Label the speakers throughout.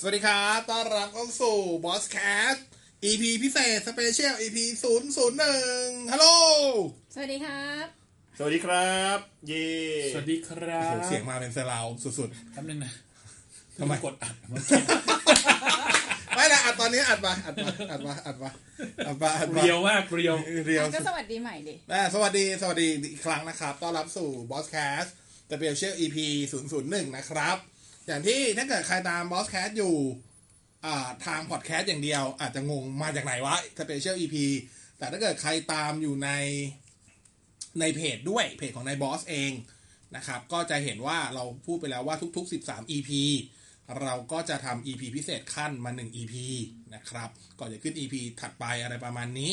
Speaker 1: สวัสดีครับต้อนรับเข้าสู่ Boss Cast EP พิเศษ Special EP 001ฮัลโหล
Speaker 2: สวัสดีครับ
Speaker 3: สวัสดีครับ เย่
Speaker 4: สวัสดีครับ
Speaker 1: โห เสียงมาเป็นสลาวสุด
Speaker 4: แป๊บนึงนะ
Speaker 1: ทำไม
Speaker 4: กดอัดเมื่อกี้
Speaker 1: ๆ ไม่ละอัดตอนนี้อัดมาอัดมาอัดมาอัดมาอัดมาอัดมา
Speaker 4: เรียวมากเรียว
Speaker 1: เรียว
Speaker 2: ก็สวัสดีใหม่ดิ
Speaker 1: แม่สวัสดี สวัสดีอีกครั้งนะครับ ต้อนรับสู่ Boss Cast Special EP 001นะครับ อย่างที่ถ้าเกิดใครตาม Boss Cast อยู่ อ่าทางพอดแคสต์อย่างเดียว อาจจะงงมาจากไหนวะ Special EP แต่ถ้าเกิดใครตามอยู่ใน ในเพจด้วยเพจของนายบอสเองนะครับ ก็จะเห็นว่าเราพูดไปแล้วว่าทุกๆ 13 EP เราก็จะทำ EP พิเศษขั้นมา 1 EP นะครับ ก่อนจะขึ้น EP ถัดไปอะไรประมาณนี้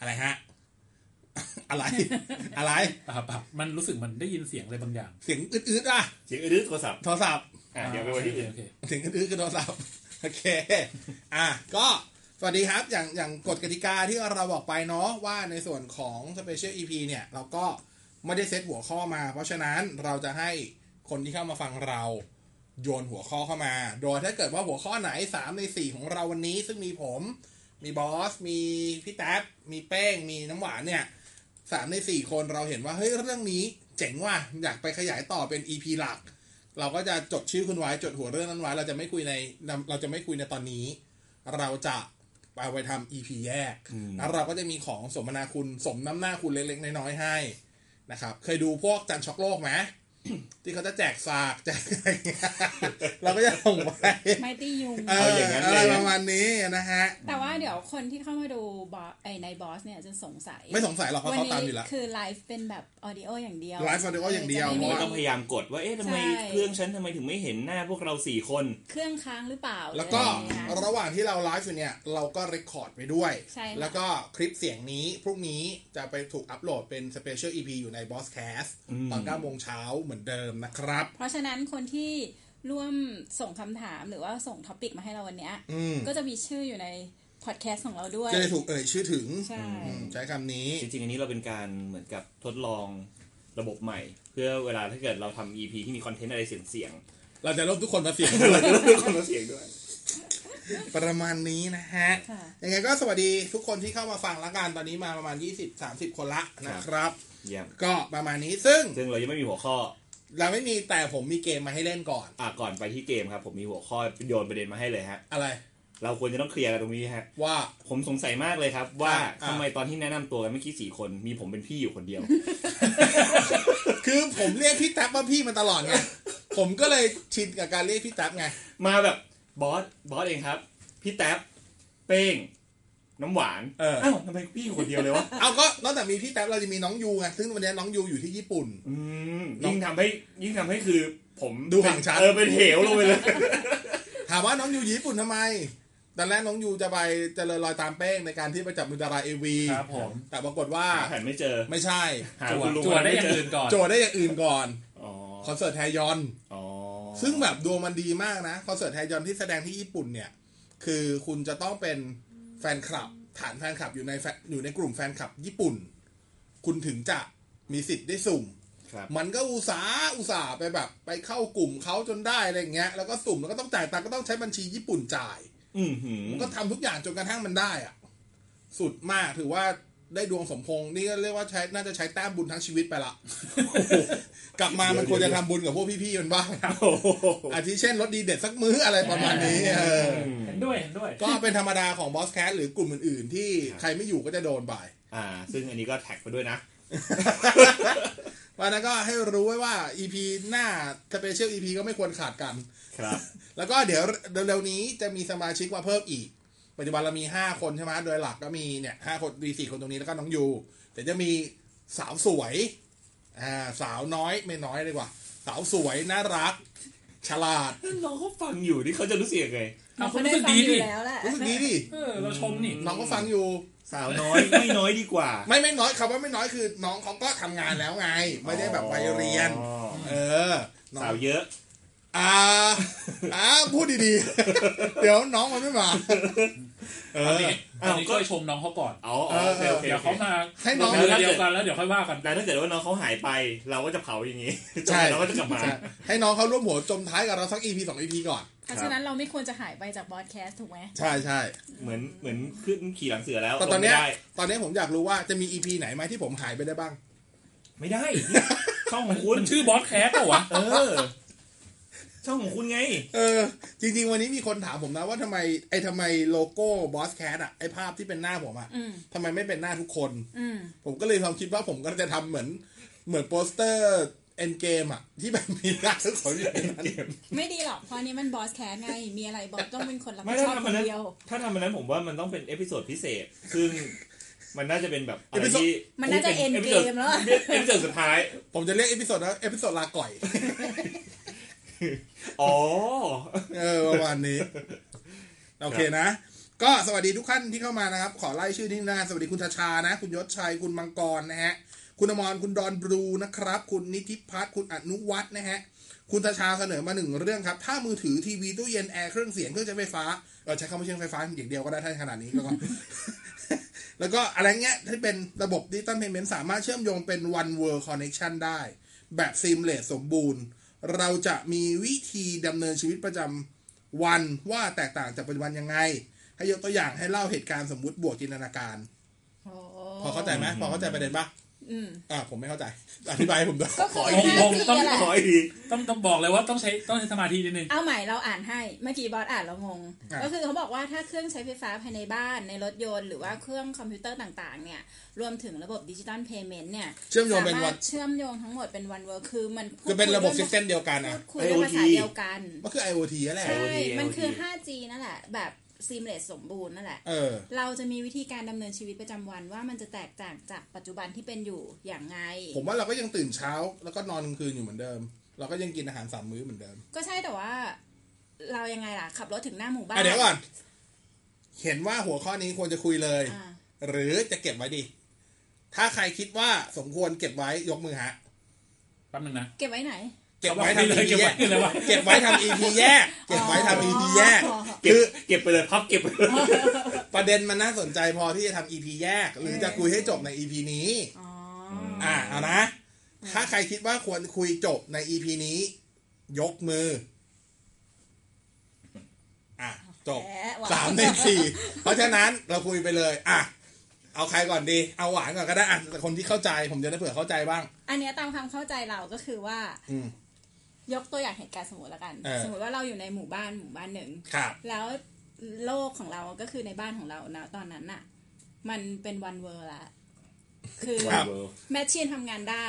Speaker 1: อะไรฮะ อะไร อะไร
Speaker 4: อ่าปะมันรู้สึกมันได้ยินเสียงอะไรบางอย่าง
Speaker 1: เสียงอืดๆอ่ะ
Speaker 3: เสียงอื้อโทรศัพท์
Speaker 1: โทรศัพท์
Speaker 3: อ่ะเดี๋ยวไปวันที่อื่น
Speaker 4: โอเค
Speaker 1: เสียงอื้อๆคือโทรศัพท์ โอเค อ่ะ ก็สวัสดีครับ อย่างอย่างกฎกติกาที่เราบอกไปเนาะว่าในส่วนของ Special EP เนี่ย เราก็ไม่ได้เซตหัวข้อมา เพราะฉะนั้นเราจะให้คนที่เข้ามาฟังเราโยนหัวข้อเข้ามา โดยถ้าเกิดว่าหัวข้อไหน 3 ใน 4 ของเราวันนี้ ซึ่งมีผม มีบอส มีพี่แท็บมีแป้ง มีน้ำหวานเนี่ย สามในสี่คนเราเห็นว่าเฮ้ยเรื่องนี้เจ๋งว่ะอยากไปขยายต่อเป็น EP หลัก เราก็จะจดชื่อคุณไว้จดหัวเรื่องนั้นไว้เราจะไม่คุยในเราจะไม่คุยในตอนนี้ เราจะเอาไปทำ EP แยกแล้วเราก็จะมีของสมนาคุณสมน้ำหน้าคุณเล็กๆน้อยๆให้นะครับ เคยดูพวกจันช็อกโลกไหม ที่เขาจะแจกสากแจกอะไรเงี้ย เราก็จะส่งไป
Speaker 2: ไมตี้ยุง
Speaker 1: เอออะไรประมาณนี้นะฮะ
Speaker 2: แต่ว่าเดี๋ยวคนที่เข้ามาดูบอสไอในบอสเนี่ยจะสงสัย
Speaker 1: ไม่สงสัยหรอกเพราะ
Speaker 2: วั
Speaker 1: เขา
Speaker 2: นี้
Speaker 1: ตามอยู่แล้ว
Speaker 2: คือไลฟ์เป็นแบบออดิโออย่างเดียว
Speaker 1: live audio อย่างเดียว
Speaker 2: จะไม่
Speaker 3: โอ้
Speaker 2: มี
Speaker 3: ยต้องพยายามกดว่า เอ๊ะทำไม
Speaker 2: ใช่
Speaker 3: เครื่องฉันทำไมถึงไม่เห็นหน้าพวกเราสี่คน
Speaker 2: เครื่องค้างหรือเปล่า
Speaker 1: แล้วก็
Speaker 2: อะไรอย่างเงี้ย
Speaker 1: ระหว่างที่เราไลฟ์อยู่เนี่ย เราก็เรคคอร์ดไปด้วย
Speaker 2: ใช่ค่ะ
Speaker 1: แล้วก็คลิปเสียงนี้ พรุ่งนี้จะไปถูกอัปโหลดเป็นสเปเชียล EP อยู่ใน Boss Cast
Speaker 3: อืม
Speaker 1: ตอน9โมงเช้าเหมือนเดิมนะครับ
Speaker 2: เพราะฉะนั้นคนที่ร่วมส่งคำถามหรือว่าส่งท็อปิกมาให้เราวันเนี้ย
Speaker 1: อืม
Speaker 2: ก็จะมีชื่ออยู่ในพอดแคสต์ของเราด้วย
Speaker 1: จะได้ถูกเอ่ยชื่อถึง
Speaker 2: ใช่
Speaker 1: อืมใช้คำนี้
Speaker 3: จริงๆ อันนี้เราเป็นการเหมือนกับทดลองระบบใหม่ เพื่อเวลาถ้าเกิดเราทำ EP ที่มีคอนเทนต์อะไรเสียง
Speaker 1: เราจะลบทุก คนมาเสียง
Speaker 3: ๆ เราจะรู้คนละเสียงด้วย
Speaker 1: ประมาณนี้นะฮะ
Speaker 2: ค่ะ
Speaker 1: ยังไงก็สวัสดีทุกคนที่เข้ามาฟังละกัน ตอนนี้มาประมาณ 20-30 คนละนะครับ
Speaker 3: เยี่ยม
Speaker 1: ก็ประมาณนี้ซึ่ง
Speaker 3: ซึ่งเรายังไม่มีหัวข้อ
Speaker 1: เราไม่มีแต่ผมมีเกมมาให้เล่นก่อน
Speaker 3: อ่ะก่อนไปที่เกมครับ ผมมีหัวข้อโยนประเด็นมาให้เลยฮะ
Speaker 1: อะไร
Speaker 3: เราควรจะต้องเคลียร์กันตรงนี้ฮะ
Speaker 1: ว่า
Speaker 3: ผมสงสัยมากเลยครับ ว่า
Speaker 1: อ่ะอ่ะ
Speaker 3: ทำไมตอนที่แนะนำตัวกันเมื่อกี้สี่คนมีผมเป็นพี่อยู่คนเดียว
Speaker 1: คือผมเรียกพี่แท็บว่าพี่มาตลอดไง ผมก็เลยชินกับการเรียกพี่แท็บไง
Speaker 3: มาแบบบอสบอสเองครับ พี่แท็บเป้ง น้ำหวาน
Speaker 1: เออ
Speaker 3: วทำไมพี่อยู่คนเดียวเลยวะ
Speaker 1: เอาก็นอกจากมีพี่แท็บเราจะมีน้องยูไง ซึ่งวันนี้น้องยูอยู่ที่ญี่ปุ่น
Speaker 3: อืมยิ่งทำให้ยิ่งทำให้คือ ผม
Speaker 1: ดูห่างชั้น
Speaker 3: เออเป็นเหวลงไปเลย
Speaker 1: ถามว่าน้องยูอยู่ญี่ปุ่นทำไม ตอนแรกน้องยูจะไปเจริญรอยตามเป้งในการที่ไปจับมือดาราเอวี
Speaker 4: ครับผม
Speaker 1: แต่ปรากฏว่า
Speaker 3: แผ่นไม่เจอ
Speaker 1: ไม่ใช่
Speaker 3: หา
Speaker 4: จั่ว
Speaker 3: คุณลุง
Speaker 4: จั่วได้อ
Speaker 3: ม่
Speaker 4: ย่า
Speaker 3: เจ
Speaker 4: งอื่นก่อน
Speaker 1: โจได้อย่างอื่นก่อน
Speaker 3: อ๋อ
Speaker 1: คอนเสิร์ตไทยอน
Speaker 3: อ๋อ
Speaker 1: ซึ่งแบบดวงมันดีมากนะ คอนเสิร์ตไทยอนที่แสดงที่ญี่ปุ่นเนี่ย คือคุณจะต้องเป็นแฟนคลับ ฐานแฟนคลับอยู่ในแฟนอยู่ในกลุ่มแฟนคลับญี่ปุ่น คุณถึงจะมีสิทธิ์ได้สุ่ม
Speaker 3: ครับ
Speaker 1: มันก็อุตสาห์อุตสาห์ไปแบบ ไปเข้ากลุ่มเขาจนได้อะไรอย่างเงี้ย แล้วก็สุ่มแล้วก็ต้องจ่ายตังค์ก็ต้องใช้บัญชีญี่ปุ่นจ่าย
Speaker 3: อือหือ
Speaker 1: ก็ทำทุกอย่างจนกระทั่งมันได้อะสุดมากถือว่าได้ดวงสมพงษ์นี่ก็เรียกว่าใช้น่าจะใช้แต้มบุญทั้งชีวิตไปละ กลับมามันควรจะทำบุญกับพวกพี่ๆมันบ้าง
Speaker 3: โอ้โห
Speaker 1: อาทิเช่นรถดีเด็ดสักมื้ออะไรประมาณนี้เออ
Speaker 4: เห็นด้วยเห็นด้วย
Speaker 1: ก็เป็นธรรมดาของบอสแคสหรือกลุ่มอื่นๆ ที่ใครไม่อยู่ก็จะโดนบ่าย
Speaker 3: อ่า ซึ่งอันนี้ก็แท็กไปด้วยนะ
Speaker 1: วันนั้นก็ให้รู้ไว้ว่า EP หน้าสเปเชียล EP ก็ไม่ควรขาดกัน
Speaker 3: ครับ
Speaker 1: แล้วก็เดี๋ยวเร็วๆนี้จะมีสมาชิกมาเพิ่มอีก ปัจจุบันเรามี 5 คนใช่ไหมโดยหลักก็มีเนี่ยห้าคนมีสี่คนตรงนี้แล้วก็น้องยูแต่จะมีสาวสวยอ่าสาวน้อยไม่น้อยดีกว่า สาวสวยน่ารัก ฉลาด
Speaker 3: น้องเขาฟังอยู่นี่เขาจะรู้สึกยังไง
Speaker 4: เอา
Speaker 2: เขา
Speaker 4: เขา
Speaker 2: ได้
Speaker 4: รู้สึก
Speaker 2: ฟัง
Speaker 4: ดี
Speaker 2: อยู่
Speaker 4: ดิ
Speaker 2: แล้วแหละ
Speaker 1: รู้สึกดีดิ
Speaker 4: เออเราชมนี่
Speaker 1: น้องก็ฟังอยู่
Speaker 3: สาวน้อย ไม่น้อยดีกว่า
Speaker 1: ไม่ไม่น้อยคำว่าไม่น้อยคือน้องเขาก็ทำงานแล้วไง ไม่ได้แบบวัยเรียน
Speaker 3: อ๋อ
Speaker 1: เออน้อ
Speaker 3: สาง วเยอะ
Speaker 1: อ่าอ่าพูดดีๆ เดี๋ยวน้องมันไม่มา เอ
Speaker 4: ตอน
Speaker 1: อ
Speaker 4: นี้ตอนนี้
Speaker 3: เอาก็
Speaker 4: ช่วยชมน้องเขาก่อน
Speaker 3: อ๋ออ๋อโอเคโอเค
Speaker 4: เดี๋ยว
Speaker 3: โอ
Speaker 4: เขา
Speaker 3: เค
Speaker 4: มา
Speaker 1: ให้น้อง
Speaker 4: เรือเดียวกันแล้วเดี๋ยวค่อยว่ากัน
Speaker 3: แต่ถ้าเกิดว่าน้องเขาหายไปเราก็จะเผาอย่าง นี้
Speaker 1: ใช่
Speaker 3: เราก็จะกลับมา
Speaker 1: ใช่ให้น้องเขาร่วมหัวจมท้ายกับเราสัก EP สอง EP ก่อน
Speaker 5: เพราะฉะนั้นเราไม่ควรจะหายไปจากบอดแคสต์ถูกไหม
Speaker 1: ใช่ใช่
Speaker 3: เหมือนเหมือนขึ้นขี่หลังเสือแล้ว
Speaker 1: แต่ตอนเนี้ย
Speaker 3: ไม่ได้
Speaker 1: ตอนเนี้ยผมอยากรู้ว่าจะมี EP ไหนไหมที่ผมหายไปได้บ้าง
Speaker 3: ไม่ ได้นี่ช่องของคุณ
Speaker 4: มันชื่อบอสแคสต์เหรอวะ
Speaker 3: เออ ช่องของคุณไง
Speaker 1: เออ จริง ๆ วันนี้มีคนถามผมนะว่าทำไมไอ้ทำไมโลโก้บอสแคทอะไอ้ภาพที่เป็นหน้าผมอะ
Speaker 5: อืม
Speaker 1: ทำไมไม่เป็นหน้าทุกคน
Speaker 5: อืม
Speaker 1: ผมก็เลยความคิดว่าผมก็จะทำเหมือนเหมือนโปสเตอร์เอ็นเกมอะที่แบบมีหน้าทุกคนอยู่ในนั้น
Speaker 5: ไม่ดีหรอกเพราะอันนี้มันบอสแคสต์ไง มีอะไรบอสต้องเป็นคนรับ
Speaker 3: ไม่
Speaker 5: ผิดช
Speaker 3: ถ้า
Speaker 5: อบ
Speaker 3: ทำ
Speaker 5: ค
Speaker 3: มัน
Speaker 5: น
Speaker 3: นั้น
Speaker 5: เดียว
Speaker 3: ถ้าทำมันนั้นผมว่ามันต้องเป็นเอพิโซดพิเศษ ซึ่งมันน่าจะเป็นแบบอะไรที่
Speaker 5: มันน่าจะเอ็นเกมแล้ว
Speaker 3: เอพิโซดสุดท้าย
Speaker 1: ผมจะเรียกเอพิโซดว่าเอพิโซดลาก่อย
Speaker 3: อ๋อ
Speaker 1: เออประมาณนี้ โอเคนะ ก็สวัสดีทุกท่านที่เข้ามานะครับ ขอไล่ชื่อที่หน้าสวัสดีคุณชาชานะ คุณยศชัยคุณมังกรนะฮะ คุณอมรคุณดอนบลูนะครับ คุณนิติพัฒน์คุณอนุวัฒน์นะฮะ คุณชาชาเสนอมาหนึ่งเรื่องครับ ถ้ามือถือทีวีตู้เย็นแอร์เครื่องเสียงเครื่องใช้ไฟฟ้าเออใช้คำว่าเครื่องไฟฟ้าอย่างเดียวก็ได้ถ้าขนาดนี้แล้วก็ แล้วก็อะไรเงี้ยที่เป็นระบบดิจิตอลเพย์เมนต์สามารถเชื่อมโยงเป็น one world connection ได้ แบบ seamless สมบูรณ์ เราจะมีวิธีดำเนินชีวิตประจำวันว่าแตกต่างจากปัจจุบันยังไง ให้ยกตัวอย่างให้เล่าเหตุการณ์สมมุติบวกจินตนาการ
Speaker 5: โอ้
Speaker 1: พอเข้าใจไหม
Speaker 3: อืม
Speaker 1: พอเข้าใจประเด็นปะ
Speaker 5: อืม
Speaker 1: อ่าผมไม่เข้าใจ อธิบายให้ผมด้วย
Speaker 5: ก็
Speaker 1: ข
Speaker 5: คือ
Speaker 1: อ
Speaker 5: อ
Speaker 1: อีก
Speaker 5: ห
Speaker 1: ที
Speaker 5: น้าที่อะแหละ
Speaker 3: ขออีกที
Speaker 4: ต้องต้องบอกเลยว่าต้องใช้ต้องใช้สมาธินิดนึง
Speaker 5: เอาใหม่เราอ่านให้เมื่อกี้บอสอ่านเรางง
Speaker 1: อ่ะ
Speaker 5: ก็คือเขาบอกว่าถ้าเครื่องใช้ไฟฟ้าภายในบ้านในรถยนต์หรือว่าเครื่องคอมพิวเตอร์ต่างๆ เนี่ย รวมถึงระบบดิจิตอลเพย์เมนต์เนี่ย
Speaker 1: เชื่อมโยงเป็น
Speaker 5: สา
Speaker 1: วั
Speaker 5: มาน รถเชื่อมโยงทั้งหมดเป็นวันเวิร์คือมันพูด
Speaker 1: คือเป็นระบบ
Speaker 5: คุ
Speaker 1: ซิ
Speaker 5: ย
Speaker 1: สเต็มเดียวกัน
Speaker 5: พู
Speaker 1: อ่ะ
Speaker 5: ดคุยด้วยภาษาเดียวกัน
Speaker 1: ก็คือ IoT นั่นแหละ
Speaker 5: ใช่ มันคือ 5G นั่นแหละ แบบซีมเลสสมบูรณ์นั่นแหละ
Speaker 1: เออ
Speaker 5: เราจะมีวิธีการดำเนินชีวิตประจำวันว่ามันจะแตกต่างจากปัจจุบันที่เป็นอยู่อย่างไง
Speaker 1: ผมว่าเราก็ยังตื่นเช้า แล้วก็นอนกลางคืนอยู่เหมือนเดิม เราก็ยังกินอาหารสามมื้อเหมือนเดิม
Speaker 5: ก็ใช่แต่ว่า เรายังไงล่ะ ขับรถถึงหน้าหมู่บ้าน
Speaker 1: อ่ะเดี๋ยวก่อน เห็นว่าหัวข้อนี้ควรจะคุยเลย
Speaker 5: อ่า
Speaker 1: หรือจะเก็บไว้ดี ถ้าใครคิดว่าสมควรเก็บไว้ยกมือฮะ
Speaker 4: แป๊บนึงนะ
Speaker 5: เก็บไว้ไหน
Speaker 1: เก็บไว้ทำ EP
Speaker 4: เอาไว้เลย
Speaker 1: แยก
Speaker 4: เก็บไว้เลยวะ
Speaker 1: เก็บไว้ทำ EP แยก เก็บไว้ทำ EP แย ก
Speaker 5: อ๋อ
Speaker 3: เก็บเก็บไปเลยพับเก็บไปเลย
Speaker 1: ประเด็นมันน่าสนใจพอที่จะทำ EP แยก หรือจะคุยให้จบใน EP นี้
Speaker 5: อ๋ออ
Speaker 1: อ่ะเอานะ ถ้าใครคิดว่าควรคุยจบใน EP นี้ ยกมือ อ่ะจบ
Speaker 5: แหะว่ะ
Speaker 1: สามในสี่เพราะฉะนั้นเราคุยไปเลย อ่ะ เอาใครก่อนดี เอาหวานก่อนก็ได้อ่ะแต่คนที่เข้าใจผมจะได้เผื่อเข้าใจบ้าง
Speaker 5: อันเนี้ยตามความเข้าใจเราก็คือว่า
Speaker 1: อืม
Speaker 5: ยกตัวอย่างเหตุการณ์สมมติละกัน
Speaker 1: เออ
Speaker 5: สมมติว่าเราอยู่ในหมู่บ้านหมู่บ้านหนึ่ง
Speaker 1: ครับ
Speaker 5: แล้วโลกของเราก็คือในบ้านของเรานะตอนนั้นน่ะ มันเป็นวันเวอร์ละ คือ
Speaker 1: ครับ
Speaker 5: แมชชีนทำงานได้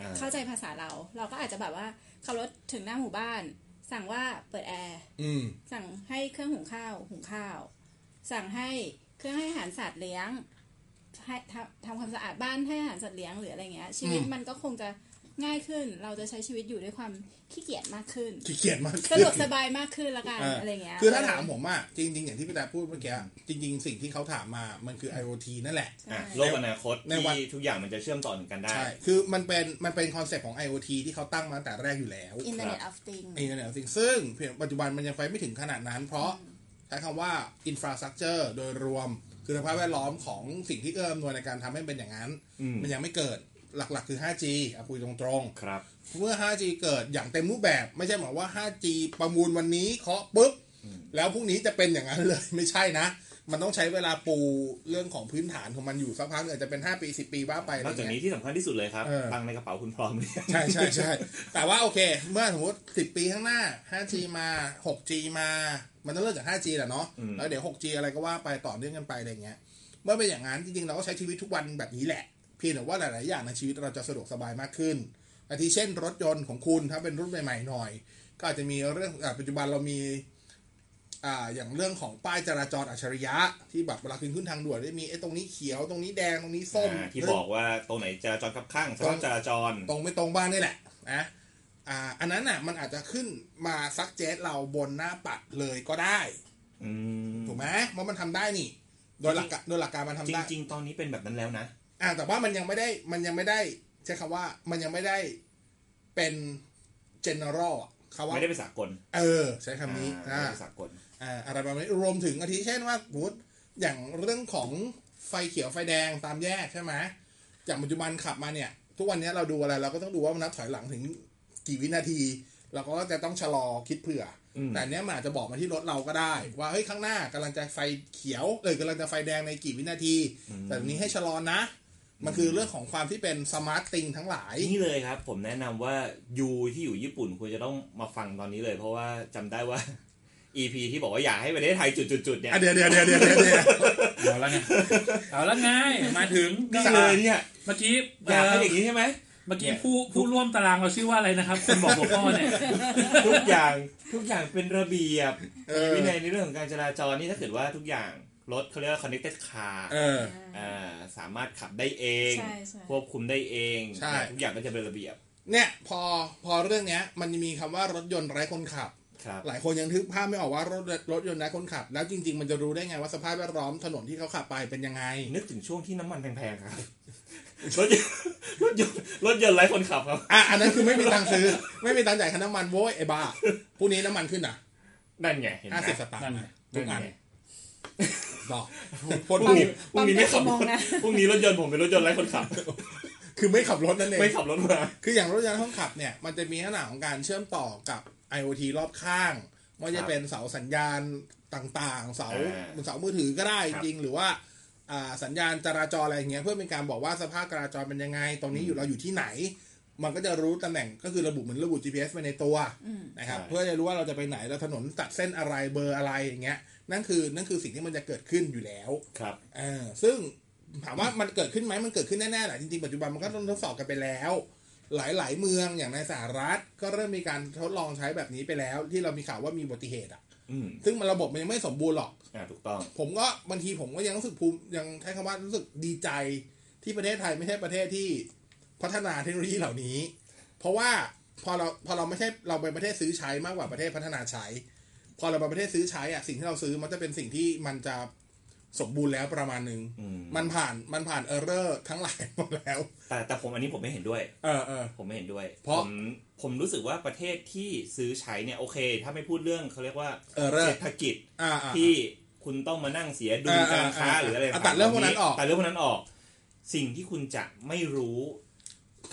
Speaker 3: อ่า
Speaker 5: เข้าใจภาษาเรา เราก็อาจจะแบบว่าขับรถถึงหน้าหมู่บ้าน สั่งว่าเปิดแอร์
Speaker 1: อืม
Speaker 5: สั่งให้เครื่องหุงข้าว หุงข้าว สั่งให้เครื่องให้อาหารสัตว์เลี้ยงให้ทำทำความสะอาดบ้านให้อาหารสัตว์เลี้ยงหรืออะไรเงี้ย ชีวิต
Speaker 1: อืม
Speaker 5: มันก็คงจะง่ายขึ้น เราจะใช้ชีวิตอยู่ด้วยความขี้เกียจมากขึ้น
Speaker 1: ขี้เกียจมาก
Speaker 5: สะดวกสบายมากขึ้นละกัน
Speaker 1: เอออ
Speaker 5: อะไรเงี้ย
Speaker 1: คือถ้าถามผมอ่ะจริง ๆ อย่างที่พี่ดาพูดเมื่อกี้จริง ๆ สิ่งที่เขาถามมามันคือ IoT นั่นแหละ
Speaker 5: ใช่
Speaker 3: อ่ะโลกอนาคต
Speaker 1: ในวัน
Speaker 3: ที่ทุกอย่างมันจะเชื่อมต่อถึงกันได้
Speaker 1: ใช่คือมันเป็นมันเป็นคอนเซ็ปต์ของ IoT ที่เขาตั้งมาตั้งแต่แรกอยู่แล้ว
Speaker 5: Internet of Things
Speaker 1: อินเทอร์เน็ตสิ่งซึ่งเพียงปัจจุบันมันยังไปไม่ถึงขนาดนั้น เพราะใช้คำว่าอินฟราสตรักเจอร์โดยรวม คือสภาพแวดล้อมของสิ่งที่เอื้ออำนวยในการทำให้เป็นอย่างนั้น
Speaker 3: อืม
Speaker 1: มันยังไม่เกิดหลักๆ คือ 5G อ่ะคุยตรง
Speaker 3: ครับ
Speaker 1: ๆ เมื่อ 5G เกิดอย่างเต็มรูปแบบ ไม่ใช่หมายว่า 5G ประมูลวันนี้เคาะปุ๊บ แล้วพรุ่งนี้จะเป็นอย่างนั้นเลย ไม่ใช่นะ มันต้องใช้เวลาปูเรื่องของพื้นฐานของมันอยู่สักพักอาจจะเป็น 5 ปี 10 ปีว่าไป
Speaker 3: นอกจาก
Speaker 1: อะไรเงี้ย
Speaker 3: นี้ที่สำคัญที่สุดเลยครับ
Speaker 1: เออ
Speaker 3: ตังค์ในกระเป๋าคุณพร้อมหรือยัง
Speaker 1: ใช่ใช่ใช่ แต่ว่าโอเค เมื่อสมมติ 10 ปีข้างหน้า 5G มา 6G มา มันต้องเริ่มจาก 5G แหละเนาะ แล้วเดี๋ยว 6G อะไรก็ว่าไปต่อเนื่องกันไปอะไรเงี้ย เมื่อเป็นอย่างนั้นจริงๆ เราก็ใช้ชีวิตทุกวันแบบนี้แหละ เพียงแต่ว่าหลาย ๆ อย่างในชีวิตเราจะสะดวกสบายมากขึ้นอาทิเช่นรถยนต์ของคุณถ้าเป็นรุ่นใหม่ ๆ หน่อย ก็อาจจะมีเรื่องอาปัจจุบันเรามีอ่าอย่างเรื่องของป้ายจราจรอัจฉริยะ ที่แบบเวลาขึ้นขึ้นทางด่วนได้มีไอ้ตรงนี้เขียวตรงนี้แดงตรงนี้ส้ม
Speaker 3: อ่าที่บอกว่าตรงไหนจราจรคับข้างสภาพจราจร
Speaker 1: ตรงไม่ตรงบ้างนี่แหละนะอ่า อันนั้นน่ะมันอาจจะขึ้นมาซักเจสเราบนหน้าปัดเลยก็ได้
Speaker 3: อืม
Speaker 1: ถูกไหมเพราะมันทำได้นี่ โดยหลักกะโดยหลักการมันทำ
Speaker 3: จ
Speaker 1: ได้
Speaker 3: ริง ๆ ตอนนี้เป็นแบบนั้นแล้วนะ
Speaker 1: อ่าแต่ว่ามันยังไม่ได้มันยังไม่ได้ใช้คำว่ามันยังไม่ได้เป็น general อะ คำว่า
Speaker 3: ไม่ได้เป็นสากล
Speaker 1: เออ ใช้คำนี้
Speaker 3: อ่า
Speaker 1: อ่า
Speaker 3: ไม่ได้เป็นสากล
Speaker 1: อ่าอะไรประมาณนี้รวมถึงอาทิเช่นว่าสมมติอย่างเรื่องของไฟเขียวไฟแดงตามแยกใช่ไหมจากปัจจุบันขับมาเนี่ย ทุกวันนี้เราดูอะไรเราก็ต้องดูว่ามันนับถอยหลังถึงกี่วินาที เราก็จะต้องชะลอคิดเผื่อ
Speaker 3: อืม
Speaker 1: แต่อันเนี้ยมันอาจจะบอกมาที่รถเราก็ได้ ว่าเฮ้ยข้างหน้ากำลังจะไฟเขียวเออกำลังจะไฟแดงในกี่วินาที แต่อันนี้ให้ชะลอนะ มันคือเรื่องของความที่เป็นสมาร์ตติงทั้งหลาย
Speaker 3: นี่เลยครับ ผมแนะนำว่ายูที่อยู่ญี่ปุ่นควรจะต้องมาฟังตอนนี้เลย เพราะว่าจำได้ว่า EP ที่บอกว่าอยากให้ประเทศไทยจุดๆๆเนี่ย
Speaker 1: อ่ะเดี๋ยวเดี๋ยวเดี๋ยวเดี๋ยวเดี๋ยวเดี๋ยว
Speaker 4: เอาละไงเอาละไงมาถึงก็
Speaker 3: นี่เลยเนี่ย
Speaker 4: เมื่อกี้
Speaker 3: อ
Speaker 4: เอ่
Speaker 3: ยาก
Speaker 4: อ
Speaker 3: ให้อย่างนี้ ใช่ไหม
Speaker 4: เมื่อกี้
Speaker 3: เนี่ย
Speaker 4: ผู้ผู้ร่วมตารางเราชื่อว่าอะไรนะครับคนบอกหัวข้อเนี่ย
Speaker 3: ทุกอย่างทุกอย่างเป็นระเบียบ
Speaker 1: เออ
Speaker 3: มีวินัยในเรื่องของการจราจรนี่ถ้าเกิดว่าทุกอย่างรถเขาเรียกว่า connected car
Speaker 1: เออ
Speaker 3: อ่าสามารถขับได้เอง
Speaker 2: ใช่ใช่
Speaker 3: ควบคุมได้เอง
Speaker 1: ใช่
Speaker 3: ทุกอย่างก็จะเป็นระเบียบ
Speaker 1: เนี่ยพอพอเรื่องเนี้ย มันมีคำว่ารถยนต์ไร้คนขับ
Speaker 3: ครับ
Speaker 1: หลายคนยังทึกภาพไม่ออกว่ารถรถยนต์ไร้คนขับ แล้วจริง ๆ มันจะรู้ได้ไงว่าสภาพแวดล้อมถนนที่เขาขับไปเป็นยังไง
Speaker 3: นึกถึงช่วงที่น้ำมันแพงๆครับ รถยนต์ รถยนต์รถยนต์ไร้คนขับครับ
Speaker 1: อ่ะอันนั้นคือไม่มีตังค์ซื้อ ไม่มีตังค์จ่ายค่าน้ำมันโว้ยไอ้บ้าพรุ่งนี้น้ำมันขึ้นอ่ะ
Speaker 3: นั่นไงเห็นไหม
Speaker 1: ห้าสิบสตางค์
Speaker 4: นั่น
Speaker 1: ทุกอัน
Speaker 3: ไง
Speaker 1: ดอก
Speaker 3: พรุ่งนี้พรุ่งนี้ไม่ขับ
Speaker 2: ปั๊มเป็นชั่วโมงนะ
Speaker 3: พรุ่งนี้รถยนต์ผมเป็นรถยนต์ไร้คน ขับ
Speaker 1: คือไม่ขับรถนั่นเอง
Speaker 3: ไม่ขับรถ มา
Speaker 1: คืออย่างรถยนต์ห้องขับเนี่ยมันจะมีขนาดของการเชื่อมต่อกับ IoT รอบข้างไม่ว่าจะเป็นเสาสัญญาณต่างๆ เสาเสามือถือก็ได้จริงๆหรือว่าอ่าสัญญาณจราจรอะไรอย่างเงี้ยเพื่อเป็นการบอกว่าสภาพจราจรเป็นยังไง ตรงนี้อยู่เราอยู่ที่ไหน มันก็จะรู้ตำแหน่งก็คือระบุเหมือนระบุ GPS ไปในตัว
Speaker 2: อืม
Speaker 1: นะครับเพื่อจะรู้ว่าเราจะไปไหนแล้วถนนตัดเส้นอะไรเบอร์อะไรอย่างเงี้ยนั่นคือนั่นคือสิ่งที่มันจะเกิดขึ้นอยู่แล้ว
Speaker 3: ครับ
Speaker 1: เออซึ่งถามว่ามันเกิดขึ้นไหมมันเกิดขึ้นแน่ๆแหละจริงๆ ปัจจุบันมันก็ต้องทดสอบกันไปแล้ว หลายๆเมืองอย่างในสหรัฐก็เริ่มมีการทดลองใช้แบบนี้ไปแล้ว ที่เรามีข่าวว่ามีอุบัติเหตุอ่ะ
Speaker 3: อืม
Speaker 1: ซึ่งมันระบบมันยังไม่สมบูรณ์หรอก
Speaker 3: อ่าถูกต้อง
Speaker 1: ผมก็บางทีผมก็ยังรู้สึกภูมิยังใช้คำว่ารู้สึกดีใจที่ประเทศไทยไม่ใช่ประเทศที่พัฒนาเทคโนโลยีเหล่านี้ เพราะว่าพอเราพอเราไม่ใช่เราเป็นประเทศซื้อใช้มากกว่าประเทศพัฒนาใช้ พอเราเป็นประเทศซื้อใช้อะสิ่งที่เราซื้อมันจะเป็นสิ่งที่มันจะสมบูรณ์แล้วประมาณนึง
Speaker 3: อืม
Speaker 1: มันผ่านมันผ่านเออร์เรอร์ทั้งหลายหมดแล้ว
Speaker 3: แต่แต่ผมอันนี้ผมไม่เห็นด้วย
Speaker 1: เออเออ
Speaker 3: ผมไม่เห็นด้วย
Speaker 1: เพราะ
Speaker 3: ผมผมรู้สึกว่าประเทศที่ซื้อใช้เนี่ยโอเค ถ้าไม่พูดเรื่องเขาเรียกว่า
Speaker 1: เออร์เรอ
Speaker 3: เศร
Speaker 1: ร์
Speaker 3: ษฐกิจ
Speaker 1: อ่าอ่า
Speaker 3: ที่คุณต้องมานั่งเสียดุล
Speaker 1: อ่า
Speaker 3: การค้า
Speaker 1: อ่า
Speaker 3: หรืออะไร
Speaker 1: อ่า
Speaker 3: ต่างๆ
Speaker 1: ตัดเรื่องพวกนั้นออก
Speaker 3: ตัดเรื่องพวกนั้นออก สิ่งที่คุณจะไม่รู้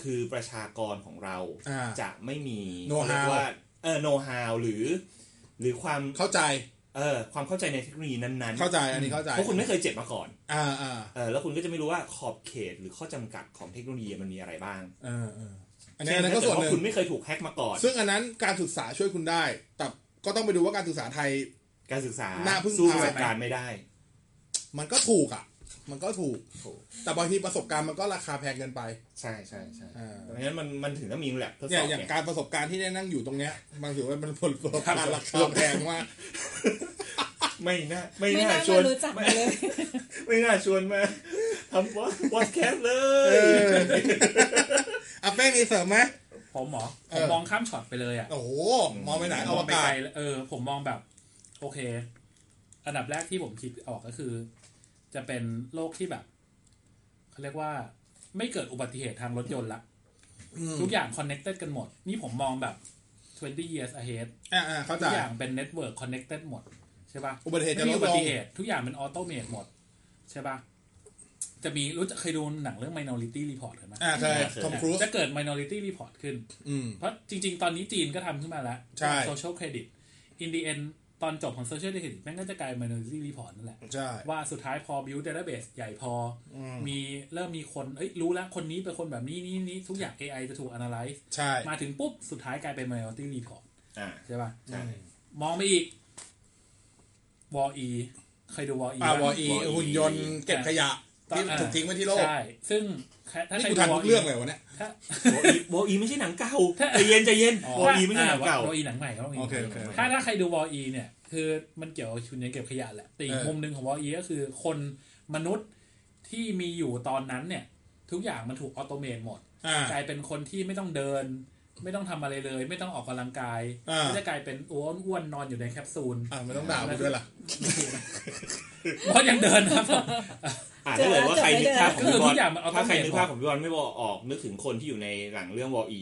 Speaker 3: คือประชากรของเรา
Speaker 1: อ่า
Speaker 3: จะไม่มี
Speaker 1: Know-how
Speaker 3: เรียกว่าเออโนฮาวหรือ หรือความ
Speaker 1: เข้าใจ
Speaker 3: เออความเข้าใจในเทคโนโลยีนั้นๆ
Speaker 1: เข้าใจอันนี้เข้าใจ
Speaker 3: เพราะคุณไม่เคยเจ็บมาก่อน
Speaker 1: อ่าอ่า
Speaker 3: เออแล้วคุณก็จะไม่รู้ว่าขอบเขตหรือข้อจำกัดของเทคโนโลยีมันมีอะไรบ้าง
Speaker 1: เออเอออันนี้อันนั้นก็
Speaker 3: เช่
Speaker 1: ส่วนหนึ่
Speaker 3: ถ้าง คุณไม่เคยถูกแฮกมาก่อน
Speaker 1: ซึ่งอันนั้นการศึกษาช่วยคุณได้ แต่ก็ต้องไปดูว่าการศึกษาไทย
Speaker 3: การศึกษา
Speaker 1: น่าพึ่ง
Speaker 3: สู้
Speaker 1: พา
Speaker 3: ประสบการณ์ไม่ได้
Speaker 1: มันก็ถูกอ่ะ มันก็ถูก
Speaker 3: ถูก
Speaker 1: แต่บางทีประสบการณ์มันก็ราคาแพงเกินไป
Speaker 3: ใช่ใช่ใช่
Speaker 1: อ่า
Speaker 3: เพราะงั้นมันมันถึงต้องมีแลบทดส
Speaker 1: เนี่ย
Speaker 3: อบ
Speaker 1: อย่าง
Speaker 3: เนี่ย
Speaker 1: การประสบการณ์ที่ได้นั่งอยู่ตรงเนี้ย มันถือว่าเป็นผลประสบการณ์ราคาแพงมาก
Speaker 3: ไม่น่าไม่
Speaker 2: ไม่
Speaker 3: น่า
Speaker 2: น่า
Speaker 3: ชว
Speaker 2: มาน รู้จัก
Speaker 3: ไม่
Speaker 2: เลย
Speaker 3: ไม่น่าชวนมาทำวอสวอสแคสเล
Speaker 1: เอย ออ่ะแป้งมีเสริมไหม
Speaker 4: ผมเหมอ
Speaker 1: เอ
Speaker 4: ผ
Speaker 1: อ
Speaker 4: มมองข้ามช็อตไปเลยอ่ะ
Speaker 1: โอ้โหมองไปไหนอว
Speaker 4: ไป
Speaker 1: กา
Speaker 4: ไก
Speaker 1: ศ
Speaker 4: ลแล้วเออ ผมมองแบบ โอเค อันดับแรกที่ผมคิดออกก็คือ จะเป็นโลกที่แบบเขาเรียกว่า ไม่เกิดอุบัติเหตุทางรถยนต์ละ
Speaker 1: อืม
Speaker 4: ทุกอย่างคอนเน็กเต็ดกันหมด นี่ผมมองแบบ 20 years ahead
Speaker 1: อ่าอ่าเข้าใจ
Speaker 4: ทุกอย่างเป็นเน็ตเวิร์กคอนเน็กเต็ดหมด ใช่ปะ
Speaker 1: อุบัติเหตุ
Speaker 4: ไม่
Speaker 1: จะลด
Speaker 4: มีอุบั
Speaker 1: ลง
Speaker 4: ติเหตุ ทุกอย่างเป็นออโตเมตหมด ใช่ปะจะมีรู้จักเคยดูหนังเรื่อง minority report กันไหม
Speaker 1: อ่าเคยทอมครูซ
Speaker 4: จะเกิด minority report ขึ้น
Speaker 1: อืม
Speaker 4: เพราะจริงๆ ตอนนี้จีนก็ทำขึ้นมาแล้ว
Speaker 1: ใช่
Speaker 4: โซเชียลเครดิตอินดีเอนตอนจบของโซเชียลเครดิตแม่งก็จะกลายเป็น minority report นั่นแหละ
Speaker 1: ใช่
Speaker 4: ว่าสุดท้ายพอ build database ใหญ่พออ
Speaker 1: ม
Speaker 4: มีเริ่มมีคน เอ้ย รู้แล้วคนนี้เป็นคนแบบนี้นี้นี้ทุกอย่าง AI จะถูก analyze
Speaker 1: ใช่
Speaker 4: มาถึงปุ๊บ สุดท้ายกลายเป็น minority report
Speaker 3: อ่า
Speaker 4: ใช่ป่ะ
Speaker 3: ใช่
Speaker 4: มองไปอีกวอลีเคยดูวอลี
Speaker 1: อาวอีหุ่นยนต์เก็บขยะที่ถูกทิ้งไว้ที่โลก
Speaker 4: ใช่ ซึ่งถ้า
Speaker 1: นี่
Speaker 4: ใค
Speaker 1: กู
Speaker 4: รดู
Speaker 1: ทัน
Speaker 4: ว
Speaker 1: ทุ
Speaker 4: อกลี
Speaker 1: เรื่องเลยวะเนี่ย
Speaker 4: ถ้า
Speaker 3: โบอีโบอีไม่ใช่หนังเก่าใจเย็นใจเย็น
Speaker 1: อ๋อ
Speaker 3: โบอีไม่ใช่หนังเก่า
Speaker 4: วออีหนังใหม่ครับ Wall-E
Speaker 1: โอเคโอเค
Speaker 4: ถ้าถ้าใครดูวออีเนี่ย คือมันเกี่ยวกับชุนยังเก็บขยะแหละแต่อีก
Speaker 1: เออ
Speaker 4: มุมหนึ่งของวออีก็คือคนมนุษย์ที่มีอยู่ตอนนั้นเนี่ย ทุกอย่างมันถูกออโตเมนหมด
Speaker 1: อ่า
Speaker 4: กลายเป็นคนที่ไม่ต้องเดิน ไม่ต้องทำอะไรเลย ไม่ต้องออกกำลังกาย
Speaker 1: อ่า
Speaker 4: ก็จะกลายเป็นอ้วนอ้วนๆนอนอยู่ในแคปซูล
Speaker 1: อ่าไม่ต้องด่ากูด้วยล่ะ
Speaker 4: เพราะยังเดินนะครับ
Speaker 3: อ่าถ้าเกิดว่าใครนึกภาพของพี่
Speaker 4: คื
Speaker 3: บอ
Speaker 4: อทุ
Speaker 3: ล
Speaker 4: กอย่างมันเอา
Speaker 3: ถ้าใครนึก
Speaker 4: ต้องเปลี่ยน
Speaker 3: ภาพของพี่บอลไม่บอกออกนึกถึงคนที่อยู่ในหลังเรื่องวออี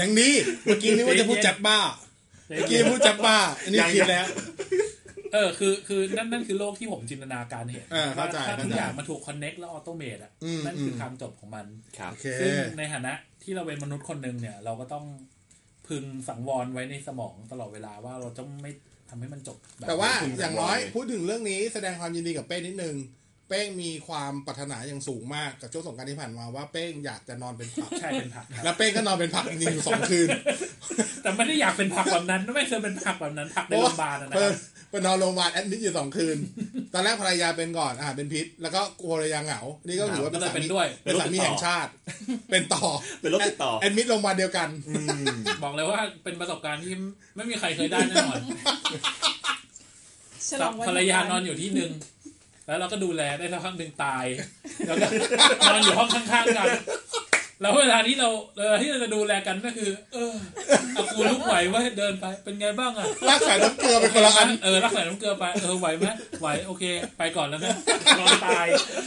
Speaker 1: ยังดีเมื่อกี้นึกว่าจะพูดจับบ้าเมื่อกี้พูดจับบ้า อันนี้
Speaker 3: ยัง
Speaker 1: คิดแล้ว
Speaker 4: เออคือคือนั่นนั่นคือโลกที่ผมจินตนาการเห็น
Speaker 1: เออเข้าใจ
Speaker 4: ถ้าทุก
Speaker 1: เข้าใจ
Speaker 4: อย่างมันถูกคอนเน็กแล้วออโตเมตอ่ะ
Speaker 1: อืม
Speaker 4: นั่นคืออ
Speaker 1: ม
Speaker 4: คำจบของมัน
Speaker 3: ครับ
Speaker 1: โอเค
Speaker 4: ซึ่งในฐานะที่เราเป็นมนุษย์คนหนึ่งเนี่ย เราก็ต้องพึงสังวรไว้ในสมองตลอดเวลาว่าเราต้องไม่ทำให้มันจบบบ
Speaker 1: แต่ว่า
Speaker 3: คุณ
Speaker 1: อ
Speaker 3: จะ
Speaker 1: ย่างน้อย
Speaker 3: บอกเลย
Speaker 1: พูดถึงเรื่องนี้แสดงความยินดีกับเป้งนิดนึง เป้งมีความปรารถนาอย่างสูงมากกับช่วงสงกรารที่ผ่านมาว่าเป้งอยากจะนอนเป็นผัก
Speaker 4: ใช่เป็นผักครับ
Speaker 1: แล้วเป้งก็นอนเป็นผักจริงๆอยู่สองคืน
Speaker 4: แต่ไม่ได้อยากเป็นผักแบบนั้นไม่เคยเป็นผักแบบนั้นผักในโรงพยาบาลอะนะ
Speaker 1: เออ
Speaker 4: ครับ
Speaker 1: ไปนอนโรงพยาบาลแอดมิดอยู่สองคืน ตอนแรกภรรยาเป็นก่อนอ่าเป็นพิษ แล้วก็กลัวภรรยาเหงา นี่ก็ถือว่า
Speaker 4: ก็
Speaker 1: เป็นสา
Speaker 4: เลยเป็
Speaker 1: มี
Speaker 4: นด้วย
Speaker 1: เป็นสามีแห่งชาติ เป็นต่อ
Speaker 3: เป็นโรคติดต่อ
Speaker 1: แอดมิดโรงพยาบาลเดียวกัน
Speaker 4: บอกเลยว่าเป็นประสบการณ์ที่ไม่มีใครเคยได้แน่นอน
Speaker 2: ฉลองวัน
Speaker 4: ภรรยานอนอยู่ที่หนึ่งแล้วเราก็ดูแลได้สักพักหนึ่งตาย แล้วก็น อนอยู่ห้องข้างๆกัน แล้วเวลาที่เราเวลาที่เราจะดูแลกันก็คือ เออเอากูลุกไหวไว้ยเดินไปเป็นไงบ้างอ่ะ
Speaker 1: ลากสายน้ำเกลือไปคนละอัน
Speaker 4: เออรักษาน้ำเกลือไปเออไหวไหมไหวโอเค ไปก่อนแล้วนะนอนตาย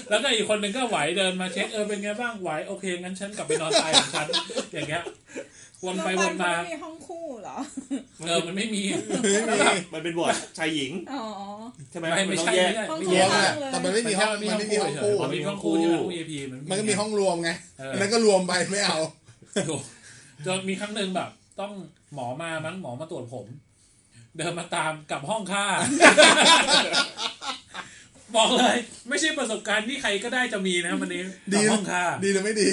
Speaker 4: แล้วก็อีกคนหนึ่งก็ไหวเดินมาเช็คเออเป็นไงบ้างไหวโอเคงั้นฉันกลับไปนอนตายของฉันอย่างเงี้ยวนไปวนมา
Speaker 2: โรงพยบลไห้องคู่เหรอ
Speaker 4: เออมันไม่มี
Speaker 3: มันเป็นบอร์ดชายหญิง
Speaker 2: อ๋อ
Speaker 3: ใช่ไหม
Speaker 4: ไม่
Speaker 3: มั
Speaker 4: ไม่
Speaker 3: นต้อ
Speaker 4: ใช่
Speaker 3: งแยก
Speaker 4: ไม่ใช่ไม่
Speaker 1: ร
Speaker 2: เยก
Speaker 1: วม
Speaker 4: ใช่
Speaker 1: อะแต่มันไม่มีห้องมัน
Speaker 4: ไม่
Speaker 1: ไม่มี
Speaker 4: มีห้
Speaker 1: ห้
Speaker 4: อ
Speaker 1: อง งคู่
Speaker 4: คู่เฉยๆมันมีห้องคู่ที่เป็นห้อง EAP
Speaker 1: มันก็มีห้องรวมไง
Speaker 4: เออ
Speaker 1: อันนั้นก็รวมไปไม่เอา
Speaker 4: ถูกจนมีครั้งหนึ่งแบบ ต้องหมอมามั้งหมอมาตรวจผม เดินมาตามกลับห้องค่า บอกเลย ไม่ใช่ประสบการณ์ที่ใครก็ได้จะมีนะวันนี้ก
Speaker 1: ดี
Speaker 4: ลับห้องค่า
Speaker 1: ดีหรือไม่ดี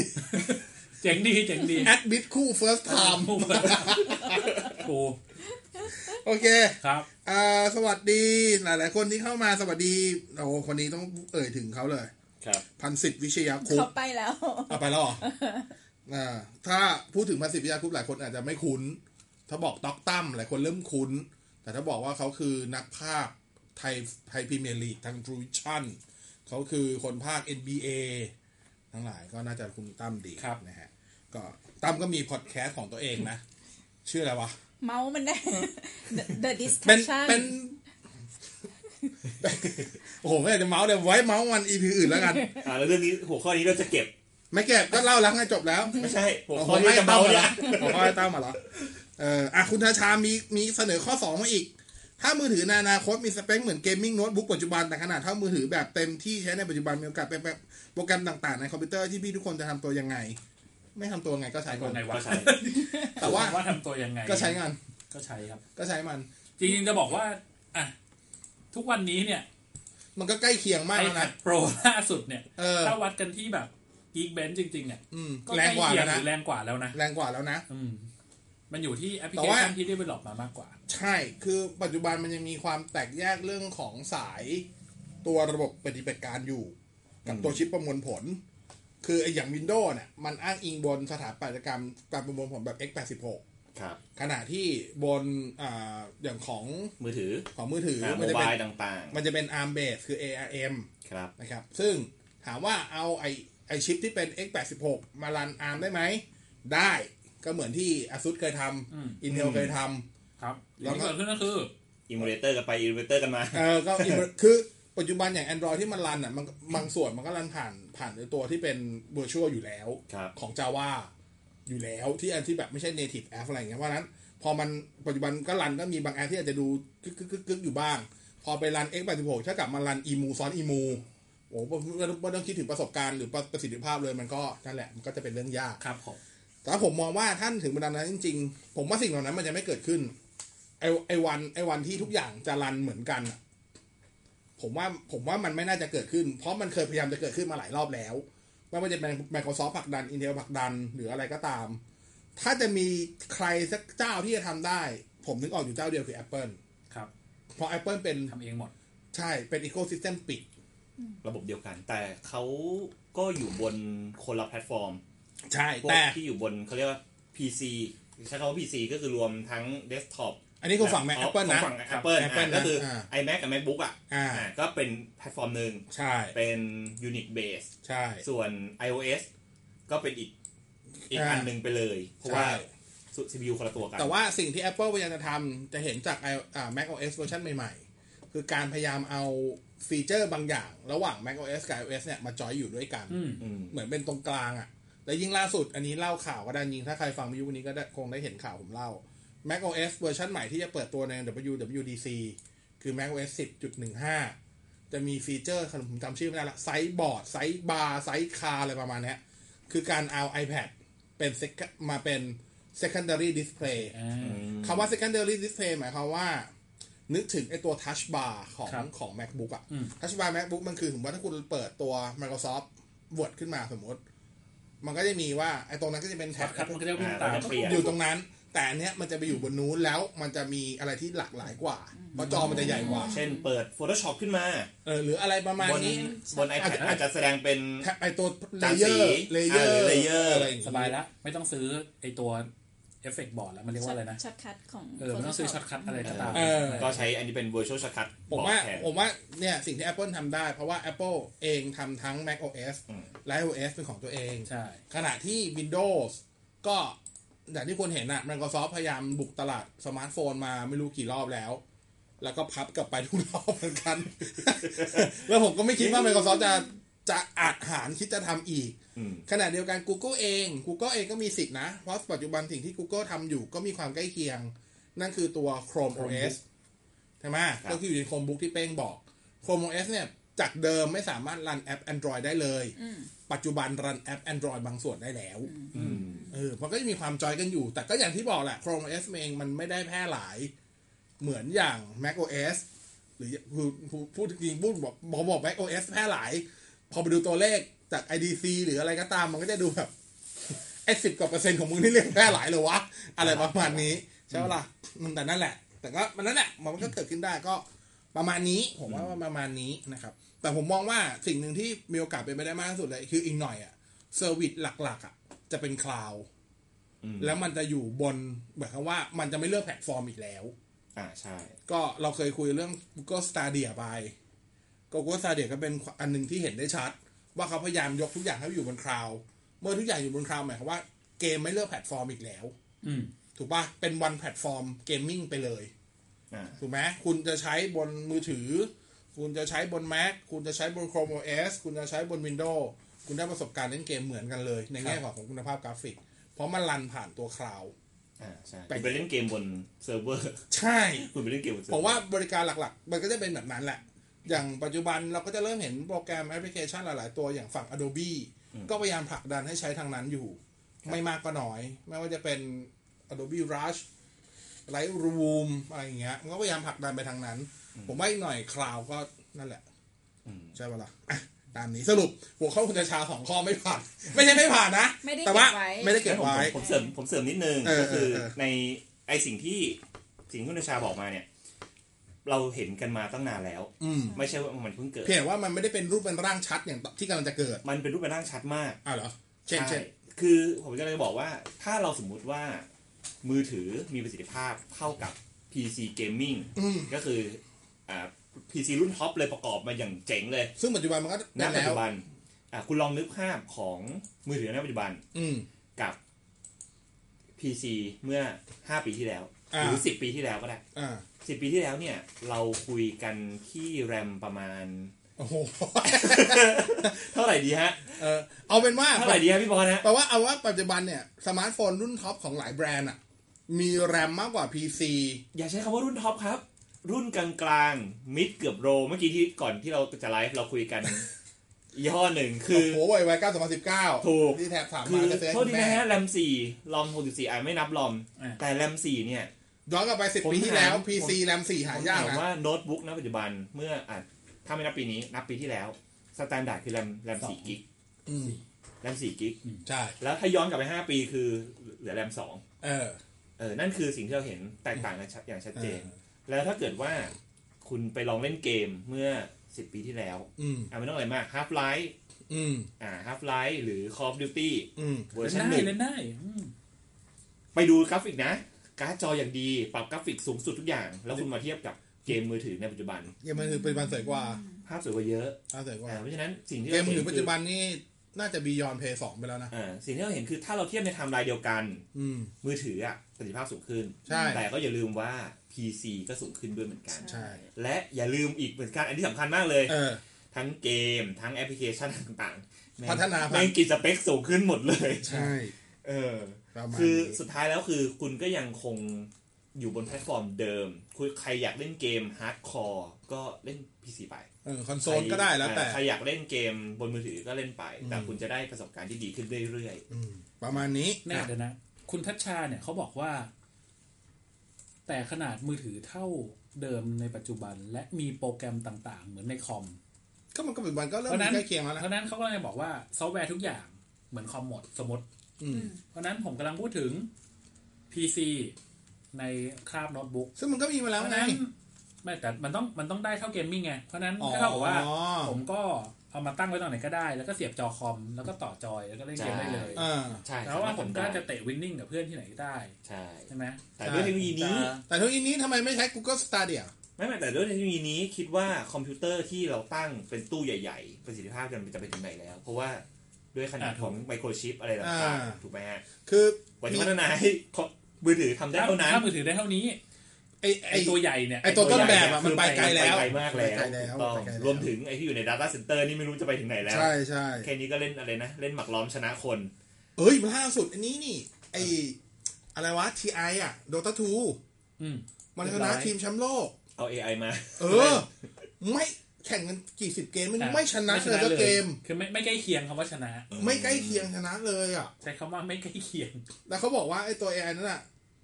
Speaker 4: เจ๋งดีเจ๋งดี
Speaker 1: แอดมิดคู่ first time
Speaker 4: ถูก
Speaker 1: โอเค
Speaker 4: ครับ
Speaker 1: อ่าสวัสดี หลาย ๆ คนที่เข้ามาสวัสดีโอ้โหคนนี้ต้องเอ่ยถึงเขาเลย
Speaker 3: ครับ
Speaker 1: พันสิทธิ์วิชยาคุป
Speaker 2: เขาไปแล้ว
Speaker 1: เอาไปแล้วเหรออ่าถ้าพูดถึงพันสิทธิ์วิชยาคุปหลายคนอาจจะไม่คุ้น ถ้าบอกต็อกตั้มหลายคนเริ่มคุ้น แต่ถ้าบอกว่าเขาคือนักภาคไทยไทยพรีเมียร์ลีกทางทรูชั่นเขาคือคนภาค NBA ทั้งหลายก็น่าจะคุณตั้มดี
Speaker 4: ครับ
Speaker 1: นะฮะก็ตั้มก็มีพอดแคสต์ของตัวเองนะ ชื่ออะไรวะ
Speaker 2: เมาส์มันได้ The- The
Speaker 1: เป็น
Speaker 2: Discussion
Speaker 1: เป็น โอ้โห ไม่อยากจะเมาส์เดี๋ยวไว้เมาส์วันอีพีอื่นแล้วกัน
Speaker 3: อ่าแล้วเรื่องนี้หัวข้อนี้เราจะเก็บ
Speaker 1: ไม่เก็บก็เล่าแล้วไงจบแล้ว
Speaker 3: ไม่ใช่ หัว
Speaker 1: โอ้โห
Speaker 3: ข้อนี้
Speaker 1: ไม่
Speaker 3: จะ
Speaker 1: เต้า
Speaker 3: เมา
Speaker 1: มา
Speaker 3: เนี่
Speaker 1: แล้
Speaker 3: ยว
Speaker 1: โอ้โหไม่เต้ามาแล้วเอออ่ะคุณทาชามีมีเสนอข้อสองมาอีก ถ้ามือถือในอนาคตมีสเปคเหมือนเกมมิ่งโน้ตบุ๊กปัจจุบันแต่ขนาดเท่ามือถือแบบเต็มที่ใช้ในปัจจุบันมีโอกาสเป็นแบบโปรแกรมต่างๆ ในคอมพิวเตอร์ที่พี่ทุกคนจะทำตัวยังไง ไม่ทำตัวไงก็ใช้
Speaker 4: ค
Speaker 1: มัน น
Speaker 4: ไหนวะ
Speaker 3: ก็ใช่
Speaker 1: แต่ว่า
Speaker 4: ว่าทำตัวยังไง
Speaker 1: ก็ใช้งาน
Speaker 4: ก็ใช้ครับ
Speaker 1: ก็ใช้มัน
Speaker 4: จริงๆจะบอกว่าอ่ะทุกวันนี้เนี่ย
Speaker 1: มันก็ใกล้เคียงมาก
Speaker 4: ไอ
Speaker 1: แล้ว
Speaker 4: แพ
Speaker 1: นะ
Speaker 4: ดโปรล่าสุดเนี่ย
Speaker 1: เออ
Speaker 4: ถ้าวัดกันที่แบบ Geekbench จริงๆเนี่ย
Speaker 1: อืม
Speaker 4: ก็
Speaker 1: แรง
Speaker 4: ใกล้
Speaker 1: กว่า
Speaker 4: เคีย
Speaker 1: แล้ว
Speaker 4: งห
Speaker 1: นะ
Speaker 4: รือแรงกว่าแล้วนะ
Speaker 1: แรงกว่าแล้วนะ
Speaker 4: อืมมันอยู่ที่แอปพลิ
Speaker 1: แต่
Speaker 4: เค
Speaker 1: ว่า
Speaker 4: ชันที่ได้ไปหลอกมามากกว่า
Speaker 1: ใช่ คือปัจจุบันมันยังมีความแตกแยกเรื่องของสายตัวระบบปฏิบัติการอยู่ กับ
Speaker 3: อืม
Speaker 1: ตัวชิปประมวลผล คือไอ้อย่าง Windows เนี่ยมันอ้างอิงบนสถาปัตยกรรมการประมวลผลแบบ x86
Speaker 3: ครับ
Speaker 1: ขณะที่บนอาอย่างของ
Speaker 3: มือถือ
Speaker 1: ของมือถือ
Speaker 3: อ่า
Speaker 1: มั
Speaker 3: โม
Speaker 1: จะ
Speaker 3: บา
Speaker 1: เป็น
Speaker 3: ยต่าง
Speaker 1: มันจะเป็น ARM base คือ ARM
Speaker 3: ๆ ครับ
Speaker 1: นะครับ ซึ่งถามว่าเอาไอไอชิปที่เป็น x86 มารัน ARM ได้ไหม ได้ก็เหมือนที่ ASUS เคยท
Speaker 4: อืม
Speaker 1: ำ Intel เคยทำ
Speaker 4: ครับ
Speaker 1: แล้
Speaker 4: แล้ว ว
Speaker 1: ก็
Speaker 4: เกิดขึ้นก็คือ
Speaker 3: อิมมูเลเตอร์กันไป อิมมูเลเตอร์กันมา
Speaker 1: เออก็ คือปัจจุบันอย่าง Android ที่มันรันอ่ะมันบางส่วนมันก็รันผ่านผ่านในตัวที่เป็น virtual อยู่แล้ว
Speaker 3: ครับ
Speaker 1: ของ Java อยู่แล้วที่อันที่แบบไม่ใช่ native app อะไรอย่างเงี้ยเพราะฉะนั้น พอมันปัจจุบันก็รันก็มีบางแอปที่อาจจะดูกึกกึกกึกกึกอยู่บ้าง พอไปรัน x86 ถ้ากลับมารัน emu ซ้อน emu โอ้โหไม่ต้องไม่ต้องคิดถึงประสบการณ์หรือประสิทธิภาพเลยมันก็นั่นแหละมันก็จะเป็นเรื่องยาก
Speaker 4: ครับผม
Speaker 1: แต่ผมมองว่าท่านถึงบันดาลนั้นจริงๆ ผมว่าสิ่งเหล่านั้นมันจะไม่เกิดขึ้น ไอไอวันไอวันที่ทุกอย่างจะรันเหมือนกันอะผมว่าผมว่ามันไม่น่าจะเกิดขึ้น เพราะมันเคยพยายามจะเกิดขึ้นมาหลายรอบแล้ว ไม่ว่าจะเป็น Microsoft ผลักดัน Intel ผลักดันหรืออะไรก็ตาม ถ้าจะมีใครสักเจ้าที่จะทำได้ ผมนึกออกอยู่เจ้าเดียวคือ Apple
Speaker 4: ครับ
Speaker 1: เพราะ Apple เป็น
Speaker 4: ทำเองหมด
Speaker 1: ใช่เป็น ecosystem ปิด
Speaker 3: ระบบเดียวกัน แต่เขาก็อยู่บนคนละแพลตฟอร์ม
Speaker 1: ใช่
Speaker 3: พวก
Speaker 1: แต่
Speaker 3: ที่อยู่บนเขาเรียกว่า PC ใช้คำว่า PC ก็คือรวมทั้งเดสก์ท็อป
Speaker 1: อันนี้คือฝั่งแม่ Apple นะ
Speaker 3: ฝั่ง Apple
Speaker 1: ครับ Apple
Speaker 3: อ่ะก็คืออ
Speaker 1: า
Speaker 3: iMac กับ MacBook อ่ะ
Speaker 1: อ่า
Speaker 3: อ่าก็เป็นแพลตฟอร์มหนึ่ง
Speaker 1: ใช่
Speaker 3: เป็น Unix base
Speaker 1: ใช่
Speaker 3: ส่วน iOS ก็เป็นอีกอีกอันหนึ่งไปเลย เพราะว่า
Speaker 1: ใช่
Speaker 3: CPU คนละตัวกัน
Speaker 1: แต่ว่าสิ่งที่ Apple พยายามจะทำจะเห็นจาก i- อ่า Mac OS เวอร์ชันใหม่ ๆ คือการพยายามเอาฟีเจอร์บางอย่าง ระหว่าง Mac OS กับ iOS เนี่ย มาจอยอยู่ด้วยกัน
Speaker 4: อืม
Speaker 3: อืม
Speaker 1: เหมือนเป็นตรงกลางอะ และยิ่งล่าสุดอันนี้เล่าข่าวก็ได้จริงถ้าใครฟังยุคนี้ก็ได้คงได้เห็นข่าวผมเล่า macOS เวอร์ชันใหม่ที่จะเปิดตัวใน WWDC คือ macOS 10.15 จะมีฟีเจอร์ผมจำชื่อไม่ได้ละไซส์บอร์ดไซส์บาร์ไซส์คาอะไรประมาณเนี้ยคือการเอา iPad เป็น sec- มาเป็น secondary display
Speaker 4: อ่า
Speaker 1: คำว่า secondary display หมายความว่า นึกถึงไอตัว touch bar ของ
Speaker 4: ครับ
Speaker 1: ของ macbook อะ
Speaker 4: อืม
Speaker 1: touch bar macbook มันคือสมมติว่าถ้าคุณเปิดตัว microsoft word ขึ้นมาสมมติ มันก็จะมีว่าไอตรงนั้นก็จะเป็น
Speaker 4: ช็อ
Speaker 1: แท็บ
Speaker 4: ตคัดมันก็จะวิ่ง
Speaker 3: อ่า
Speaker 4: ตาม
Speaker 3: มันจะเปลี่ยน
Speaker 1: อยู่ตรงนั้น แต่อันเนี้ยมันจะไปอยู่บนนู้นแล้วมันจะมีอะไรที่หลากหลายกว่า เพราะจอมันจะใหญ่กว่า
Speaker 3: เช่นเปิด Photoshop ขึ้นมา
Speaker 1: เออหรืออะไรประมาณ
Speaker 3: บน
Speaker 1: นี้
Speaker 3: บน iPad อาจจะแสดงเป็น
Speaker 1: แท็บไอตัวเล
Speaker 3: จาน
Speaker 1: เย
Speaker 3: สี
Speaker 1: อร์เลเยอ
Speaker 3: อ่าหรือ
Speaker 1: ร์
Speaker 3: layer
Speaker 1: อะไรองงี้
Speaker 4: สบายละไม่ต้องซื้อไอตัวเอฟเฟกต์บอร์ดแล้วมันเรียกว่าอะไรนะ
Speaker 2: ช็อตคัทของ
Speaker 4: เออไม่ต้องซื้อช็อตคัดอะไรก็ตาม
Speaker 1: เออ
Speaker 3: ก็ใช้อันนี้เป็น Virtual Shortcut
Speaker 1: ผมว่า
Speaker 3: บอร์ดแทน
Speaker 1: ผมว่าเนี่ยสิ่งที่ Apple ทำได้เพราะว่า Apple เองทำทั้ง macOS
Speaker 3: อืม
Speaker 1: และ iOS เป็นของตัวเอง
Speaker 4: ใช่
Speaker 1: ขณะที่ Windows ก็อย่างที่คนเห็นอะ Microsoft พยายามบุกตลาดสมาร์ทโฟนมาไม่รู้กี่รอบแล้ว แล้วก็พับกลับไปทุกรอบเหมือน กัน แล้วผมก็ไม่คิดว่า Microsoft จะจะอาจหารคิดจะทำอีก
Speaker 3: อืม
Speaker 1: ขณะเดียวกัน Google เอง Google เองก็มีสิทธินะ เพราะปัจจุบันสิ่งที่ Google ทำอยู่ก็มีความใกล้เคียง นั่นคือตัว Chrome OS ใช่ไหมก็คืออยู่ใน Chromebook ที่เป้งบอก Chrome OS เนี่ย จากเดิมไม่สามารถรันแอป Android ได้เลย
Speaker 2: อืม
Speaker 1: ปัจจุบันรันแอป Android บางส่วนได้แล้ว
Speaker 3: อืม
Speaker 1: เออ มันก็จะมีความจอยกันอยู่ แต่ก็อย่างที่บอกแหละ Chrome OS เองมันไม่ได้แพร่หลาย เหมือนอย่าง Mac OS หรือคือพูดพูดจริงๆพูดบอกบอกบอก Mac OS แพร่หลาย พอไปดูตัวเลขจาก IDC หรืออะไรก็ตาม มันก็จะดูแบบ ไอ้สิบกว่าเปอร์เซ็นต์ของมึงนี่เรียกแพร่หลายเหรอวะ อะไรประมาณนี้ ใช่ปะล่ะอืมแต่นั่นแหละ แต่ก็มันนั่นแหละ มันก็เกิดขึ้นได้ก็ประมาณนี้ ผมว่าประมาณนี้นะครับ แต่ผมมองว่าสิ่งหนึ่งที่มีโอกาสเป็นไปได้มากที่สุดเลย คืออีกหน่อยอะเซอร์วิสหลักๆอะจะเป็นคลาว
Speaker 3: อืม
Speaker 1: แล้วมันจะอยู่บนหมายความว่ามันจะไม่เลือกแพลตฟอร์มอีกแล้ว
Speaker 3: อ่าใช่
Speaker 1: ก็เราเคยคุยเรื่อง Google Stadia ไป Google Stadia ก็เป็นอันหนึ่งที่เห็นได้ชัด ว่าเขาพยายามยกทุกอย่างให้อยู่บนคลาวด์เมื่อทุกอย่างอยู่บนคลาวด์หมายความว่าเกมไม่เลือกแพลตฟอร์มอีกแล้ว
Speaker 4: อืม
Speaker 1: ถูกปะเป็นวันแพลตฟอร์มเกมมิ่งไปเลย
Speaker 3: อ่า
Speaker 1: ถูกไหมคุณจะใช้บนมือถือ คุณจะใช้บน Mac คุณจะใช้บน Chrome OS คุณจะใช้บน Windows คุณได้ประสบการณ์เล่นเกมเหมือนกันเลย ในแง่ของคุณภาพกราฟิก เพราะมันรันผ่านตัวคลาวด์
Speaker 3: อ่าใช่
Speaker 1: ไป
Speaker 3: คุณไปเล่นเกมบนเซิร์ฟเวอร์
Speaker 1: ใช่
Speaker 3: คุณไปเล่นเกมบนเซิร์
Speaker 1: ผ
Speaker 3: ฟ
Speaker 1: ม
Speaker 3: เอร์
Speaker 1: ว่าบริการหลักๆ มันก็จะเป็นแบบนั้นแหละ อย่างปัจจุบันเราก็จะเริ่มเห็นโปรแกรมแอปพลิเคชันหลายๆ ตัวอย่างฝั่ง Adobe ก็พยายามผลักดันให้ใช้ทางนั้นอยู่ ไม่มากก็น้อย ไม่ว่าจะเป็น Adobe Rush Lightroom อะไรอย่างเงี้ยมันก็พยายามผลักดันไปทางนั้น ผมว่าอีกหน่อยคลาวก็นั่นแหละ
Speaker 3: อืม
Speaker 1: ใช่ปะล่ะ อ่ะตามนี้สรุปหัวข้อคุณจะชาสองข้อไม่ผ่าน ไม่ใช่ไม่ผ่านนะ
Speaker 2: ไม่ได้
Speaker 1: แต่ว่า
Speaker 2: เก็บไว้
Speaker 1: ไม่ได้เก็บไว้
Speaker 3: งั้นผมผมผมเสริมผมเสริมนิดนึง
Speaker 1: เออ
Speaker 3: ก็คือ
Speaker 1: เออเออ
Speaker 3: ในไอสิ่งที่สิ่งที่คุณชาบอกมาเนี่ย เราเห็นกันมาตั้งนานแล้ว
Speaker 1: อืม
Speaker 3: ไม่ใช่ว่ามันเพิ่งเกิด
Speaker 1: เพียงแต่ว่ามันไม่ได้เป็นรูปเป็นร่างชัดอย่างที่กำลังจะเกิด
Speaker 3: มันเป็นรูปเป็นร่างชัดมาก
Speaker 1: อ้าวเหรอเช่น
Speaker 3: ใช่
Speaker 1: เช่น
Speaker 3: คือผมจะเลยบอกว่าถ้าเราสมมุติว่ามือถือมีประสิทธิภาพเท่ากับ PC Gaming
Speaker 1: อืม
Speaker 3: ก็คืออ่า PC รุ่นท็อปเลยประกอบมาอย่างเจ๋งเลย
Speaker 1: ซึ่งปัจจุบันมันก็
Speaker 3: ณ
Speaker 1: ได้
Speaker 3: ปัจ
Speaker 1: แล้ว
Speaker 3: จุบันอ่ะคุณลองนึกภาพของมือถือณปัจจุบัน
Speaker 1: อืม
Speaker 3: กับ PC เมื่อ 5 ปีที่แล้ว
Speaker 1: อ่า
Speaker 3: หรือ 10 ปีที่แล้วก็ได้
Speaker 1: อ่า
Speaker 3: 10 ปีที่แล้วเนี่ย เราคุยกันที่แรมประมาณ
Speaker 1: โอ้โห
Speaker 3: เท่าไหร่ดีฮะ
Speaker 1: เออเอาเป็นว่า
Speaker 3: เท่าไหร่ดีฮะพี่บอลฮะ
Speaker 1: แปลว่าเอาว่าปัจจุบันเนี่ย สมาร์ทโฟนรุ่นท็อปของหลายแบรนด์อ่ะ มีแรมมากกว่า PC
Speaker 3: อย่าใช้คำว่ารุ่นท็อปครับ รุ่นกลางกลางมิดเกือบโรเมื่อกี้ที่ก่อนที่เราจะไลฟ์เราคุยกัน ยี่ห้อหนึ่งคือ
Speaker 1: โอ้โหไวไวเก้าสองพันสิบเก้า
Speaker 3: ถูก
Speaker 1: ที่แถบถาม
Speaker 3: คื
Speaker 1: มา
Speaker 3: อ
Speaker 1: ก็เซ็น
Speaker 3: โทษทีนะฮะแรมสี่ลอม64อ่ะไม่นับลอม แต่แรมสี่เนี่ย
Speaker 1: ย้อนกลับไปสิบ
Speaker 3: ผม
Speaker 1: ปีที่แล้ว
Speaker 3: ถาม
Speaker 1: PC แรมสี่หา
Speaker 3: ผม
Speaker 1: ยาก
Speaker 3: ถาม
Speaker 1: นะ
Speaker 3: ว่าโน้ตบุ๊กณปัจจุบันเมื่ออ่ะถ้าไม่นับปีนี้ นับปีที่แล้วสแตนดาร์ดคือแรมแรมสี่กิก
Speaker 1: อืม
Speaker 3: แรมสี่กิก
Speaker 1: ใช่
Speaker 3: แล้วถ้าย้อนกลับไปห้าปีคือเหลือแรมสอง
Speaker 1: เออ
Speaker 3: เออนั่นคือสิ่งที่เราเห็นแตกต่างกันชัดอย่างชัดเจน
Speaker 1: เออ
Speaker 3: แล้วถ้าเกิดว่าคุณไปลองเล่นเกมเมื่อสิบปีที่แล้ว
Speaker 1: อืม
Speaker 3: อ่ะไม่ต้องอะไรมาก Half Life
Speaker 1: อืม
Speaker 3: อ่า Half Life หรือ Call of Duty
Speaker 1: อืม
Speaker 3: เวอ
Speaker 4: เล่น
Speaker 3: ร์ชัน
Speaker 4: ได้
Speaker 3: หนึ่ง
Speaker 4: เล่นได้อืม
Speaker 3: ไปดูกราฟิกนะ การ์ดจออย่างดี ปรับกราฟิกสูงสุดทุกอย่าง แล้วคุณมาเทียบกับเกมมือถือในปัจจุบัน
Speaker 1: ยังมันคือปัจจุบันสวยกว่า
Speaker 3: ภาพสวยกว่าเยอะ
Speaker 1: ภาพสวยกว่า
Speaker 3: อ่าเพราะฉะนั้นสิ่งที่
Speaker 1: เกม
Speaker 3: เรา
Speaker 1: มือ
Speaker 3: เห็
Speaker 1: ถื
Speaker 3: น
Speaker 1: อปัจ
Speaker 3: คื
Speaker 1: จุ
Speaker 3: อ
Speaker 1: บันนี่น่าจะบียอนเพย์สองไปแล้วนะ
Speaker 3: อ่าสิ่งที่เราเห็นคือถ้าเราเทียบในไทม์ไลน์เดียวกัน
Speaker 1: อืม
Speaker 3: มือถืออ่ะประสิทธิภาพสูงขึ้น
Speaker 1: ใช่
Speaker 3: แต่ก็อย่าลืมว่า PC ก็สูงขึ้นด้วยเหมือนกัน
Speaker 1: ใช่
Speaker 3: และอย่าลืมอีกเหมือนกันอันที่สำคัญมากเลย
Speaker 1: เออ
Speaker 3: ทั้งเกม ทั้งแอปพลิเคชัน ต่างๆแม่ง
Speaker 1: พัฒนาไป
Speaker 3: แม่งกินสเปคสูงขึ้นหมดเลย
Speaker 1: ใช่
Speaker 3: เออ
Speaker 1: ประมาณ
Speaker 3: คือ
Speaker 1: นี้
Speaker 3: สุดท้ายแล้วคือคุณก็ยังคงอยู่บนแพลตฟอร์มเดิมคุณใครอยากเล่นเกมฮาร์ดคอร์ก็เล่น PC ไป
Speaker 1: เออคอนโซลก็ได้แล้วแต่
Speaker 3: ใครใครอยากเล่นเกมบนมือถือก็เล่นไป
Speaker 1: อืม
Speaker 3: แต่คุณจะได้ประสบการณ์ที่ดีขึ้นเรื่อย
Speaker 1: อืมประมาณนี้
Speaker 4: แน่เดี๋ยวนะ คุณทัชชาเนี่ยเขาบอกว่า แต่ขนาดมือถือเท่าเดิมในปัจจุบัน และมีโปรแกรมต่าง ๆ เหมือนในคอม
Speaker 1: ก็มันก็เป็นวันก็เริ่ม
Speaker 4: เพราะนั้น
Speaker 1: ใกล้เคียงแล้วนะ
Speaker 4: เพราะนั้นเขาก็เลยบอกว่าซอฟต์แวร์ทุกอย่างเหมือนคอมหมดสมมติ
Speaker 1: อืม
Speaker 4: เพราะนั้นผมกำลังพูดถึง PC ในคราบโน้ตบุ๊ก
Speaker 1: ซึ่งมันก็มีมาแล้ว
Speaker 4: เพราะ
Speaker 1: ไง
Speaker 4: นั้นไม่แต่มันต้องมันต้องได้เท่าเกมมิ่งไง เพราะนั้น
Speaker 1: อ๋อ
Speaker 4: ก็เท่ากับว่า ผมก็เอามาตั้งไว้ตรงไหนก็ได้ แล้วก็เสียบจอคอม แล้วก็ต่อจอยแล้วก็เล่นเกมได้เลย
Speaker 1: อ่า
Speaker 3: ๆ ใช่
Speaker 4: แล้วว่า
Speaker 3: สรถ
Speaker 4: ผมก็
Speaker 3: ทำได้
Speaker 4: จะเตะวินนิ่งกับเพื่อนที่ไหนก็ได้
Speaker 3: ใช่
Speaker 4: ใช่ไหม
Speaker 3: แต่ด้วย
Speaker 1: ใช่
Speaker 3: เทคโนโลยีนี้
Speaker 1: แต่ทุกอันนี้ทำไมไม่ใช้ Google Stadia
Speaker 3: ไม่ไม่แต่ด้วยเทคโนโลยีนี้คิดว่าคอมพิวเตอร์ที่เราตั้งเป็นตู้ใหญ่ๆ ประสิทธิภาพจะไปถึงไหนแล้ว เพราะว่าด้วยขนาดของไมโครชิปอะไรต่าง
Speaker 1: อ่า
Speaker 3: ๆ ถูกไหมฮะ
Speaker 1: คือ
Speaker 3: ไวัจะพัฒนาให้คอมมือถือทำได้
Speaker 4: ถ้า
Speaker 3: เท่านั้น
Speaker 4: ถ้ามือถือได้เท่านี้
Speaker 1: ไอไอ
Speaker 4: ไอตัวใหญ่เนี่ย
Speaker 1: ไอ้ตัวต้นแบบอะ
Speaker 4: ไตัว
Speaker 1: มันไปไกลแล้ว
Speaker 3: ไปมากแล้ว
Speaker 1: ไปไกลแล้ว
Speaker 3: ถูกต้อง
Speaker 1: ไปไกลแล้ว
Speaker 3: รวมถึงไอ้ที่อยู่ใน Data Center นี่ไม่รู้จะไปถึงไหนแล้ว
Speaker 1: ใช่ใช่
Speaker 3: แค่นี้ก็เล่นอะไรนะ เล่นหมักล้อมชนะคน
Speaker 1: เอ้ยล่าสุดอันนี้นี่ ไออะไรวะ TI อ่ะ Dota 2
Speaker 4: อืม
Speaker 1: มันชนะ
Speaker 4: เรียบร้อย
Speaker 1: ทีมแชมป์โลก
Speaker 3: เอา AI มา
Speaker 1: เออ ไม่แข่งกันกี่สิบเกมไม่รู้
Speaker 4: อ่
Speaker 1: ไม่ชนะเลยสักเกม
Speaker 4: คือไม่ไม่ใกล้เคียงคำว่าชนะ
Speaker 1: ไม่ใกล้เคียงชนะเลยอ่ะ
Speaker 4: ใช้คำว่าไม่ใกล้เคียง
Speaker 1: แล้วเขาบอกว่าไอ้ตัว AI นั่นอ่ะ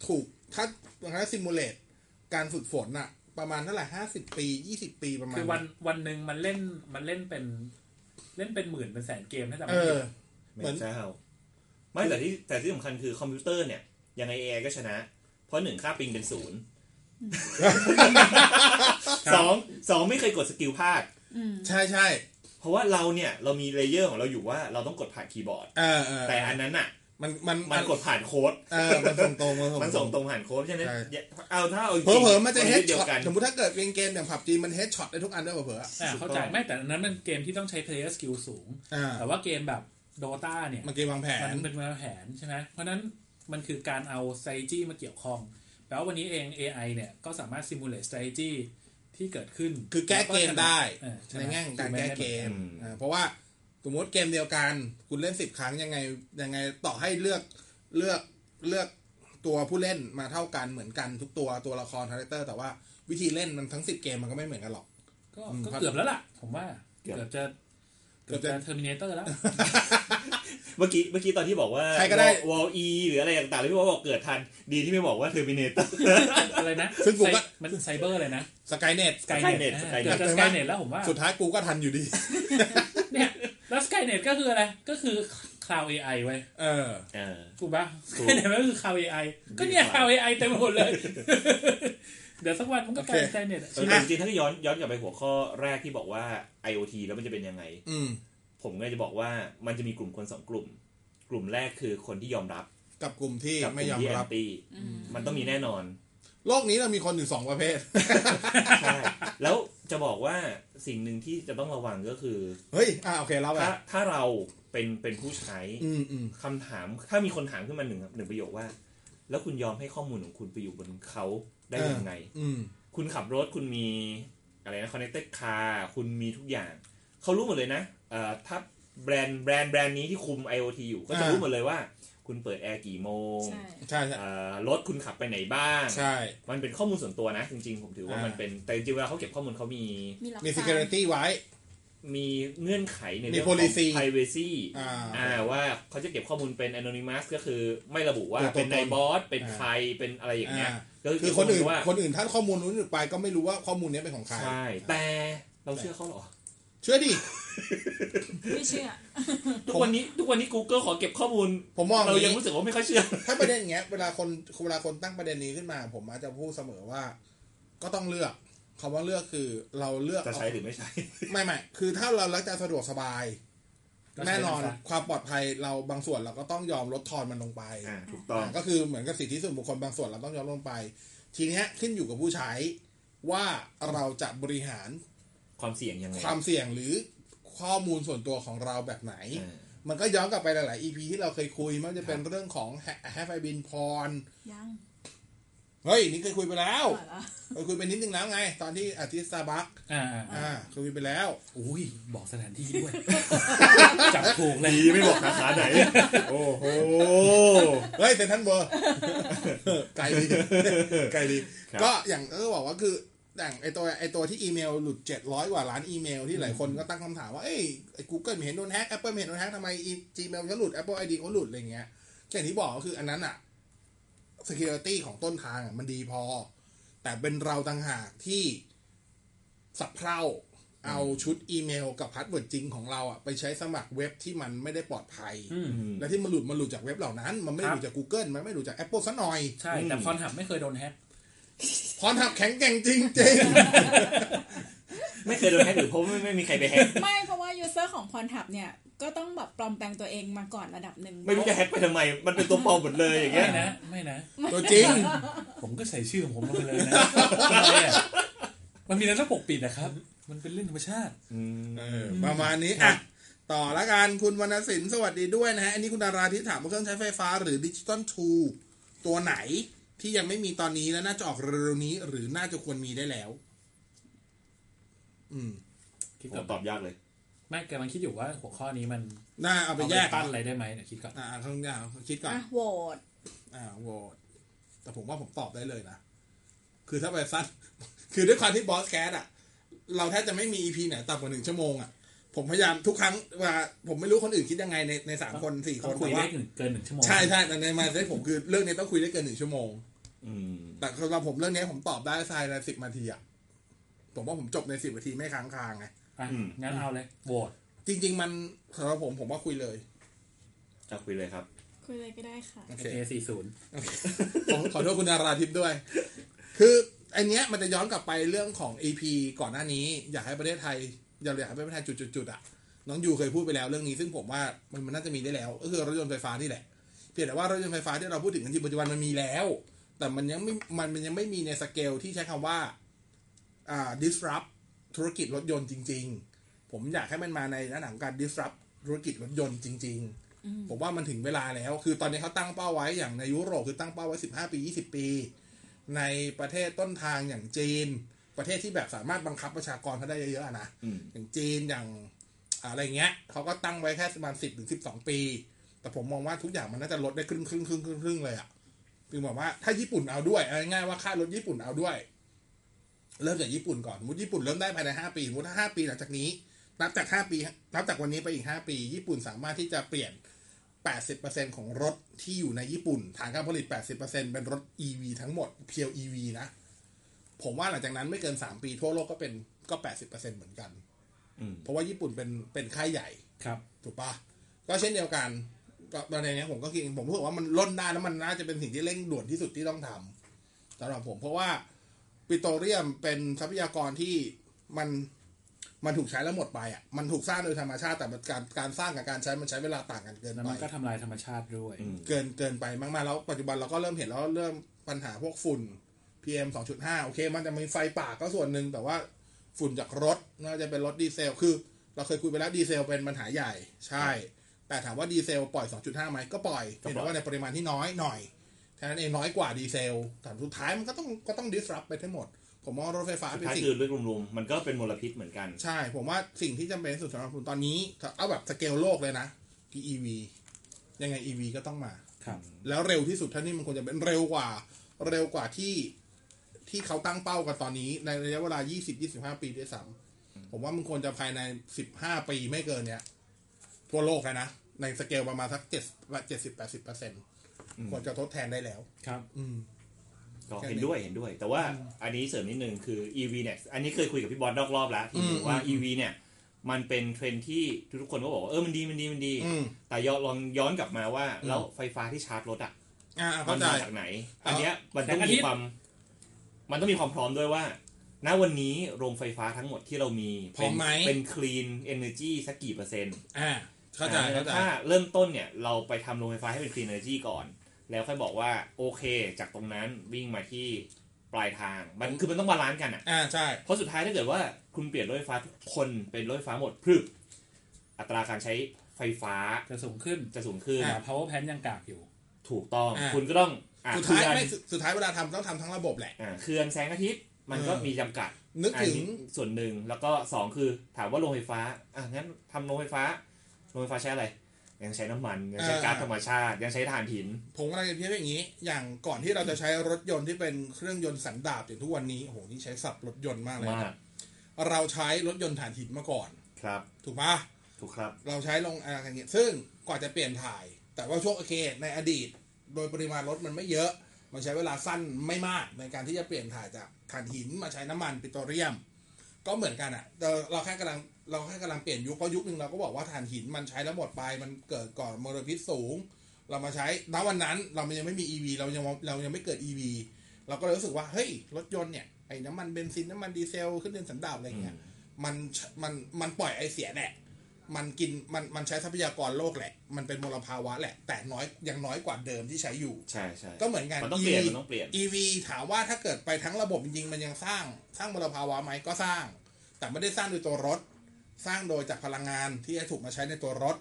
Speaker 1: ถูกถ้าถ้าซิมูเลตการฝึกฝนอ่ะ ประมาณเท่าไหร่ห้าสิบปียี่สิบปีประมาณ
Speaker 4: คือวันวันหนึ่งมันเล่นมันเล่นเป็น เล่นเป็นหมื่นเป็นแสนเกมถ้าจำ
Speaker 1: เอ
Speaker 4: ไม่ผิ
Speaker 1: อ
Speaker 4: ด
Speaker 1: เหมือน
Speaker 3: เจ้าไม่แต่ที่แต่ที่สำคัญคือคอมพิวเตอร์เนี่ย ยังไง AI ก็ชนะ เพราะหนึ่งค่าปิงเป็นศูนย์ สองสองไม่เคยกดสกิลพลาด
Speaker 2: อืม
Speaker 1: ใช่ใช่
Speaker 3: เพราะว่าเราเนี่ยเรามีเลเยอร์ของเราอยู่ว่าเราต้องกดผ่านคีย์บอร์ด
Speaker 1: เออเออ
Speaker 3: แต่อันนั้นอ่ะ
Speaker 1: มันมัน
Speaker 3: มันกดผ่านโค้ด
Speaker 1: เออมันส่งตรง
Speaker 3: มั
Speaker 1: มัน น
Speaker 3: ส่
Speaker 1: ส่
Speaker 3: ง
Speaker 1: ง
Speaker 3: ต
Speaker 1: ต
Speaker 3: ร
Speaker 1: รง
Speaker 3: งผ่านโค้ดใช่ไหม
Speaker 1: ใช่
Speaker 3: เอาถ้าเอาจริง
Speaker 1: เผลอเผลอๆมันจะเฮด
Speaker 3: คเดีย
Speaker 1: ช็อ
Speaker 3: ว
Speaker 1: ต
Speaker 3: กัน
Speaker 1: สมมติถ้าเกิดเป็นเกมอย่างผับจีมันเฮดช็อตได้ทุกอันด้วยเผลอๆอะ
Speaker 4: อ่าเข้าใจไม่แต่อันนั้นมันเกมที่ต้องใช้ player skill สูง
Speaker 1: อ่า
Speaker 4: แต่ว่าเกมแบบโดตาเนี่ย
Speaker 1: มันเกมวางแผน
Speaker 4: มันเป็นวางแผนใช่ไหม เพราะฉะนั้นมันคือการเอา strategy มาเกี่ยวข้อง แปลว่าวันนี้เอง AI เนี่ยก็สามารถ simulate strategy ที่เกิดขึ้น
Speaker 1: คือแก้เกมได้
Speaker 4: เออช่ไห
Speaker 1: ใน
Speaker 4: ม
Speaker 1: แง่ของการแก้เกม
Speaker 3: อืม
Speaker 1: อ่าเพราะว่าสมมติเกมเดียวกันคุณเล่นสิบครั้งยังไงยังไงต่อให้เลือกเลือกเลือกตัวผู้เล่นมาเท่ากันเหมือนกันทุกตัวตัวละครคาแรคเตอร์แต่ว่าวิธีเล่นมันทั้งสิบเกมมันก็ไม่เหมือนกันหรอก
Speaker 4: ก็
Speaker 1: อืม
Speaker 4: ก็
Speaker 1: ครับ
Speaker 4: เกือบแล้วล่ะ ผมว่า
Speaker 3: เกือบ
Speaker 4: เกือบจะ
Speaker 1: เกื
Speaker 4: เกือ
Speaker 1: อ
Speaker 4: บบ จะ
Speaker 1: จะ
Speaker 4: Terminator แล้ว
Speaker 3: เมื่อกี้เมื่อกี้ตอนที่บอกว่า
Speaker 1: ใครก็ได้
Speaker 3: วอลอีหรืออะไรต่างๆที่พี่ว่าบอกเกิดทัน ดีที่ไม่บอกว่าเทอร์มินเตอร์
Speaker 4: อะไรนะ
Speaker 1: ซึ่งผมก็
Speaker 4: ไซมันไซเบอร์เลยนะ
Speaker 1: สกายเน็ต
Speaker 4: สกายเน็
Speaker 3: Skynet
Speaker 4: ต
Speaker 3: Skynet
Speaker 4: เกือบจะสกายเน็ตแล้วผมว่า
Speaker 1: สุดท้ายกูก็ทันอยู่ดี
Speaker 4: เนี่ย แล้วสกายเน็ตก็คืออะไร ก็คือ Cloud AI ไว้ย
Speaker 1: เออ
Speaker 3: เออ
Speaker 4: ถูกปะส
Speaker 3: ถูก
Speaker 4: กายเน็ตก็คือ Cloud AI ก็เนี่ย Cloud AI เต็มไปหมด เลย เดี๋ยวสักวันมันก็กลายเป็น
Speaker 1: โอเค
Speaker 4: Skynet อะ
Speaker 3: เออแต่จริงๆถ้าย้อนย้อนกลับไปหัวข้อแรกที่บอกว่า IoT แล้วมันจะเป็นยังไง
Speaker 1: อืม
Speaker 3: ผมก็จะบอกว่ามันจะมีกลุ่มคนสองกลุ่ม กลุ่มแรกคือคนที่ยอมรับ
Speaker 1: กับกลุ่มที่
Speaker 3: กัก
Speaker 1: ไม่ย
Speaker 3: ลุ่
Speaker 1: อม
Speaker 3: ที่แอ
Speaker 1: รับ
Speaker 3: นตี้มันต้องมีแน่นอน
Speaker 1: โลกนี้เรามีคนอยู่สองประเภท
Speaker 3: ใช่แล้วจะบอกว่าสิ่งหนึ่งที่จะต้องระวังก็คือ
Speaker 1: เฮ้ย อ่าโอเคเราไป
Speaker 3: ถ้าถ้าเราเป็นเป็นผู้ใช้
Speaker 1: อืมอืม
Speaker 3: คำถามถ้ามีคนถามขึ้นมาหนึ่งหนึ่งประโยคว่า แล้วคุณยอมให้ข้อมูลของคุณไปอยู่บนเขาได้ยังไง
Speaker 1: อืม
Speaker 3: คุณขับรถคุณมีอะไรนะ connected car คุณมีทุกอย่าง เขารู้หมดเลยนะเอ่อถ้าแบรนด์แบรนด์แบรนด์นี้ที่คุม IoT อยู่ก็จะ
Speaker 1: อ่ารู้
Speaker 3: รู้หมดเลยว่า คุณเปิดแอร์กี่โมง
Speaker 2: ใช่
Speaker 1: ใช่ใช่
Speaker 3: เอ่อรถคุณขับไปไหนบ้าง
Speaker 1: ใช่
Speaker 3: มันเป็นข้อมูลส่วนตัวนะ จริงๆ ผมถือว่า
Speaker 1: อ่ามั
Speaker 3: มันเป็นแต่จริงๆเวลาเขาเก็บข้อมูลเขามี
Speaker 2: มีหลัก
Speaker 1: มี
Speaker 2: ฐาน
Speaker 1: security ไว้
Speaker 3: มีเงื่อนไขใน
Speaker 1: มี
Speaker 3: เรื่องของ
Speaker 1: policy
Speaker 3: privacy
Speaker 1: อ่า
Speaker 3: อ่าว่าเขาจะเก็บข้อมูลเป็น anonymous ก็คือไม่ระบุว่า
Speaker 1: ตัวตน
Speaker 3: เป็นนายบอส เป็น
Speaker 1: อ่า
Speaker 3: ใครเป็นอะไรอย่างเงี้ย
Speaker 1: อ่า
Speaker 3: ก็
Speaker 1: คือคนอื่น
Speaker 3: ว่า
Speaker 1: คนอื่นถ้าข้อมูลนู้นอื่นไปก็ไม่รู้ว่าข้อมูลเนี้ยเป็นของใคร
Speaker 3: ใช่ แต่เราเชื่อเขาเหรอ
Speaker 1: เชื่อดิ
Speaker 2: ไม่เชื่อ
Speaker 3: ทุกวันนี้ทุกวันนี้ Google ขอเก็บข้อมูล
Speaker 1: ผมมอง
Speaker 3: เรา
Speaker 1: อ
Speaker 3: ยัง
Speaker 1: นี้
Speaker 3: รู้สึกว่าไม่ค่อยเชื่อ
Speaker 1: ถ้าประเด็นอย่างเงี้ยเวลาคนเวลาคนตั้งประเด็นนี้ขึ้นมา ผมอาจจะพูดเสมอว่า ก็ต้องเลือกคำว่าเลือกคือเราเลือก
Speaker 3: จะใช้หรือไม่ใช้
Speaker 1: ไม่ไม่คือถ้าเรารักจะสะดวกสบาย
Speaker 4: ก็ใช้
Speaker 1: แน่นอน
Speaker 4: มันซะ
Speaker 1: ความปลอดภัยเราบางส่วนเราก็ต้องยอมลดทอนมันลงไป
Speaker 3: อ่า ถูกต้อง
Speaker 1: อ่ะก็คือเหมือนกับสิทธิส่วนบุคคลบางส่วนเราต้องยอมลงไป ทีเนี้ยขึ้นอยู่กับผู้ใช้ว่าเราจะบริหาร
Speaker 3: ความเสี่ยงยังไง
Speaker 1: ความเสี่ยงหรือข้อมูลส่วนตัวของเราแบบไหน
Speaker 3: อ่า
Speaker 1: มันก็ย้อนกลับไปหลาย ๆ EP ที่เราเคยคุยไมันจะเป็น
Speaker 3: ครับ
Speaker 1: เรื่องของ h a v e I been porn
Speaker 2: ยัง
Speaker 1: เฮ้ยนี่เคยคุยไปแล้ว
Speaker 2: เอาเหรอ
Speaker 1: เคยคุยไปนิดนึงแล้วไง ตอนที่อาทิตย์ซาบัก
Speaker 4: อ่า
Speaker 1: อ่าเคยคุยไปแล้ว
Speaker 6: อุ้ยบอกสถานที่ด้วย จับถูกเลย
Speaker 3: ดีไม่บอกสาขาไหน โอ้โห
Speaker 1: เฮ้ยเซนทันเบอร์ ไกลดีไกลดี
Speaker 3: ครับ
Speaker 1: ก็อย่างเออบอกว่าคืออย่างไอตัวไอตัวที่อีเมลหลุด 700 กว่าล้านอีเมลที่หลายคนก็ตั้งคำถามว่าเอ้ยไอ้ Google ไม่เห็นโดนแฮ็ก Apple ไม่เห็นโดนแฮ็กทำไม Gmail ก็หลุด Apple ID ก็หลุดอะไรเงี้ยอย่างที่บอกก็คืออันนั้นอะ security ของต้นทางอะมันดีพอ แต่เป็นเราต่างหากที่สับเพร่าเอาชุดอีเมลกับพาสเวิร์ดจริงของเราอะไปใช้สมัครเว็บที่มันไม่ได้ปลอดภัย
Speaker 4: อืม
Speaker 1: และที่มันหลุดมันหลุดจากเว็บเหล่านั้น มันไม่ได้
Speaker 4: ค
Speaker 1: ห
Speaker 4: รับ
Speaker 1: ลุดจาก Google มันไม่หลุดจาก Apple ซะหน่อย
Speaker 4: ใช่แต่คอนหับไม่เคยโดนแฮก
Speaker 1: พรทับแข็งแกร่งจริงจริง
Speaker 3: ไม่เคยโดนแฮกหรือเพราะไม่ไม่มีใครไปแฮก
Speaker 2: ไม่เพราะว่ายูเซอร์ของพรทับเนี่ย ก็ต้องแบบปลอมแปลงตัวเองมาก่อนระดับหนึ่ง
Speaker 3: ไม่รู้จะแฮกไปทำไม มันเป็นตัวปลอมหมดเลยอย่างเงี้
Speaker 4: ไม่
Speaker 3: ย
Speaker 4: นะไม่นะ
Speaker 1: ๆตัวจริง
Speaker 4: ผมก็ใส่ชื่อของผมลงไปเลยนะทำไมอ่ะมันมีอะไรต้องปกปิดนะครับ มันเป็นเรื่องธรรมชาติ
Speaker 1: เออ ประมาณนี้ อ่ะ ต่อละกันคุณวรรณสินสวัสดีด้วยนะฮะ อันนี้คุณดาราที่ถามว่าเครื่องใช้ไฟฟ้าหรือดิจิตอลทูตัวไหนที่ยังไม่มีตอนนี้และน่าจะออกเร็วๆนี้ หรือน่าจะควรมีได้แล้ว อืม
Speaker 4: คิด
Speaker 3: ผ
Speaker 4: ก่อ
Speaker 3: ม
Speaker 4: น
Speaker 3: ตอบยากเลย
Speaker 4: แม่กำลังคิดอยู่ว่าหัวข้อนี้มัน
Speaker 1: น่าเอา
Speaker 4: เอา
Speaker 1: ไป
Speaker 4: ไป
Speaker 1: แยก
Speaker 4: ปั้นอะไรได้ไหมเดี๋ยวคิดก่อน
Speaker 1: อ่าข้างยาวคิดก่อน
Speaker 2: อ่ะโหวต
Speaker 1: อ่าโหวตแต่ผมว่าผมตอบได้เลยนะ คือถ้าไปสั้น คือด้วยความที่บอสแคสอะเราแทบจะไม่มี EP ไหนต่ำกว่าหนึ่งชั่วโมงอะผมพยายามทุกครั้งเวลาผมไม่รู้คนอื่นคิดยังไงในในสามคนสี่ค
Speaker 4: ต้อน งคุย
Speaker 1: แต่
Speaker 4: ได้
Speaker 1: ว่า
Speaker 4: ถึงเกินหนึ่งชั่วโมง
Speaker 1: ใช่ใช่แต่ในมาเซตผมคือเรื่องนี้ต้องคุยได้เกินหนึ่งชั่วโมง
Speaker 3: อืม
Speaker 1: แต่สำหรับผมเรื่องนี้ผมตอบได้ทรายละสิบนาทีอะผมว่าผมจบในสิบนาทีไม่ค้างคางไง
Speaker 4: อ่ะ
Speaker 3: อืม
Speaker 4: งั้นเอาเลยโหวต
Speaker 1: จริง ๆ มันสำหรับผมผมว่าคุยเลย
Speaker 3: จะคุยเลยครับ
Speaker 2: คุยอะไรก็ได้ค่ะ
Speaker 1: โอ
Speaker 4: โอ
Speaker 1: เค
Speaker 4: เคสี่ศูนย์
Speaker 1: ผมขอโทษคุณดาราทิพย์ด้วย คืออันเนี้ยมันจะย้อนกลับไปเรื่องของ EP ก่อนหน้านี้ อยากให้ประเทศไทยอยากให้ประเทศไทยจุดๆๆอ่ะ น้องยูเคยพูดไปแล้วเรื่องนี้ ซึ่งผมว่ามันมันน่าจะมีได้แล้ว ก็คือรถยนต์ไฟฟ้านี่แหละ เพียงแต่ว่ารถยนต์ไฟฟ้าที่เราพูดถึงกันที่ปัจจุบันมันมีแล้ว แต่มันยังไม่มันมันยังไม่มีในสเกลที่ใช้คำว่าอ่า disrupt ธุรกิจรถยนต์จริง ๆ ผมอยากให้มันมาในหน้าหนังการ disrupt ธุรกิจรถยนต์จริง
Speaker 2: อืม
Speaker 1: ๆ ผมว่ามันถึงเวลาแล้ว คือตอนนี้เขาตั้งเป้าไว้อย่างในยุโรปคือตั้งเป้าไว้ 15 ปี 20 ปี ในประเทศต้นทางอย่างจีน ประเทศที่แบบสามารถบังคับประชากรเขาได้เยอะๆอะนะ
Speaker 3: อืม
Speaker 1: อย่างจีนอย่างอะไรเงี้ยเขาก็ตั้งไว้แค่ประมาณสิบถึงสิบสองปี แต่ผมมองว่าทุกอย่างมันน่าจะลดได้ครึ่งครึ่งครึ่งครึ่งครึ่งเลยอะ่ะคือบอกว่าถ้าญี่ปุ่นเอาด้วยเอาง่ายๆว่าค่ารถญี่ปุ่นเอาด้วย เริ่มจากญี่ปุ่นก่อนสมมุติญี่ปุ่นเริ่มได้ภายในห้าปีสมมุติถ้าห้าปีหลังจากนี้ นับจากห้าปีนับจากวันนี้ไปอีกห้าปี ญี่ปุ่นสามารถที่จะเปลี่ยน 80%ของรถที่อยู่ในญี่ปุ่น ฐานการผลิต 80%เป็นรถ EV ทั้งหมดเพียว EV นะ ผมว่าหลังจากนั้นไม่เกิน 3 ปีทั่วโลกก็เป็นก็ 80%เหมือนกัน
Speaker 3: อืม
Speaker 1: เพราะว่าญี่ปุ่นเป็นเป็นค่ายใหญ่
Speaker 4: ครับ
Speaker 1: ถูกปะก็เช่นเดียวกันก็ตอนนี้ผมก็คิดผมรู้สึกว่ามันล้นได้แล้วมันน่าจะเป็นสิ่งที่เร่งด่วนที่สุดที่ต้องทำสำหรับผมเพราะว่าปิโตรเลียมเป็นทรัพยากรที่มันมันถูกใช้แล้วหมดไปอ่ะมันถูกสร้างโดยธรรมชาติแต่มันการการสร้างกับการใช้มันใช้เวลาต่างกันเกิน
Speaker 4: แล้ว
Speaker 1: ไป
Speaker 4: มันก็ทำลายธรรมชาติด้วย
Speaker 3: อืม
Speaker 1: เกินเกินไปมากๆแล้วปัจจุบันเราก็เริ่มเห็นแล้วเริ่มปัญหาพวกฝุ่น PM 2.5 โอเค มันจะมีไฟป่าก็ส่วนหนึ่งแต่ว่าฝุ่นจากรถน่าจะเป็นรถดีเซล คือเราเคยคุยไปแล้วดีเซลเป็นปัญหาใหญ่ ใช่ แต่ถามว่าดีเซลปล่อย 2.5ไหมก็ปล่อย
Speaker 3: ก็ปล่อย
Speaker 1: เห็นแต่ว่าในปริมาณที่น้อยหน่อยแค่นั้นเองน้อยกว่าดีเซลแต่สุดท้ายมันก็ต้องก็ต้อง disrupt ไปทั้งหมด ผมมองรถไฟฟ้า
Speaker 3: สุด
Speaker 1: เป็น
Speaker 3: ท้าย
Speaker 1: สิ่ง
Speaker 3: คือเรื่องรวมๆมันก็เป็นมลพิษเหมือนกัน
Speaker 1: ใช่ ผมว่าสิ่งที่จำเป็นที่สุดสำหรับผมตอนนี้ถ้าเอาแบบสเกลโลกเลยนะคือ EV ยังไง EV ก็ต้องมา
Speaker 4: ครับ
Speaker 1: แล้วเร็วที่สุดเท่านี้มันควรจะเป็นเร็วกว่า เร็วกว่าที่ที่เขาตั้งเป้ากันตอนนี้ ในระยะเวลา 20-25 ปีด้วยซ้ำผมว่ามันควรจะภายใน 15 ปีไม่เกินเนี้ย ทั่วโลกเลยนะ ในสเกลประมาณสัก7 70-80%เปอร์เซ็นต์
Speaker 3: อืม
Speaker 1: ควรจะทดแทนได้แล้ว
Speaker 4: ครับ
Speaker 1: อืม
Speaker 3: ก็เห็นด้วยเห็นด้วย แต่ว่าอันนี้เสริมนิดนึงคือ EV เนี่ยอันนี้เคยคุยกับพี่บอลนอกรอบแล้วที่
Speaker 1: อืม
Speaker 3: ว่า
Speaker 1: อืม
Speaker 3: EV เนี่ย มันเป็นเทรนด์ที่ทุกๆคนก็บอกว่าเออมันดีมันดีมันดี
Speaker 1: อืม
Speaker 3: แต่ย้อนลองย้อนกลับมาว่า
Speaker 1: อืม
Speaker 3: แล้วไฟฟ้าที่ชาร์จรถอ่ะ
Speaker 1: อ่า
Speaker 3: มั
Speaker 1: เข้าใจ
Speaker 3: มาจากไหน อันเนี้ยมันต้อง
Speaker 4: แต่อันนี้
Speaker 3: มีความ มันต้องมีความพร้อมด้วยว่า ณวันนี้โรงไฟฟ้าทั้งหมดที่เรามี
Speaker 1: พร้อมไหม
Speaker 3: เป็น clean energy สักกี่เปอร์เซ็นต์
Speaker 1: อ่าเข้าใจ
Speaker 3: อ่
Speaker 1: เข้าใจ
Speaker 3: ถ้าเริ่มต้นเนี่ย เราไปทำโรงไฟฟ้าให้เป็น clean energy ก่อน แล้วค่อยบอกว่าโอเค จากตรงนั้นวิ่งมาที่ปลายทาง มันคือมันต้องบาลานซ์กันอะ
Speaker 1: อ่าใช่
Speaker 3: เพราะสุดท้ายถ้าเกิดว่าคุณเปลี่ยนรถไฟฟ้าทุกคนเป็นรถไฟฟ้าหมดพรึบอัตราการใช้ไฟฟ้า
Speaker 4: จะสูงขึ้น
Speaker 3: จะสูงขึ้น
Speaker 1: อ่า
Speaker 4: แต่ power plant ยังกากอยู่
Speaker 3: ถูกต้อง
Speaker 1: อ่า
Speaker 3: คุณก็ต้อง อ่ะ
Speaker 1: สุดท้าย
Speaker 3: เขื่อน
Speaker 1: ไม่สุดสุดท้ายเวลาทำต้องทำทั้งระบบแหละ
Speaker 3: อ่ะเขื่อนแสงอาทิตย์มันก็
Speaker 1: เออ
Speaker 3: มีจำกัด
Speaker 1: นึก
Speaker 3: อัน
Speaker 1: ถึง
Speaker 3: นี้ส่วนหนึ่งแล้วก็สองคือถามว่าโรงไฟฟ้าอ่ะงั้นทำโรงไฟฟ้าโรงไฟฟ้าใช้อะไร ยังใช้น้ำมันยังใช้
Speaker 1: อ่า
Speaker 3: ก๊าซธรรมชาติ ยังใช้ถ่านหิน
Speaker 1: ผมกำลังจะเทียบอย่างนี้ อย่างก่อนที่เราจะใช้รถยนต์ที่เป็นเครื่องยนต์สันดาปอย่างทุกวันนี้โอ้โหนี่ใช้สับรถยนต์มากเลย
Speaker 3: มา
Speaker 1: นะ
Speaker 3: ก
Speaker 1: เราใช้รถยนต์ถ่านหินมาก่อน
Speaker 3: ครับ
Speaker 1: ถูกปะ
Speaker 3: ถูกครับ
Speaker 1: เราใช้ลงอะไรอย่างเงี้ยซึ่งกว่าจะเปลี่ยนถ่าย แต่ว่าช่วงโอเค ในอดีต โดยปริมาณรถมันไม่เยอะ มันใช้เวลาสั้นไม่มากในการที่จะเปลี่ยนถ่ายจากถ่านหินมาใช้น้ำมันปิโตรเลียม ก็เหมือนกันอ่ะเราเราแค่กำลังเราแค่กำลังเปลี่ยนยุคเพราะยุคหนึ่งเราก็บอกว่าถ่านหินมันใช้แล้วหมดไปมันเกิดก่อนมลพิษสูง เรามาใช้ณวันนั้นเรายังไม่มี EV เรายังเรายังไม่เกิด EV เราก็เลยรู้สึกว่าเฮ้ยรถยนต์เนี่ยไอ้น้ำมันเบนซินน้ำมันดีเซลเครื่องยนต์สันดาปอะไรอย่างเงี้ย มันมันมันปล่อยไอเสียแหละ มันกินมันมันใช้ทรัพยากรโลกแหละ มันเป็นมลภาวะแหละ แต่น้อยยังน้อยกว่าเดิมที่ใช้อยู่
Speaker 3: ใช่ใช่
Speaker 1: ก็เหมือนกัน
Speaker 3: มันต้องเปลี่ยน
Speaker 1: EV
Speaker 3: มันต้องเปลี่ยน
Speaker 1: EV ถามว่าถ้าเกิดไปทั้งระบบจริงๆมันยังสร้างสร้างมลภาวะไหมก็สร้าง แต่ไม่ได้สร้างโดยตัวรถ สร้างโดยจากพลังงานที่จะถูกมาใช้ในตัวรถ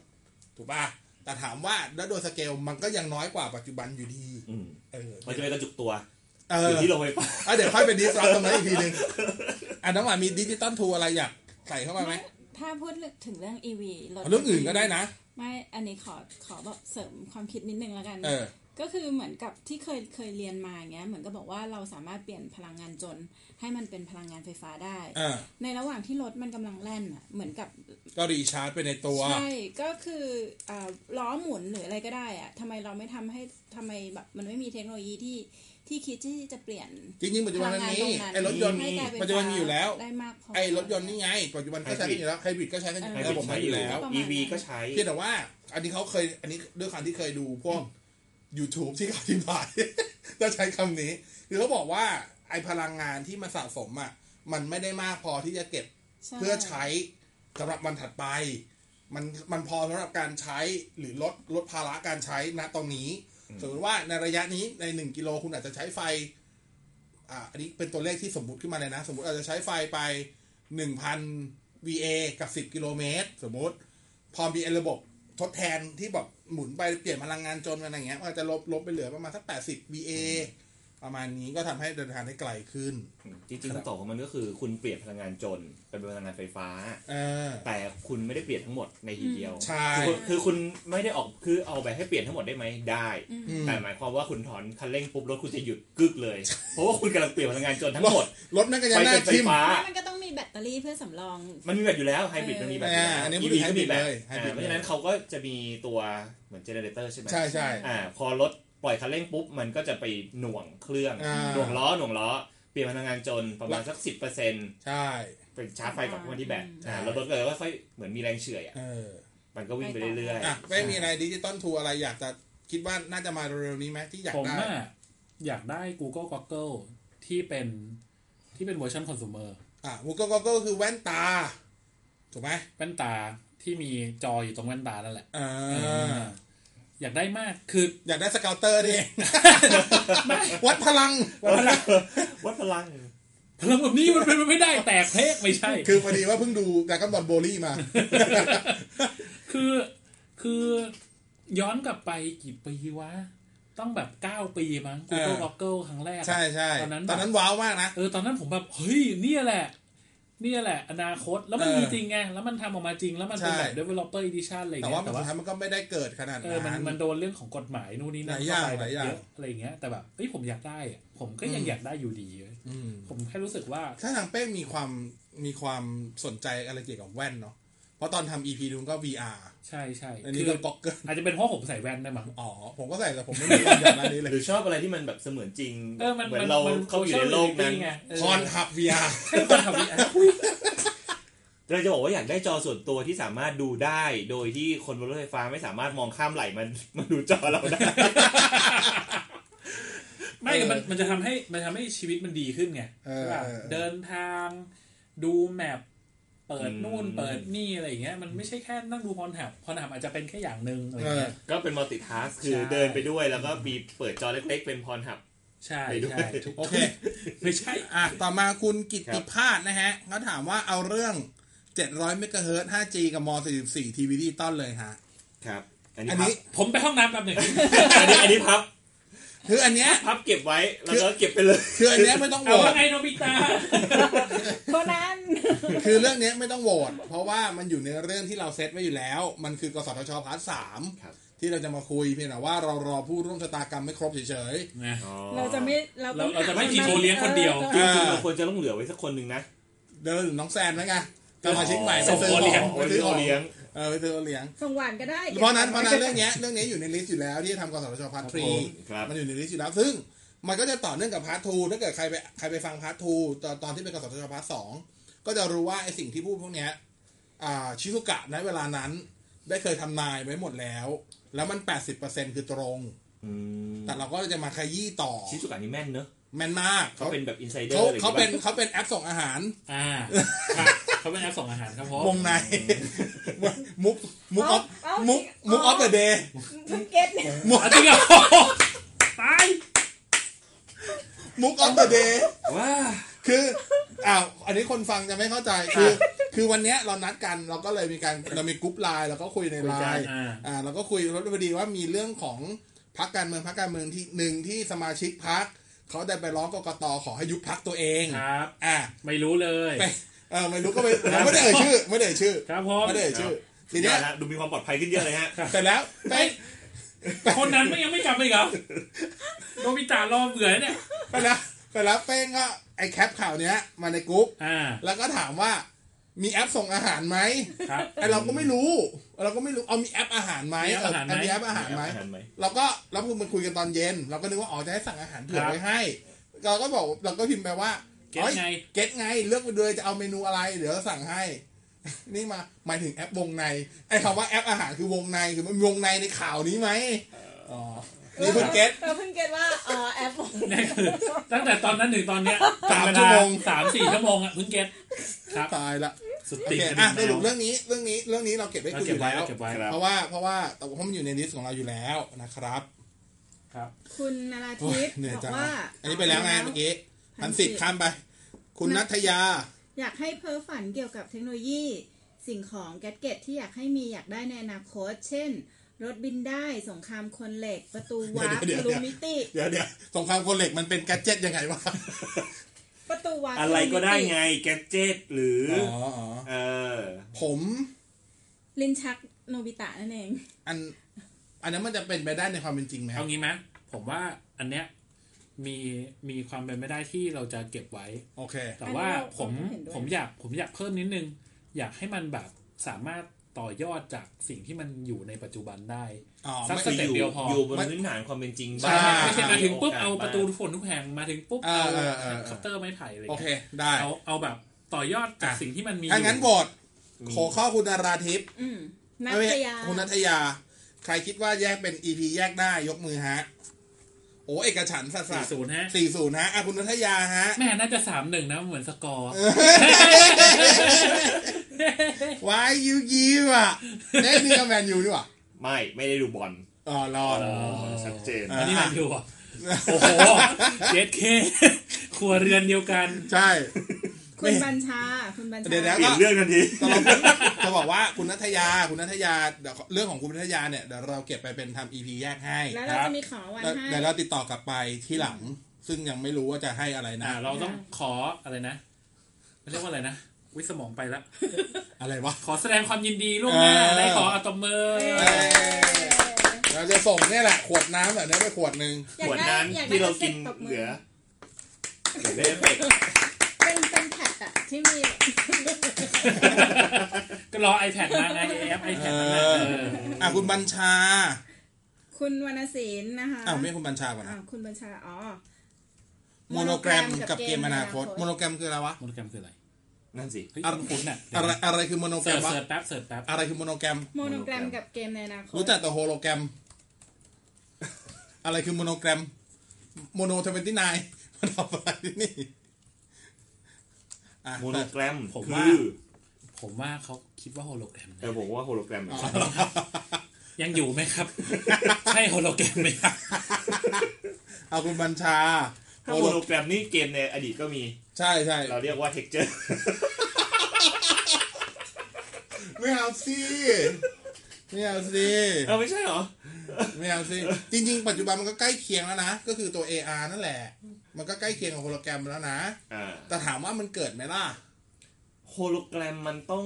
Speaker 1: ถูกป่ะแต่ถามว่าแล้วโดยสเกลมันก็ยังน้อยกว่าปัจจุบันอยู่ดี
Speaker 3: อืม
Speaker 1: เออ
Speaker 3: มันจะไปกระจุกตัว
Speaker 1: เอ
Speaker 3: อยู่
Speaker 1: อ
Speaker 3: ที่โรงไฟฟ้า
Speaker 1: อ่ะเดี๋ยวค่อยไปดิสรับตรงนั้นอีกทีหนึ่งอ่ะน้องหวานมีดิจิตอลทูอะไรอยากใส่เข้าไปไหม
Speaker 2: ถ้าพูดถึงเรื่อง EV รถ
Speaker 1: เอาเรื่องอื่นก็ได้นะ
Speaker 2: ไม่ อันนี้ขอขอแบบเสริมความคิดนิดนึงแล้วกัน
Speaker 1: เออ
Speaker 2: ก็คือเหมือนกับที่เคยเคยเรียนมาอย่างเงี้ย เหมือนกับบอกว่าเราสามารถเปลี่ยนพลังงานจน ให้มันเป็นพลังงานไฟฟ้าได้
Speaker 1: อ่า
Speaker 2: ในระหว่างที่รถมันกำลังแล่นอ่ะ เหมือนกับ
Speaker 1: ก็รีชาร์จไปในตัว
Speaker 2: ใช่ ก็คืออ่าล้อหมุนหรืออะไรก็ได้อะทำไมเราไม่ทำให้ทำไมแบบมันไม่มีเทคโนโลยีที่ที่คิดที่จะเปลี่ยน
Speaker 1: จริงๆปัจจุ
Speaker 2: พ
Speaker 1: บัน
Speaker 2: ลั
Speaker 1: มัน
Speaker 2: งงาน
Speaker 1: มี
Speaker 2: ตรงนั้น
Speaker 1: ไอ้รถยนต์
Speaker 3: มี
Speaker 2: ให้กลาเป็
Speaker 1: ปัจจุบันมีอยู่แล้ว
Speaker 2: ได้มากพอ
Speaker 1: ไอ้รถยนต์นี่ไง ปัจจุบันก็ใช้กันอยู่แล้วไฮบริดก็ใช้กันอยู่
Speaker 2: เออ
Speaker 1: แล้วระบบใช้อยู่แล้ว
Speaker 2: ประมาณนั้น
Speaker 3: EV ก็ใช้
Speaker 1: เพียงแต่ว่า อันนี้เขาเคย อันนี้ด้วยความที่เคยดูพวก YouTube ที่เขาอธิบาย จะใช้คำนี้ คือเขาบอกว่าไอ้พลังงานที่มันสะสมอ่ะ มันไม่ได้มากพอที่จะเก็บ
Speaker 2: ใช่
Speaker 1: เพื่อใช้สำหรับวันถัดไป มันมันพอสำหรับการใช้หรือลดลดภาระการใช้ณตรงนี้ สมมติว่าในระยะนี้ในหนึ่งกิโลคุณอาจจะใช้ไฟ อ่าอันนี้เป็นตัวเลขที่สมมติขึ้นมาเลยนะ สมมติอาจจะใช้ไฟไปหนึ่งพัน VA กับ 10 กิโลเมตร สมมติ พอมีไอ้ระบบทดแทนที่แบบหมุนไปเปลี่ยนพลังงานจนอะไรอย่างเงี้ยมันอาจจะลบลบไปเหลือประมาณสัก80 VA ประมาณนี้ก็ทำให้เดินทางได้ไกลขึ้น
Speaker 3: จริงๆคำตอบของมันก็คือคุณเปลี่ยนพลังงานจนเป็นพลังงานไฟฟ้า
Speaker 1: เออ
Speaker 3: แต่คุณไม่ได้เปลี่ยนทั้งหมดในทีเดียว
Speaker 1: ใช่
Speaker 3: คือคือคุณไม่ได้ออกคือเอาแบบให้เปลี่ยนทั้งหมดได้ไหมได้
Speaker 1: อืม
Speaker 3: แต่หมายความว่าคุณถอนคันเร่งปุ๊บรถคุณจะหยุดกึกเลย เพราะว่าคุณกำลังเปลี่ยนพลังงานจนทั้งหมด
Speaker 1: รถนั่นก็ยั
Speaker 3: ไป
Speaker 1: งน่า
Speaker 3: เป็นไฟ
Speaker 1: ทิม
Speaker 3: ฟ้า
Speaker 2: แล้วมันก็ต้องมีแบตเตอรี่เพื่อสำรอง
Speaker 3: มันมีแบบอยู่แล้วไฮบริดมันมีแบบอยู่แล้
Speaker 1: อ่าว อันนี้
Speaker 3: EV
Speaker 1: พูดถึง
Speaker 3: ก็มีแบบ
Speaker 1: hybrid เลย hybrid
Speaker 3: อ่าเพราะฉะนั้นเขาก็จะมีตัวเหมือนเจเนเรเตอร์ใช่ไหม
Speaker 1: ใช่ใช่
Speaker 3: อ่าพอรถปล่อยคันเร่งปุ๊บมันก็จะไปหน่วงเครื่อง
Speaker 1: อ่า
Speaker 3: หน่วงล้อหน่วงล้อเปลี่ยนพลังงานจนประมาณสักสิบเปอร์เซ็นต์
Speaker 1: ใช่
Speaker 3: เป็นชาร์จไฟกับพวกที่แบต
Speaker 2: อืม
Speaker 3: อ่าแล้วรถก็เลยค่อยๆเหมือนมีแรงเฉื่อยอ่ะ
Speaker 1: เออ
Speaker 3: มันก็วิ่งไปเรื่อยๆ
Speaker 1: อ่ะไม่มีอะไรดิจิตอลทูอะไรอยากจะคิดว่าน่าจะมาเร็วๆนี้ไหมที่อยาก
Speaker 4: ผม
Speaker 1: ได้
Speaker 4: น่ะอยากได้ Google Goggle ที่เป็นที่เป็นเวอร์ชันคอน sumer
Speaker 1: อ่ะวูก็ก็คือแว่นตา ถูกไหม
Speaker 4: แว่นตาที่มีจออยู่ตรงแว่นตานั่นแหละ
Speaker 1: อ่า
Speaker 4: อยากได้มากคือ
Speaker 1: อยากได้สเกลเตอร์ดิ วัดพลัง
Speaker 3: วัดพลัง
Speaker 4: พลังแบบนี้มันเป็นไปไม่ ได้แตกเพกไม่ใช่
Speaker 1: คือพอดีว่าเพิ่งดูแต่ก็บอลโบลี่มา
Speaker 4: คือคือย้อนกลับไปกี่ปีวะ ต้องแบบเก้าปีมั้ง Google
Speaker 1: เออ
Speaker 4: Goggle ครั้งแรกอะ
Speaker 1: ใช่ใช่
Speaker 4: ตอนนั้น
Speaker 1: ตอนนั้นว้าวมากนะ
Speaker 4: เออตอนนั้นผมแบบเฮ้ยเนี่ยแหละ เนี่ยแหละ อนาคตแล้วมัน
Speaker 1: เออ
Speaker 4: มีจริงไง แล้วมันทำออกมาจริงแล้วมันเป็น
Speaker 1: ใช่
Speaker 4: แบบ developer edition อะไร
Speaker 1: แต่
Speaker 4: เงี้
Speaker 1: ว่าย มัน
Speaker 4: แต่
Speaker 1: สุด
Speaker 4: ว่า
Speaker 1: ท้ายมันก็ไม่ได้เกิดขนาด
Speaker 4: เอ
Speaker 1: นั้
Speaker 4: อมันมัน
Speaker 1: น
Speaker 4: โดนเรื่องของกฎหมายนู่นนี่นั่น
Speaker 1: หลายอย่าง
Speaker 4: เข้ไป
Speaker 1: หลายอย่าง
Speaker 4: เยอะอะไรเงี้ยแต่แบบเอ้ยผมอยากได้อะผมก็ยังอยากได้อยู่ดีเว้ย
Speaker 1: อืม
Speaker 4: ผมแค่รู้สึกว่า
Speaker 1: ถ้าทางเป้มีความมีความสนใจอะไรเกี่ยวกับแว่นเนาะเพราะตอนทำ EP นู้นก็ VR
Speaker 4: ใช่ใช่
Speaker 1: อันนี้
Speaker 4: คื
Speaker 1: ก็
Speaker 4: อ
Speaker 1: ก็อกเกิล
Speaker 4: อาจจะเป็นเพราะผมใส่แว่นได้วยมั้ง
Speaker 1: อ๋อ ผมก็ใส่แต่ผมไม่มีความอยากได้นี้เลย
Speaker 3: หรือชอบอะไรที่มันแบบเสมือนจริง
Speaker 4: เออมัน
Speaker 3: เหมือ
Speaker 4: มัน
Speaker 3: นเรา
Speaker 4: มัน
Speaker 3: เข้าอยู่ในโลกนั้น
Speaker 4: ไงเออ
Speaker 1: คอนทับ VR
Speaker 4: ใช่คอนทับวีอาร์อุ๊ย
Speaker 3: เราจะบอกว่าอยากได้จอส่วนตัวที่สามารถดูได้ โดยที่คนบนรถไฟฟ้าไม่สามารถมองข้ามไหลมัน มาดูจอเราได้
Speaker 4: ไม่มันมันจะทำให้มันทำให้ชีวิตมันดีขึ้นไง
Speaker 1: เออ
Speaker 4: ใช่ป่ะ
Speaker 1: เออ
Speaker 4: เดินทาง ดูแมพเปิด
Speaker 3: อืม
Speaker 4: นู่นเปิดนี่อะไรอย่างเงี้ยมันไม่ใช่แค่นั่งดูพรหับพรหับอาจจะเป็นแค่อย่างหนึ่งอะไร
Speaker 1: เออ
Speaker 4: เงี้ย
Speaker 3: ก็เป็นมัลติทัสคือ
Speaker 4: ใช่
Speaker 3: เดินไปด้วยแล้วก็มีเปิดจอเล็กๆ เป็นพรหับ
Speaker 4: ใช่
Speaker 3: ไปด้วย
Speaker 4: ใช่ทุก
Speaker 1: โอเค
Speaker 4: ไม่ใช่
Speaker 1: อ่ะ ต่อมาคุณกิตติพาสนะฮะเขาถามว่าเอาเรื่อง 700เมกะเฮิรตซ์ 5G กับม44ทีวีดิจิตอลเลยฮะ
Speaker 3: ครับ อัน
Speaker 1: อั
Speaker 3: นี้
Speaker 1: นนี้
Speaker 3: พับ
Speaker 4: ผมไปห้องน้ำแป๊บหนึ่ง
Speaker 3: อันนี้อันนี้พับ
Speaker 1: คืออันเนี้ย
Speaker 3: พับเก็บไว้แล้วก็เก็บไปเลย
Speaker 1: คืออันเนี้ยไม่ต้องโหว
Speaker 4: เอา
Speaker 1: ต
Speaker 4: ว่าไงโนบิตะ
Speaker 2: โคนนั้น
Speaker 1: คือเรื่องเนี้ยไม่ต้องโหวตเพราะว่ามันอยู่ในเรื่องที่เราเซตไว้อยู่แล้ว มันคือกสทชพาร์ทสาม
Speaker 3: ครับ
Speaker 1: ที่เราจะมาคุยเพียงแต่ว่าเรารอผู้ร่วมชะตากรรมไม่ครบเฉย
Speaker 4: นะ
Speaker 3: อ๋อ
Speaker 2: เราจะไม่เราต้อง
Speaker 4: เราจะไม่
Speaker 2: หา
Speaker 4: กินโอเลี้ยงคนเดียว
Speaker 2: ออ
Speaker 3: จ
Speaker 1: อ่า
Speaker 3: ริงๆเราควรจะต้องเหลือไว้สักคนหนึ่งนะ
Speaker 1: ๆเดินน้องแซนนะไงสมาชิกใหม่ไป
Speaker 4: ส่ง
Speaker 1: ซื้อ
Speaker 4: โอเลี้ยง
Speaker 1: ของ
Speaker 3: โอ
Speaker 1: ไป
Speaker 3: เลี้
Speaker 1: ซื้
Speaker 3: ย
Speaker 1: องข
Speaker 3: โอ
Speaker 1: อง
Speaker 3: เลี้ยง
Speaker 1: เออไปซื้อเอาเลี้ยง
Speaker 2: ส่งหวานก็ได้
Speaker 1: เพราะนั้นเพราะนั้นเรื่องเนี้ยเรื่องเนี้ยอยู่ในลิสต์อยู่แล้วที่จะทำกสทชพาร์ททรี
Speaker 3: ครับ
Speaker 1: มันอยู่ในลิสต์อยู่แล้วซึ่งมันก็จะต่อเนื่องกับพาร์ททูถ้าเกิดใครไปใครไปฟังพาร์ททูตอนตอนที่เป็นกสทชพาร์ทสองก็จะรู้ว่าไอสิ่งที่พูดพวกเนี้ยอ่าชิซุกะในเวลานั้น ได้เคยทำนายไว้หมดแล้ว แล้วมัน 80%คือตรง
Speaker 3: อืม
Speaker 1: แต่เราก็จะมาขยี้ต่อ
Speaker 3: ชิสุกะนี่แม่นเนอะ
Speaker 1: แม่นมาก
Speaker 3: เขาเป็นแบบอินไซเดอ
Speaker 1: เขา
Speaker 3: ร์อะ
Speaker 1: เขา
Speaker 3: ไรอย่างงี้
Speaker 1: เป็น
Speaker 3: ปะ
Speaker 1: เขาเป็นแอปส่งอาหาร
Speaker 4: อ่าครับเขาเป็นแอปส่งอาหารครับผม
Speaker 1: วง ใน มุกมุกออฟ
Speaker 2: เอา
Speaker 1: มุกมุกออฟเดอะเดย์
Speaker 2: เพิ่งเก็ตเนี่ย
Speaker 4: อ๋อจริงเหรอตาย
Speaker 1: มุกออฟเดอะเดย์
Speaker 3: ว้า
Speaker 1: คืออ้าวอันนี้คนฟังจะไม่เข้าใจ คือ คือวันเนี้ยเรานัดกัน เราก็เลยมีการ เรามีกรุ๊ปไลน์ เราก็คุยในไลน์
Speaker 4: อ่า
Speaker 1: อ่า เราก็คุยแล้วพอดีว่ามีเรื่องของพักการเมืองพักการเมืองที่หนึ่งที่สมาชิกพัก เขาได้ไปร้องกกตขอให้ยุบพักตัวเอง
Speaker 4: ครับ
Speaker 1: อ่า
Speaker 4: ไม่รู้เลย
Speaker 1: ไปเออไม่รู้ก็ไม่เราไม่ได้เอ่ยชื่อ ไม่ได้เอ่ยชื่อ
Speaker 4: ครับผม
Speaker 1: ไม่ได้เอ่ยชื่อ
Speaker 3: ที
Speaker 1: ที
Speaker 3: เนี้
Speaker 1: เนี้
Speaker 3: ย
Speaker 1: ย
Speaker 3: นะดูมีความปลอดภัยขึ้นเยอะเลยฮะ
Speaker 1: เสร็จแล้วไป
Speaker 4: คนนั้นไม่ยังไม่กลับมาอีกเหรอโนบิตะรอเบื่อเนี่ย
Speaker 1: ไปแล้วไปแล้วเป้งก็ไอแคปข่าวเนี้ย มาในกรุ๊ป
Speaker 4: อ่า
Speaker 1: แล้วก็ถามว่า มีแอปส่งอาหารไหม
Speaker 4: ครับ
Speaker 1: ไอเราก็ไม่รู้ เราก็ไม่รู้เอามีแอปอาหารไหม
Speaker 4: มีแอปอาหารไหม
Speaker 1: เมีแอปอาหารไหมเราก็เราพูดมันคุยกันตอนเย็น เราก็นึกว่าอ๋อจะให้สั่งอาหารเผื่อไว้ให้ เราก็บอกเราก็พิมพ์ไปว่า
Speaker 4: เก็ตไง
Speaker 1: อ้ยเก็ตไงเลือกไปด้วยจะเอาเมนูอะไรเดี๋ยวสั่งให้ นี่มาหมายถึงแอปวงในไอ้คำว่าแอปอาหารคือวงในคือมันวงในในข่าวนี้ไหมอ๋อนี่เพิ่งเก็ต
Speaker 2: เราเพิ่งเก็ตว่าเออแอปผม
Speaker 4: นี่คือตั้งแต่ตอนนั้นถึงตอนเนี้ย
Speaker 1: สาม
Speaker 4: เวล
Speaker 1: ชั่วโมง
Speaker 4: สามสี่ชั่วโมงอ่ะเพิ่งเก็ตครับ
Speaker 1: ตายละ
Speaker 4: สุด
Speaker 1: โอ
Speaker 4: ติด
Speaker 1: เคอ่ะสรุปเรื่องนี้เรื่องนี้เรื่องนี้เราเก็บไว้
Speaker 4: เรา
Speaker 1: คุยอ
Speaker 4: เก็บ
Speaker 1: ยู่
Speaker 4: ไว้
Speaker 1: แล้ว
Speaker 4: เราเก็บไว้
Speaker 3: ครับ
Speaker 1: เพราะว่าเพราะว่าแต่ว่ามันอยู่ในลิสต์ของเราอยู่แล้วนะครับ
Speaker 4: ครับ
Speaker 2: คุณนารา
Speaker 1: โอ้
Speaker 2: ทิ
Speaker 1: ย
Speaker 2: พย์
Speaker 1: เหนื่อย
Speaker 2: บอก
Speaker 1: จัง
Speaker 2: ว่า
Speaker 1: อันนี้ไปแล้วไงเมื่อกี้พันสิบข้ามไป คุณ
Speaker 2: นะ
Speaker 1: นัทยา
Speaker 2: อยากให้เพ้อฝันเกี่ยวกับเทคโนโลยี สิ่งของแกดเกตที่อยากให้มีอยากได้ในอนาคต เช่น รถบินได้สงครามคนเหล็ก ประตูวาร์ป
Speaker 1: เดี๋ยว
Speaker 2: ทะลุ
Speaker 1: เดี๋ยว
Speaker 2: มิติ
Speaker 1: เดี๋ยวเดี๋ยวสงครามคนเหล็กมันเป็นแกดเจ็ตยังไงวะ
Speaker 2: ประตูวาร์ป
Speaker 3: อะไรก็ได้
Speaker 2: ทะลุมิติ
Speaker 3: ไงแกดเจ็ตหรือ
Speaker 1: อ๋อ
Speaker 3: อ
Speaker 1: อ๋อ
Speaker 3: เออ
Speaker 1: ผม
Speaker 2: ลิ้นชักโนบิตะนั่นเอง
Speaker 1: อัน อันนั้นมันจะเป็นไปได้ในความเป็นจริงไหมครั
Speaker 4: เอา
Speaker 1: บ
Speaker 4: งี้ไหมผมว่าอันเนี้ยมีมีความเป็นไม่ได้ที่เราจะเก็บไว้
Speaker 1: โอเค
Speaker 4: แต่ว่า
Speaker 2: อันนี้เรา
Speaker 4: ผม
Speaker 2: เห็นด้วย
Speaker 4: ผมอยากผมอยากเพิ่มนิดนึง อยากให้มันแบบสามารถต่อยอดจากสิ่งที่มันอยู่ในปัจจุบันได้
Speaker 1: อ๋อ
Speaker 4: สัก
Speaker 1: ไม่
Speaker 4: สเต็ป
Speaker 3: ยู่
Speaker 4: เดียวพออ
Speaker 3: ยู่บนพื้นฐานความเป็นจริง
Speaker 1: ใช่
Speaker 3: บ้าง
Speaker 4: ไม่ใช่มาถึงปุ๊บเอา
Speaker 3: โกส
Speaker 4: ประตูฝนทุกแห่งมาถึงปุ๊บ
Speaker 1: เออ
Speaker 4: เอา
Speaker 1: เออเออ
Speaker 4: คัตเตอร์ไม้ไผ่อะไร
Speaker 1: โอ
Speaker 4: เงี้ย
Speaker 1: เคได้
Speaker 4: เอาเอาแบบต่อยอดจากสิ่งที่มันมี
Speaker 1: ถ้างั้น
Speaker 4: อยู่
Speaker 1: โหวตขอข้อคุณนราทิพย์
Speaker 2: อืมนั
Speaker 1: ไม่
Speaker 2: ต
Speaker 1: ใช่
Speaker 2: ยา
Speaker 1: คุณนัทยา ใครคิดว่าแยกเป็น EP แยกได้ยกมือฮะ โอ้เอกฉันท์สัส
Speaker 4: สี่ศูนย์ฮะ
Speaker 1: สี่ศูนย์ฮะอ่ะคุณนัทยาฮะ
Speaker 4: แม่น่าจะสามหนึ่งนะ เหมือนสกอร์
Speaker 1: วายยูยีว่ะเน่นี่ก็แมนยูนี่ว่ะ
Speaker 3: ไม่ไม่ได้ดูบอล
Speaker 1: อ๋อรอรอ
Speaker 3: ชัดเจน
Speaker 1: เอ
Speaker 4: อัน
Speaker 1: อ
Speaker 4: นี้แมนยูอ่ะ โอ้โหเจ็ดเคครัวเรือนเดียวกัน
Speaker 1: ใช่
Speaker 2: คุณบัญชา คุณบัญชา
Speaker 1: เดี๋ยวแล้ว
Speaker 3: เปลี่
Speaker 1: ก็
Speaker 3: ยนเรื่องทันที
Speaker 1: ตลกจะบอกว่าคุณนัทยาคุณนัทยาเดี๋ยวเรื่องของคุณนัทยาเนี่ยเดี๋ยวเราเก็บไปเป็นทำอีพีแยกให้
Speaker 2: แล้วเราจะมีของรางวัน
Speaker 1: แล้ว
Speaker 2: ให้
Speaker 1: เดี๋ยวเราติดต่อกลับไปที่หลัง ซึ่งยังไม่รู้ว่าจะให้อะไรนะ
Speaker 4: อ่า เราต้องขออะไรนะเรียกว่าอะไรนะ วิสมองไปละ
Speaker 1: อะไรวะ
Speaker 4: ขอแสดงความยินดีล่วงหน้า
Speaker 1: เออ
Speaker 4: ได้ขออัตบมือ
Speaker 2: เออ
Speaker 1: เราจะส่งเนี่ยแหละ ขวดน้ำแบบนี้ไปขวดหนึ่ง
Speaker 2: อยา
Speaker 3: ขวด
Speaker 2: ได้อย
Speaker 3: น้ำ
Speaker 2: ได้
Speaker 3: ที่เรากิน
Speaker 2: อฟฟตตบมื
Speaker 3: เหลือเหลือได้เอฟเฟกต์
Speaker 2: เป็นเป็นแพทอะที่มี
Speaker 4: ก็รอ iPad มาไงแอป iPad มานะเออ
Speaker 1: อ่ะคุณบัญชา
Speaker 2: คุณวรรณศิลป์นะคะ
Speaker 1: อ้าวไม่ใช่คุณบัญชาก่อน
Speaker 2: อ้า
Speaker 1: นะ
Speaker 2: วคุณบัญชาอ๋อ
Speaker 1: โมโนแกรมกับเกมอนาคตโมโนแกรมคืออะไรวะ
Speaker 4: โมโนแกรมคืออะไร
Speaker 3: นั่นสิ
Speaker 4: เฮ้ย
Speaker 1: อ่ะ
Speaker 4: คุ้นๆน่ะเดี๋ย
Speaker 1: อะ
Speaker 4: ว
Speaker 1: ไรอะไรคือโมโนแกร
Speaker 4: เสิร์
Speaker 1: ม
Speaker 4: ช
Speaker 1: วะ
Speaker 4: เสิร์ชแป๊บเสิร์ชแป๊บ
Speaker 1: อะไรคือโมโนแกรม
Speaker 2: โมโนแกรมกับเกมในอนาคต
Speaker 1: รู้จักแต่โฮโลแกรม อะไรคือโมโนแกรม โมโนทเวนตี้นายมันทำอะไรที่นี่อ่ะ
Speaker 3: โมโนแกรมคือ
Speaker 4: ผมว่าเขาคิดว่าโฮโลแกรม
Speaker 3: แต่ผมว่าโฮโลแกรมอะ
Speaker 4: ยังอยู่ไหม ครับ ใช่โฮโลแกรมไหมครับ
Speaker 1: เอาคุณบัญชา
Speaker 3: ถ้า
Speaker 1: โฮ
Speaker 3: โฮ
Speaker 1: โล
Speaker 3: โลแกรมนี่เกมในอดีตก็มี
Speaker 1: ใช่ใช่
Speaker 3: เราเรียกว่าเท็กเจอร์
Speaker 1: ไม่เอาสิไม่เอาสิ
Speaker 3: เอาไม่ใช่เหรอ
Speaker 1: ไม่เอาสิจริง ๆ ปัจจุบันมันก็ใกล้เคียงแล้วนะ ก็คือตัว AR นั่นแหละ มันก็ใกล้เคียงกับโฮโลแกรมแล้วนะ
Speaker 3: อ่า
Speaker 1: แต่ถามว่ามันเกิดไหมล่ะ
Speaker 3: โฮโลแกรมมันต้อง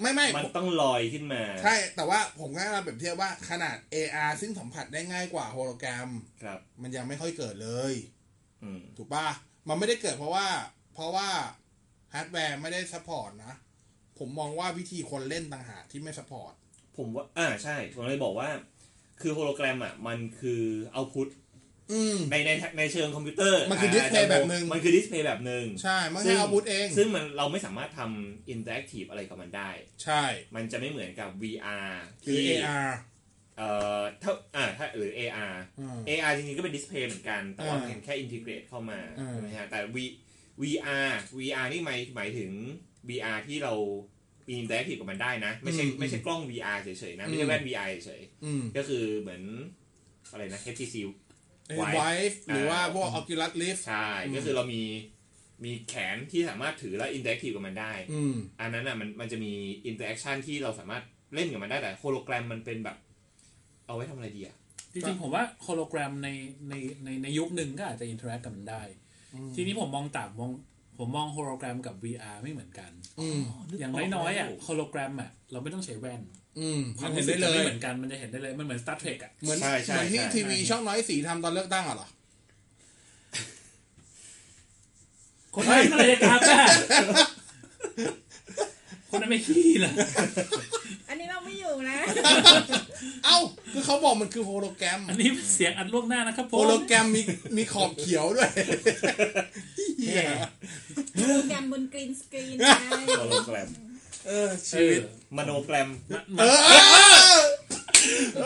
Speaker 1: ไม่ไม่
Speaker 3: มัน
Speaker 1: ผม
Speaker 3: ต้องลอยขึ้นมา
Speaker 1: ใช่ แต่ว่าผมก็เราเปรียบเทียบว่าขนาด AR ซึ่งสัมผัสได้ง่ายกว่าโฮโลแกรม
Speaker 3: ครับ
Speaker 1: มันยังไม่ค่อยเกิดเลย
Speaker 3: อืม
Speaker 1: ถูกป่ะ มันไม่ได้เกิดเพราะว่า เพราะว่าฮาร์ดแวร์ไม่ได้ซัพพอร์ตนะ ผมมองว่าวิธีคนเล่นต่างหากที่ไม่ซัพพอร์ต
Speaker 3: ผมว่าอ่าใช่ผมเลยบอกว่า คือโฮโลแกรมอ่ะมันคือเอาพุท
Speaker 1: อืม
Speaker 3: ในในในเชิงคอมพิวเตอร์
Speaker 1: มันคือา display
Speaker 3: จะ
Speaker 1: แบบหนึ่ง
Speaker 3: มันคือดิสเพย์แบบหนึ่ง
Speaker 1: ใช่ มันแค่เอาพุทเอง
Speaker 3: ซึ่งมันเราไม่สามารถทำอินเ r อร์แอคทีฟอะไรกับมันได้
Speaker 1: ใช่
Speaker 3: มันจะไม่เหมือนกับ VR
Speaker 1: หรือ
Speaker 3: ที่
Speaker 1: AR
Speaker 3: เอ่อถ้าอ่าถ้าหรือ AR
Speaker 1: อืม
Speaker 3: AR จริงๆก็เป็นดิสเพย์เหมือนกัน แต่ว่า
Speaker 1: อ่า
Speaker 3: เพียงแค่อินทิเกรตเข้ามา
Speaker 1: อ่า
Speaker 3: ใช่ไหมฮะแต่ V VR VR นี่หมายหมายถึง VR ที่เราอินเ r อร์แอคทีฟกับมันได้นะ ไม่ใช่ไม่ใช่กล้อง VR เฉยๆนะ ไม่ใช่แว่น VR เฉย
Speaker 1: อืม
Speaker 3: ๆ ก็คือเหมือนอะไรนะ HTC
Speaker 1: ไวฟ์หรือว่าพวก Oculus Rift
Speaker 3: ใช่ ก็คือเรามีมีแขนที่สามารถถือและอินเ r อร์แอคทีฟกับมันได้
Speaker 1: อืม
Speaker 3: อันนั้นอ่ะมันมันจะมีอินเตอร์แอคชั่นที่เราสามารถเล่นกับมันได้แต่โฮโลแกรมมันเป็นแบบ เอาไว้ทำอะไรดีอ่ะ
Speaker 4: จริงๆผมว่าโฮโลแกรมในในในในยุคหนึ่งก็อาจจะอินเทอร์แอคกับมันได้ ทีนี้ผมมองต่างมองผมมองโฮโลแกรมกับ VR ไม่เหมือนกัน
Speaker 1: อืม
Speaker 4: อย่างน้อยๆอ่ะโฮโลแกรมอ่ะเราไม่ต้องใช้แว่น
Speaker 1: อืม
Speaker 4: ค
Speaker 1: มั
Speaker 4: วาน ม
Speaker 1: เห็น
Speaker 4: รู้สึ
Speaker 1: ได้
Speaker 4: ก
Speaker 1: เลย
Speaker 4: จะไม่เหมือนกันมันจะเห็นได้เลยมันเหมือน Star Trek อ่ะ
Speaker 1: เหมือน
Speaker 3: ใช่ใช่
Speaker 1: เหมือนที่
Speaker 3: ใช่
Speaker 1: ทีวีช่องน้อยสีทำตอนเลือกตั้งอะเหรอ
Speaker 4: คนนั้นอะไรกันครับแม่คนนั้นไม่ขี้เหรอ
Speaker 2: อันนี้เราไม่อยู่นะ
Speaker 1: เอ้าคือเขาบอกมันคือโฮโลแกรม
Speaker 4: อันนี้เสียงอัดล่วงหน้านะครับผ
Speaker 1: โฮ
Speaker 4: ม
Speaker 1: โลแกรมมีมีขอบเขียวด้วยเหี้ย
Speaker 2: โปรแกรมบนกรีนสกรีนไง
Speaker 3: โฮ โลแกรม
Speaker 1: เออ
Speaker 4: เอ
Speaker 1: ชีวิ
Speaker 4: อ
Speaker 1: ต
Speaker 3: มโนแกรม
Speaker 4: มัน
Speaker 1: เอ
Speaker 4: มัน
Speaker 1: อเออเอ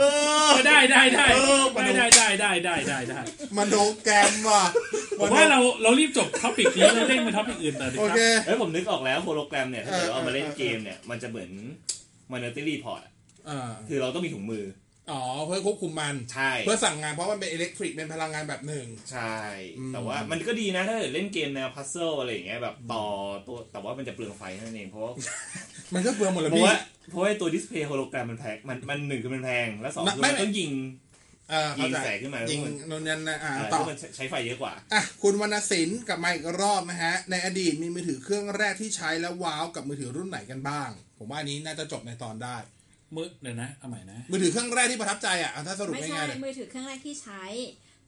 Speaker 1: อ
Speaker 4: ได้ได้ได้
Speaker 1: เออมัน
Speaker 4: ได้ได้ได้ได้ได้ได้
Speaker 1: มโนแกรมว่ะ
Speaker 4: ผมว่าเราเรารีบจบท็อปิกนี้แล้วเร่งไปท็อปิกอื่นต่อดี
Speaker 1: โอ
Speaker 4: ครั
Speaker 1: เค
Speaker 4: บ
Speaker 3: เอ้ยผมนึกออกแล้วโฮโลแกรมเนี่ย ถ้าเกิดว่าเอามาเล่น
Speaker 1: เออเออ
Speaker 3: เกมเนี่ย มันจะเหมือนม o น e t ต r y รีพอร์ต
Speaker 1: อ่า
Speaker 3: คือเราต้องมีถุงมือ
Speaker 1: อ๋อเพื่อควบคุมมัน
Speaker 3: ใช่
Speaker 1: เพื่อสั่งงานเพราะมันเป็นอิเล็กทริกเป็นพลังงานแบบหนึ่ง
Speaker 3: ใช่
Speaker 1: อืม
Speaker 3: แต่ว่ามันก็ดีนะ ถ้าเกิดเล่นเกมแนวพัซเซิลอะไรอย่างเงี้ยแบบต่อตัวแต่ว่ามันจะเปลืองไฟนั่นเอง เพราะว่า
Speaker 1: มันก็เปลืองหมดเลย
Speaker 3: เพราะ
Speaker 1: พี่
Speaker 3: ว่าเพราะว่าไอ้ตัวดิสเพย์โฮโลแกรมมันแพงมันมันหนึ่งคือมันแพงและสองคือ
Speaker 1: ไม่
Speaker 3: มัน
Speaker 1: ไม่
Speaker 3: ต้องยิง
Speaker 1: เออเข้าใจ
Speaker 3: ยิงแสงขึ้นมาแล้ว
Speaker 1: ยิง
Speaker 3: มัน
Speaker 1: นนยันนะอ่า
Speaker 3: อ่า
Speaker 1: ต่อ
Speaker 3: ซึ่งมันใช้ไฟเยอะกว่า
Speaker 1: อ่ะคุณวรรณศิลป์กลับมาอีกรอบนะฮะ ในอดีตมีมือถือเครื่องแรกที่ใช้แล้วว้าวกับมือถือรุ่นไหนกันบ้าง ผมว่าอันนี้น่าจะจบในตอนได้
Speaker 4: มือเดี๋ยวนะเอาใหม่นะ
Speaker 1: มือถือเครื่องแรกที่ประทับใจอ่ะเอาถ้าสรุป
Speaker 2: ไม่ใช่
Speaker 1: ง่ายๆเลย
Speaker 2: มือถือเครื่องแรกที่ใช้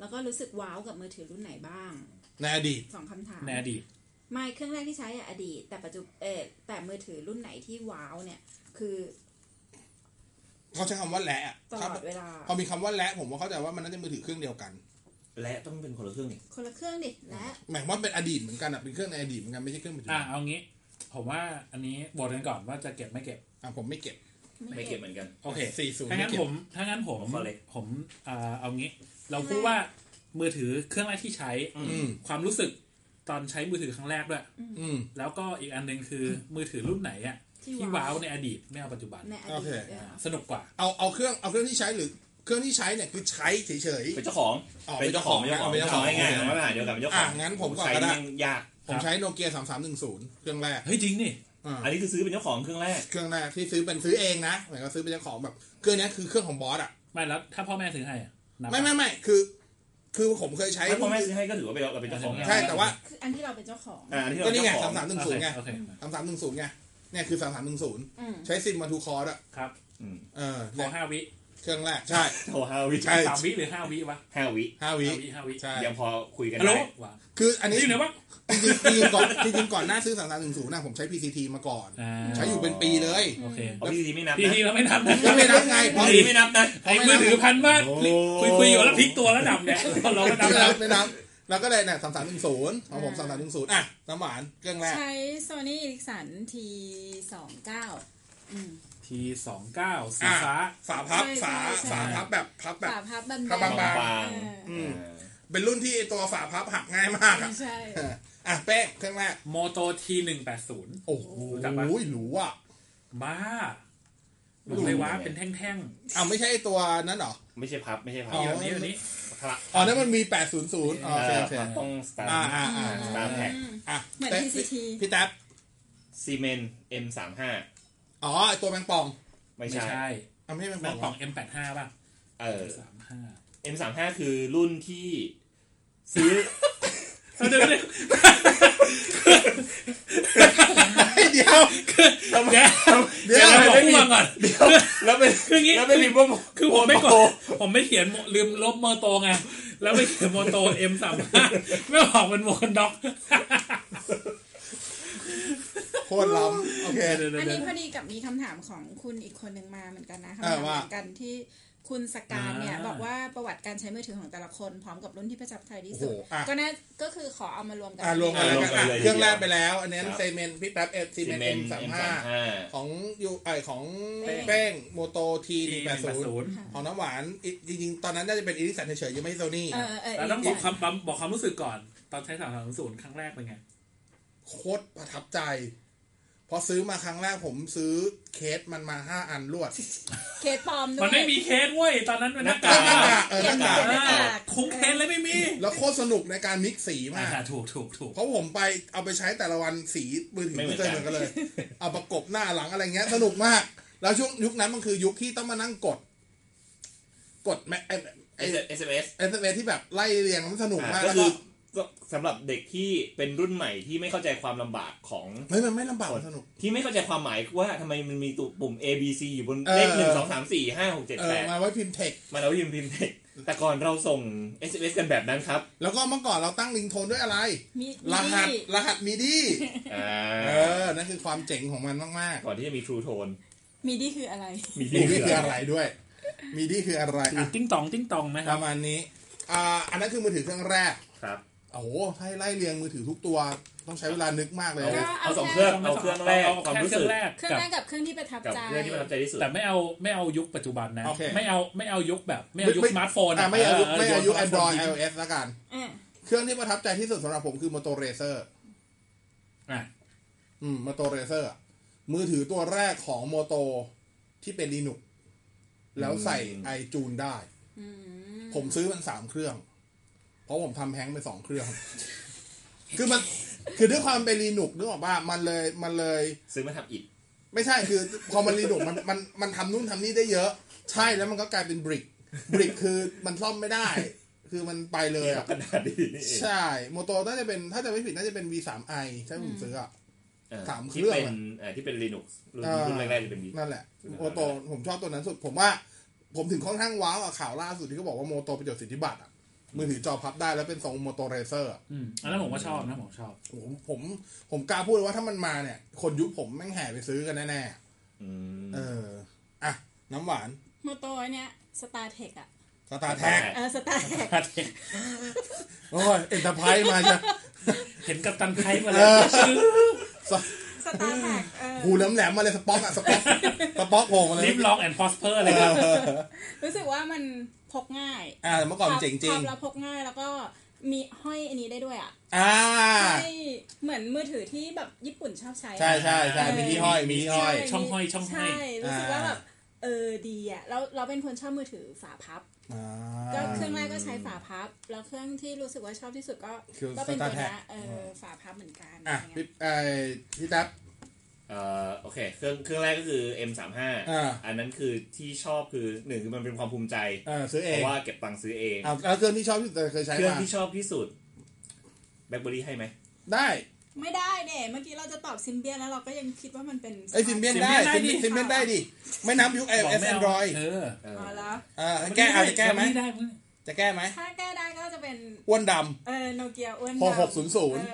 Speaker 2: แล้วก็รู้สึกว้าวกับมือถือรุ่นไหนบ้าง
Speaker 1: ในอดีต
Speaker 2: สองคำถาม
Speaker 4: ในอดีต
Speaker 2: ไม่เครื่องแรกที่ใช้อะอดีต แต่ปัจจุบันเออแต่มือถือรุ่นไหนที่ว้าวเนี่ย คือ
Speaker 1: เขาใช้คำว่าแหละอะ
Speaker 2: ตล
Speaker 1: ครับ
Speaker 2: อดเวลา
Speaker 1: พอมีคำว่าแหละผมก็เข้าใจว่ามันน่าจะมือถือเครื่องเดียวกัน
Speaker 3: และต้องเป็นคนละเครื่องนี่
Speaker 2: คนละเครื่องดิและ
Speaker 1: หมายความว่าเป็นอดีตเหมือนกันอ่ะเป็นเครื่องในอดีตเหมือนกันไม่ใช่เครื่องปัจจุ
Speaker 4: อ่ะ
Speaker 1: บัน
Speaker 4: เอางี้ ผมว่าอันนี้โหวตกันก่อนว่าจะเก็บไม่เก็บ
Speaker 1: อ่ะผมไม่เก็บ
Speaker 3: ไม่เก็บเหมือนกัน
Speaker 4: โอเค
Speaker 1: 40
Speaker 4: ถ้างั้น
Speaker 1: ไม่เก็บ
Speaker 4: ผม ถ้างั้นผม
Speaker 3: ผมขอเล็ก
Speaker 4: ผมเอ่อเอางี้ เรา
Speaker 2: ทำไม
Speaker 4: พูดว่ามือถือเครื่องแรกที่ใช้
Speaker 1: อืม
Speaker 4: ความรู้สึกตอนใช้มือถือครั้งแรกด้วย
Speaker 1: อืม
Speaker 4: แล้วก็อีกอันหนึ่งคือมือถือรุ่นไหนอะที่ว้าวในอดีตไม่เอาปัจจุบัน
Speaker 2: ในอ
Speaker 1: โอ
Speaker 2: ดี
Speaker 1: เค
Speaker 2: ตเนี่ย
Speaker 4: สนุกกว่า
Speaker 1: เอาเอาเครื่องเอาเครื่องที่ใช้หรือเครื่องที่ใช้เนี่ยคือใช้เฉย
Speaker 3: เป็นเจ้าของ
Speaker 1: อ๋อ
Speaker 3: เป็นเจ้าของ
Speaker 1: เป็
Speaker 3: เป็น น
Speaker 1: เจ้าข
Speaker 3: เจ้าข
Speaker 1: อ
Speaker 3: อง ง
Speaker 1: เป็นเจ้าของ
Speaker 3: ทำง่ายๆนะไม่ปัญหาเดียวกับเป็นเจ้าของ
Speaker 1: อ่ะงั้นผมก่อน
Speaker 3: ใช้
Speaker 1: ก็ได้
Speaker 3: ยังยาก
Speaker 1: ๆ ผมใช้โนเกียสามสามหนึ่งศูนย์เครื่องแรก
Speaker 4: เฮ้ยจริงนี่
Speaker 1: อ่า
Speaker 3: อันนี้คือซื้อเป็นเจ้าของเครื่องแรก
Speaker 1: เครื่องแรกที่ซื้อเป็นซื้อเองนะหมายก็ซื้อเป็นเจ้าของแบบเครื่องเนี้ยคือเครื่องของบอสอ่ะ
Speaker 4: ไม่แล้วถ้าพ่อแม่ซื้อให้อะนับ
Speaker 1: ไม่ไม่ไม่คือ คือผมเคยใช้
Speaker 3: ถ้าพ่อแม่ซื้อให้ก็ถือว่าเป็นเราเป็นเจ้าของ
Speaker 1: ใช่แต่ว่า
Speaker 2: คืออันที่เราเป็นเจ้าของ
Speaker 3: อ่าอันนี้
Speaker 1: ก็
Speaker 3: เราเป็
Speaker 1: นี่
Speaker 3: น
Speaker 1: ไง
Speaker 3: เจ้าขอ
Speaker 1: สาง มสามหนึ่ง
Speaker 4: โอ
Speaker 1: ศูนย์
Speaker 4: เค
Speaker 1: ไง
Speaker 4: โอเค
Speaker 1: สามสามหนึ่งศูนย์ไงเนี่ยคือสามสามหนึ่งศูนย์
Speaker 2: อืม
Speaker 1: ใช้ซิมมาทูคอร์ดอ่ะ
Speaker 4: ครับ
Speaker 3: อืม
Speaker 1: เออ
Speaker 4: ขอ
Speaker 1: เนี่ย
Speaker 4: ห้าวิ
Speaker 1: เครื่องแรกใช่
Speaker 3: โทรห้าวิ
Speaker 1: ใช่
Speaker 4: สามวิหรือห้าวิวะ
Speaker 3: ห้าวิ
Speaker 1: ห้าวิ
Speaker 4: ห้าวิห้าวิ
Speaker 1: ใช่
Speaker 3: ยังพอคุยกัน
Speaker 4: ฮัลโหล
Speaker 3: ได้
Speaker 4: วาง
Speaker 1: คืออันนี้
Speaker 4: อ
Speaker 1: จ
Speaker 4: ยู่ไหนวะ
Speaker 1: ริงๆจริงๆก่อนจริงๆก่อนหน้าซื้อสามสามหนึ่งศูนย์นะผมใช้ PCT มาก่อน
Speaker 4: อ่า
Speaker 1: ใช้อยู่เป็นปีเลย
Speaker 4: โอเค
Speaker 3: เอาพี่ทีไม่นับ
Speaker 4: พี่
Speaker 3: นะ
Speaker 4: ที่เราไม่นับนะ
Speaker 1: ไม่นับไงเพราะ
Speaker 3: พี่ทีไม่นับนะ
Speaker 4: ไอ้มือถือพันมาก
Speaker 3: โอ้
Speaker 4: คุยคุยอยู่แล้วพลิกตัวแล้วดำเนี่ยเราก็ดำ
Speaker 1: ไม่
Speaker 4: แล้
Speaker 1: นั
Speaker 4: ว
Speaker 1: บไม่นับแล้วก็เลยเนี่ยสามสามหนึ่งศูนย์ของผมสามสามหนึ่งศูนย์อ่ะน้ำหวานเครื่องแรก
Speaker 2: ใช้โซนี่อีกสันทีสองเก้า
Speaker 4: ทีสองเก้าสีฟ้า
Speaker 1: ฝาพับ
Speaker 2: ใช่
Speaker 1: ฝา
Speaker 2: ใช่
Speaker 1: ฝาพับแบบพับแบบ
Speaker 2: ฝาพับบาง
Speaker 1: พับบาง
Speaker 3: บาง
Speaker 1: อืม เป็นรุ่นที่ตัวฝาพับหักง่ายมากอะ
Speaker 2: ใช่
Speaker 1: เอออ่ะแป้งเครื่องแรก
Speaker 4: โมโตทีหนึ่งแปดศูนย์
Speaker 1: โอ้โห
Speaker 4: รู้จักปะ
Speaker 1: หรูอ่ะ
Speaker 4: บ้าหลุมเลยวะเป็นแท่ง
Speaker 1: อ่ะไม่ใช่ตัวนั้นเหรอ
Speaker 3: ไม่ใช่พับไม่ใช่พับ
Speaker 1: อ๋อ
Speaker 4: ๆแบบนี้แบบนี้
Speaker 3: พระ
Speaker 1: อ๋อนั่นมันมี 800อ๋อโอเคโอเค
Speaker 3: พระต้องสตา
Speaker 1: อ่า
Speaker 3: ร์
Speaker 1: อ่าอ่า
Speaker 3: สตาร์แพ็ก
Speaker 1: อ่ะ
Speaker 2: เหมือน
Speaker 1: แต่
Speaker 2: PCT
Speaker 1: พี่แท็บ
Speaker 3: ซีเมนต์ M35
Speaker 1: อ๋อไอ้ตัวแมงป่อง
Speaker 3: ไม่
Speaker 4: ไม่
Speaker 3: ใช่
Speaker 4: ใช่
Speaker 1: อ่ะไม่ใช่แมงป่
Speaker 4: แม่
Speaker 1: อง ง
Speaker 4: กล่อง M85 ป่ะ
Speaker 3: เออ
Speaker 4: สามห้า
Speaker 3: M35 คือรุ่นที่ซื้อ
Speaker 4: เดี๋ยวเดี๋ยว
Speaker 1: เฮ้ยเดี๋ยว
Speaker 4: เดี๋ยว
Speaker 1: เดี๋ยว
Speaker 4: เราบอกผู้ฟังก่อน
Speaker 3: แล้วเป็น
Speaker 4: คืออย่างงี้
Speaker 3: แล้วเป็นริมโบ้
Speaker 4: คือผมไม่กดผมไม่เขียนลืมลบโมโตไง แล้วไปเขียนโมโตเอ็มสามห้าไม่ออกเป็นโมนด็อก
Speaker 1: โคตรล้ำโอเค
Speaker 4: เดี๋ยว
Speaker 5: อัน
Speaker 4: เดี๋ย
Speaker 5: นี้
Speaker 4: ว
Speaker 5: พอดีกับมีคำถามของคุณอีกคนหนึ่งมาเหมือนกันนะคำ
Speaker 1: เอ
Speaker 5: ถา
Speaker 1: อ
Speaker 5: ม
Speaker 1: ว่า
Speaker 5: เหมือนกันที่คุณสการเนี่ย
Speaker 4: อ่า
Speaker 5: บอกว่าประวัติการใช้มือถือของแต่ละคนพร้อมกับรุ่นที่ประจับใจที่
Speaker 1: โอ้โห
Speaker 5: สุด
Speaker 1: อ่ะ
Speaker 5: ก็น่าก็คือขอเอามารวมกั
Speaker 1: อ่ะรวมกันแล้วกันอ่ะเครื่องแรกไปแล้ว อันนี้เซเมนพี่แป๊บเอฟซี
Speaker 3: ซี
Speaker 1: เมน
Speaker 3: เม
Speaker 1: เอ็
Speaker 3: น
Speaker 1: ม
Speaker 3: ต์
Speaker 1: สามห้า
Speaker 3: M35
Speaker 1: ของยูไอของแป้งโมโตทีหนึ่งแปดศูนย์
Speaker 4: ย์
Speaker 1: ของน้ำหวานอีจริงๆ ตอนนั้นน่าจะเป็นอีริสันเฉยๆยังไม่โซนี่
Speaker 5: เออเออ
Speaker 4: แล้วต้องบอกคำปั๊มบอกความรู้สึกก่อน ตอนใช้สามสามศูนย์ครั้งแรกเป็นไง
Speaker 1: โคตรประทับใจ พอซื้อมาครั้งแรกผมซื้อเคสมันมาห้าอันรวด
Speaker 5: เคสปลอมด้วย
Speaker 4: มันไม่มีเคสเว้ย ตอนนั้นเป็นหน้ากา
Speaker 1: แล้
Speaker 4: ก
Speaker 1: วหน้ากากเออ
Speaker 5: เขี
Speaker 1: ห
Speaker 5: ยน
Speaker 1: น้ากาย ก
Speaker 5: เขีนหน้ากาก
Speaker 4: คุ้งเคสเลยไม่มี
Speaker 1: แล้วโคตรสนุกในการมิกซ์สีมาก
Speaker 4: อ่าถูกถูกถูก
Speaker 1: เพราะผมไปเอาไปใช้แต่ละวันสีมือถือ
Speaker 3: ไม่เหมื
Speaker 1: ไม่
Speaker 3: อน
Speaker 1: เคย
Speaker 3: กัน
Speaker 1: เหมือนกันเลย เอาประกบหน้าหลังอะไรเงี้ยสนุกมาก แล้วช่วงยุคนั้นมันคือยุคที่ต้องมานั่งกด กดแมไอไอ
Speaker 3: SMS
Speaker 1: เอสเอที่แบบไล่เรียงมันสนุกมาก
Speaker 3: อ่ะก็
Speaker 1: แล้ว
Speaker 3: คื
Speaker 1: ก็
Speaker 3: อก็สำหรับเด็กที่เป็นรุ่นใหม่ที่ไม่เข้าใจความลำบากของ
Speaker 1: เฮ้ยมันไม่ลำบากมันสนุก
Speaker 3: ที่ไม่เข้าใจความหมายว่าทำไมมันมีตัวปุ่ม A B C อยู่บน
Speaker 1: เออ
Speaker 3: เลขหนึ่งสองสามสี่ห้าหกเจ็ด
Speaker 1: เอ
Speaker 3: แป
Speaker 1: อ
Speaker 3: ด
Speaker 1: มาไว้พิมพ์เทค
Speaker 3: มันเอาพิมพ์พิมพ์เด็กแต่ก่อนเราส่ง SMS กันแบบนั้นครับ
Speaker 1: แล้วก็เมื่อก่อนเราตั้งลิงโทนด้วยอะไร
Speaker 5: มี
Speaker 1: ร
Speaker 5: มี
Speaker 1: หัสรหัสมีดี
Speaker 3: อ่า
Speaker 1: เออ นั่นคือความเจ๋งของมันมาก
Speaker 3: ก่อนที่จะมี True Tone
Speaker 5: มีดีคืออะไร
Speaker 3: มี
Speaker 1: ๆมี
Speaker 3: ที่
Speaker 1: ดี
Speaker 3: เห
Speaker 1: คื
Speaker 3: ลื
Speaker 1: อ
Speaker 3: อ
Speaker 1: อะไรด้วย มีดีคืออะไรอ่ะ
Speaker 4: ติ้งตองติ้งตองนะค
Speaker 1: ป
Speaker 4: รับ
Speaker 1: ระมาณนี้อ่าอันนั้นคือมือถือเครื่องแรก
Speaker 3: ครับ
Speaker 1: โอ้โหให้ไล่เรียงมือถือทุกตัว ต้องใช้เวลานึกมากเลย
Speaker 3: เอา
Speaker 5: ก็
Speaker 3: เอา
Speaker 5: เอา
Speaker 3: สอง
Speaker 5: แค่
Speaker 3: เครื่องเอาเครื่องแรก
Speaker 4: เอ
Speaker 3: ความ
Speaker 4: แ
Speaker 3: รู้สึก
Speaker 4: เองแรก
Speaker 5: เครื่อง
Speaker 4: กับ
Speaker 5: แรกกับเครื่องที่ประทับ
Speaker 3: กับ
Speaker 5: ใจ
Speaker 3: เรื่องที่ประทับใจที่สุด
Speaker 4: แต่ไม่เอาไม่เอายุคปัจจุบันนะ
Speaker 1: โอเค
Speaker 4: ไม่เอาไม่เอายุคแบบไม่เอายุคสมาร์ทโฟน
Speaker 1: อ่ะไม่อายุไม่อายุ
Speaker 4: สร์ทโฟน
Speaker 1: Android iOS ละกัน
Speaker 5: อ่ะ
Speaker 1: เครื่องที่ประทับใจที่สุดสำหรับผมคือ Moto Razr
Speaker 4: อ่ะ
Speaker 1: อืม Moto Razr อะมือถือตัวแรกของ Moto ที่เป็น Linux แล้วใส่
Speaker 3: อืม
Speaker 1: iTune ได้
Speaker 5: อืม
Speaker 1: ผมซื้อมันสามเครื่อง เพราะผมทำแฮงค์ไปสองเค รื่อง คือมันคือด้วยความเป็น Linux นึกออกป่ะมันเลยมันเลย
Speaker 3: ซื้อมาทำอิด
Speaker 1: ไม่ใช่คือพอมันรีดุมันมันมันทำนู่นทำนี่ได้เยอะ ใช่แล้วมันก็กลายเป็นบริกบริกคือมันซ่อมไม่ได้ คือมันไปเลย
Speaker 3: กั
Speaker 1: อ่ะ
Speaker 3: บกระดาษดีนี่เอง
Speaker 1: ใช่โมโตน่าจะเป็นถ้าจะไม่ผิดน่าจะเป็น V3i ใช่ไหมผมซื้ออ่ะ
Speaker 3: เออ
Speaker 1: สามเครื่อ
Speaker 3: ที่
Speaker 1: ง
Speaker 3: เป็น
Speaker 1: อะ
Speaker 3: เอ่อที่เป็น Linux รุ่น
Speaker 1: อ่า
Speaker 3: รุ่นแรกๆจะเป็น Linux
Speaker 1: นั่นแหละโมโตผมชอบตัวนั้นสุด ผมว่า ผมถึงค่อนข้างว้าวอ่ะข่าวล่าสุดที่เขาบอกว่าโมโตประโยชน์สิทธิบัตรอ่ะมือถือจอพับได้แล้วเป็นทรงโมโตเรเซอร์
Speaker 4: อืมอันนั้นผมก็ชอบนะผมชอบ
Speaker 1: ผมผมผมกล้าพูดเลยว่าถ้ามันมาเนี่ย คนยุคผมแม่งแห่ไปซื้อกันแน่
Speaker 3: อืม
Speaker 1: ๆเอออ่ะน้ำหวาน
Speaker 5: โมโตไอ้เนี่ยสตาร์เทคอะ
Speaker 1: สตาร์แท็ก
Speaker 5: เออสตาร์เท ค
Speaker 1: โอ้ยเอ็นเตอร์ไพรส์มาจ้ะ
Speaker 4: เห็นกับตันไทยมาเลย
Speaker 1: เออ
Speaker 4: ชื่อ
Speaker 5: สตาร์แท็กเออ
Speaker 1: หูแหลมแหลมๆมาเลยสป็อกอะสป็อกสป็อกโผล่มาเลย
Speaker 4: ลิฟลองแอนด์พอสเพอร์เลยครับ
Speaker 5: รู้สึกว่ามันพกง่าย
Speaker 1: อ่าเมื่อก่อนเจ๋งจริง
Speaker 5: พับแล้วพกง่ายแล้วก็มีห้อยอันนี้ได้ด้วยอ่ะ
Speaker 1: อ่า
Speaker 5: ห้อยเหมือนมือถือที่แบบญี่ปุ่นชอบใช้อะ
Speaker 1: ใช่ใช่ใช่มีที่ห้อยมีที่ห้อย
Speaker 5: ใ
Speaker 4: ช่องห้อยช่องห้อย
Speaker 5: ใช่รู้สึกว่า
Speaker 1: อ่า
Speaker 5: แบบเออดีอ่ะแล้วเราเป็นคนชอบมือถือฝาพับ
Speaker 1: อ่า
Speaker 5: ก็เครื่องแรกก็ใช้ฝาพับ แล้วเครื่องที่รู้สึกว่าชอบที่สุดก็
Speaker 1: คือ
Speaker 5: ก็เป็นตัวเนี้
Speaker 1: Star
Speaker 5: ย
Speaker 1: Trek
Speaker 5: เออฝาพับเหมือนกัน
Speaker 1: อ่ะ
Speaker 5: ไรเงี้
Speaker 1: พี่
Speaker 5: ย
Speaker 1: ไอ้พี่แท็บ
Speaker 3: เอ่อโอเคเครื่องเครื่องแรกก็คือ M35
Speaker 1: อ่า
Speaker 3: อันนั้นคือที่ชอบคือหนึ่งคือมันเป็นความภูมิใจ
Speaker 1: เออซื้อเอ
Speaker 3: เพ
Speaker 1: ง
Speaker 3: ราะว่าเก็บตังค์ซื้อเอง
Speaker 1: อ่ะแล้วเครื่องที่ชอบที่สุดเคยใช้
Speaker 3: เครื่อง
Speaker 1: มา
Speaker 3: ที่ชอบที่สุดแบล็คเบอรี่ให้ไหม
Speaker 1: ได้
Speaker 5: ไม่ได้เด่เมื่อกี้เราจะตอบซิมเบียนแล้วเราก็ยังคิดว่ามันเป็น
Speaker 1: ไอ้ซิมเบียน
Speaker 4: Symbian
Speaker 1: ได้
Speaker 4: ได้ดิ
Speaker 1: ซิมเบียนได้ดิไม่นับยุคไอ
Speaker 4: บอก
Speaker 1: เอส
Speaker 4: ไม่
Speaker 1: แอน
Speaker 4: เอา
Speaker 1: ดรอย
Speaker 4: เออ
Speaker 3: เออ
Speaker 5: อ๋อแล้ว
Speaker 1: อ่าจะแก้เอาจะแก้ไหม
Speaker 4: นด้น
Speaker 1: จะแก้ไหม
Speaker 5: ถ้าแก้ได้ก็จะเป็น
Speaker 1: อ้วนด
Speaker 5: เออโนเกียอ้วน
Speaker 1: หก
Speaker 5: ดำ
Speaker 1: หกศูนย์ศูนย์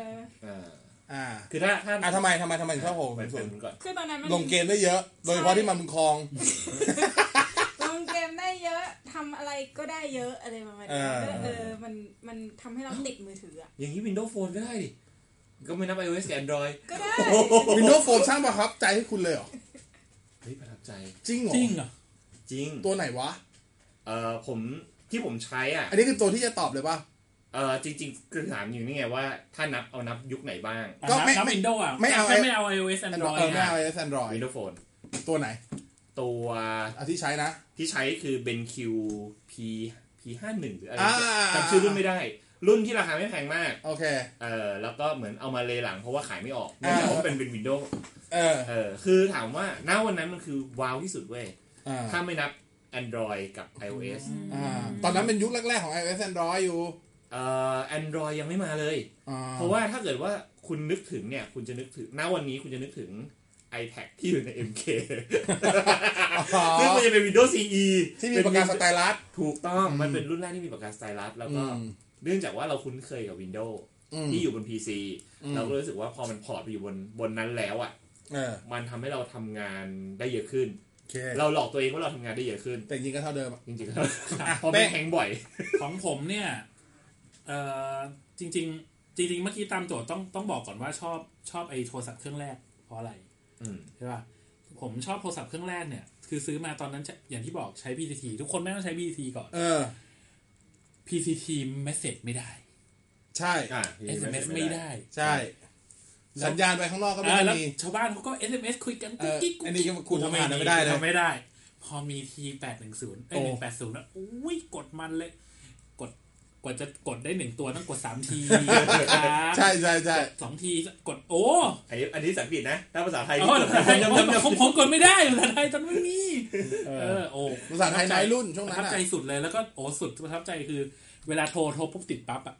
Speaker 5: เออ
Speaker 3: อ่า
Speaker 1: ำอ่า
Speaker 3: คือถ้าถ้า
Speaker 1: อ่ะทำไมทำไมทำไมถึงชอบหก
Speaker 3: ไป
Speaker 1: ศูนย์ศูน
Speaker 3: เป็น
Speaker 1: ย์
Speaker 3: ก่อน
Speaker 5: คือตอนนั้นมัน
Speaker 1: ลงเกมได้เยอะ โดยเฉพาะที่มันบุญคลอง
Speaker 5: ลงเกมได้เยอะทำอะไรก็ได้เยอะอะไรประมาณ
Speaker 1: เอ
Speaker 5: นี้
Speaker 1: อ
Speaker 5: ก็เออมันมันทำให้เราติดมือถืออะ
Speaker 3: อย่างนี้ Windows Phone ก็ได้ดิก็ไม่นับ iOS กับ Android
Speaker 5: ก็ได้
Speaker 1: วินโดว์โฟนสร้างประทับใจให้คุณเลยเหรอ
Speaker 3: เฮ้ยประทับใจ
Speaker 1: จริงเหรอ
Speaker 4: จริงเหรอ
Speaker 3: จริง
Speaker 1: ตัวไหนวะ
Speaker 3: เอ่อผมที่ผมใช้อ่ะ
Speaker 1: อันนี้คือตัวที่จะตอบเลยป่ะ
Speaker 3: เอ่อจริงๆคือถามอยู่นี่ไงว่าถ้านับเอานับยุคไหนบ้าง
Speaker 1: ก็ไม่
Speaker 4: นับวินโดว์อ่ะ
Speaker 1: ไม่เอา
Speaker 4: แค่ไม่เอา iOS
Speaker 1: แอนดรอย
Speaker 4: Android
Speaker 1: เออไม่
Speaker 4: อ่ะ
Speaker 1: เอาไอแอนดรอย
Speaker 3: Windows Phone
Speaker 1: ตัวไหน
Speaker 3: ตัว
Speaker 1: เอาที่ใช้นะ
Speaker 3: ที่ใช้คือ BenQ P P ห้าหนึ่งหรืออะไร
Speaker 1: อ่า
Speaker 3: จำชื่อรุ่นไม่ได้ รุ่นที่ราคาไม่แพงมาก
Speaker 1: โอเค
Speaker 3: เออแล้วก็เหมือนเอามาเลหลังเพราะว่าขายไม่ออก
Speaker 1: อ่า
Speaker 3: เนื่องจากว่าเป็นเป็นวินโดว์
Speaker 1: เออ
Speaker 3: เออคือถามว่าณวันนั้นมันคือว้าวที่สุดเว้ย
Speaker 1: อ่า
Speaker 3: ถ้าไม่นับ Android กับ iOS
Speaker 1: อ่าตอนนั้นเป็นยุคแรกๆของ iOS Android อยู่
Speaker 3: เอ่อ Android ยังไม่มาเลย
Speaker 1: อ่
Speaker 3: เพราะว่าถ้าเกิดว่าคุณนึกถึงเนี่ย คุณจะนึกถึง ณ วันนี้คุณจะนึกถึง iPad ที่อยู่ใน MK
Speaker 1: อ๋อ
Speaker 3: ซึ่งมันจะเป็น Windows CE
Speaker 1: ที่มีประกาศสไตลัส
Speaker 3: ถูกต้อง
Speaker 1: อืม
Speaker 3: มันเป็นรุ่นแรกที่มีปากกาสไตลัสแล้วก็
Speaker 1: อืม
Speaker 3: เนื่องจากว่าเราคุ้นเคยกับ Windows
Speaker 1: ม
Speaker 3: ที่อยู่บน PC
Speaker 1: ม
Speaker 3: เราก็รู้สึกว่าพอมันพอร์ตไปอยู่บนบนนั้นแล้วอ่ะ
Speaker 1: เออ
Speaker 3: มันทำให้เราทำงานได้เยอะขึ้น
Speaker 1: โอเค
Speaker 3: เราหลอกตัวเองว่าเราทำงานได้เยอะขึ้น
Speaker 1: แต่จริงก็เท่าเดิมอะ
Speaker 3: จริงๆแล้ว
Speaker 4: อ่ะ
Speaker 3: พอแม่งแฮงบ่อย
Speaker 4: ของผมเนี่ยเอ่อจริง ๆ จริง ๆ เมื่อกี้ตามโจทย์ต้องต้องบอกก่อนว่าชอบชอบไอ้โทรศัพท์เครื่องแรกเพราะอะไร
Speaker 3: อืม
Speaker 4: ใช่ป่ะผมชอบโทรศัพท์เครื่องแรกเนี่ยคือซื้อมาตอนนั้นจะอย่างที่บอกใช้ PTT ทุกคนแม่งต้องใช้ PTT ก่อน
Speaker 1: เออ
Speaker 4: PTT message ไม่ได้
Speaker 1: ใช่
Speaker 3: อ่ะ
Speaker 4: SMS ไม่ได้
Speaker 1: ใช่ สัญญาณไปข้างนอกก็ไม่
Speaker 4: อ่า
Speaker 1: ได้
Speaker 4: แล้ว
Speaker 1: มี
Speaker 4: ชาวบ้านเขาก็ SMS คุยกันกุ๊กกิ๊ก
Speaker 1: เอออันนี้
Speaker 4: กุ๊กกิ๊ก
Speaker 1: ก็กูทำงานไม่ได้เลย
Speaker 4: กูทำไม่ได้ พอมีทีแปดหนึ่งศูนย์ไอ
Speaker 1: โอ้
Speaker 4: หนึ่งแปดศูนย์นะอุ้ยกดมันเลย กดกว่าจะกดได้หนึ่งตัวต้องกดสามที
Speaker 1: ใช่ใช่ใช่
Speaker 4: สองทีกดโอ้
Speaker 3: อันนี้อันนี้สังกฤษนะ ถ้าภาษาไทย
Speaker 4: อ๋อ
Speaker 3: ที่ ผมจำจำจำ
Speaker 4: ผมผมกดไม่ได้ภาษาไทยตอนไม่มี เออโอ้
Speaker 1: ภาษาไทยน้อยรุ่นช่วง
Speaker 4: ประ
Speaker 1: นั้
Speaker 4: ทั
Speaker 1: น
Speaker 4: บใจ
Speaker 1: อะ
Speaker 4: สุดเลยแล้วก็โอ้สุดประทับใจคือ เวลาโทรโทรปุ๊บติดปั๊บอ่ะ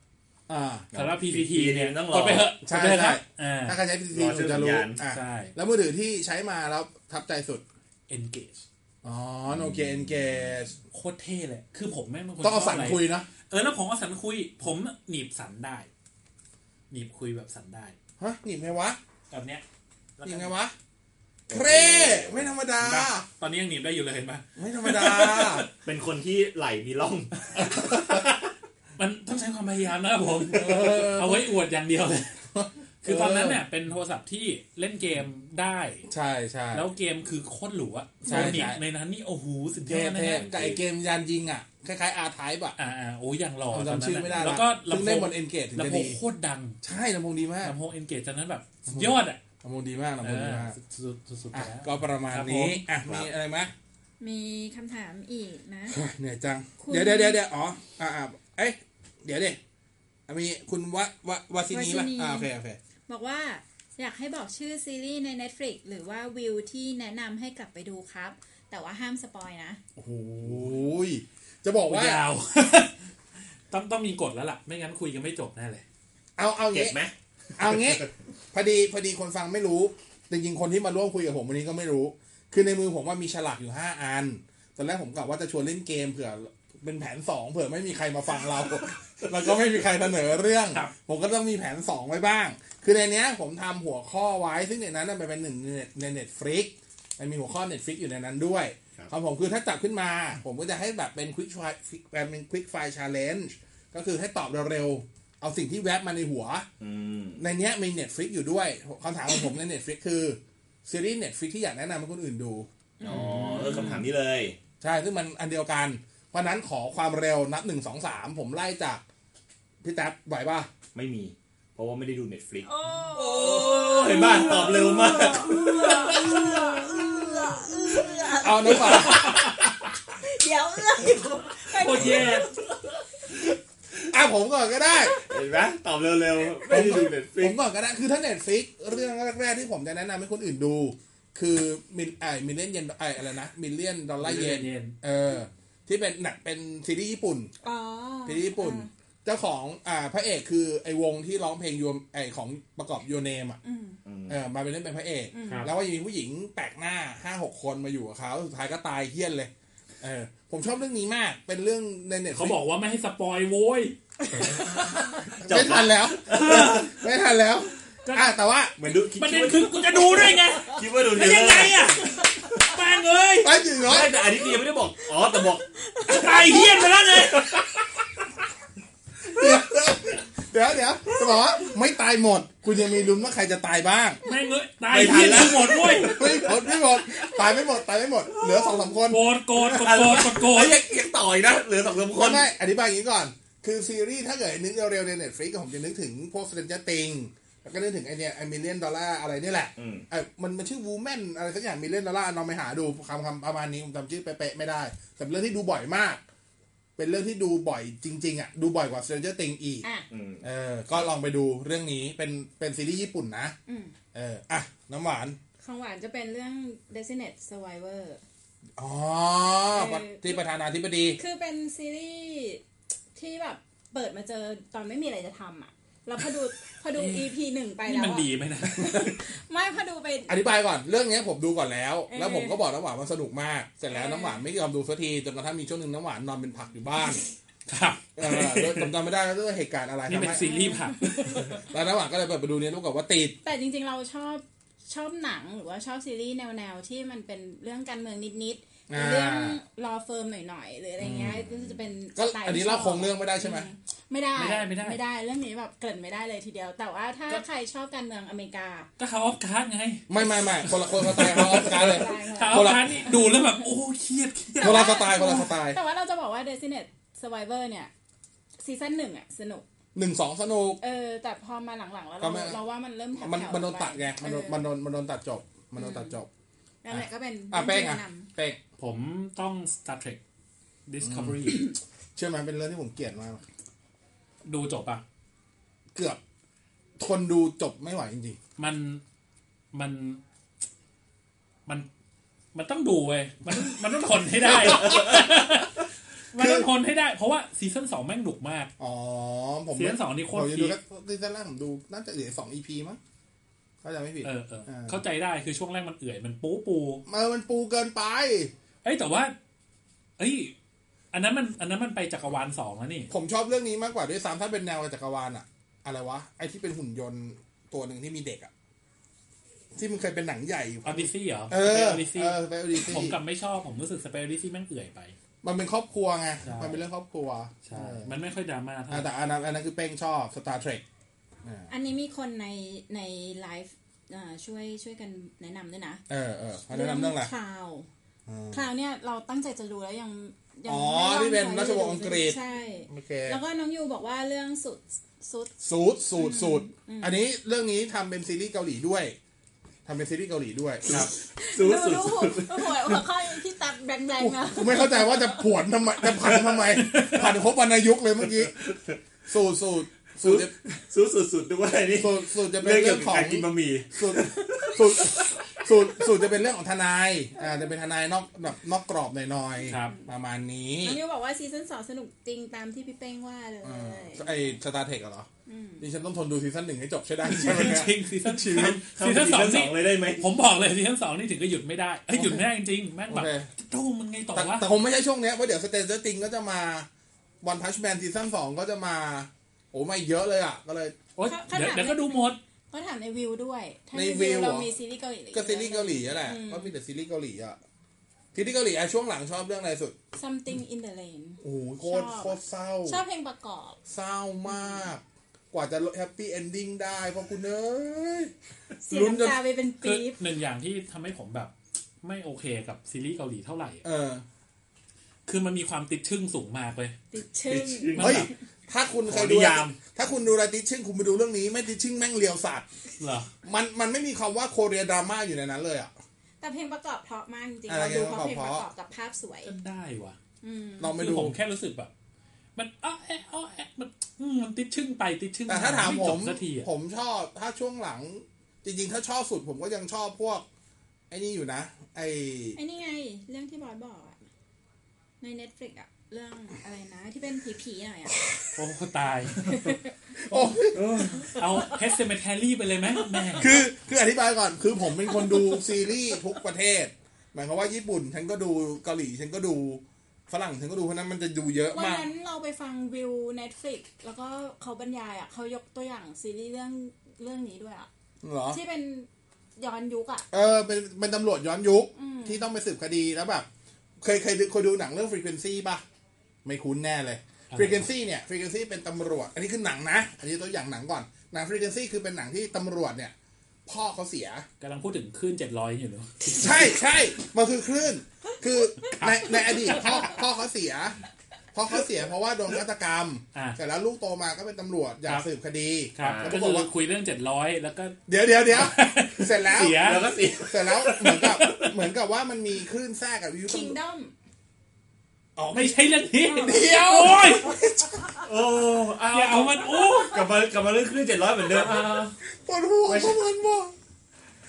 Speaker 1: อ่า
Speaker 4: สำหรับ PPT เนี่ย
Speaker 3: ต้องร
Speaker 4: ก
Speaker 3: อ
Speaker 4: ดไปเถอะ
Speaker 1: ใช่
Speaker 4: กดไปเถอะครับ
Speaker 1: ใช่
Speaker 4: อ่า
Speaker 1: ถ้าใครใช้พีซี
Speaker 3: รอ
Speaker 1: คุณจะรู้
Speaker 3: สัญญาณ
Speaker 1: อ่ะ
Speaker 4: ใช่
Speaker 1: แล้วมือถือที่ใช้มาแล้วทับใจสุด
Speaker 4: engage
Speaker 1: อ๋อโนเกียเอ็นเกจ
Speaker 4: โคตรเท่เลย คือผมแม่งเป็นคน
Speaker 1: ต้องเอา
Speaker 4: ช
Speaker 1: สั่ง
Speaker 4: บะไร
Speaker 1: คุยนะ
Speaker 4: เออแล้วผมเอาสันคุย ผมหนีบสันได้ หนีบคุยแบบสันได้
Speaker 1: ฮะหนีบไงวะ
Speaker 4: แบบเนี้ยแล้ว
Speaker 1: หนี
Speaker 4: ก็
Speaker 1: บไงวะ เครไม่ธรรมดา
Speaker 4: เห็นปะตอนนี้ยังหนีบได้อยู่เลยเห็นปะ
Speaker 1: ไม่ธรรม ดา
Speaker 3: เป็นคนที่ไหลมีร่อง
Speaker 4: มันต้องใช้ความพยายามนะครับ ผม
Speaker 1: เออ
Speaker 4: เอาไว้อวดอย่างเดียวเลย คือตอนนั้นเนี่ยเป็นโทรศัพท์ที่เล่นเกมได้
Speaker 1: ใช่ใช่
Speaker 4: แล้วเกมคือโคตรหรูอะ
Speaker 1: ใช่
Speaker 4: โซนิก
Speaker 1: ใช่
Speaker 4: ในนั้นนี่โอ้โหสุดย
Speaker 1: เท่
Speaker 4: อดนะ
Speaker 1: เท่
Speaker 4: ฮะ
Speaker 1: ไก่เกมยานยิงอ่ะ คล้ายๆอาร์ไทป์อ่ะ
Speaker 4: อ่าอ่าโอ้ยอย่างหล่อ
Speaker 1: ผม
Speaker 4: ตอน
Speaker 1: จำ
Speaker 4: นั้
Speaker 1: ชื่อน ไม่ได้
Speaker 4: อะ
Speaker 1: ละ
Speaker 4: แล้วก็
Speaker 1: ซึ่งเล่
Speaker 4: ลำโพ
Speaker 1: น
Speaker 4: ง
Speaker 1: บนเอ็นเกจถึงจะ
Speaker 4: ลำโพง
Speaker 1: ดี
Speaker 4: โคตรดัง
Speaker 1: ใช่ลำโพงดีมาก
Speaker 4: ลำโพงเอนเกจตอนนั้นแบบสุดยอดอะ
Speaker 1: ลำโพงดีมากลำ
Speaker 4: เอ
Speaker 1: โพงดี
Speaker 4: อ
Speaker 1: มาก
Speaker 4: สุดสุดสุด
Speaker 1: อ่ะ
Speaker 4: แล้ว
Speaker 1: ก็ประมาณ
Speaker 4: ครับผ
Speaker 1: นี้
Speaker 4: ม
Speaker 1: อ่ะ
Speaker 3: ครับ
Speaker 1: มีอะไรไหม
Speaker 2: มีคำถามอีกนะ
Speaker 1: โอ้ยเหนื่อยจัง
Speaker 2: คุณ
Speaker 1: เดี๋ยวเดี๋ยวเดี๋ยวเดี๋ยวอ๋ออ่ะอ่ะเอ้ยเดี๋ยวเดี๋ยวมีคุณวะวะวาซินีป่ะ
Speaker 2: วาซินี
Speaker 1: อ่าโอเคโอเค
Speaker 2: บอกว่าอยากให้บอกชื่อซีรีส์ใน Netflix หรือว่าวิวที่แนะนำให้กลับไปดูครับ แต่ว่าห้ามสปอยนะ
Speaker 1: โอ้โหยจะบอกว่า
Speaker 4: ยาว ต้องต้องมีกฎแล้วล่ะ ไม่งั้นคุยกันไม่จบแน่เลย
Speaker 1: เอาเอา
Speaker 3: เก็บ
Speaker 1: งี้
Speaker 3: ไหม
Speaker 1: เอางี้พอดีพอดีคนฟังไม่รู้ จริงๆคนที่มาร่วมคุยกับผมวันนี้ก็ไม่รู้ คือในมือผมว่ามีฉลากอยู่ห้าอัน ตอนแรกผมกะว่าจะชวนเล่นเกมเผื่อเป็นแผนสองเผื่อไม่มีใครมาฟังเรา แล้วก็ไม่มีใครเสนอเรื่อง
Speaker 4: ครับ
Speaker 1: ผมก็ต้องมีแผนสองไว้บ้าง คือในเนี้ยผมทำหัวข้อไว้ซึ่งในนั้นนะมันเป็นหนึ่งในในเน็ตฟลิกมันมีหัวข้อเน็ตฟลิกอยู่ในนั้นด้วยของผมคือถ้าจับขึ้นมา ผมก็จะให้แบบเป็นควิกไฟเป็นควิกไฟชาเลนจ์ก็คือให้ตอบเร็วๆเอาสิ่งที่แวบมาในหัว
Speaker 3: อืม
Speaker 1: ในเนี้ยมี Netflix อยู่ด้วยคำถามของผมใน Netflix คือซีรีส์ Netflix ที่อยากแนะนำให้คนอื่นดู
Speaker 3: อ๋อเออคำถามนี้เลย
Speaker 1: ใช่ ซึ่งมันอันเดียวกัน เพราะนั้นขอความเร็วนับหนึ่งสองสามผมไล่จาก พี่แท็บไหวป่ะ
Speaker 3: ไม่มี เพราะว่าไม่ได้ดู Netflix
Speaker 2: โอ้
Speaker 3: เห็นบ้านตอบเร็วมาก
Speaker 1: เอาน้ำปลา
Speaker 2: เดี๋ยวเอื้อ
Speaker 3: โคตรแย่
Speaker 1: อ่ะผมก่อนก็ได้
Speaker 3: เห็นไหมตอบเร็วๆ ไม่ได้ดู
Speaker 1: ผ
Speaker 3: Netflix
Speaker 1: มก่อนก็ได้ คือถ้า Netflix เรื่องแรกๆที่ผมจะแนะนำให้คนอื่นดู คือมิลไอมิลเลียนเยนไออะไรนะมิลเลียนดอลลาร์เยน
Speaker 4: เย็น
Speaker 1: เออ ที่เป็นหนักเป็นซีรีส์ญี่ปุ่น
Speaker 2: อ๋อ
Speaker 1: ที่ญี่ปุ่น เจ้าของอ่าพระเอกคือไอ้วงที่ร้องเพลงยูไอของประกอบยูเนมอ่ะ
Speaker 2: อืม
Speaker 1: เออมาเป็นเล่นเป็นพระเอก
Speaker 2: อืม
Speaker 4: ครับ
Speaker 1: แล้วก็ยังมีผู้หญิงแปลกหน้าห้าหกคนมาอยู่กับเขาสุดท้ายก็ตายเฮี้ยนเลยเออผมชอบเรื่องนี้มากเป็นเรื่องในเน็ต
Speaker 4: เขาบอกว่าไม่ให้สปอยโว้ย
Speaker 3: จบ
Speaker 1: ไม่ทันแล้ว ไม่ทันแล้ว
Speaker 4: ก็
Speaker 1: อ่ะแต่ว่า
Speaker 3: เหมือนดูคิด
Speaker 4: ประเด็น
Speaker 3: ว่า
Speaker 4: คือกูจะดูด้วยไง
Speaker 3: คิดว่าดู
Speaker 4: แล้วยังไงอะแป้งเอ้ย
Speaker 1: ไอ้จริงเหรอ
Speaker 3: ไม่แต่อันนี้คือยังไม่ได้บอก อ๋อ แต่บอก
Speaker 4: ตายเฮี้ยนไปแล้วไง
Speaker 1: เดี๋ยวเดี๋ยว จะบอกว่าไม่ตายหมด คุณยังมีลุ้นว่าใครจะตายบ้าง
Speaker 4: แม่งเอ้ยตายเฮี้ยนกูหมดเว้ย
Speaker 1: ไม่หมดไม่หมดตายไม่หมดตายไม่หมดเหลือสองสามคน
Speaker 4: โกรธโกรธโกรธโกรธโกร
Speaker 3: โอ้
Speaker 4: ธ
Speaker 3: ยยังยังต่อยนะ เหลือสองสามคน
Speaker 1: ไม่ไม่อธิบายอย่างนี้ก่อน คือซีรีส์ถ้าเกิดนึกเร็วๆใน Netflix ก็ผมจะนึกถึงพวก Stranger Things แล้วก็นึกถึงไอเนี่ยไอมิเลียนดอลลาร์อะไรเนี่ยแหละ
Speaker 3: อืม
Speaker 1: ไออมันมันชื่อ Woman อะไรสักอย่างมิเลียนดอลลาร์ลองไปหาดูคำคำประมาณนี้ผมจำชื่อเป๊ะๆไม่ได้ แต่เป็นเรื่องที่ดูบ่อยมาก เป็นเรื่องที่ดูบ่อยจริง ๆ อ่ะ ดูบ่อยกว่า Stranger Things อีก
Speaker 2: อ่ะ
Speaker 3: อืม
Speaker 1: เออก็ลองไปดูเรื่องนี้เป็นเป็นซีรีส์ญี่ปุ่นนะ
Speaker 2: อืม
Speaker 1: เอออ่ะน้ำหวาน
Speaker 2: ของหวานจะเป็นเรื่อง Designated Survivor
Speaker 1: อ๋อ
Speaker 5: เออ
Speaker 1: ที่ประธานาธิบดี
Speaker 5: คือเป็นซีรีส์ที่แบบเปิดมาเจอตอนไม่มีอะไรจะทำอ่ะ แล้วพอดู พอดู EP หนึ่งไป
Speaker 4: นี่
Speaker 5: แล้ว
Speaker 4: มัน
Speaker 5: อะ
Speaker 4: ดีไหมนะ
Speaker 5: ไม่พอดูไป
Speaker 1: อธิบายก่อนเรื่องเนี้ยผมดูก่อนแล้ว
Speaker 5: เออ
Speaker 1: แล้วผมก็บอกน้ำหวานมันสนุกมาก เสร็จแล้ว
Speaker 5: เออ
Speaker 1: น้ำหวานไม่ยอมดูสักทีจนกระทั่งมีช่วงหนึ่งน้ำหวานนอนเป็นผักอยู่บ้าน
Speaker 4: ครับ
Speaker 1: เออโดยจำจำไม่ได้ว่าด้วยเหตุการณ์อะไร
Speaker 4: นี่
Speaker 1: ทำ
Speaker 4: เป็น
Speaker 1: ให้
Speaker 4: ซีรีส์ผัก
Speaker 1: แล้วน้ำหวานก็เลยเปิดไปดูเนี่ยรู้กับว่าติด
Speaker 5: แต่จริงๆเราชอบชอบหนังหรือว่าชอบซีรีส์แนวๆ ที่มันเป็นเรื่องการเมืองนิด
Speaker 1: อ่า
Speaker 5: ๆ เรื่องรอเฟิร์มหน่อยๆ หรืออะไรเงี้ยก็จะเป็น
Speaker 1: ก็
Speaker 5: สไตล์
Speaker 1: อันนี้
Speaker 5: ที่ชบ
Speaker 1: เล่าโครงเรื่องไม่ได้ใช่ไหม
Speaker 5: ไม่ได้
Speaker 4: ไม่ได้ไม่ได้
Speaker 5: ไม่ได้เรื่องนี้แบบเกรินไม่ได้เลยทีเดียว แต่ว่าถ้า
Speaker 4: ก็
Speaker 5: ใครชอบการเมืองอเมริกา
Speaker 4: ก็เขาออฟการ์ดไง
Speaker 1: ไม่ไม่ไม่คนละคนสไตล์เขาออฟการ์ เลย
Speaker 4: เขาออฟการ์ดนี่ดูแล้วแบบโอ้เครียดเครียด
Speaker 1: คนละสไตล์คนละสไตล์
Speaker 5: แต่ว่าเราจะบอกว่า Designated Survivor เนี่ยซีซั่นหนึ่งอะสนุก
Speaker 1: หนึ่งสองสนุก
Speaker 5: เออ แต่พอมาหลังๆ แล้ว
Speaker 1: ก็
Speaker 5: เรา
Speaker 1: ไม่
Speaker 5: เราว่ามันเริ่มแผ่วๆ
Speaker 1: มันมันโดน
Speaker 5: ไป
Speaker 1: ตัดไงมันโดน
Speaker 5: เออ
Speaker 1: มันโดนมันโดนตัดจบ มันโดนตัดจบ
Speaker 5: นั่นแหละก็เป็น
Speaker 1: อ่ะแป้ง
Speaker 5: ที่
Speaker 1: อ่ะ
Speaker 5: แนะน
Speaker 1: แป้ง
Speaker 4: ผมต้อง Star Trek Discovery
Speaker 1: เชื่อไหมเป็นเรื่องที่ผมเกลียดมาก
Speaker 4: ดูจบอ่ะ
Speaker 1: เกือบทนดูจบไม่ไหวจริง
Speaker 4: มันมันมันมันต้องดูเว้ยมันมันต้องทนให้ได้ มันต้องทนให้ได้ เพราะว่าซีซั่นสองแม่งหนุกมาก
Speaker 1: ๆอ๋อผม
Speaker 4: ซีซั่นสองนี่โคต
Speaker 1: ผ
Speaker 4: ร
Speaker 1: มจะ
Speaker 4: พี
Speaker 1: ดู
Speaker 4: ค
Speaker 1: แค่ซีซั่นแรกผมดูน่าจะเหลือสองอีพีมั้งถ้าจะไม่ผิด
Speaker 4: เออเออ
Speaker 1: เออ
Speaker 4: เข้าใจได้คือช่วงแรกมันเอื่อย มันปูปู
Speaker 1: เออมันปูเกินไป
Speaker 4: เอ้ยแต่ว่า เอ้ย อันนั้นมัน อันนั้นมันไปจักรวาลสองแล้วนี่
Speaker 1: ผมชอบเรื่องนี้มากกว่าด้วยซ้ำถ้าเป็นแนวจักรวาลอะอะไรวะ ไอ้ที่เป็นหุ่นยนต์ตัวหนึ่งที่มีเด็กอะที่มันเคยเป็นหนังใหญ่อยู่
Speaker 4: ออดิซี่เหรอ
Speaker 1: เอ
Speaker 4: ส
Speaker 1: อ
Speaker 4: เปซออดิซี่
Speaker 1: เออไปออดิซี่
Speaker 4: ผมกลับไม่ชอบ ผมรู้สึกสเปซออดิซี่แม่งเอื่อยไป
Speaker 1: มันเป็นครอบครัวไง
Speaker 4: ใช่
Speaker 1: มันเป็นเรื่องครอบครัวเออ
Speaker 4: มันไม่ค่อยดราม่าเท่า
Speaker 1: อ่ะ
Speaker 4: ไหร่
Speaker 1: แต่อันนั้นอันนั้นคือเป้งชอบ Star Trek
Speaker 5: ำอันนี้มีคนในในไลฟ์อ่าช่วยช่วยกันแนะนำด้วยนะ
Speaker 1: เออเออเขาแนะนำเรื่องอะไร
Speaker 5: คลาว
Speaker 1: อืม
Speaker 5: คลาวเนี่ยเราตั้งใจจะดูแล้วยังยั
Speaker 1: อ๋อ
Speaker 5: ไม่ว่าง
Speaker 1: ที่เป็น
Speaker 5: พ
Speaker 1: ราชวงศ์อังกฤษ
Speaker 5: ใช่
Speaker 1: โอเค
Speaker 5: แล้วก็น้องยูบอกว่าเรื่องสุดสุด
Speaker 1: สูตรสูตรสูตร
Speaker 5: อืม
Speaker 1: อันนี้เรื่องนี้ทำเป็นซีรีส์เกาหลีด้วยทำเป็นซีรีส์เกาหลีด้วยครับ
Speaker 3: สู
Speaker 5: ดู
Speaker 3: สุด
Speaker 5: รูปหัวหัวข้อที่ตัดแบงๆนะ
Speaker 1: กูไม่เข้าใจว่าจะผวนทำไมจะผันทำไมผันครบวรรณยุกต์เลยเมื่อกี้สูตรสูตรสูตรจะ
Speaker 3: สูสุดสุดด้วยนี่
Speaker 1: สูตรสูตรจะเป็น
Speaker 3: เรื่องเกี่
Speaker 1: เรื่
Speaker 3: ย
Speaker 1: องข
Speaker 3: วกับ
Speaker 1: อง
Speaker 3: การกินบะหมี่
Speaker 1: สูตรสูตรสูตรสูตรจะเป็นเรื่องของทนายอ่าจะเป็นทนายนอกแบบนอกกรอบหน่อย
Speaker 4: ครับ
Speaker 1: ๆประมาณนี้
Speaker 5: น้องยูบอกว่าซีซั่นสองสนุกจริงตามที่พี่เป้งว่าเลย
Speaker 1: เออไอสตาร์เทคเหรอ
Speaker 5: อืม
Speaker 1: ดิฉันต้องทนดูซีซั่นหนึ่งให้จบใช่ได้ใช่ไหม
Speaker 4: จ
Speaker 1: เนี่ย
Speaker 4: ริงๆซีซั่น
Speaker 3: ชีวิต
Speaker 4: ซีซั่นสองนี่
Speaker 3: เลยได้ไหม
Speaker 4: ผมบอกเลยซีซั่นสองนี่ถึงก็หยุดไม่ได้เฮ้ยหยุดไม่ได้จริงๆแม่ง
Speaker 1: โอ
Speaker 4: แบบ
Speaker 1: เค
Speaker 4: จะดูมันไงต่อ
Speaker 1: แต่
Speaker 4: วะ
Speaker 1: แต่คงไม่ใช่ช่วงเนี้ยเพราะเดี๋ยวสเตนเซอร์ติงก็จะมาวันพัชแมนซีซั่นสองก็จะมา โอ้ไม่เยอะเลยอ่ะ ก็เลย
Speaker 4: โอ๊ย
Speaker 5: ขนาด
Speaker 4: เดี๋ยวเดี๋ยวก็ดูหมด
Speaker 5: ก็ถามในวิวด้วยถ้า
Speaker 1: ในวิวเหรอ
Speaker 5: เรามีซีรีส์เกาหลี
Speaker 1: ก็ซีรีส์เกาหลีอะแหละ
Speaker 5: อืม
Speaker 1: ก็มีแต่ซีรีส์เกาหลีอ่ะซีรีส์เกาหลีอะช่วงหลังชอบเรื่องอะไรสุด
Speaker 5: something in the lane
Speaker 1: โอ้โหโคตร
Speaker 5: ชอบ
Speaker 1: โคตรเศร้า
Speaker 5: ชอบเพลงประกอบ
Speaker 1: เศร้ามาก กว่าจะแฮปปี้เอนดิ้งได้เพราะคุณเอ้ย
Speaker 5: เสีย
Speaker 1: ลุ้นจน
Speaker 5: น้ำตาไปเป็น
Speaker 4: คือ
Speaker 5: ปี๊บ
Speaker 4: หนึ่งอย่างที่ทำให้ผมแบบไม่โอเคกับซีรีส์เกาหลีเท่าไหร่อะ
Speaker 1: เออ
Speaker 4: คือมันมีความติดชึ่งสูงมากเลย
Speaker 5: ติดชื่ง
Speaker 4: มัน
Speaker 1: เฮ้ย
Speaker 4: แบบ
Speaker 1: ถ้าคุณ
Speaker 3: ข
Speaker 1: เค
Speaker 3: อย นิ
Speaker 1: ดู
Speaker 3: ยาม
Speaker 1: ถ้าคุณดูรายติชชิ่งคุณไปดูเรื่องนี้ไม่ติชชิ่งแม่งเลียวสัตว์
Speaker 4: เหรอ
Speaker 1: มันมันไม่มีคำว่าโคเรียดราม่าอยู่ในนั้นเลยอ่ะ
Speaker 5: แต่เพลงประกอบเพราะมากจริง
Speaker 1: อะ
Speaker 5: ๆ
Speaker 1: ไร
Speaker 5: เราดู
Speaker 1: เพ
Speaker 5: เพ
Speaker 1: ราะ
Speaker 5: ราะเพลงประกอบกับภาพสวย
Speaker 4: ก็ได้ว่ะ
Speaker 5: อืม
Speaker 1: ลองไป
Speaker 4: คือ
Speaker 1: ดู
Speaker 4: ผมแค่รู้สึกแบบ มันอ้อแอะอ้อแอะมันอืมมันติดชึ่งไปติดชึ่ง
Speaker 1: แต่ถ้าถามผม
Speaker 4: ไจบสักทีอะ
Speaker 1: ผมชอบถ้าช่วงหลัง จริง ๆ ถ้าชอบสุดผมก็ยังชอบพวก ไอ้นี่อยู่นะ ไอ้
Speaker 5: ไอ้นี่ไง เรื่องที่บอยบอกอะใน Netflix อะเรื่องอะไรนะที่เป็นผีๆหน่อยอะ
Speaker 4: โอ้ตาย
Speaker 1: โอ้
Speaker 4: เอาเฮสเซมเทอรี่ไปเลยไหมแม่ง
Speaker 1: คือคืออธิบายก่อน คือผมเป็นคนดู ซีรีส์ทุ กประเทศ หมายความว่าญี่ปุ่น ฉันก็ดูเกาหลี ฉันก็ดูฝรั่งฉันก็ดูเพราะฉะนั้นมันจะดูเยอะ
Speaker 5: วัน
Speaker 1: มาก
Speaker 5: นั้นเราไปฟังวิว Netflix แล้วก็เขาบรรยายอะเขายกตัวอย่างซีรีส์เรื่องเรื่องนี้ด้วยอะ
Speaker 1: เหรอ
Speaker 5: ที่เป็นย้อนยุคอะ
Speaker 1: เออเป็นเป็นตำรวจย้อนยุค
Speaker 5: อืม
Speaker 1: ที่ต้องไปสืบคดีแล้วแบบ เคยเคยดูเคยดูหนังเรื่อง Frequency ป่ะ ไม่คุ้นแน่เลย Frequency เนี่ย Frequency เป็นตำรวจ อันนี้คือหนังนะ อันนี้ตัวอย่างหนังก่อน หนัง Frequency คือเป็นหนังที่ตำรวจเนี่ย พ่อเขาเสีย
Speaker 4: กำลังพูดถึงคลื่นเจ็ดร้อยอยู่เนอะ
Speaker 1: ใช่ใช่มันคือคลื่น คือในในอดีตพ่อพ่อเขาเสีย พ่อเขาเสียเพราะว่าโดนฆาตกรรม
Speaker 4: อ่า
Speaker 1: เสร็จแล้วลูกโตมาก็เป็นตำรวจอยา
Speaker 4: ค
Speaker 1: ก
Speaker 4: รับ
Speaker 1: สืบคดี
Speaker 4: ครับ
Speaker 1: แล้วป
Speaker 4: ก็
Speaker 1: ราก
Speaker 4: คื
Speaker 1: ฏ
Speaker 4: อ
Speaker 1: ว่า
Speaker 4: คุยเรื่องเจ็ดร้อยแล้วก็
Speaker 1: เดี๋ยวเดี๋ยวเดี๋ยวเสร็จแล้ว
Speaker 4: เสีย
Speaker 3: แล้วก็เสีย
Speaker 1: เสร็จแล้วเหมือนกับเหมือนกับว่ามันมีคลื่นแทรกกับวิวตำรวจ
Speaker 5: Kingdom
Speaker 1: อ๋อไม่
Speaker 4: ไม่ใช่เรื่องนี้
Speaker 1: เดียว
Speaker 4: โอ้ย
Speaker 3: โอ้เอา
Speaker 4: อย่าเอามันโอ้
Speaker 3: กลับมากลับมาเรื่องคลื่นเจ็ดร้อยเหมือนเดิม
Speaker 4: อ่า
Speaker 1: ปวดหัวประมาณว่า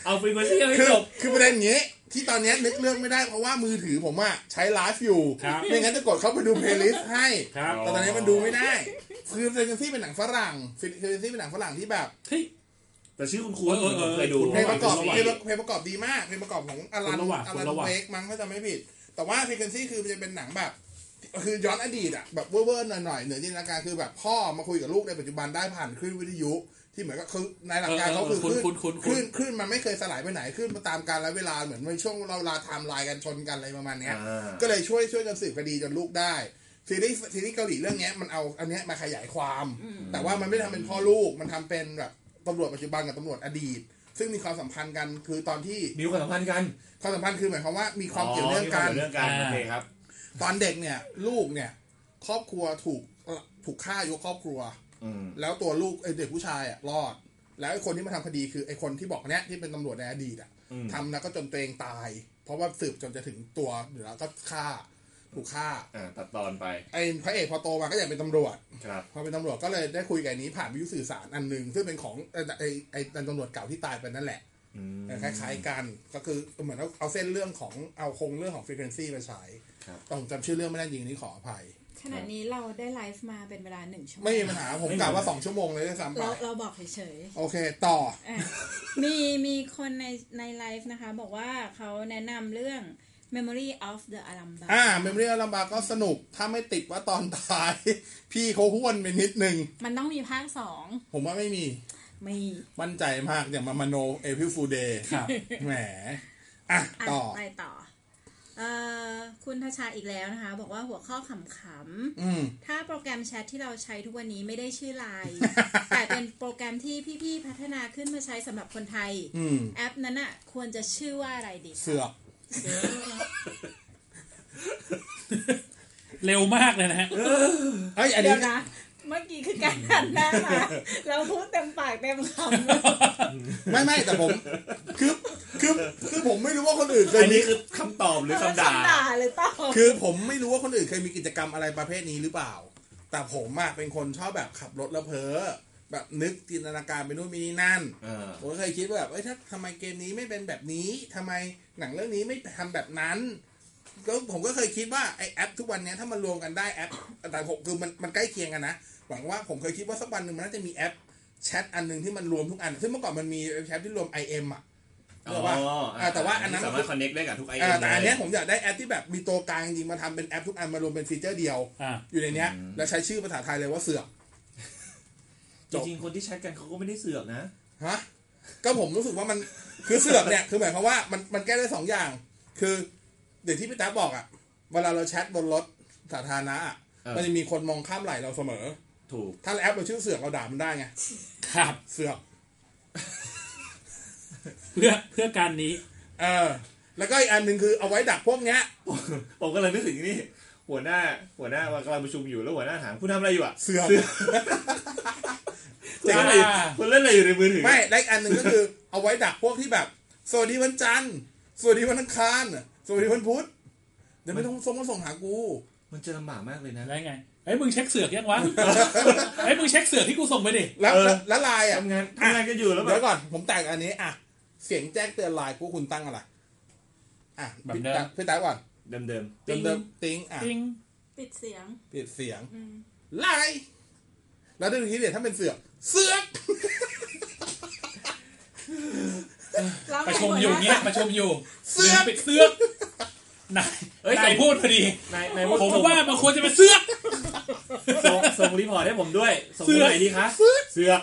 Speaker 3: เอาฟรีเควอนซี่ให้
Speaker 1: คือ
Speaker 3: จบ
Speaker 1: คือประเด็นอย่างนี้ ที่ตอนเนี้ยนึกเรื่องไม่ได้เพราะว่ามือถือผมอะใช้ไลฟ์อยู่
Speaker 4: ครับ
Speaker 1: ไม่งั้นจะกดเข้าไปดูเพลย์ลิสต์ให้
Speaker 4: ครับ
Speaker 1: แต่ตอนนี้มันดูไม่ได้ คือเฟรนซี่เป็นหนังฝรั่งเฟรนซี่เป็นหนังฝรั่งที่แบบ
Speaker 4: เฮ้ย
Speaker 3: แต่ชื่อคุณครู
Speaker 4: เออเออเออ
Speaker 3: เคยดู
Speaker 1: เพลงประกอบ
Speaker 4: คุณ
Speaker 1: เพ
Speaker 4: ระหว่าง
Speaker 1: ลงประเพลงประกอบดีมากเพลงประกอบของอลัน
Speaker 4: คุณระหว่าง
Speaker 1: อ
Speaker 4: คุณ
Speaker 1: ลัน
Speaker 4: ระหว่าง
Speaker 1: เวกมั้งถ้าจำไม่ผิด แต่ว่าเฟรนซี่คือมันจะเป็นหนังแบบ คือย้อนอดีตอะแบบเว่อร์ๆหน่อยๆเหนือจินตนาการคือแบบพ่อมาคุยกับลูกในปัจจุบันได้ผ่านคลื่นวิทยุ ที่เหมือนก็คือในหลักการเขาคือค
Speaker 4: เออ
Speaker 1: ลื่น
Speaker 4: เออคุณคุณ
Speaker 1: ค
Speaker 4: คุณ
Speaker 1: ลื่นคลื่นมันไม่เคยสลายไปไหนคลื่นมาตามการและเวลาเหมือนในช่วงเราเวลาไทม์ไลน์กันชนกันอะไรประมาณเนี้ย
Speaker 3: อ่า
Speaker 1: ก็เลยช่วยช่วยกันสืบคดีจนลูกได้ซีรีส์ซีรีส์เกาหลีเรื่องเนี้ยมันเอาอันเนี้ยมาขยายความ แต่ว่ามันไม่ได้ทำเป็นพ่อลูกมันทำเป็นแบบตำรวจปัจจุบันกับตำรวจอดีต ซึ่งมีความสัมพันธ์กันคือตอนที่
Speaker 3: มีความสัมพันธ์กัน
Speaker 1: ความสัมพันธ์คือหมายความว่ามีความเกี่ยวเนื่องกัน
Speaker 3: มีความเกี่ยวเนื่องกันโอเคครับ
Speaker 1: ตอนเด็กเนี่ยลูกเนี่ยครอบครัวถูกเอ่อถูกฆ่ายกครอบครัว
Speaker 3: อืม
Speaker 1: แล้วตัวลูกไอ้เด็กผู้ชายอ่ะรอด แล้วไอ้คนที่มาทำคดีคือไอ้คนที่บอกเนี้ยที่เป็นตำรวจในอดีตอ่ะ
Speaker 3: อืม
Speaker 1: ทำนะก็จนตัวเองตาย เพราะว่าสืบจนจะถึงตัวเดี๋ยวแล้วก็ฆ่าถูกฆ่า
Speaker 3: อ่าตัดตอนไป
Speaker 1: ไอ้พระเอกพอโตมาก็อยากเป็นตำรวจ
Speaker 3: ครับ
Speaker 1: พอเป็นตำรวจก็เลยได้คุยกับไอ้นี้ผ่านวิทยุสื่อสารอันหนึ่งซึ่งเป็นของไอ้ไอ้ไอ้ตำรวจเก่าที่ตายไปนั่นแหละ
Speaker 3: อืม
Speaker 1: คล้ายๆกันก็คือเหมือนเอาเอาเส้นเรื่องของเอาโครงเรื่องของ frequency มาใช้
Speaker 3: ครับ
Speaker 1: แต่ผมจำชื่อเรื่องไม่ได้จริงอันนี่ขออภัย
Speaker 5: ขนาดนี้เราได้ไลฟ์มาเป็นเวลาหนึ่งชั่วโมง
Speaker 1: ไม่มีปัญหาผมกล่าวว่าสองชั่วโมงเลยด้วยซ้ำไป
Speaker 5: เราเราบอกเฉยๆ
Speaker 1: โอเค ต่อ
Speaker 5: อ่ะมีมีคนในในไลฟ์นะคะ บอกว่าเขาแนะนำเรื่อง Memory of the Alhambra
Speaker 1: อ่าเมมเรียลลำบากก็สนุก ถ้าไม่ติดว่าตอนท้าย พี่เขาห้วนไปนิดนึง
Speaker 5: มันต้องมีภาคสอง
Speaker 1: ผมว่าไม่มี
Speaker 5: มี
Speaker 1: มั่นใจมากอย่างมามาโนเอพิฟูเดย์
Speaker 4: ครับ
Speaker 1: แหม อ่ะ
Speaker 5: อ่ะ
Speaker 1: ต่อ
Speaker 5: ไปต่อเอ่อคุณทชาอีกแล้วนะคะ บอกว่าหัวข้อขำ
Speaker 1: อืม
Speaker 5: ๆ ถ้าโปรแกรมแชทที่เราใช้ทุกวันนี้ไม่ได้ชื่อไลน์ แต่เป็นโปรแกรมที่พี่ๆ พัฒนาขึ้นมาใช้สำหรับคนไทย
Speaker 1: อืม
Speaker 5: แอปนั้นอ่ะ ควรจะชื่อว่าอะไรดี
Speaker 1: เสือก
Speaker 4: เร็วมากเลยนะฮะ
Speaker 1: เอ้ย อัน
Speaker 5: เดี๋
Speaker 1: นี้
Speaker 5: ยวนะ เมื่อกี้คือการหันหน้ามาเราพูดเต็มปากเต็มคำเลย
Speaker 1: ไม่ไม่แต่ ผม คือคือคือผมไม่รู้ว่าคนอื่นเคย
Speaker 3: อัน
Speaker 1: มี
Speaker 3: นี้คือคำตอบหรือคำด่า
Speaker 5: คำด่าเลยเปล่า
Speaker 1: คือผมไม่รู้ว่าคนอื่นเคยมีกิจกรรมอะไรประเภทนี้หรือเปล่า แต่ผมอะเป็นคนชอบแบบขับรถแล้วเพ้อแบบนึกจินตนาการไปนู่นไปนี่นั่น
Speaker 3: เออ
Speaker 1: ผมก็เคยคิดว่าแบบเอ้ยถ้าทำไมเกมนี้ไม่เป็นแบบนี้ทำไมหนังเรื่องนี้ไม่ทำแบบนั้นก็ผมก็เคยคิดว่าไอแอป ทุกวันเนี้ยถ้ามันรวมกันได้แอป แต่ผมคือมันมันใกล้เคียงกันนะหวังว่าผมเคยคิดว่าสักวันหนึ่งมันน่าจะมีแอปแชทอันหนึ่งที่มันรวมทุกอัน ซึ่งเมื่อก่อนมันมีแอปที่รวม IM อ่ะ
Speaker 3: อ๋
Speaker 1: เรียกว่า
Speaker 3: อะ
Speaker 1: แต่ว่าอันนั้น
Speaker 3: สามารถคอนเน็กได้กับทุกไอ
Speaker 1: เอ
Speaker 3: เอ็
Speaker 1: อแต่อันเนี้ยผมอยากได้แอปที่แบบมีตัวกลางจริงๆมาทำเป็นแอปทุกอันมารวมเป็นฟีเจอร์เดียว
Speaker 4: อ่า
Speaker 1: อยู่ในเนี้ยแล้วใช้ชื่อภาษาไทยเลยว่าเสือก
Speaker 3: จริงๆคนที่แชทกันเขาก็ไม่ได้เสือกนะ
Speaker 1: ฮะก็ผมรู้สึกว่ามันคือเสือกเนี่ย คือหมายความว่ามันมันแก้ได้สองอย่าง คือเดี๋ยวที่พี่ตาบอกอะ่ะ เวลาเราแชทบนรถสาธารณะอะ
Speaker 3: เออ
Speaker 1: มันจะมีคนมองข้ามไหล่เราเสมอ
Speaker 3: ถูก
Speaker 1: ถ้าแอปเราชื่อเสือกเราด่ามันได้ไง
Speaker 4: ครับ
Speaker 1: เสือก
Speaker 4: เพื่อเพื่อการนี้
Speaker 1: เออแล้วก็อีกอันหนึ่งคือเอาไว้ดักพวกเนี้ย
Speaker 3: ผมก็เลยนึกถึงนี่ หัวหน้าหัวหน้ากำลังประชุมอยู่แล้วหัวหน้าถามคุณทำอะไรอยู่อ่ะ
Speaker 1: เสือก
Speaker 3: คุณเล่นอะไรอยู่
Speaker 4: อ่า
Speaker 3: คุณเล่นอะไรอยู่ในมือถือ
Speaker 1: ไม่และอีกอันหนึ่งก็คือ เอาไว้ดักพวกที่แบบสวัสดีวันจันทร์สวัสดีวันอังคารสวัสดีวันพุธเดี๋ยวไม่ต้องส่งมาส่งหากู
Speaker 3: มันจะลำบากมากเลยนะ
Speaker 4: ได้ไงเฮ้ยมึงเช็คเสือกยังวะเฮ้ยมึงเช็คเสือกที่กูส่งไปดิ
Speaker 1: แล้ว
Speaker 3: เออ
Speaker 1: แล้วแล้วไลน์อ่ะ
Speaker 3: ทำงานทำงานกันอยู่แล้วแบ
Speaker 1: เดี๋ย
Speaker 3: บ
Speaker 1: วก่อนผมแต่งอันนี้อ่ะเสียงแจ้งเตือนไลน์พวกคุณตั้งอะไรอ่ะ
Speaker 4: แบบ
Speaker 1: พี่
Speaker 4: เดิม
Speaker 1: ตาพี่ตาก่อน
Speaker 3: เดิม
Speaker 1: เดิมเดิมติ้งอ่ะ
Speaker 4: จริง
Speaker 5: ปิดเสียง
Speaker 1: ปิดเสียง
Speaker 5: อืม
Speaker 1: ไลน์แล้วดูทีเดียวถ้าเป็นเสือกเสือก
Speaker 5: แล้วไง
Speaker 4: ประชุมอยู่ เงี้ยประชุมอยู่
Speaker 1: เสื
Speaker 4: ลื
Speaker 1: อ
Speaker 4: ม
Speaker 1: ก
Speaker 4: ปิดเสือกนาย
Speaker 3: ๆเอ้ย
Speaker 4: นายพูดพอดี
Speaker 3: นายนาย
Speaker 4: ผมว่ามันควรจะเป็นเสือก
Speaker 3: ส่งส่งรีพอร์ตให้ผมด้วย ส่ง
Speaker 4: เสือก
Speaker 3: ไปไหนดีคะเสือก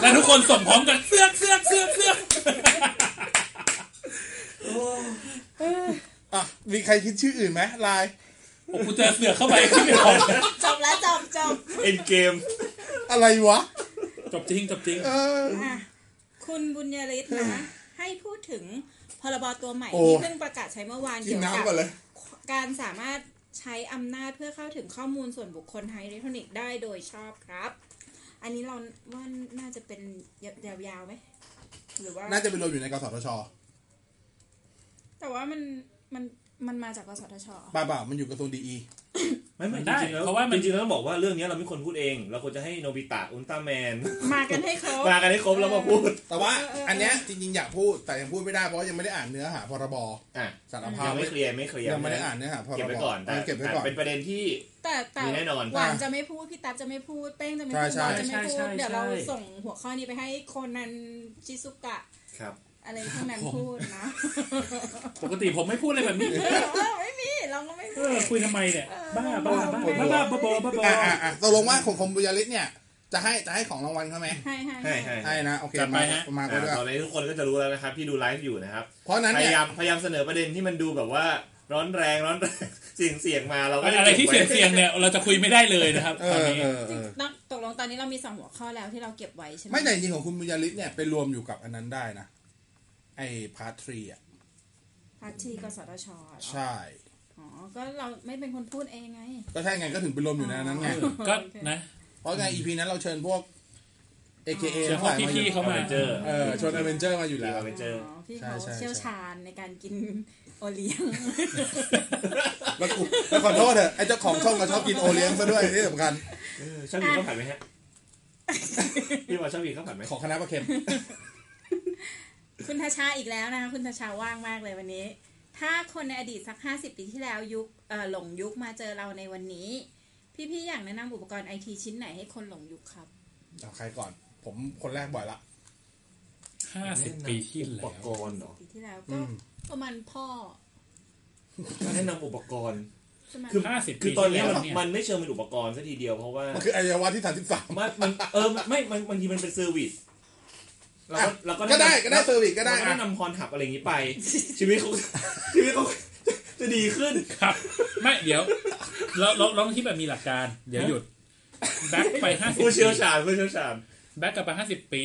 Speaker 4: แล้วทุกคนส่งพร้อมกันเสือกเสือกเสือกเสือก
Speaker 1: อ่ะมีใครคิดชื่ออื่นไหมไลน์
Speaker 4: โอ้กูเจอเสือกเข้าไป ที่ไม่พอก
Speaker 5: จบแล้วจบจบ
Speaker 3: เอ็นเกม
Speaker 1: อะไรวะ
Speaker 4: จบจริงจบจริง
Speaker 1: เออ
Speaker 5: อ่ะคุณบุญยริศนะ ให้พูดถึงพรบตัวใหม่
Speaker 1: โอ้
Speaker 5: ที่เพิ่งประกาศใช้เมื่อวาน
Speaker 1: กิ
Speaker 5: เกี่
Speaker 1: น
Speaker 5: ยวกับ
Speaker 1: น้ำก่อนเลย
Speaker 5: การสามารถใช้อำนาจเพื่อเข้าถึงข้อมูลส่วนบุคคลทางอิเล็กทรอนิกส์ได้โดยชอบครับ อันนี้เราว่าน่าจะเป็นยาวๆไหมหรือว่า
Speaker 1: น่าจะไปรวมอยู่ในกสทช
Speaker 5: แต่ว่ามันมันมันมาจากกสทช
Speaker 1: บ้าเปล่ามันอยู่กระทรวงดีอี
Speaker 3: ไม่ไม่
Speaker 4: มัน
Speaker 3: จ
Speaker 4: ได้
Speaker 3: ริงๆแล้ว
Speaker 4: เพราะว่ามัน
Speaker 3: จริงๆแล้วต้องบอกว่าเรื่องนี้เราไม่ควรพูดเอง เราควรจะให้โนบิตะอุลตร้าแมน
Speaker 5: มากันให้ครบ
Speaker 3: มากันให้ครบแล้วมาพูด
Speaker 1: แต่ว่า
Speaker 5: เออเออเอออั
Speaker 1: อันเนี้ยจริงๆอยากพูดแต่ยังพูดไม่ได้เพราะยังไม่ได้อ่านเนื้อหาพรบ
Speaker 3: อ่ะ
Speaker 1: สาร
Speaker 3: ยั
Speaker 1: ภาพ
Speaker 3: งไม่เคลียร์ไม่เคลียร์
Speaker 1: ยังไม่ได้อ่านเนื้อหาพรบ
Speaker 3: เก็บไว้ก่อนแต่
Speaker 1: เเก็บไว้ก่อน
Speaker 3: เป็นประเด็นที่
Speaker 5: แต่แต่
Speaker 3: มีแน่นอน
Speaker 5: หวานจะไม่พูด พี่ตั๊บจะไม่พูดเป้งจะไม่พูด
Speaker 1: ใช่
Speaker 5: บอลจะไม่พู
Speaker 4: ใช่
Speaker 5: ด
Speaker 4: ใช่
Speaker 5: เดี๋ยวเรา
Speaker 4: ใช่
Speaker 5: ส่งหัวข้อนี้ไปให้โคนนันชิซุกะ
Speaker 3: ครับ
Speaker 5: อะไรพวกนั้นพูดนะ
Speaker 4: ปกติผมไม่พูดอะไรแบบนี้
Speaker 5: เออไม่มีเราก็ไม่
Speaker 4: เอ
Speaker 5: พูด
Speaker 4: อคุยทำไมเนี่ยบ้าบ้าบ้า
Speaker 5: เออ
Speaker 4: บ้าบ้าบ้าบอบ้าบอ
Speaker 1: อ่ะอ่ะอ่ะตกลงว่าของคมบุญยลิศเนี่ยจะให้จะให้ของรางวัลเขาไหม
Speaker 5: ให้ให้
Speaker 3: ให้ให้
Speaker 1: ให้นะโอเค
Speaker 4: จัดไป
Speaker 1: มา
Speaker 4: ฮะ
Speaker 1: มา
Speaker 3: อ่ะ
Speaker 1: ก็ด้วย
Speaker 3: ตอนนี้ทุกคนก็จะรู้แล้วนะครับ ที่ดูไลฟ์อยู่นะครับ
Speaker 1: เพราะฉะนั้นเนี่ย
Speaker 3: พาย ยามพยายามเสนอประเด็นที่มันดูแบบว่าร้อนแรงร้อนแรง เสี่ยงเสี่ยงมาเราก็
Speaker 4: อะไรที่เสี่ยง
Speaker 3: ก็บไว้
Speaker 4: เสี่ยงๆเนี่ยเราจะคุยไม่ได้เลยนะครับ
Speaker 1: เอ
Speaker 4: ตอน
Speaker 1: อ
Speaker 4: นี้
Speaker 1: เออ
Speaker 5: จ
Speaker 1: เอ
Speaker 5: ริง
Speaker 1: อ
Speaker 5: ๆนะตกลงตอนนี้เรามีสองหัวข้อแล้วที่เราเก็บไว้ใช่ไหม
Speaker 1: ไม่แต่จริงๆของคุณบุญยลิศเนี่ยไปรวมอยู่กับอันนั้นได้นะ ไอ้พาร์ททรีอ่ะ
Speaker 5: พัชชีกสทชเหรอ
Speaker 1: ใช่
Speaker 5: อ๋อ ก็เราไม่เป็นคนพูดเองไง
Speaker 1: ก็ใช่ไงก็ถึงไปรวมอยู่ในนั้นไง
Speaker 4: ก็นะ
Speaker 1: เพราะไง EP นั้นเราเชิญพวก AKA
Speaker 4: เชิญพวกพี่ๆเขามา
Speaker 3: เจอร์
Speaker 1: เออชวนอเวนเจอร์มาอยู่แล้ว
Speaker 3: ไปเจออ๋
Speaker 5: อพี่เขา
Speaker 1: ใช่ใช่
Speaker 5: เชี่ยวชาญในการกินโอเลี้ยง
Speaker 1: แล้วกูแล้วขอโทษเถอะไอ้เจ้าของช่องก็ชอบกินโอเลี้ยงซะด้วยที่สำคัญ
Speaker 3: ชอบกินข้าวผัดไหมฮะ พี่ว่าชอบกินข้าวผัดไหม
Speaker 1: ของคณะประเค็ม
Speaker 5: คุณทชาอีกแล้วนะคะคุณทชาว่างมากเลยวันนี้ ถ้าคนในอดีตสัก 50 ปีที่แล้วยุคเอ่อหลงยุคมาเจอเราในวันนี้ พี่ๆอยากแนะนำอุปกรณ์ไอทีชิ้นไหนให้คนหลงยุคครับ
Speaker 1: เอาใครก่อน ผมคนแรกบ่อยละ
Speaker 4: ห้าสิบปีที่แล้
Speaker 3: อุป
Speaker 4: ว
Speaker 3: กรณ์เหรอ
Speaker 5: ปีที่แล้ว
Speaker 1: อื
Speaker 5: ก็
Speaker 1: ม
Speaker 5: ประมาณพ่อ
Speaker 3: แนะนำอุปกรณ์
Speaker 5: ประมาณ
Speaker 4: คือห้าสิบ
Speaker 3: คือตอนเนี้ยมัน
Speaker 4: ปีที่แล้วเนี่ย
Speaker 3: มันไม่เชิงเป็นอุปกรณ์ซะทีเดียวเพราะว่า
Speaker 1: มันคืออวัยวะที่สามสิบสาม
Speaker 3: มันมันเออมันไม่มันบางทีมันเป็นเซอร์วิสเราก็เราก็
Speaker 1: ก็ได้
Speaker 3: แนะ
Speaker 1: ก็
Speaker 3: นำ
Speaker 1: ได้เซอร์วิสก็ได้
Speaker 3: เราก็
Speaker 1: อะ
Speaker 3: แนะนำพรหับอะไรอย่างนี้ไป ชีวิตเขาชีวิตเขาจะดีขึ้น
Speaker 4: ครับ ไม่เดี๋ยว เราเราเราต้องคิดแบบมีหลักการ เดี๋ยวหยุดแบ็คไปห้าสิบ
Speaker 3: ผู้เชี่ยวชาญผู้เชี่ยวชาญ
Speaker 4: แบ็คกลับไปห้าสิบปี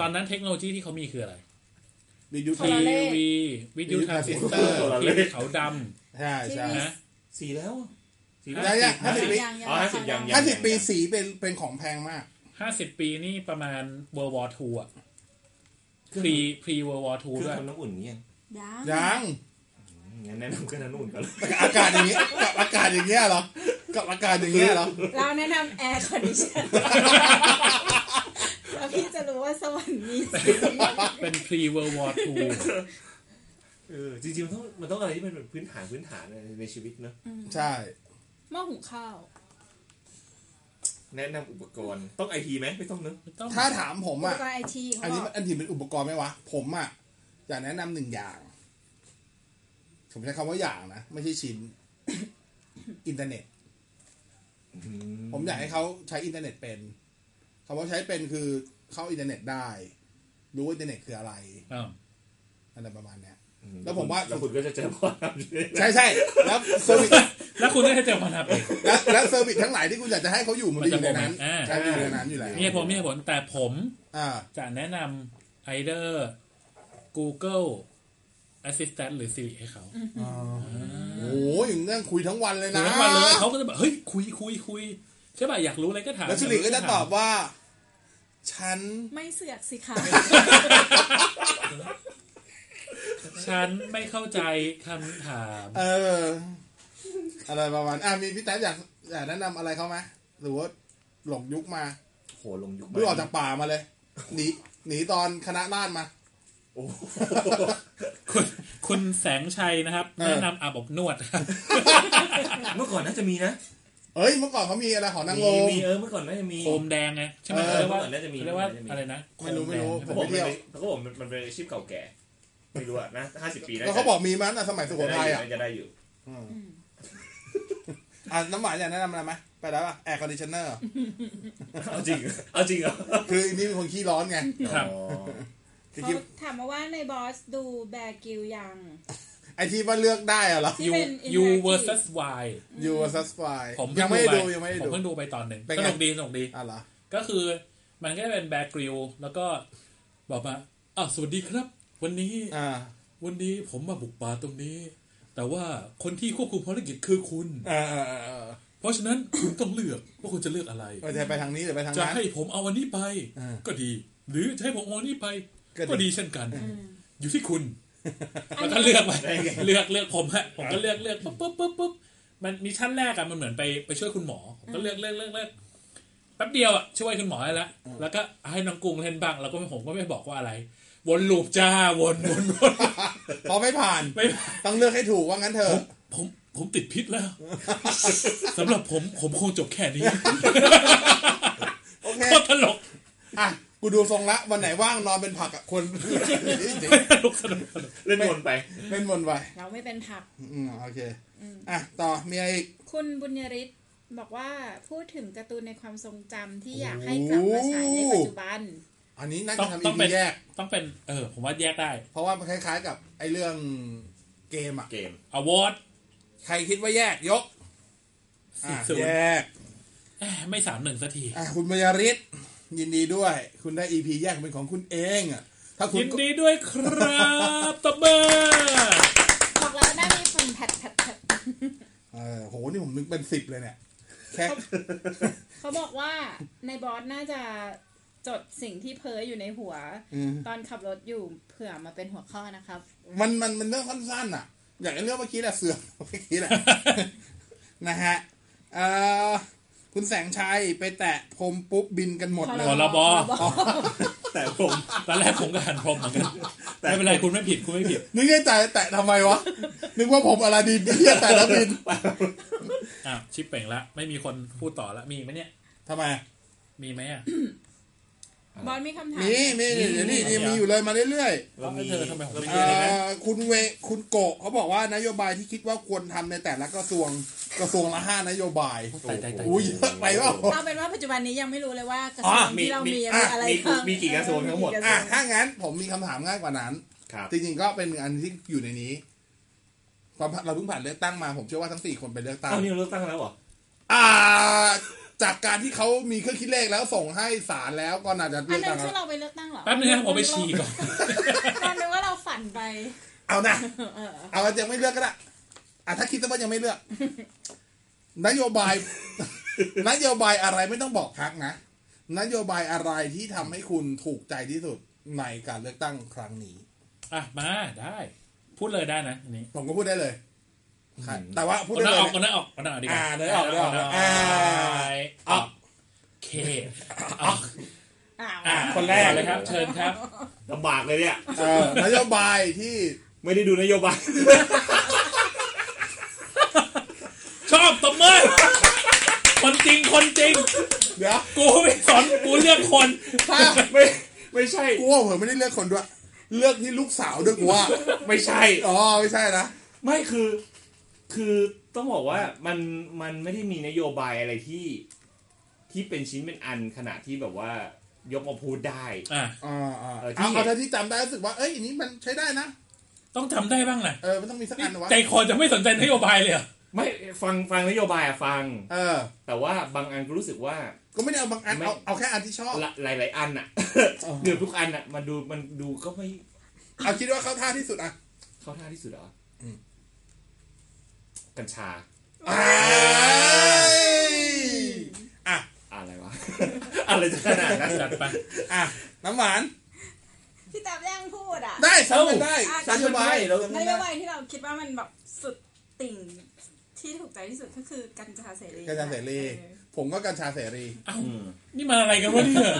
Speaker 4: ตอนนั้นเทคโนโลยีที่เขามีคืออะไร
Speaker 1: วิทยุ
Speaker 4: ทีวีวิทยุทรานซิสเตอร์
Speaker 3: โทรเล
Speaker 4: ที
Speaker 3: ข
Speaker 4: วีขาวด
Speaker 1: ใช่ใช่
Speaker 4: ำนะ
Speaker 3: สี่แล้วอะสี่
Speaker 1: ยังยัง
Speaker 4: ห้า
Speaker 1: ห้าสิบ
Speaker 4: สิบ
Speaker 1: ปี
Speaker 5: ยังยัง
Speaker 3: อ๋อห้าสิบยังยัง
Speaker 1: ห้าสิบปี
Speaker 3: ยัง
Speaker 1: สีเป็นเป็นของแพงมาก
Speaker 4: ห้าสิบปีนี่ประมาณ World War II อ่ะ pre pre World War II
Speaker 3: เครื่
Speaker 4: ด้วย
Speaker 3: องทำน้ำอุ่นนี่ยัง
Speaker 5: ยัง
Speaker 1: ยัง
Speaker 3: งั้นแนะนำเครื่องทำน้ำอุ่น ก่อนเลย
Speaker 1: แต่กับอากาศอย่างนี้ กับอากาศอย่างเงี้ยเหรอกับอากาศอย่างเงี้ยเหรอ
Speaker 5: เราแนะนำแอร์คอนดิ ชันแล้วพี่จะรู้ว่าสวรรค์มี สิง
Speaker 4: เป็น pre World War II
Speaker 3: เออจริงๆมันต้องมันต้องอะไรที่มันเป็นพื้นฐานพื้นฐานในชีวิตเนอะ
Speaker 1: ใช่
Speaker 5: หม้อหุงข้าว
Speaker 3: แนะนำอุปกรณ์ต้องไอทีไหมไม่ต้องเนอะ
Speaker 4: ต้อง
Speaker 1: ถ้าถามผม
Speaker 5: อุป
Speaker 1: อ่ะ
Speaker 5: กรณ์ไอทีเขา
Speaker 1: อัน
Speaker 5: บ
Speaker 1: นี้
Speaker 5: อก
Speaker 1: มันอันนี้เป็นอุปกรณ์ไหมวะ ผมอ่ะอยากแนะนำหนึ่งอย่าง ผมใช้คำว่าอย่างนะ ไม่ใช่ชิ้น อินเทอร์เน็ต ผมอยากให้เขาใช้อินเทอร์เน็ตเป็นคำว่าใช้เป็นคือเข้าอินเทอร์เน็ตได้ รู้ว่าอินเทอร์เน็ตคืออะไร
Speaker 4: อ้าว
Speaker 1: อะไรประมาณเนี้ย
Speaker 3: อื
Speaker 1: แล้วผมว่า
Speaker 3: แล้วคุณก็จะเจอพ่อทำด้วย
Speaker 1: ใช่ใช่แล้วเซอร์วิส
Speaker 4: แล้วคุณก็จะเจอปัญหาอีก
Speaker 1: แล้วแล้วเซอร์วิสทั้งหลายที่คุณอยากจะให้เขาอยู่มันจะอยู่ในนั้น
Speaker 4: มันจะบอกไหมอ่า
Speaker 1: ใช่อยู่ในนั้นอยู่แล้ว
Speaker 4: มีเหตุผลมีเหตุผลแต่ผม
Speaker 1: อ่า
Speaker 4: จะแนะนำ either Google Assistant หรือ Siri ให้เขา
Speaker 1: โอ้ยอย่างนั่งคุยทั้งวันเลย
Speaker 4: ถึ
Speaker 1: นะ
Speaker 4: งทั้งวันเลยเขาก็จะแบบ เฮ้ย คุยคุยคุยใช่ป่ะ อยากรู้อะไรก็ถาม
Speaker 1: แล้วสิริก็จะตอบว่า ฉัน
Speaker 5: ไม่เสือกสิคะ
Speaker 4: ฉันไม่เข้าใจคำถาม
Speaker 1: เออ อะไรประมาณอ่ะมีพี่แต๊บอยากอยากแนะนำอะไรเขาไหมหรือว่าหลงยุคมา
Speaker 3: โหลงยุค
Speaker 1: เพิ่งออกจากป่ามาเลยหนีหนีตอนคณะราษฎรมา
Speaker 3: โอ้โห
Speaker 4: คุณคุณแสงชัยนะครับ
Speaker 1: เออ
Speaker 4: แนะนำอาบอบน วดครับ
Speaker 3: เมื่อก่อนน่าจะมีนะ
Speaker 1: เอ้ยเมื่อก่อนเขามีอะไรหอนา
Speaker 3: มี
Speaker 1: งรม
Speaker 3: มีเออเมื่อก่อนน่าจะมี
Speaker 4: โคมแดงไงใช่ไหม
Speaker 1: เออ
Speaker 4: เขาเรียกว่า
Speaker 3: เมื่อก่อนน่าจะมี
Speaker 4: เขาเรียกว่า
Speaker 3: น่าจะมี
Speaker 4: อะไรนะ
Speaker 1: ไม่รู้ไม่รู้
Speaker 4: โค
Speaker 3: เขา
Speaker 4: ม
Speaker 3: บ
Speaker 4: แด
Speaker 3: อง ก
Speaker 1: ผม
Speaker 3: มั
Speaker 1: ไปเที่ยว
Speaker 3: นเป็นเขาบอกมันมันเป็นอาชีพเก่าแก่ไม่รู้อะนะห้าสิบปี
Speaker 1: แล้วเขาบอกมีมั้งอ่ะสมัยสุโขทัยอ่ะ
Speaker 3: จะได้อยู่
Speaker 1: อ่ะน้ำหวานอยากแนะนำอะไรไหมไปแล้วป่ะแอร์คอนดิชเนอร์
Speaker 3: เอาจริงเหรอเอาจริงเหรอ
Speaker 1: คืออันนี่เป็นคนขี้ร้อนไง
Speaker 4: ครับ
Speaker 3: อ๋อ
Speaker 1: คือ
Speaker 5: เขา
Speaker 1: คิด
Speaker 5: ถามมาว่าในบอสดูแบร์กิลยัง
Speaker 1: ไอที่ว่าเลือกได้อะเหรอ
Speaker 5: ที่เป็น
Speaker 4: you
Speaker 5: interactive
Speaker 4: versus y
Speaker 1: ยูซัสไฟ
Speaker 4: ผม
Speaker 1: ยัง
Speaker 4: เพิ่ง
Speaker 1: ไม่ได้
Speaker 4: ดู
Speaker 1: ดู
Speaker 4: ไป
Speaker 1: ยังไม่ได้
Speaker 4: ผม
Speaker 1: ดู
Speaker 4: เพิ่งดูไปตอนหนึ่ง
Speaker 1: เป็น
Speaker 4: ส
Speaker 1: ไง
Speaker 4: นุกดีสนุกดี
Speaker 1: อ่ะเหรอ
Speaker 4: ก็คือมันก็จะเป็นแบกริลแล้วก็บอกมาอ้าวสวัสดีครับ วันนี้
Speaker 1: อ่า
Speaker 4: วันนี้ผมมาบุกป่าตรงนี้ แต่ว่าคนที่ควบคุมภารกิจคือคุณ
Speaker 1: อ่าอ่าอ่าอ่า
Speaker 4: เพราะฉะนั้นคุณต้องเลือกว่าคุณจะเลือกอะไร
Speaker 1: ว่าจะไปทางนี้หรือไปทาง
Speaker 4: จะ
Speaker 1: นั้น
Speaker 4: ให้ผมเอาวันนี้ไป
Speaker 1: อ่า
Speaker 4: ก็ดี หรือจะให้ผมเอาวันนี้ไป
Speaker 1: ก็ดี
Speaker 4: ก็ดีเช่นกัน อยู่ที่คุณ
Speaker 5: อั
Speaker 4: แล้
Speaker 5: นนี้
Speaker 4: วก็เลือกไปเลือกเลือกผมฮะผมก็เลือกเลือกปุ๊บปุ๊บปุ๊บปุ๊บ มันมิชชั่นแรกอะมันเหมือนไปไปช่วยคุณหมอผมก็เลือกเลือกเลือกเลือกแป๊บเดียวอะช่วยคุณหมอได้แล้วแล้วก็ให้น้องกรุงเล่นบ้างแล้วก็ผมก็ไม่บอกว่าอะไร วนลูปจ้าวนวนวน
Speaker 1: เพราะไม่ผ่าน
Speaker 4: ไม่
Speaker 1: ต้องเลือกให้ถูกว่างั้นเถอะ
Speaker 4: ผมผมติดพิษแล้ว สำหรับผมผมคงจบแค่นี้
Speaker 1: โอเค
Speaker 4: โคตรตลก
Speaker 1: อ่ะกูดูทรงละวันไหนว่างนอนเป็นผักอ่ะคน
Speaker 4: ตลกสนุกสนุก
Speaker 3: เล่นวนไป
Speaker 1: เล่นวนไป
Speaker 5: เราไม่เป็นผัก
Speaker 1: อืมโอเคอ่ะต่อมีอะไรอีก
Speaker 5: คุณบุญยริศบอกว่าพูดถึงการ์ตูนในความทรงจำที่อยากให้กลับมาฉายในปัจจุบัน
Speaker 1: อันนี้น่า
Speaker 4: ต้อ
Speaker 1: จะ
Speaker 4: ง
Speaker 1: ทำ
Speaker 4: ต้
Speaker 1: อี
Speaker 4: องเป็
Speaker 1: พี
Speaker 4: น
Speaker 1: แยก
Speaker 4: ต้องเป็นเออผมว่าแยกได้
Speaker 1: เพราะว่ามันคล้าย ๆ กับไอ้เรื่องเกมอ่ะ
Speaker 3: เกม
Speaker 4: อวอร์ด
Speaker 1: ใครคิดว่าแยกยก
Speaker 4: สิ
Speaker 1: อ่ะ
Speaker 4: บศูน
Speaker 1: แย
Speaker 4: ย์
Speaker 1: ก
Speaker 4: ไม่สามหนึ่งสักที
Speaker 1: อ่ะคุณมายาริศยินดีด้วย คุณได้อีพีแยกเป็นของคุณเองอ่ะถ้าคุณ
Speaker 4: ยินดีด้วยครับ ตบมือ
Speaker 5: บอกแล้วน่ามีฝุ่นแผดแผดแผด
Speaker 1: เออโหนี่ผมนึกเป็นสิบเลยเนี่ยแค่
Speaker 5: เขาบอกว่าในบอสน่าจะจดสิ่งที่เพ้ออยู่ในหัว
Speaker 1: อืม
Speaker 5: ตอนขับรถอยู่เผื่อมาเป็นหัวข้อนะครับ
Speaker 1: มันมันมันเรื่องสั้นๆอ่ะ อย่างไอ้เรื่องเมื่อกี้แหละเสือก เมื่อกี้แหละ นะฮะเออคุณแสงชัยไปแตะพรมปุ๊บบินกันหมดเล
Speaker 5: พ
Speaker 1: ย
Speaker 4: พรบ
Speaker 1: อ๋อ
Speaker 3: แต่ผม
Speaker 4: ตอนแรกผมก็หันพรมเหมือนกันไม่เป็นไรคุณไม่ผิดคุณไม่ผิด
Speaker 1: นึกในใจแตะทำไมวะ นึกว่าผมอลาดินเหียแตะแล้วบิน
Speaker 4: อ่ะชิปเป่งละไม่มีคนพูดต่อละมีไหมเนี่ย
Speaker 1: ทำไม
Speaker 4: มีไหมอ่ะ
Speaker 5: บอสมีคำถาม
Speaker 1: มีมีเดี๋ยวนี้
Speaker 4: มี
Speaker 1: นี่
Speaker 4: เหรอ
Speaker 1: มีอยู่เลยมาเรื่อย
Speaker 3: เรามี
Speaker 4: เธอทำไมของ
Speaker 3: เรา
Speaker 4: ไม่
Speaker 3: มี
Speaker 1: ๆเอ่
Speaker 4: ได้
Speaker 3: อะไรนะ
Speaker 1: อคุณเวคุณโกะเขาบอกว่านโยบายที่คิดว่าควรทำในแต่ละกระทรวงกระทรวงละห้านโยบาย
Speaker 4: ตายตายตาย
Speaker 1: อุ้ยเยอะไปเปล่า
Speaker 5: เอาเป็นว่าปัจจุบันนี้ยังไม่รู้เลยว่ากระท
Speaker 1: อ๋
Speaker 5: รวง
Speaker 1: อมี
Speaker 5: ที่เรามี
Speaker 3: อ่ะ
Speaker 5: อะไร
Speaker 3: มี
Speaker 5: บ้าง
Speaker 3: มีกี่กระทรวงทั้งหมด
Speaker 5: กะทร
Speaker 1: อ่ะ
Speaker 5: วง
Speaker 1: ถ้างั้นผมมีคำถามง่ายกว่านั้น
Speaker 3: ครับ
Speaker 1: จริงๆก็เป็นหนึ่งอันที่อยู่ในนี้เราเราเพิ่งผ่านเลือกตั้งมาผมเชื่อว่าทั้งสี่คนไปเลือกตั้ง
Speaker 3: อ้าวนี่เราเลือกตั้งแล้วเหรอ
Speaker 1: อ่า จากการที่เขามีเครื่องคิดเลขแล้วส่งให้ศาลแล้วก็น่าจะ
Speaker 5: อั
Speaker 1: เลื
Speaker 5: น
Speaker 1: อกตั้
Speaker 5: นั้น
Speaker 1: ง
Speaker 5: คือ
Speaker 1: แล้ว
Speaker 5: เราไปเลือกตั้งเหรอ
Speaker 4: แป๊บนึงนะผมไปฉี่ก่อน
Speaker 5: ตอนนึกว่าเราฝันไป
Speaker 1: เอานะ
Speaker 5: เออเออ
Speaker 1: เอายังไม่เลือกก็ได้อ่ะถ้าคิดซะว่ายังไม่เลือก นโยบาย นโยบายอะไรไม่ต้องบอกพักนะ นโยบายอะไรที่ทำให้คุณถูกใจที่สุดในการเลือกตั้งครั้งนี้
Speaker 4: อ่ะมาได้ พูดเลยได้นะอันนี้
Speaker 1: ผมก็พูดได้เลยค่ะ
Speaker 3: อืม
Speaker 1: แต่ว่าพูด
Speaker 4: เอาห
Speaker 1: ได้
Speaker 4: น้า
Speaker 1: เล
Speaker 4: อย อกเอาหน้าออกเอาหน้าออกดีก
Speaker 1: อ่าเนื้อออกเนื้อออก
Speaker 4: ว่าาห
Speaker 1: อ่าอ
Speaker 4: ออ
Speaker 1: อก ก
Speaker 4: เคออก
Speaker 5: อ้าว
Speaker 4: อ่ะ
Speaker 1: คนแรก
Speaker 4: เลยครับ เชิญครับ
Speaker 3: ลำบากเลยเนี่ย
Speaker 1: เออนโยบายที่
Speaker 3: ไม่ได้ดูนโยบาย
Speaker 4: ชอบตบมือคนจริงคนจริง
Speaker 1: เดี๋ยว
Speaker 4: กูไม่สอนกูเลือกคน
Speaker 1: ถ้า
Speaker 3: ไม่ไม่ใช่
Speaker 1: กูว่าผมไม่ได้เลือกคนด้วย เลือกที่ลูกสาวด้วยกูว่า
Speaker 3: ไม่ใช่
Speaker 1: อ๋อไม่ใช่นะ
Speaker 3: ไม่คือ คือต้องบอกว่ามันมันไม่ได้มีนโยบายอะไรที่ ที่เป็นชิ้นเป็นอันขนาดที่แบบว่ายกมาพูดได้
Speaker 4: อ่ะ
Speaker 1: อ่าอ่า
Speaker 3: เออที่
Speaker 1: เอาเอาเท่าที่จำได้รู้สึกว่าเอ้ยอันนี้มันใช้ได้นะ
Speaker 4: ต้องจำได้บ้างนะ
Speaker 1: เออมันต้องมีสักอันนะวะ
Speaker 4: ใจคอจะไม่สนใจนโยบายเลยเหรอ
Speaker 3: ไม่ฟังฟังนโยบายอะฟัง
Speaker 1: เออ
Speaker 3: แต่ว่าบางอันก็รู้สึกว่า
Speaker 1: ก็ไม่ได้เอาบางอัน
Speaker 3: ไม่
Speaker 1: เอาเอาแค่อันที่ชอบ
Speaker 3: หลายหลายๆอันอะ
Speaker 1: อ๋อ
Speaker 3: เกือบทุกอันอะมันดูมันดูก็ไม่
Speaker 1: เอาคิดว่าเข้าท่าที่สุดอ่ะ
Speaker 3: เข้าท่าที่สุดเหรออ
Speaker 1: ม
Speaker 3: กัญชา
Speaker 1: อ้ายอ่ะ
Speaker 3: อะไรวะ อะไรจะขนาดนั้น
Speaker 4: จัดไป
Speaker 1: อ่ะ น้ำหวาน
Speaker 5: พี่ตาบยังพูดอ่ะ
Speaker 1: ได้ซ้ำกันได้
Speaker 5: เอ้า
Speaker 1: ซ้ำกันได้
Speaker 3: เรา
Speaker 5: นโยบายที่เราคิดว่ามันแบบสุดติ่งที่ถูกใจที่สุดก็คือกัญชาเสรี
Speaker 1: กัญชาเสรี
Speaker 5: ออ
Speaker 1: ผมก็กัญชาเสรี
Speaker 4: เอ้า นี่มันอะไรกันวะเนี่ย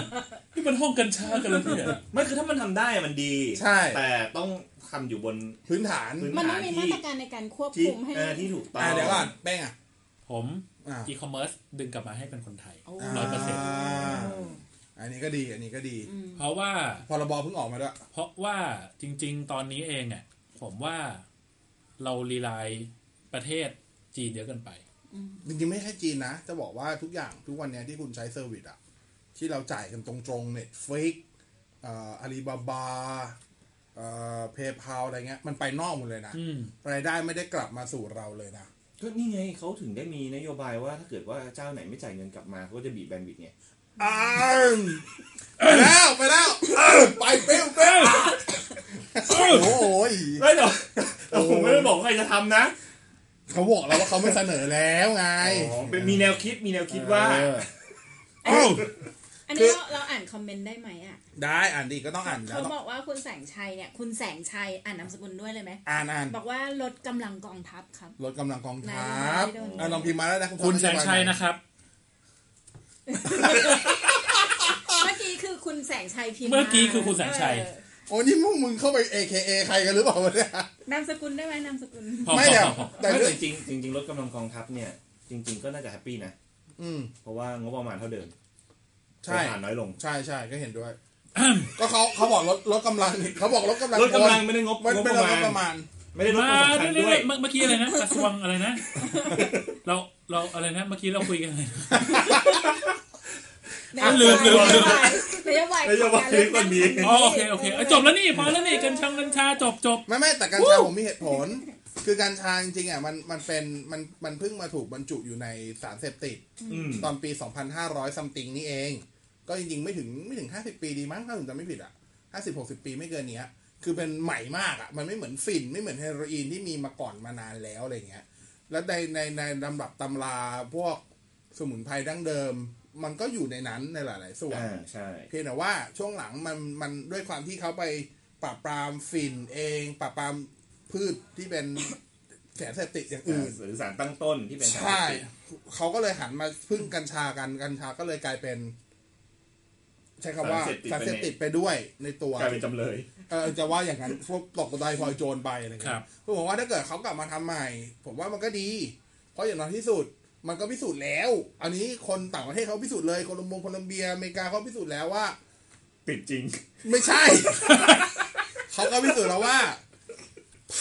Speaker 4: นี่มันห้องกัญชากันแล้วเนี่ย
Speaker 3: ไม่คือถ้ามันทำได้อะมันดี
Speaker 1: ใช่
Speaker 3: แต่ต้องทำอยู่บน
Speaker 1: พื้นฐาน
Speaker 3: พื้น
Speaker 5: มันต้องมีมาตรการในการควบ
Speaker 3: ที่
Speaker 5: คุมให้
Speaker 3: เออที่ถูกต้อง
Speaker 1: อ่ะ เดี๋ยวก่อนแป้งอ่ะ
Speaker 4: ผม
Speaker 1: อ่ะ
Speaker 4: อีคอมเมิร์ซดึงกลับมาให้เป็นคนไทย
Speaker 5: โอ้
Speaker 4: ร้อยเปอร์เซ็นต์
Speaker 1: าอันนี้ก็ดี อันนี้ก็ดี
Speaker 4: เพราะว่า
Speaker 1: พรบเพิ่งออกมาด้วย
Speaker 4: เพราะว่าจริง ๆ ตอนนี้เองอ่ะผมว่าเรารีไลน์ประเทศจีนเยอะเกินไป
Speaker 1: จริงๆไม่ใช่จีนนะ จะบอกว่าทุกอย่างทุกวันเนี้ยที่คุณใช้เซอร์วิสอะที่เราจ่ายกันตรงๆ Netflix เอ่ออาลีบาบาเอ่อเพย์พาอะไรเงี้ย มันไปนอกหมดเลยนะ
Speaker 4: อืม
Speaker 1: รายได้ไม่ได้กลับมาสู่เราเลยนะ
Speaker 3: ก็นี่ไงเขาถึงได้มีนโยบายว่าถ้าเกิดว่าเจ้าไหนไม่จ่ายเงินกลับมาเขาก็จะบีบแบนด์วิดต์ไง
Speaker 1: อ้าวไปแล้วไปแล้วเออไปเปรี้ยวเปรี้ยวโอ้โหย
Speaker 3: ไม่หรอกแต่ผมไม่ได้บอกใครจะทำนะ
Speaker 1: เขาบอกแล้วว่าเขาไม่เสนอแล้วไง
Speaker 3: อ๋อเป็นมีแนวคิดมีแนวคิดว่า
Speaker 1: เออ
Speaker 5: เอ้ย อันนี้เราเราอ่านคอมเมนต์ได้ไหมอ่ะ
Speaker 1: ได้อ่านดีก็ต้องอ่านอยู่แล้
Speaker 5: เขา
Speaker 1: วต้อง
Speaker 5: บอกว่าคุณแสงชัยเนี่ยคุณแสงชัยอ่านนามสกุลด้วยเลยไหม
Speaker 1: อ่านอ่าน
Speaker 5: บอกว่าลดกำลังกองทัพครับ
Speaker 1: ลดกำลังกองทัพ
Speaker 5: ไหนๆ
Speaker 1: อ่ะลองพิมพ์มาแล้วนะ
Speaker 4: คุณแสงชัยนะครับ
Speaker 5: เมื่อกี้คือคุณแสงชัยพิมพ์า
Speaker 4: เมื่อกี้คือคุณแสงชัย
Speaker 5: เออ
Speaker 1: โอ้นี่มึงมึงเข้าไป AKA ใครกันหรือเปล่าวะเนี่ย
Speaker 5: นามสกุลได้ไหมนามสกุล
Speaker 4: พอ
Speaker 1: ไม่
Speaker 4: พอ
Speaker 1: เดี๋ยว
Speaker 4: พอพอ
Speaker 1: แต่
Speaker 3: ไม่
Speaker 1: เรื่
Speaker 3: แต่
Speaker 1: อง
Speaker 3: จริงจริงจริงลดกำลังกองทัพเนี่ย จริง ๆ ก็น่าจะแฮปปี้นะ
Speaker 1: อืม
Speaker 3: เพราะว่างบประมาณเท่าเดิม
Speaker 1: ใช่
Speaker 3: อ่านน้อยลง
Speaker 1: ใช่ใช่ก็เห็นด้วย ก็เขาเขาบอกลดลดกำลังนี่เขาบอกลดกำลัง
Speaker 3: ลดกำลัง
Speaker 1: คน
Speaker 3: ไม่ได้งบ
Speaker 1: มัน
Speaker 3: งบ
Speaker 1: เป็
Speaker 3: ป
Speaker 1: น
Speaker 3: ระ
Speaker 1: ล
Speaker 3: มา
Speaker 1: ด
Speaker 3: ณ
Speaker 1: กำลัง
Speaker 3: ไม่ได้ลดค
Speaker 4: มาว
Speaker 3: ามสำคัญ
Speaker 4: เรื่
Speaker 3: ด้ว
Speaker 4: อย ยๆเมื่อเมื่อกี้อะไรนะกระทรวงอะไรนะ เราเราอะไรนะ เมื่อกี้เราคุยกันอะไร อ่ะลืมลืมลืม
Speaker 5: นโยบาย
Speaker 3: นโยบาย
Speaker 5: ของกรเลือกตั้ง
Speaker 4: อ๋อโอเคโอเคเอ้ยจบแล้วนี่พอแล้วนี่กัญชังกัญชาจบจบ
Speaker 1: ไม่ไม่แต่การชาผมมีเหตุผล คือการชาจริงๆอ่ะมันมันเป็นมันมันเพิ่งมาถูกบรรจุอยู่ในสารเสพติด
Speaker 3: อืม
Speaker 1: ตอนปี 2,500 ซัมติงนี่เอง ก็จริงๆ ไม่ถึงไม่ถึง 50 ปีดีมั้งถ้าผมจำไม่ผิดอ่ะ 50 60 ปีไม่เกินเนี้ย คือเป็นใหม่มากอ่ะ มันไม่เหมือนฝิ่น ไม่เหมือนเฮโรอีนที่มีมาก่อนมานานแล้วอะไรเงี้ย แล้วในในในลำดับตำราพวกสมุนไพรดั้งเดิม มันก็อยู่ในนั้นในหลาย ๆ ส่วน
Speaker 3: อ่าใช่
Speaker 1: เพียงแต่ว่าช่วงหลังมันมันด้วยความที่เขาไปปราบปรามฝิ่นเอง ปราบปรามพืชที่เป็น สารเสพติดอย่างอื่น
Speaker 3: หรือสารตั้งต้นที่เป็นสาร
Speaker 1: ใช่
Speaker 3: เสพติด
Speaker 1: เขาก็เลยหันมาพึ่งกัญชากันกัญชาก็เลยกลายเป็น ใช้คำว่าสารเสพติดไปด้วยในตัว
Speaker 3: กลายเป็นจำเลย
Speaker 1: เออจะว่าอย่างนั้นพวกตกกระไดพลอยโจรไปอะไร
Speaker 4: ครั
Speaker 1: เงี้
Speaker 4: บ
Speaker 1: ยคือผมว่าถ้าเกิดเขากลับมาทำใหม่ ผมว่ามันก็ดี เพราะอย่างน้อยที่สุด มันก็พิสูจน์แล้ว อันนี้คนต่างประเทศเขาพิสูจน์เลยโคลอมโบโคลัมเบียอเมริกาเขาพิสูจน์แล้วว่า
Speaker 3: ติดจริง
Speaker 1: ไม่ใช่ เขาก็พิสูจน์แล้วว่า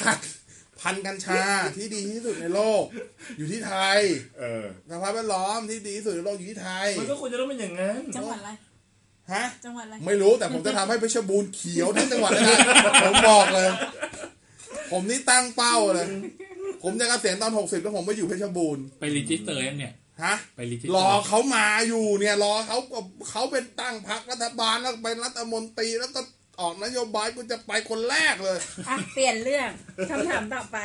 Speaker 1: พันธุ์พันธุ์กัญชาที่ดีที่สุดในโลก อยู่ที่ไทย
Speaker 3: เออ
Speaker 1: สภาพแวดล้อมที่ดีที่สุดในโลกอยู่ที่ไทย
Speaker 3: มันก็ควรจะต้องเป็นอย่างนั้น
Speaker 5: จังหวัดอะไร
Speaker 1: ฮะ
Speaker 5: จังหวัดอะไร
Speaker 1: ไม่รู้แต่ผมจะทำให้เพชรบูรณ์เขียวทั้งจังหวัด เลยนะ ผมบอกเลย ผมนี่ตั้งเป้าเลย ผมจะเกษียณตอนหกสิบแล้วผมไปอยู่เพชรบูรณ์
Speaker 4: ไปรีจิสเตอร์ยังเนี่ย
Speaker 1: ฮะ
Speaker 4: ไปรีจิสเต
Speaker 1: ร
Speaker 4: อ
Speaker 1: อ
Speaker 4: ร์
Speaker 1: เขามาอยู่เนี่ย รอเขาเขาเป็นตั้งพรรครัฐบาลแล้วเป็นรัฐมนตรีแล้วก็ออกนโยบายกูจะไปคนแรกเลย
Speaker 5: อ่ะ เปลี่ยนเรื่องคำถามต่อไป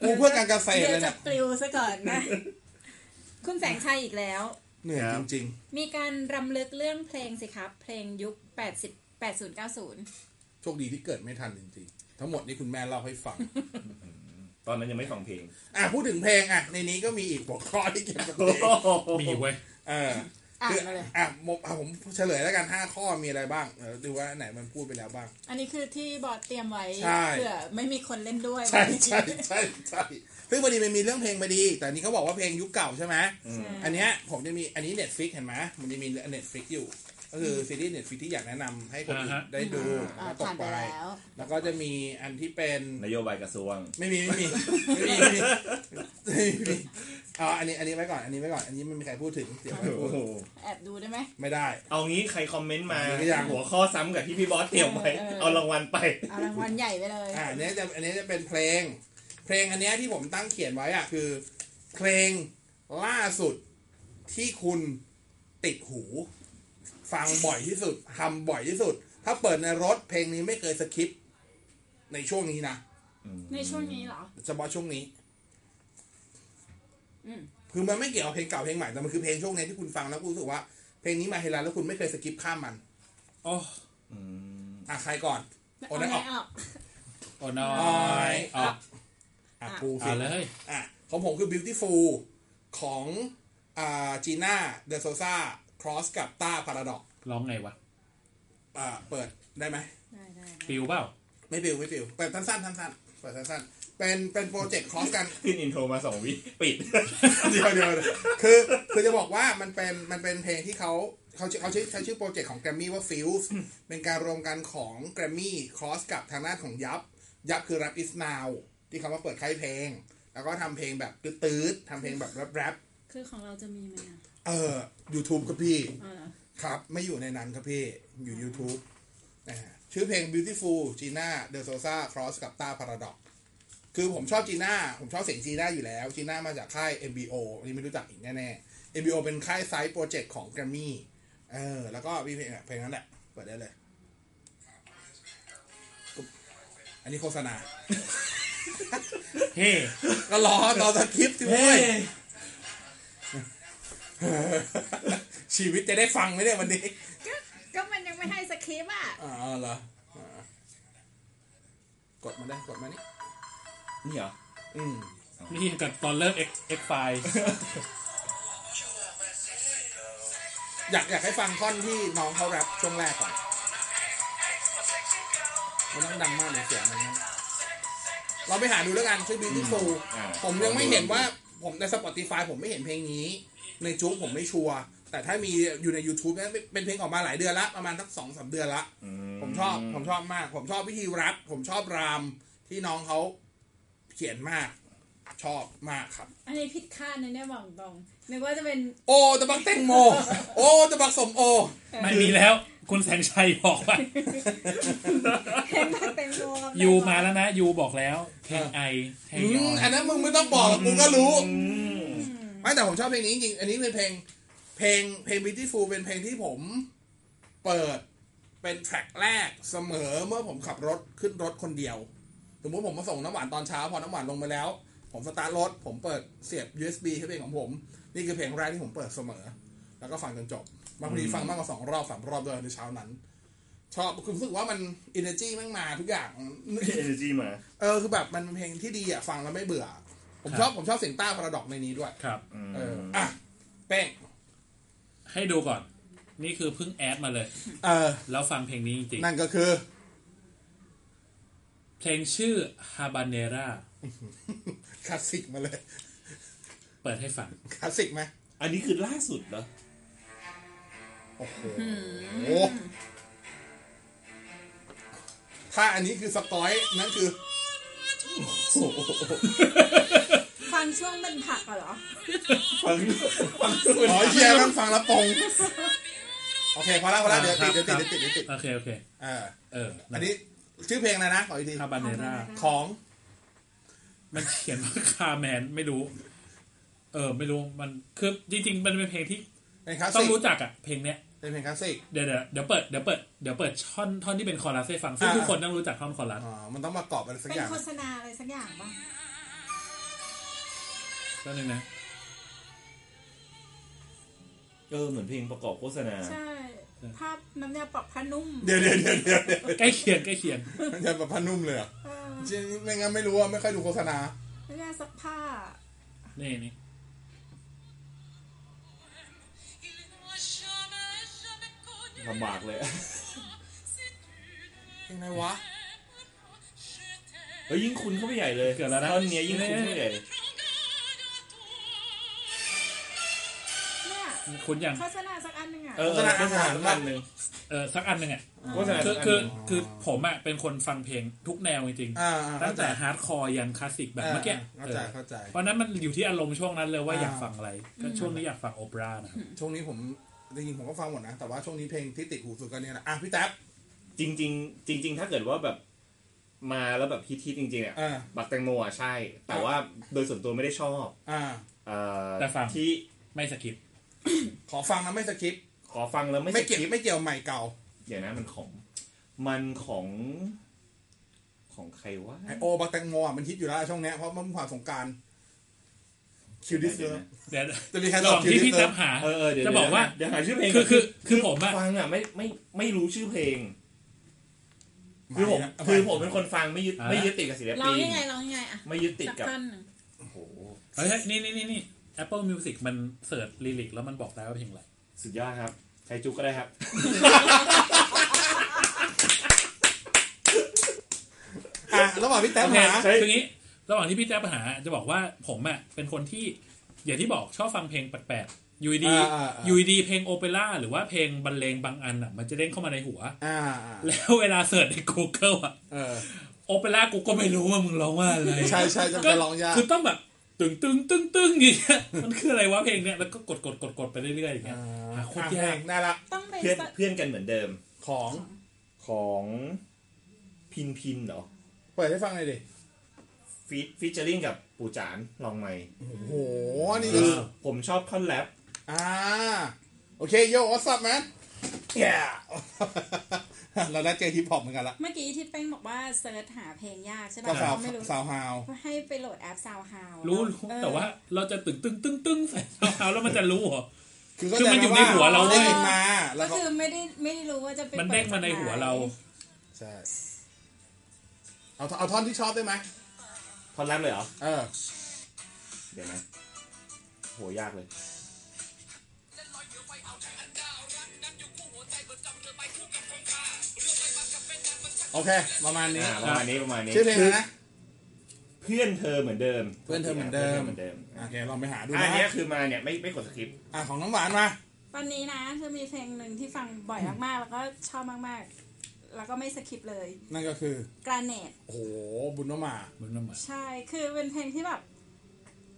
Speaker 1: กูเพื่อการเกษตรเลยเนี่ย
Speaker 5: ดี๋วจะปลิวซะก่อนนะ คุณแสงชัยอีกแล้ว
Speaker 1: เหนื่อย
Speaker 3: ครั
Speaker 1: จ
Speaker 3: บ
Speaker 1: ริง
Speaker 5: มีการรำลึกเรื่องเพลงสิครับ เพลงยุค 80 80 90
Speaker 1: ๆ โชคดีที่เกิดไม่ทันจริงๆ ทั้งหมดนี่คุณแม่เล่าให้ฟัง
Speaker 3: ตอนนั้นยังไม่ฟังเพลง
Speaker 1: อ่ะพูดถึงเพลงอ่ะ ในนี้ก็มีอีกหัวข้อที่เกี่ยวกับเพลง
Speaker 4: มีเว้ย
Speaker 1: เออ
Speaker 5: อ่ะ
Speaker 1: คือ
Speaker 5: มาเลย
Speaker 1: อ่ะผมอ่ะผมเฉลยแล้วกันห้าข้อมีอะไรบ้างเดี๋ยวดูว่าอันไหนมันพูดไปแล้ว บ้าง
Speaker 5: อันนี้คือที่บอร์ดเตรียมไว้
Speaker 1: ใช่
Speaker 5: เผื่อไม่มีคนเล่นด้วย
Speaker 1: ใช่ใช่ใช่ใช่ซึ่งพอดีมันมีเรื่องเพลงมาดี แต่อันนี้เขาบอกว่าเพลงยุคเก่าใช่ไหม
Speaker 5: ใช่
Speaker 1: อันเนี้ยผมจะมีอันนี้ Netflix เห็นไหมมันจะมี Netflix อยู่ ก็คือซีรีส์ Netflix ที่อยากแนะนำให้คนอื่น
Speaker 4: อ่าฮะ
Speaker 1: ได้ดู
Speaker 5: อ่ะ
Speaker 1: แล้วต
Speaker 5: ผ่าก น
Speaker 1: ไป
Speaker 5: ไปแล้ว
Speaker 1: แล้วก็จะมีอันที่ เป็น
Speaker 3: นโยบายกระทรวง
Speaker 1: ไม่มีไม่มีไม่มีไม่มีไม่มีเอาอันนี้อันนี้ไว้ก่อนอันนี้ไว้ก่อนอันนี้ไม่มีใครพูดถึงเดี๋ยวค่อยพูด
Speaker 5: แอบดูได้ไหม
Speaker 1: ไม่ได้
Speaker 3: เอางี้ใครคอมเมนต์มา
Speaker 1: อันนี้ก็ยัง
Speaker 3: หัวข้อซ้ำกับที่พี่บอสเตรียมไว้
Speaker 5: เออ
Speaker 3: เอารางวัลไป
Speaker 5: เอารางวัลใหญ่ไปเลย
Speaker 1: อ่าอันเนี้ยจะอันเนี้ยจะเป็นเพลง เพลงอันเนี้ยที่ผมตั้งเขียนไว้อ่ะคือ เพลงล่าสุดที่คุณติดหู ฟังบ่อยที่สุดทำบ่อยที่สุด ถ้าเปิดในรถเพลงนี้ไม่เคยสคิป ในช่วงนี้นะ
Speaker 5: ในช่วงนี้เหรอ
Speaker 1: เฉพาะช่วงนี้
Speaker 5: อืม
Speaker 1: คือมันไม่เกี่ยวกับเพลงเก่าเพลงใหม่แต่มันคือเพลงช่วงนี้ที่คุณฟังแล้วคุณรู้สึกว่าเพลงนี้มาเฮลาแล้วคุณไม่เคยสคิปข้ามมัน
Speaker 4: โอ้
Speaker 3: อืม
Speaker 1: อ่ะใครก่อน โอ้นั่นออก
Speaker 5: เาไงออก
Speaker 4: โอ้น้อ
Speaker 1: อ่อย
Speaker 4: ยออ
Speaker 1: อ่ะ
Speaker 4: ก
Speaker 5: อ่ะ
Speaker 1: กูสิ
Speaker 4: เอาเลย
Speaker 1: อ่ะของผมคือ beautiful ของอ่าจีน่าเดโซซาครอสกับต้าพาราดอก
Speaker 4: ร้องไงวะ
Speaker 1: อ่าเปิดได้ไหม
Speaker 5: ได้ได้ได้
Speaker 4: ปิวเปล่า
Speaker 1: ไม่ปิวไม่ปิวเปิดสั้นๆสั้นๆเปิดสั้นๆเป็นเป็นโปรเจกต์ครอสกัน
Speaker 3: ขึ้นอินโทรมาสองวิ ปิด
Speaker 1: เดียวเดียวเดี๋ยวคือคือจะบอกว่ามันเป็นมันเป็นเพลงที่เขาเขาชื่อเขาชื่อใช้ชื่อโปรเจกต์ของแกรมมี่ว่าฟิลส์เป็นการรวมกันของแกรมมี่ครอสกับทางด้านของยับ ยับคือ rap is now ที่เขามาเปิดค่ายเพลง แล้วก็ทำเพลงแบบตืดๆทำเพลงแบบแรป
Speaker 5: คือของเราจะมีไหมอ่ะ
Speaker 1: ๆเออ YouTube ครับพี่
Speaker 5: เอาเหรอ
Speaker 1: ครับ ไม่อยู่ในนั้นครับพี่ อยู่ YouTube นะฮะชื่อเพลง beautiful Gina De Sosa Cross กับ Tha Paradox คือผมชอบจีน่า ผมชอบเสียงจีน่าอยู่แล้ว จีน่ามาจากค่าย MBO อันนี้ไม่รู้จักอีกแน่ๆ MBO เป็นค่ายไซต์โปรเจกต์ของแกรมมี่ เออ แล้วก็มีเพลงเพลงนั้นแหละ เปิดได้เลย อันนี้โฆษณา
Speaker 4: เฮ้
Speaker 1: ก็รอรอสคริปต์สิเว้ย ชีวิตจะได้ฟังไหมเนี่ยวันนี้
Speaker 5: ก็มันยังไม่ให้สคริปต์อ่ะ
Speaker 1: อ๋อเหรออ่ากดมาได้กดมานี่
Speaker 3: นี่เหรอ
Speaker 1: อืม
Speaker 4: นี่กับตอนเริ่ม X X ไฟ ล์
Speaker 1: อยากอยากให้ฟังท่อนที่น้องเขาแรปช่วงแรกก่อนไม่ต้องดังมากเลยเสียงมันนะเราไปหาดูแล้วกันชื่อ Beautiful
Speaker 3: อ่า
Speaker 1: ผมยังไม่เห็นว่าผมใน Spotify ผมไม่เห็นเพลงนี้ ในจุ๊กผมไม่ชัวร์แต่ถ้ามีอยู่ใน YouTube เนี่ยเป็นเป็นเพลงออกมาหลายเดือนละประมาณทั้งสองสามเดือนละ
Speaker 3: อื
Speaker 1: ผมชอบผมชอบมาก ผมชอบวิธีรัดผมชอบรามที่น้องเขาเขียนมากชอบมากครับ
Speaker 5: อันนี้ผิดคาดนะเนี่ยบอกตรงนึกว่าจะเป็น
Speaker 1: โอตะบักแตงโม โอตะบักสมโอ
Speaker 4: ไม่มีแล้ว คุณแสงชัยบอกว่า
Speaker 5: เพลงแบบเต็มโมกับ
Speaker 4: ยูมาแล้วนะยูบอกแล้วเพลงไอเพล
Speaker 1: อื
Speaker 4: งน
Speaker 1: ม
Speaker 4: อน
Speaker 1: อันนั้นมึงไม่ต้องบอกหรอกกูก็รู้
Speaker 3: อืม
Speaker 1: ไม่แต่ผมชอบเพลงนี้จริงๆ อันนี้เป็นเพลง เพลงเพลง beautiful เป็นเพลงที่ผมเปิดเป็นแทร็กแรกเสมอเมื่อผมขับรถขึ้นรถคนเดียวสมมติผมมาส่งน้ำหวานตอนเช้า พอน้ำหวานลงไปแล้ว ผมสตาร์ทรถ ผมเปิดเสียบ USB ที่เป็นของผม นี่คือเพลงแรกที่ผมเปิดเสมอ แล้วก็ฟังจนจบบางทีฟังมากกว่าสองรอบสามรอบด้วยในเช้านั้น ชอบคือรู้สึกว่ามัน energy แม่งมาทุกอย่าง
Speaker 3: เอเนอร์จีมา
Speaker 1: เออคือแบบมันเป็นเพลงที่ดีอ่ะฟังแล้วไม่เบื่อ ผมชอบผมชอบเสียงต้าพาราดอกในนี้ด้วย
Speaker 4: ครับ
Speaker 3: อืม
Speaker 1: เอออ่ะเป้ง
Speaker 4: ให้ดูก่อน นี่คือเพิ่งแอดมาเลย
Speaker 1: เออ
Speaker 4: แล้วฟังเพลงนี้จริง
Speaker 1: นั่นก็คือ
Speaker 4: ๆ เพลงชื่อ Habanera
Speaker 1: คลาสสิกมาเลย
Speaker 4: เปิดให้ฟัง
Speaker 1: คลาสสิกไหม
Speaker 3: อันนี้คือล่าสุดเหรอ
Speaker 1: โอ้โหถ้าอันนี้คือสกอย นั่นคือ
Speaker 5: ฟังช่วงเป็นผักอะเหรอ
Speaker 3: ฟังฟัง
Speaker 1: อ๋อเฮียมันฟังและปง โอเค พอแล้วพอแล้วเดี๋ยวติดเดี๋ยวติดเดี๋ยวติดเดี๋ยวติด
Speaker 4: โอเค โอเค
Speaker 1: เออ
Speaker 4: เออ
Speaker 1: อันนี้ชื่อเพลงอะไรนะ ขออีกที
Speaker 4: ฮาบาเนรา
Speaker 1: ของ
Speaker 4: มันเขียนว่าคาแมนไม่รู้ เออ ไม่รู้ มันคือจริงๆ มันเป็นเพลงที่
Speaker 1: เป็นคลาส
Speaker 4: ต้อ
Speaker 1: สิ
Speaker 4: ง
Speaker 1: ก
Speaker 4: รู้จักอะเพลงเนี้ย
Speaker 1: เป็นเพลงคลาสสิก
Speaker 4: เดี๋ยวเดี๋ยวเดี๋ยวเปิด เดี๋ยวเปิด เดี๋ยวเปิดท่อนท่อนที่เป็นคอรัสให้ฟัง ซึ่ง
Speaker 1: อ่า
Speaker 4: ทุกคนต้องรู้จักท่อนคอรัส
Speaker 1: อ๋อ มันต้องประกอบอะไรสัก
Speaker 5: เป็น
Speaker 1: อย่าง
Speaker 5: โฆษณาอะไรสักอย่างป่ะ
Speaker 4: ก็นึงนะ
Speaker 3: เออเหมือนเพลงประกอบโฆษณา
Speaker 5: ใช่ ภาพน้ำยาปรับผ้านุ่ม
Speaker 1: เดี๋ยวเดี๋ยวเดี๋ยวเดี๋ยวเดี๋ยว
Speaker 4: ใกล้เคียงใกล้เคียง
Speaker 1: มันจะแบบพันนุ่มเลยเหรอ
Speaker 5: เออ
Speaker 1: จริงไม่งั้นไม่รู้ว่าไม่ค่อยดูโฆษณา
Speaker 5: น้ำยาซักผ้า
Speaker 4: นี่นี่
Speaker 3: ลำบากเลย
Speaker 1: เพลงอะไรวะ
Speaker 3: เอ้ยยิ่งคุณเข้าไปใหญ่เลย
Speaker 4: เกิดแล้วนะ
Speaker 3: ท่อนเนี้ยยิ่งคุณเข้าไปใหญ่เลย
Speaker 5: เนี่ย
Speaker 4: คุณยัง
Speaker 5: โฆษณาสักอันหนึ่งอะ
Speaker 3: เออ
Speaker 1: โฆษณา
Speaker 3: โฆษณา
Speaker 1: อาหาร
Speaker 3: สักอันหนึ่ง
Speaker 4: เออ สักอันหนึ่งอะ
Speaker 3: โฆษณา
Speaker 4: คือ
Speaker 3: สักอันห
Speaker 4: คือ
Speaker 3: นึ่ง
Speaker 4: คือผมอะเป็นคนฟังเพลงทุกแนวจริง
Speaker 1: อ่าอ่า
Speaker 4: ๆตั้
Speaker 1: เข้าง ใจ
Speaker 4: แต่ฮาร์ดคอร์ยันคลาสสิกแบบเมื่อกี้
Speaker 1: าเข้าใจ
Speaker 4: เออ
Speaker 1: เข้าใจ
Speaker 4: เพราะนั้นมันอยู่ที่อารมณ์ช่วงนั้นเลยว่า
Speaker 1: อ่า
Speaker 4: อยากฟังอะไร ก็ช่วงนี้อยากฟังโอเปร่านะครับ
Speaker 1: ช่วงนี้ผมจริงๆผมก็ฟังหมดนะ แต่ว่าช่วงนี้เพลงที่ติดหูสุดก็เนี่ยนะอ่ะพี่แท็บ
Speaker 3: จริงจริงๆ จริง ๆ ถ้าเกิดว่าแบบมาแล้วแบบฮิตๆจริงๆเนี่ย
Speaker 1: อ่า
Speaker 3: บักแตงโมอ่ะใช่ แต่ว่าโดยส่วนตัวไม่ได้ชอบ
Speaker 1: อ่า
Speaker 3: เอ่อ
Speaker 4: แต่ฟัง
Speaker 3: ที่
Speaker 4: ไม่สกิป
Speaker 1: ขอฟังนะไม่สคริปต์
Speaker 3: ขอฟังแล้วไม่
Speaker 1: ไม่เกี่ยว
Speaker 3: สป
Speaker 1: ไม่เกี่ยวใหม่เก่า
Speaker 3: เดี๋ยวนะมันของ มันของ ของใครวะ
Speaker 1: ไอโอบักแตงโมอ่ะมันฮิตอยู่แล้วช่วงเนี้ยเพราะมันผ่านสงกรารคิวดิสเซอ
Speaker 3: เดี๋ยว
Speaker 1: ร์
Speaker 3: นะ
Speaker 4: เดี๋ย
Speaker 1: จะ
Speaker 4: ว
Speaker 1: มีใคร
Speaker 4: ระ
Speaker 1: ตอ
Speaker 4: หว่าง
Speaker 1: บคิว
Speaker 4: ที่
Speaker 1: ดิส
Speaker 4: พี่
Speaker 1: เซอ
Speaker 4: แท็บ
Speaker 1: ร์
Speaker 4: หา
Speaker 3: เออเออเดี๋ยว
Speaker 4: จะบอกว่า
Speaker 3: เดี๋ยวหาชื่อเพลง
Speaker 4: คือคือคือผมอะ
Speaker 3: ฟังอ่ะไม่ไม่ไม่รู้ชื่อเพลง
Speaker 1: ห
Speaker 3: คือผม
Speaker 1: ายะ
Speaker 3: คือผมเป็นคนฟังไม่ยึด
Speaker 4: อ่า
Speaker 3: ไม่ยึดติดกับศิล
Speaker 5: ร้อ
Speaker 3: ปิ
Speaker 5: ง
Speaker 3: น
Speaker 5: ยังไงร้องยังไงอะ
Speaker 3: ไม่ยึดติด
Speaker 5: สัก
Speaker 3: กับ
Speaker 5: ท่อนหนึ่ง
Speaker 3: โอ้โห
Speaker 4: เฮ้ยนี่นี่นี่นี่ Apple Music มันเสิร์ชลิลิกแล้วมันบอกได้ว่าเพลงอะไร
Speaker 3: สุดยอดครับ ใครจุกก็ได้ครับ
Speaker 1: อ่ะระหว่างพี่แท็บ
Speaker 4: โอเค
Speaker 1: หา
Speaker 3: ใช่
Speaker 4: คืองี้ระหว่างที่พี่แจ๊บหาจะบอกว่าผมอะเป็นคนที่อย่างที่บอกชอบฟังเพลงแปลกๆอยูดี
Speaker 1: อ่าอ่าอ่า
Speaker 4: อยูดีเพลงโอเปร่าหรือว่าเพลงบรรเลงบางอันอะมันจะเด้งเข้ามาในหัว
Speaker 1: อ่าอ่า
Speaker 4: แล้วเวลาเสิร์ชใน Google อะ
Speaker 1: เออ
Speaker 4: โอเปร่ากูก็ไม่รู้ว่ามึงร้องว่าอะไร
Speaker 1: ใช่ใช่จะไปลองยาก
Speaker 4: คือต้องแบบตึงตึงตึงตึงอย่างเงี้ย มันคืออะไรวะเพลงเนี้ยแล้วก็กดกดกดกดไปเรื่อยๆอย่างเงี้ย
Speaker 1: อ่า
Speaker 4: หาโคตร
Speaker 1: อ่ะเพล
Speaker 4: ยาก
Speaker 1: งน่ารัก
Speaker 5: ต้องไป
Speaker 3: เพื่อน
Speaker 5: สัก
Speaker 3: เพื่อนกันเหมือนเดิม
Speaker 1: ของ
Speaker 3: ของพินพินเหรอ
Speaker 1: เปิดให้ฟังหน่อยดิ
Speaker 3: ฟีดฟีเจอริงกับปู่จานลองใหม่
Speaker 1: โอ้โหนี่
Speaker 3: คือผมชอบท่อนแรป
Speaker 1: อ่าโอเคโย่ what's up man yeah เราได้เจอฮิปฮอปเหมือนกันละ
Speaker 5: เมื่อกี้ที่เป้งบอกว่าเซิร์ชหาเพลงยากใช่
Speaker 1: ก็
Speaker 5: ป่ะ
Speaker 1: สาว
Speaker 5: เขาไม่รู้
Speaker 1: สาวฮาว
Speaker 5: ให้ไปโหลดแอปซาวฮาว
Speaker 4: รู้รู้แต่ว่าเราจะตึงตึงตึงตึงใส่เท้าแล้วมันจะรู้เหรอ
Speaker 1: คือ
Speaker 4: คือมันอยู่ในหัวเราเว้
Speaker 1: ได้
Speaker 4: ย
Speaker 1: ยินมาแล้ว
Speaker 5: ก็
Speaker 1: ก็
Speaker 5: คือไม่ได้ไม่ได้รู้ว่าจะเป็น
Speaker 4: มันเด้งมาในหัวเรา
Speaker 1: ใช่เอาเอาท่อนที่ชอบได้ไหม
Speaker 3: ท่อนแรกเลยเหรอ
Speaker 1: เออ
Speaker 3: เดี๋ยวนะโหยากเลย
Speaker 1: โอเค ประมาณนี้
Speaker 3: อ่าประมาณนี้ประมาณนี้
Speaker 1: ชื่อเพลงอะไรนะ
Speaker 3: เพื่อนเธอเหมือนเดิม
Speaker 1: เพื่อนเธอเหมือนเดิม
Speaker 3: พื่ธเหมือนเดิม
Speaker 1: โอเคลองไปหาดู
Speaker 3: อัน
Speaker 1: นะ
Speaker 3: เนี้ยคือมาเนี่ยไม่ไม่กดสคริปต์
Speaker 1: อ่ะของน้ำหวานมา
Speaker 5: ตอนนี้นะจะมีเพลงหนึ่งที่ฟังบ่อยมากๆ แล้วก็ชอบมากๆ แล้วก็ไม่สคิปเลย
Speaker 1: นั่นก็คือก
Speaker 5: ราเนต
Speaker 1: โอ้โหบุญน้ำมา
Speaker 6: มึงน้ำมัน
Speaker 5: ใช่ คือเป็นเพลงที่แบบ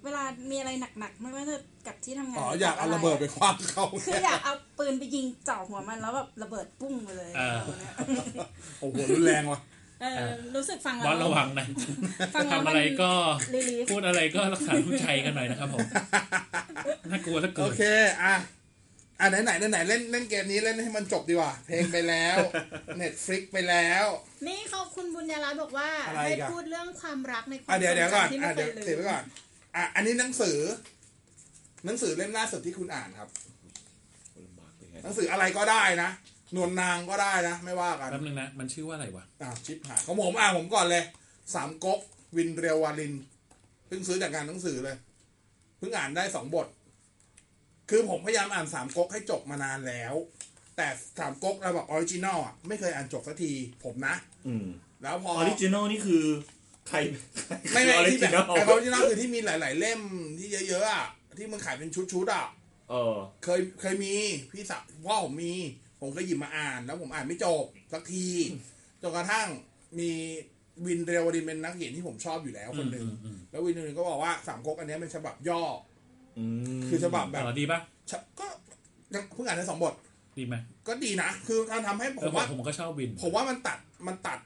Speaker 5: เวลามีอะไรหนักๆ ไม่ว่าจะกับที่ทำงาน
Speaker 1: อ๋ออยากเอาระเบิดไปคว้างเขา
Speaker 5: คืออยากเอาปืนไปยิงเจาะหัวมันแล้วแบบระเบิดปุ้งไปเลย
Speaker 4: อ่า
Speaker 5: แบบเนี้ย
Speaker 1: โอ้โหรุนแรงว่ะ
Speaker 5: เออรู้สึกฟัง
Speaker 4: วัดระวังนะ
Speaker 5: ฟังแล้ว
Speaker 4: ทำ
Speaker 5: มั
Speaker 4: อะ
Speaker 5: น
Speaker 4: ไรก็
Speaker 5: รีลีฟ
Speaker 4: พูดอะไรก็รักษาผู้ใจกันหน่อยนะครับผมน่ากลัวถ้าเกิ
Speaker 1: โอ
Speaker 4: ด
Speaker 1: เค อ่ะ อ่ะไหนไหนไหนไหนเล่นเล่นเกมนี้เล่นให้มันจบดีกว่า เพลงไปแล้ว Netflix ไปแล้ว
Speaker 2: นี่เขาคุณบุญญาลัตน์บอกว่า
Speaker 1: อะไรอี
Speaker 2: ให้
Speaker 1: กอะ
Speaker 2: พูดเรื่องความรักในความ
Speaker 1: อ่ะเดี๋ยวเดี๋ยวก่อน
Speaker 2: ทรงจำที่
Speaker 1: อ่ะ
Speaker 2: ไม่เคลื
Speaker 1: เดี๋ยวยเสีย
Speaker 2: ม
Speaker 1: ไว้ก่อน อ่ะ อันนี้หนังสือ หนังสือเล่มล่าสุดที่คุณอ่านครับ
Speaker 3: ลำบากเลย
Speaker 1: หนั
Speaker 3: ฮะ
Speaker 1: งสืออะไรก็ได้นะนวลนางก็ได้นะ ไม่ว่ากัน
Speaker 4: แป๊บนึงนะมันชื่อว่าอะไรวะ
Speaker 1: อ่ะชิปหายของผมอ่ะผมก่อนเลย สามก๊กวินเรียววาลินเพิ่งซื้อจากงานหนังสือเลยเพิ่งอ่านได้สองบท คือผมพยายามอ่านสามก๊กให้จบมานานแล้ว แต่สามก๊กเราแบบออริจินอลอ่ะไม่เคยอ่านจบสักทีผมนะ
Speaker 3: อืม
Speaker 1: แล้วพ
Speaker 3: อ
Speaker 1: อ
Speaker 3: อริจินอลนี่คือ ใคร
Speaker 1: ไม่
Speaker 3: ออ
Speaker 1: ไม่
Speaker 3: ริ
Speaker 1: ที่
Speaker 3: จิ
Speaker 1: แบ
Speaker 3: นอบ ล
Speaker 1: ไอ้ออริจินอลคือที่มีหลาย ๆ เล่มที่เยอะ ๆ อ่ะ ที่มันขายเป็นชุด ๆ อ่ะ
Speaker 3: เออ
Speaker 1: เคยเคยมีพี่สาวพ่อผมมี ผมก็หยิบมาอ่านแล้วผมอ่านไม่จบสักทีจนกระทั่งมีวินเรวดินเป็นนักเขียนที่ผมชอบอยู่แล้วคนหนึ่งแล้ววินหนึ่งก็บอกว่าสามก๊กอันเนี้ยเป็นฉบับย่อ
Speaker 3: อืม
Speaker 1: อคือฉบับ
Speaker 4: แบ
Speaker 1: แบบ บ
Speaker 4: ดีปะ
Speaker 1: ฉะก็ยังเพิ่งอ่านได้สองบท
Speaker 4: ดีไหม
Speaker 1: ก็ดีนะ คือการทำให้ผม
Speaker 4: เออผม
Speaker 1: ว่า
Speaker 4: ผมก็ชอบวิน
Speaker 1: ผมว่ามันตัดมันตัด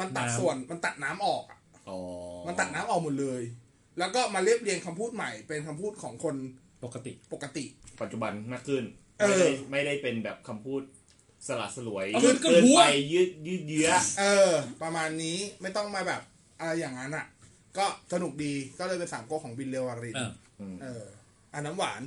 Speaker 1: มันตัด
Speaker 4: น้ำ
Speaker 1: ส่วนมันตัดน้ำออกอะ
Speaker 3: อ๋อ
Speaker 1: มันตัดน้ำออกหมดเลย แล้วก็มาเรียบเรียงคำพูดใหม่เป็นคำพูดของคน
Speaker 4: ปกติ
Speaker 1: ปกติ
Speaker 3: ปัจจุบันมากขึ้น
Speaker 1: เออ
Speaker 3: ไม่ได้ไม่ได้เป็นแบบคำพูดสลัดสลวย
Speaker 4: เอา
Speaker 3: เกิ
Speaker 4: มันก็
Speaker 3: น
Speaker 4: หัว
Speaker 3: ไปยืดยืดเยื้อ
Speaker 1: เออ ประมาณนี้ไม่ต้องมาแบบอะไรอย่างนั้นอ่ะ ก็สนุกดีก็เลยเป็นสามก๊กของบินเลวาริน
Speaker 4: เออ
Speaker 1: เอออันน้ำหวาน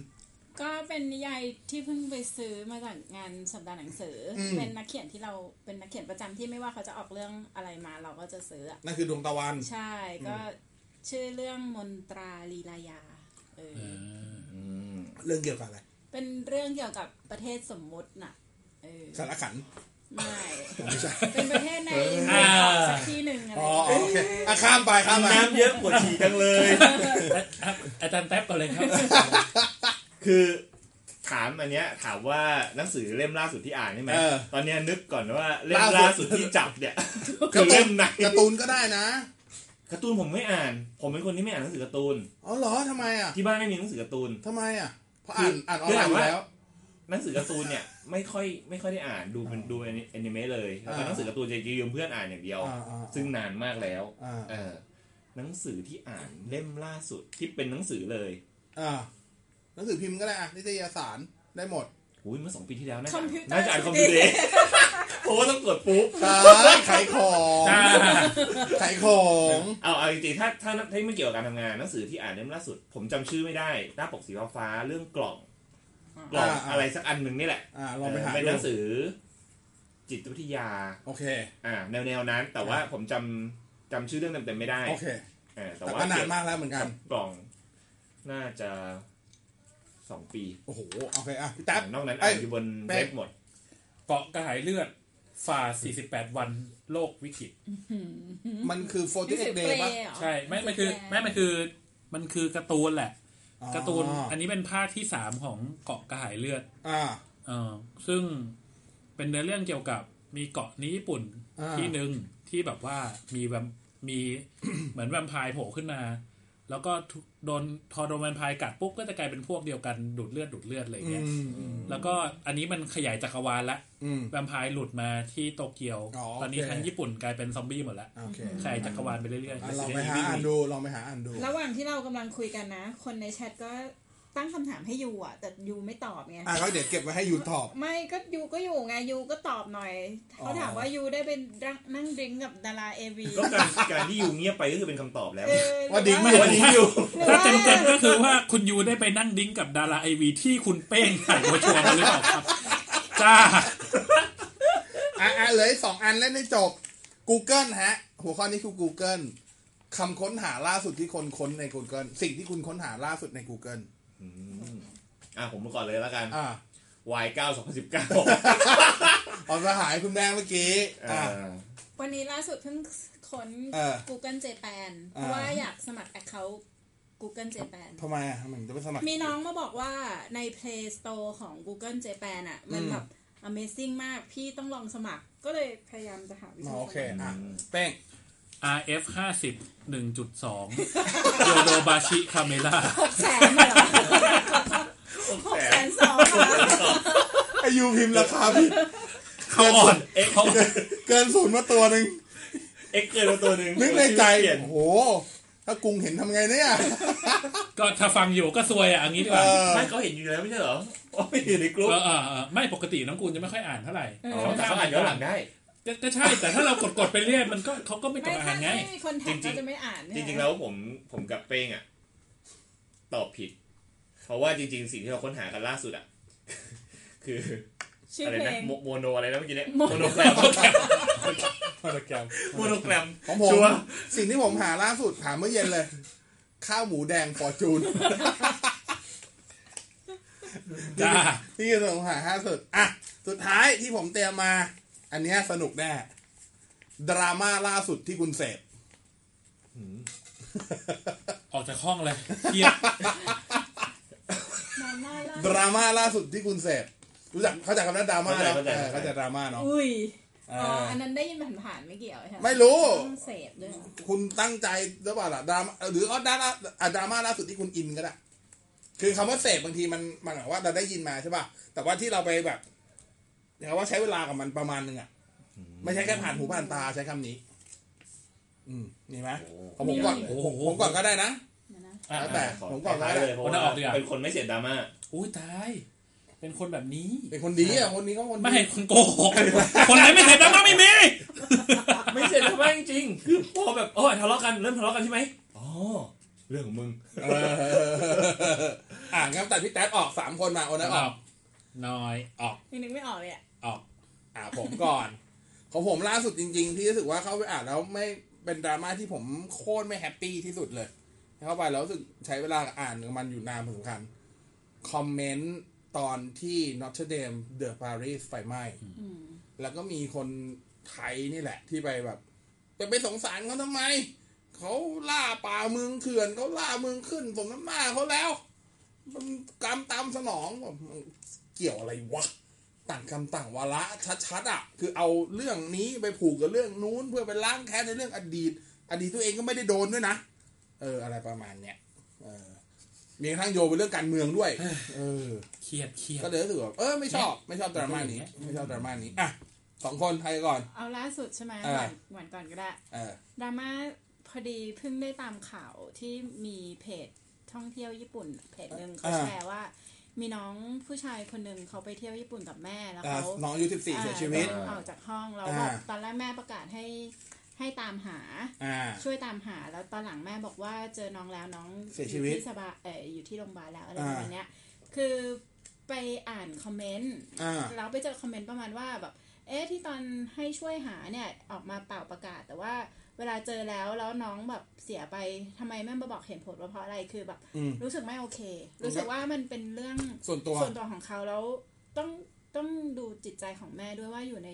Speaker 5: ก็เป็นนิยายที่เพิ่งไปซื้อมาจากงานสัปดาห์หนังสืออ
Speaker 1: ม
Speaker 5: เป็นนักเขียนที่เราเป็นนักเขียนประจำที่ไม่ว่าเขาจะออกเรื่องอะไรมาเราก็จะซื้ออะ
Speaker 1: นั่นคือดวงตะวัน
Speaker 5: ใช่ก็ชื่อเรื่องมนตราลีลายาเอออ
Speaker 3: อืม
Speaker 1: เรื่องเกี่ยวกับอะไร
Speaker 5: เป็นเรื่องเกี่ยวกับประเทศสมมุติน่ะ เออ
Speaker 1: สารขัน
Speaker 5: ไม่
Speaker 1: ไม่ใช่
Speaker 5: เป็นประเทศใน
Speaker 4: อ่า
Speaker 5: สักที่หนึ่งอะไร
Speaker 1: อ๋อโอเคอ่ะข้ามไปข้ามไป
Speaker 3: น้ำเยอะปวดฉี่จังเลย
Speaker 4: ครับอาจารย์แท็บก่อนเลยครับ
Speaker 3: คือถามอันเนี้ยถามว่าหนังสือเล่มล่าสุดที่อ่านใช่ไหม
Speaker 1: เออ
Speaker 3: ตอนเนี้ยนึกก่อนว่าเล่ม
Speaker 1: ล่าสุด
Speaker 3: ล่าสุดที่จับเนี่ย
Speaker 1: กา
Speaker 3: คือ
Speaker 1: ร์ตู
Speaker 3: เล่
Speaker 1: น
Speaker 3: มไหน
Speaker 1: การ์ตูนก็ได้นะ
Speaker 3: การ์ตูนผมไม่อ่าน ผมเป็นคนที่ไม่อ่านหนังสือการ์ตูน
Speaker 1: อ๋อเหรอทำไมอ่ะ
Speaker 3: ที่บ้านไม่มีหนังสือการ์ตูน
Speaker 1: ทำไมอ่ะเพราะอ่าน
Speaker 3: คือ
Speaker 1: อ่านออนไลน์อ
Speaker 3: คืออ่าน
Speaker 1: ยู่
Speaker 3: ว่า
Speaker 1: แล้ว
Speaker 3: หนังสือการ์ตูนเนี่ยไม่ค่อยไม่ค่อยได้อ่านดูเป็นดูแอนิเมะเลยแล้วก็
Speaker 1: อ่า
Speaker 3: หนังสือการ์ตูนจะยืมเพื่อนอ่านอย่างเดียว
Speaker 1: อ่าอ่า
Speaker 3: ซึ่งนานมากแล้ว
Speaker 1: อ่า
Speaker 3: เออหนังสือที่อ่านเล่มล่าสุดที่เป็นหนังสือเลย
Speaker 1: อ่าหนังสือพิมพ์ก็ได้อ่ะนิตยสารได้หมด
Speaker 3: อุ้ยเมื่อสองปีที่แล้วน่า
Speaker 5: ค
Speaker 3: จะ
Speaker 5: อมพิวเตอร์
Speaker 3: น่าจะอ่านคอมพิวเตอร์ เพราะว่าต้องกดปุ๊บ
Speaker 1: ใช่ขายของ
Speaker 4: จ้า
Speaker 1: ขายของ
Speaker 3: เอาเอาจริงๆถ้าถ้าถ้าไม่เกี่ยวกับการทำงานหนังสือที่อ่านเล่มล่าสุด ผมจำชื่อไม่ได้หน้าปกสีฟ้าๆเรื่องกล่องกล่องอะไรสักอันหนึ่งนี่แหละ
Speaker 1: อ่าลองไปหา
Speaker 3: เเป็น
Speaker 1: ดู
Speaker 3: หนังสือ จิตวิทยา
Speaker 1: โอเค
Speaker 3: อ่า แนวแนวๆนั้น แต่ว่า
Speaker 1: อ่า
Speaker 3: ผมจำจำชื่อเรื่องเต็มๆไม่ได้
Speaker 1: โอเค
Speaker 3: เออแต่
Speaker 1: แต่
Speaker 3: ว่า
Speaker 1: ก็นาน
Speaker 3: เยว
Speaker 1: มากแล้วเหมือนกัน
Speaker 3: กล่อง น่าจะสองปี
Speaker 1: โอ้โห โอเค อ่ะพี่แต๊บ
Speaker 3: นอกนั้น
Speaker 1: เอ้
Speaker 3: อ่าย นอยู่บน
Speaker 1: แป๊บ
Speaker 3: เว็บหมด
Speaker 4: เกาะกระหายเลือดฝ่า 48 วันโลกวิกฤต
Speaker 1: มันคือโฟ
Speaker 5: หนั
Speaker 1: ติ
Speaker 5: ง
Speaker 1: เอ็
Speaker 5: สื
Speaker 1: ก
Speaker 5: อ
Speaker 1: เด
Speaker 5: เปล
Speaker 1: ย์ป่ะ
Speaker 5: เหรอ
Speaker 4: ใช่ไม่มันคือไม่มันคือมันคือการ์ตูนแหละ การ์ตูนอันนี้เป็นภาคที่สามของเกาะกระหายเลือด
Speaker 1: อ่า
Speaker 4: เออซึ่งเป็นเนื้อเรื่องเกี่ยวกับมีเกาะนี้ญี่ปุ่น
Speaker 1: อ่า
Speaker 4: ที่หนึ่งที่แบบว่ามีแบบมี เหมือนแวมไพร์โผล่ขึ้นมา แล้วก็ทุกโดนพอโดนแวมไพร์กัดปุ๊บก็จะกลายเป็นพวกเดียวกันดูดเลือดดูดเลือดอะไรอย่าง
Speaker 1: อื
Speaker 4: เงี้ย
Speaker 1: มอืม
Speaker 4: แล้วก็อันนี้มันขยายจักรวาลละ
Speaker 1: อืม
Speaker 4: แวมไพร์หลุดมาที่โตเกียว
Speaker 1: อ๋อโอเค
Speaker 4: ตอนนี้ทั้งญี่ปุ่นกลายเป็นซอมบี้หมดแล้ว
Speaker 1: โอเค
Speaker 4: ใช่จักรวาลไปเรื่อย
Speaker 1: อ่ะ
Speaker 4: ๆ
Speaker 1: ลอง
Speaker 4: Resident
Speaker 1: ไปหา
Speaker 4: Evil
Speaker 1: อ่านดู ลองไปหาอ่านดู
Speaker 5: ระหว่างที่เรากำลังคุยกันนะ คนในแชทก็ ตั้งคำถามให้ยูอ่ะ แต่ยูไม่ตอบไง
Speaker 1: อ่ะก็เดี๋ยวเก็บไว้ให้ยูตอบ
Speaker 5: ไม่ก็ยูก็อยู่ไงยูก็ตอบหน่อย เขาถามว่ายูได้เป็นนั่งดริงก์กับดาราเอวี
Speaker 3: ก็การการที่อยู่เงียบไปก็คือเป็นคำตอบแล้ว
Speaker 1: ว่าดิ้งไม่
Speaker 3: วันนี้อยู่
Speaker 5: หรือ
Speaker 4: ถ้า
Speaker 5: ว่า
Speaker 4: เต็มๆก็คือว่าคุณยูได้ไปนั่งดิ้งกับดาราไอวีที่คุณเป้งถ่ายมาชวนมาหรือเปล่าครับ จ้า
Speaker 1: อ่ะอ่ะเหลยสองอันเล่นให้จบ Google ฮะ หัวข้อนี้คือ Google คำค้นหาล่าสุดที่คนค้นใน Google สิ่งที่คุณค้นหาล่าสุดใน Google
Speaker 3: อืมอ่ะผมมาก่อนเลยแล้วกัน
Speaker 1: อ่า
Speaker 3: Y9
Speaker 1: ออกสหายคุณแม่เมื่อกี้อ่า
Speaker 3: 2019
Speaker 5: วันนี้ล่าสุดเพิ่งค้น
Speaker 1: เออ
Speaker 5: Google Japan เพราะว่าอยากสมัคร Account Google Japan
Speaker 1: ทำไมอ่ะทำไมถึงจะไปสมัคร
Speaker 5: มีน้องมาบอกว่าใน Play Store ของ Google Japan อ่ะ มันแบบ Amazing มากพี่ต้องลองสมัครก็เลยพยายามจะหาวิธี
Speaker 1: อ๋อโอเค
Speaker 5: สมัร
Speaker 1: อ่ะ
Speaker 3: อืม
Speaker 1: เป้ง
Speaker 4: RF ห้าสิบหนึ่งจุดสองโยโดบาชิคาเมล่า
Speaker 5: หกแสนเหรอหกแสนสองค่ะ
Speaker 1: อายุพิมพ์ราคาผิด
Speaker 4: เขาอ่อนเขา
Speaker 1: เกินศูนย์มาตัวหนึ่ง
Speaker 3: เอ็กเกินมาตัวหนึ่ง
Speaker 1: นึกในใจ
Speaker 3: เปลี่ยน
Speaker 1: โอ้โห ถ้ากรุงเห็นทำไงเนี่ย
Speaker 4: ก็ถ้าฟังอยู่ก็ซวยอ่ะเอันนี้ดีกว่า
Speaker 1: เออ
Speaker 3: ไม่เขาเห็นอยู่แล้วไม่ใช่เหรออ๋อไม่อยู่ในกลุ่ม
Speaker 4: เออเออเออไม่ปกติน้องกูลจะไม่ค่อยอ่านเท่าไหร่
Speaker 3: อ๋อแต่เขาอ่านย้อนหลังได้
Speaker 4: ก็ก็ใช่แต่ถ้าเรากดกดๆไปเรื่อยมันก็เขาก็ไม่ก
Speaker 5: ไม่
Speaker 4: ด
Speaker 5: ถ้า
Speaker 4: อ่านไง
Speaker 5: ไม่มีคนแท็ก
Speaker 3: จริ
Speaker 5: ก็
Speaker 3: งๆ
Speaker 5: จะไม่อ่าน
Speaker 3: จริงๆแล้วผมผมกับเป้งอ่ะ ตอบผิด เพราะว่าจริง ๆ สิ่งที่เราค้นหากันล่าสุดอ่ะ คือ
Speaker 5: ชื่อ
Speaker 3: อะไร
Speaker 5: เพล
Speaker 3: นะ
Speaker 5: ง
Speaker 3: โมโมโนอะไรนะเมื่อกี้เนี่ย
Speaker 5: โม
Speaker 3: โม
Speaker 5: โน
Speaker 3: โนแกรมโมโนแกรม
Speaker 1: ของผม
Speaker 3: ชัวร์
Speaker 1: สิ่งที่ผมหาล่าสุดหาเมื่อเย็นเลย ข้าวหมูแดงฟอร์จูน
Speaker 4: จ้า
Speaker 1: นี่คือผมหาห้าสุด อ่ะ สุดท้ายที่ผมเตรียมมา อันเนี้ยสนุกแน่ ดราม่าล่าสุดที่คุณเสพ
Speaker 4: ออกจากห้องเลยเครียด
Speaker 5: นอนหน้าล่า
Speaker 1: ดราม่าล่าสุดที่คุณเสพ รู้จักเข้าใจคำนั้นดราม่าแล้วเข้าใจดราม่าเนาะ
Speaker 5: อุ้ย
Speaker 1: เอ
Speaker 5: อ๋อ
Speaker 1: อ
Speaker 5: อันนั้นได้ยินผ่านๆไม่เกี่ยวใช่ไหม
Speaker 1: ไม่รู้
Speaker 5: ต้องเสพด้วยเหรอ
Speaker 1: คุณตั้งใจหรือเปล่าล่ะดราม่าหรืออ๋อดราม่าอ่ะดราม่าล่าสุดที่คุณอินก็ได้ คือคำว่าเสพบางทีมันมันหมายความว่าเราได้ยินมาใช่ป่ะ แต่ว่าที่เราไปแบบเรียกว่าใช้เวลากับมันประมาณหนึงอ่ะ ไม่ใช่แค่ผ่านหูผ่านตาใช้คำนี้ อืมนี่ไหมของผมก่อน
Speaker 4: โอ้โห
Speaker 1: ผมก่อนก็ได้นะ
Speaker 5: เดี๋ยวนะ
Speaker 4: อ่ะ
Speaker 1: แล้วแต่
Speaker 4: อ่ะ
Speaker 1: ผมก่อน
Speaker 3: ท้าย
Speaker 1: แล้วกัน
Speaker 3: เลยเพราะว่า
Speaker 4: เอาหน้าออกดีกว่า
Speaker 3: เป็นคนไม่เสียดราม่า
Speaker 4: อุ้ยตาย เป็นคนแบบนี้
Speaker 1: เป็นคนดีอ่ะคนนี้ก็คน
Speaker 4: ไม่
Speaker 1: ดี
Speaker 4: คนโกหกคนไหนไม่เสร็จแล้วก็ไม่มี
Speaker 3: ไม่เสียดราม่าจริงๆคือพอแบบโอ้ยทะเลาะกันเริ่มทะเลาะกันใช่ไหมอ๋อเรื่องของมึง
Speaker 1: เอออ่ะงั้นแต่พี่แท็บออกสามคนมาโอนะออก
Speaker 4: น้อยออก
Speaker 5: ยังนึกไม่ออกเลยอ่ะ
Speaker 4: ออก
Speaker 1: อ่ะผมก่อน ของผมล่าสุดจริง ๆ ที่รู้สึกว่าเข้าไปอ่านแล้วไม่เป็นดราม่าที่ผมโคตรไม่แฮปปี้ที่สุดเลย เข้าไปแล้วรู้สึกใช้เวลาอ่านกับมันอยู่นานพอสมควรคอมเมนต์ตอนที่นอตเทเดมเดอะปารีสไฟไหม้แล้วก็มีคนไทยนี่แหละ ที่ไปแบบจะไปสงสารเขาทำไม เขาล่าป่าเมืองเขื่อนเขาล่าเมืองขึ้นสมน้ำหน้าเขาแล้ว มันกรรมตามสนองแบบเกี่ยวอะไรวะ ต่างกรรมต่างวาระชัดๆอ่ะ คือเอาเรื่องนี้ไปผูกกับเรื่องนู้นเพื่อไปล้างแค้นในเรื่องอดีต อดีตตัวเองก็ไม่ได้โดนด้วยนะ เออ อะไรประมาณเนี้ยเออมีกระทั้งโยงไปเรื่องการเมืองด้วย เออ
Speaker 4: เครียดเครียด
Speaker 1: ก็เลยรู้สึกแบบเออไม่ชอบ ไม่ชอบดราม่านี้ ไม่ชอบดราม่านี้ อ่ะสองคนใครก่อน
Speaker 5: เอาล่าสุดใช่ไหม
Speaker 1: อ่า
Speaker 5: หวานหวานก่อนก็ได้
Speaker 1: เออ
Speaker 5: ดราม่าพอดีเพิ่งได้ตามข่าวที่มีเพจท่องเที่ยวญี่ปุ่น เพจหนึ่งเขา
Speaker 1: อ่า
Speaker 5: แชร์ว่า มีน้องผู้ชายคนหนึ่งเขาไปเที่ยวญี่ปุ่นกับแม่แล้ว
Speaker 1: อ่ะ
Speaker 5: เขา
Speaker 1: น้องอายุสิบสี่เสียชีวิต
Speaker 5: อ่าออกจากห้องแล้วแบบ
Speaker 1: อ่า
Speaker 5: ตอนแรกแม่ประกาศให้ให้ตามหา
Speaker 1: อ่า
Speaker 5: ช่วยตามหาแล้วตอนหลังแม่บอกว่าเจอน้องแล้วน้อง
Speaker 1: เสียชีวิต
Speaker 5: อที่สบายเอออยู่ที่โรงพยาบาลแล้วอะไร
Speaker 1: อ่า
Speaker 5: ประมาณเนี้ยคือไปอ่านคอมเมนต์
Speaker 1: อ่า
Speaker 5: แล้วไปเจอคอมเมนต์ประมาณว่าแบบ เอ๊ะที่ตอนให้ช่วยหาเนี่ยออกมาเป่าประกาศ แต่ว่าเวลาเจอแล้วแล้วน้องแบบเสียไปทำไมแม่มาบอกเหตุผลว่าเพราะอะไรคือแบบ
Speaker 1: อืม
Speaker 5: รู้สึกไม่โอเค รู้สึกว่ามันเป็นเรื่อง
Speaker 1: ส่วนตัว
Speaker 5: ส่วนตัวของเขาแล้วต้องต้องดูจิตใจของแม่ด้วยว่าอยู่ใน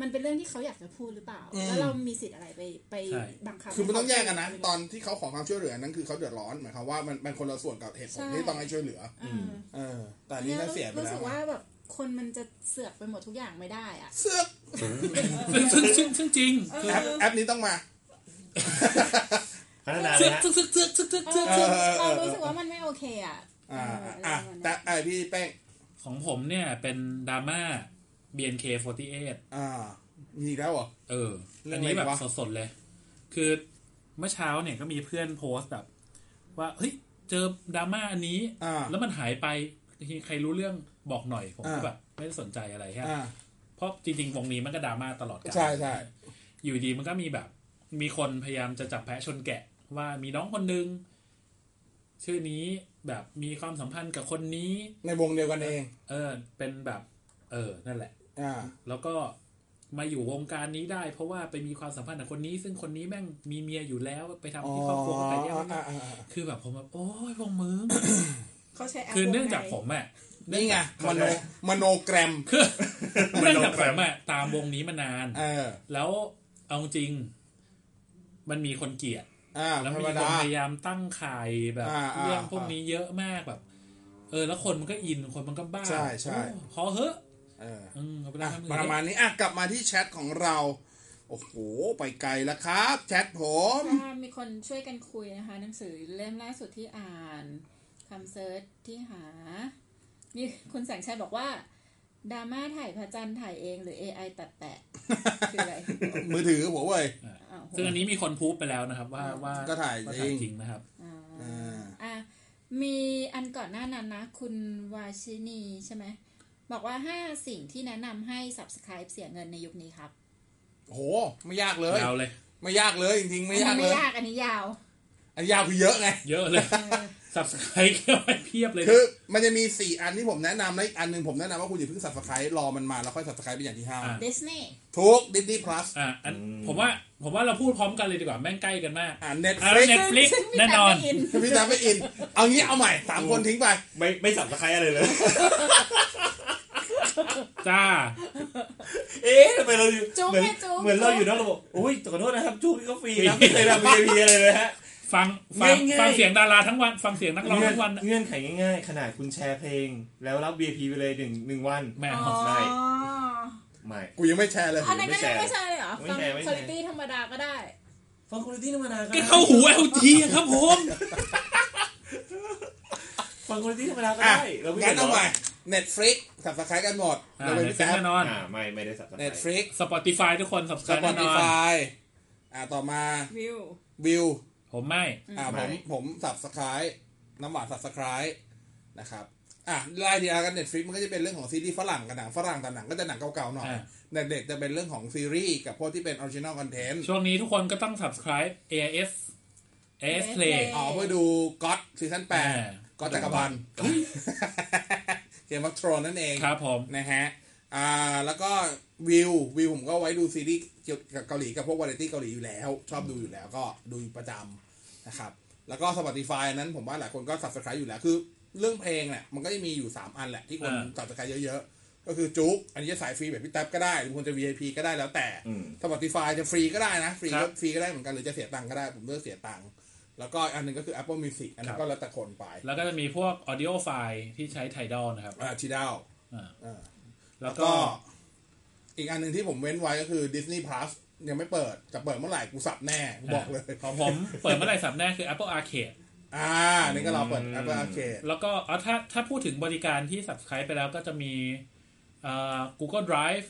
Speaker 5: มันเป็นเรื่องที่เขาอยากจะพูดหรือเปล่า
Speaker 1: อืม
Speaker 5: แล้วเรามีสิทธิ์อะไรไปไป
Speaker 4: ใช่
Speaker 5: บังคับ
Speaker 1: คือมันต้องแยกกันนะ
Speaker 5: ให้
Speaker 1: ต
Speaker 5: เขา
Speaker 1: อนที่เขาขอความช่วยเหลือนั้นคือเขาเดือดร้อนหมายความว่ามันเป็นคนละส่วนกับเหตุผลที่ต้องให้ช่วยเหลือ
Speaker 5: เออ
Speaker 1: เออ แต่อันนี้น่าเสียไป
Speaker 5: รู้
Speaker 1: แล้
Speaker 5: สึ
Speaker 1: ว
Speaker 5: กว่าแบบคนมันจะเสือกไปหมดทุกอย่างไม่ได้อะ
Speaker 1: เสื้อก
Speaker 4: ซึ่งซึ่งซึ่งซึ่งจริง
Speaker 5: เอ
Speaker 1: แอป
Speaker 5: อ
Speaker 1: แอปนี้ต้องมา
Speaker 3: พัฒนาเล
Speaker 4: ซึ่
Speaker 3: ย
Speaker 4: ง
Speaker 3: ฮะ
Speaker 4: ซึ่งซึ่งซึ่งซึ่งซึ่ง
Speaker 5: เอ
Speaker 4: ซึ่ง
Speaker 5: อ
Speaker 1: เออเออเออ
Speaker 5: เรารู้สึกว่ามันไม่โอเคอ่ะ
Speaker 1: อ่า
Speaker 5: เออ
Speaker 1: อ่ะ
Speaker 5: เออ
Speaker 1: แต่ไอพี่แป้ง
Speaker 4: ของผมเนี่ยเป็นดราม่า BNK48
Speaker 1: อ่า มีอีกแล้วเหรอ
Speaker 4: เออ
Speaker 1: เรื่
Speaker 4: อั
Speaker 1: อง
Speaker 4: น
Speaker 1: อะไร
Speaker 4: นี้แบบ
Speaker 1: วะ
Speaker 4: สดๆเลย คือเมื่อเช้าเนี่ยก็มีเพื่อนโพสต์แบบ ว่าเฮ้ย เจอดราม่าอันนี้
Speaker 1: อ่า
Speaker 4: แล้วมันหายไปใครรู้เรื่องบอกหน่อยผมก็
Speaker 1: อ่า
Speaker 4: แบบไม่ได้สนใจอะไรแค่
Speaker 1: อ่า
Speaker 4: เพราะจริงๆวงนี้มันก็ดราม่าตลอดกั
Speaker 1: ใช่ใช่
Speaker 4: อยู่ดีมันก็มีแบบ มีคนพยายามจะจับแพะชนแกะ ว่ามีน้องคนนึงชื่อนี้แบบมีความสัมพันธ์กับคนนี้
Speaker 1: ในวงเดียวกันเอง
Speaker 4: เออ เป็นแบบ เออ นั่นแหละ
Speaker 1: อ่า
Speaker 4: แล้วก็มาอยู่วงการนี้ได้ เพราะว่าไปมีความสัมพันธ์กับคนนี้ ซึ่งคนนี้แม่งมีเมียอยู่แล้วไปทำ
Speaker 1: อ๋อ
Speaker 4: ที่ครอบครัวก็แต่แยก
Speaker 1: อ่า
Speaker 4: ไม่ได้
Speaker 1: อ่าอ่า
Speaker 4: คือแบบผมแบบโอ้ยพวกมึ ง
Speaker 5: เขาใช้แอป
Speaker 4: คือเนื่องจาก
Speaker 5: ว
Speaker 4: ผมอ่ะ
Speaker 1: นี่ไงมโนมโนแกรม
Speaker 4: คือเนื่องจากผมอ่ะตามวงนี้มานาน
Speaker 1: เออ
Speaker 4: แล้วเอาจริง มันมีคนเกลียด
Speaker 1: อ่า
Speaker 4: แล้ว
Speaker 1: ธร
Speaker 4: มี
Speaker 1: รม
Speaker 4: คน
Speaker 1: ดา
Speaker 4: พยายามตั้งข่ายแบบ
Speaker 1: อ่าอ่า
Speaker 4: เรื่องพวกนี้เยอะมากแบบ เออ แล้วคนมันก็อินคนมันก็บ้า
Speaker 1: ใช่ใช่
Speaker 4: โอ้พอเหอะ
Speaker 1: เออ
Speaker 4: อืมเอาไป
Speaker 1: อ่ะ
Speaker 4: ทำอื่น
Speaker 1: ประมาณนี้อ่ะกลับมาที่แชทของเรา โอ้โห ไปไกลแล้วครับ แชทผม
Speaker 5: ถ้ามีคนช่วยกันคุยนะคะ หนังสือเล่มล่าสุดที่อ่านคำเซิร์ชที่หา นี่คุณแสงชัยบอกว่าดราม่าถ่ายพระจันทร์ถ่ายเองหรือ AI ตัดแปะ คืออะไร
Speaker 1: มือถือหัวเว่ย
Speaker 5: อ้าว
Speaker 4: ซึ่งอันนี้มีคนพูดไปแล้วนะครับ ว่าว่า
Speaker 1: ก็ถ่าย
Speaker 4: ว่า
Speaker 1: จริง
Speaker 4: จริงนะครับ
Speaker 5: อ่า
Speaker 1: อ่า
Speaker 5: อ่ะมีอันก่อนหน้านั้นนะ คุณวาชินีใช่ไหม บอกว่า 5 สิ่งที่แนะนำให้ subscribe เสียเงินในยุคนี้ครับ
Speaker 1: โอ้โห ไม่ยากเลย
Speaker 4: ยาวเลย
Speaker 1: ไม่ยากเลย จริงๆ ไม่ยา
Speaker 5: อั
Speaker 1: ก
Speaker 5: นนี้
Speaker 1: เล
Speaker 5: ไม่
Speaker 1: ย
Speaker 5: ยาก อันนี้ยาว
Speaker 1: อันยาวคือเยอะไง
Speaker 4: เยอะเลยสับสไครต์เข้าไปเพียบเลย
Speaker 1: คือมันจะมี 4 อันที่ผมแนะนำและอีกอันหนึ่งผมแนะนำว่าคุณอย่าเพิ่งสับสไครต์รอมันมาแล้วค่อยสับสไครต์เป็นอย่างที่ห้า
Speaker 4: ะ
Speaker 5: Disney
Speaker 1: ทุกดิสนีย์พลัส
Speaker 4: อ่ะอัน
Speaker 3: อืม
Speaker 4: ผมว่าผมว่าเราพูดพร้อมกันเลยดีกว่าแม่งใกล้กันมาก
Speaker 1: อ่าเน็ต
Speaker 4: อ่ะ
Speaker 1: ฟลิก
Speaker 5: ซึ่งพี่
Speaker 4: เน็ต Netflix แน่นอน
Speaker 5: ตามไม่
Speaker 1: พี่ตาไม่อิน เอางี้เอาใหม่สามคนทิ้งไป
Speaker 3: ไม่ไม่สับสไครอะไรเลย
Speaker 4: จ้า
Speaker 3: เอ๊ะทำไมเราอยู่
Speaker 5: จุ๊บ
Speaker 3: เหมือน
Speaker 5: ไงจุ๊บ
Speaker 3: เหมือนเราอยู่นอกระบบโอ้ยขอโทษนะครับจุ๊บนี่ก็ฟรีนะไม่เคยทำ VIP อะไรเลยฮะ
Speaker 4: ฟังฟัง
Speaker 3: ง่ายๆ
Speaker 4: ฟังเสียงดาราทั้งวัน ฟังเสียงนักร้อง
Speaker 3: เงื่อน
Speaker 4: ทั้งวัน
Speaker 3: เงื่อนไขง่ายๆ ขนาดคุณแชร์เพลง แล้วรับ VIP ไปเลยหนึ่งหนึ่งวัน
Speaker 4: แหม่
Speaker 5: อ๋อ
Speaker 4: ผม
Speaker 3: ได้ ไม่
Speaker 1: กูยังไม่แชร์เลย
Speaker 5: อันนั้นก็ยังไม่ใช่เลยเหรอ
Speaker 3: ไม่
Speaker 5: ฟัง
Speaker 3: แชร์ไม่แชร์
Speaker 5: คุณภาพธรรมดาก็ได้
Speaker 3: ฟังคุณตี้ธรรมดาก็
Speaker 4: ก็
Speaker 3: ได้
Speaker 4: เข้าหูเอลทีครับผม
Speaker 3: ฟังคุณตี้ธรรมดาก็
Speaker 1: อ่ะ
Speaker 3: ได้เราไม่
Speaker 1: งั้น
Speaker 3: เดืดร้
Speaker 1: เอา
Speaker 3: อ
Speaker 1: ใหม่
Speaker 3: น
Speaker 1: เน็ตฟลิกสับสไครต์กันหมด
Speaker 4: อ่า
Speaker 1: เราเป็น
Speaker 4: เน็ต
Speaker 1: พี่
Speaker 4: ฟลิ
Speaker 1: แจ๊บ
Speaker 4: กแน่นอน
Speaker 3: อ่าไม่ไม่ได้สับสไคร
Speaker 1: เน็ตฟลิก
Speaker 4: Spotify ทุกคนสับสไค
Speaker 1: ส
Speaker 4: ร
Speaker 1: ปอ
Speaker 4: ต์แน่น
Speaker 1: ติ
Speaker 4: อน
Speaker 1: ฟายอ่าต่อมา
Speaker 5: วิว
Speaker 1: วิว
Speaker 4: ผมไม่
Speaker 1: อ่าผมผมสับสไครต์น้ำหวานสับสไครต์นะครับอ่ะไล่ทีละกันเน็ตฟลิกมันก็จะเป็นเรื่องของซีรีส์ฝรั่งกับหนังฝรั่งแต่หนังก็จะหนังเก่าๆหน่อย
Speaker 4: อ่า
Speaker 1: แต่เด็กจะเป็นเรื่องของซีรีส์กับพวกที่เป็นออริจินอลคอนเทนต์
Speaker 4: ช่วงนี้ทุกคนก็ต้อง subscribe AIS AIS Play
Speaker 1: อ๋อเพื่อดูก็อตซีซั่นแปด
Speaker 4: อ่า
Speaker 1: ก็จักรบาล เกมวัตโทรนนั่นเอง
Speaker 4: ครับผม
Speaker 1: นะฮะอ่าแล้วก็วิววิวผมก็ไว้ดูซีรีส์เกี่ยวกับเกาหลีกับพวกวาไรตี้เกาหลีอยู่แล้ว ชอบดูอยู่แล้วก็ดูประจำ นะครับแล้วก็ Spotify นั้นผมว่าหลายคนก็ subscribe อยู่แล้ว คือเรื่องเพลงเนี่ยมันก็จะมีอยู่ 3 อันแหละที่คน
Speaker 4: อ่า
Speaker 1: subscribe เยอะๆ ก็คือจุกอันนี้จะสายฟรีแบบพี่แท็บก็ได้หรือคนจะ VIP ก็ได้แล้วแต่
Speaker 3: อืม
Speaker 1: Spotify จะฟรีก็ได้นะ ฟรี
Speaker 4: ครั
Speaker 1: ก็
Speaker 4: บ
Speaker 1: ฟรีก็ได้เหมือนกันหรือจะเสียตังค์ก็ได้ ผมเลือกเสียตังค์แล้วก็อันหนึงก็คือ Apple Music อันนั้
Speaker 4: ครั
Speaker 1: น
Speaker 4: บ
Speaker 1: ก็แล้วแต่คนไป
Speaker 4: แล้วก็จะมีพวก audio file ที่ใช้ Tidal นะครับ
Speaker 1: อ่าทีดาว
Speaker 4: อ่า
Speaker 1: อ่า
Speaker 4: แล้
Speaker 1: แล้ว ว
Speaker 4: ก็
Speaker 1: ก็ อีกอันหนึ่งที่ผมเว้นไว้ก็คือ Disney Plus ยังไม่เปิดจะเปิดเมื่อไหร่กูสับแน่กูบอกเลย
Speaker 4: ของผมเปิดเมื่อไหร่สัปดาห์คือ Apple Arcade
Speaker 1: อ่าอันนี่ก็รอเปิด Apple Arcade
Speaker 4: แล้วก็เอาถ้าถ้าพูดถึงบริการที่ subscribe ไปแล้วก็จะมีเอ่อ Google Drive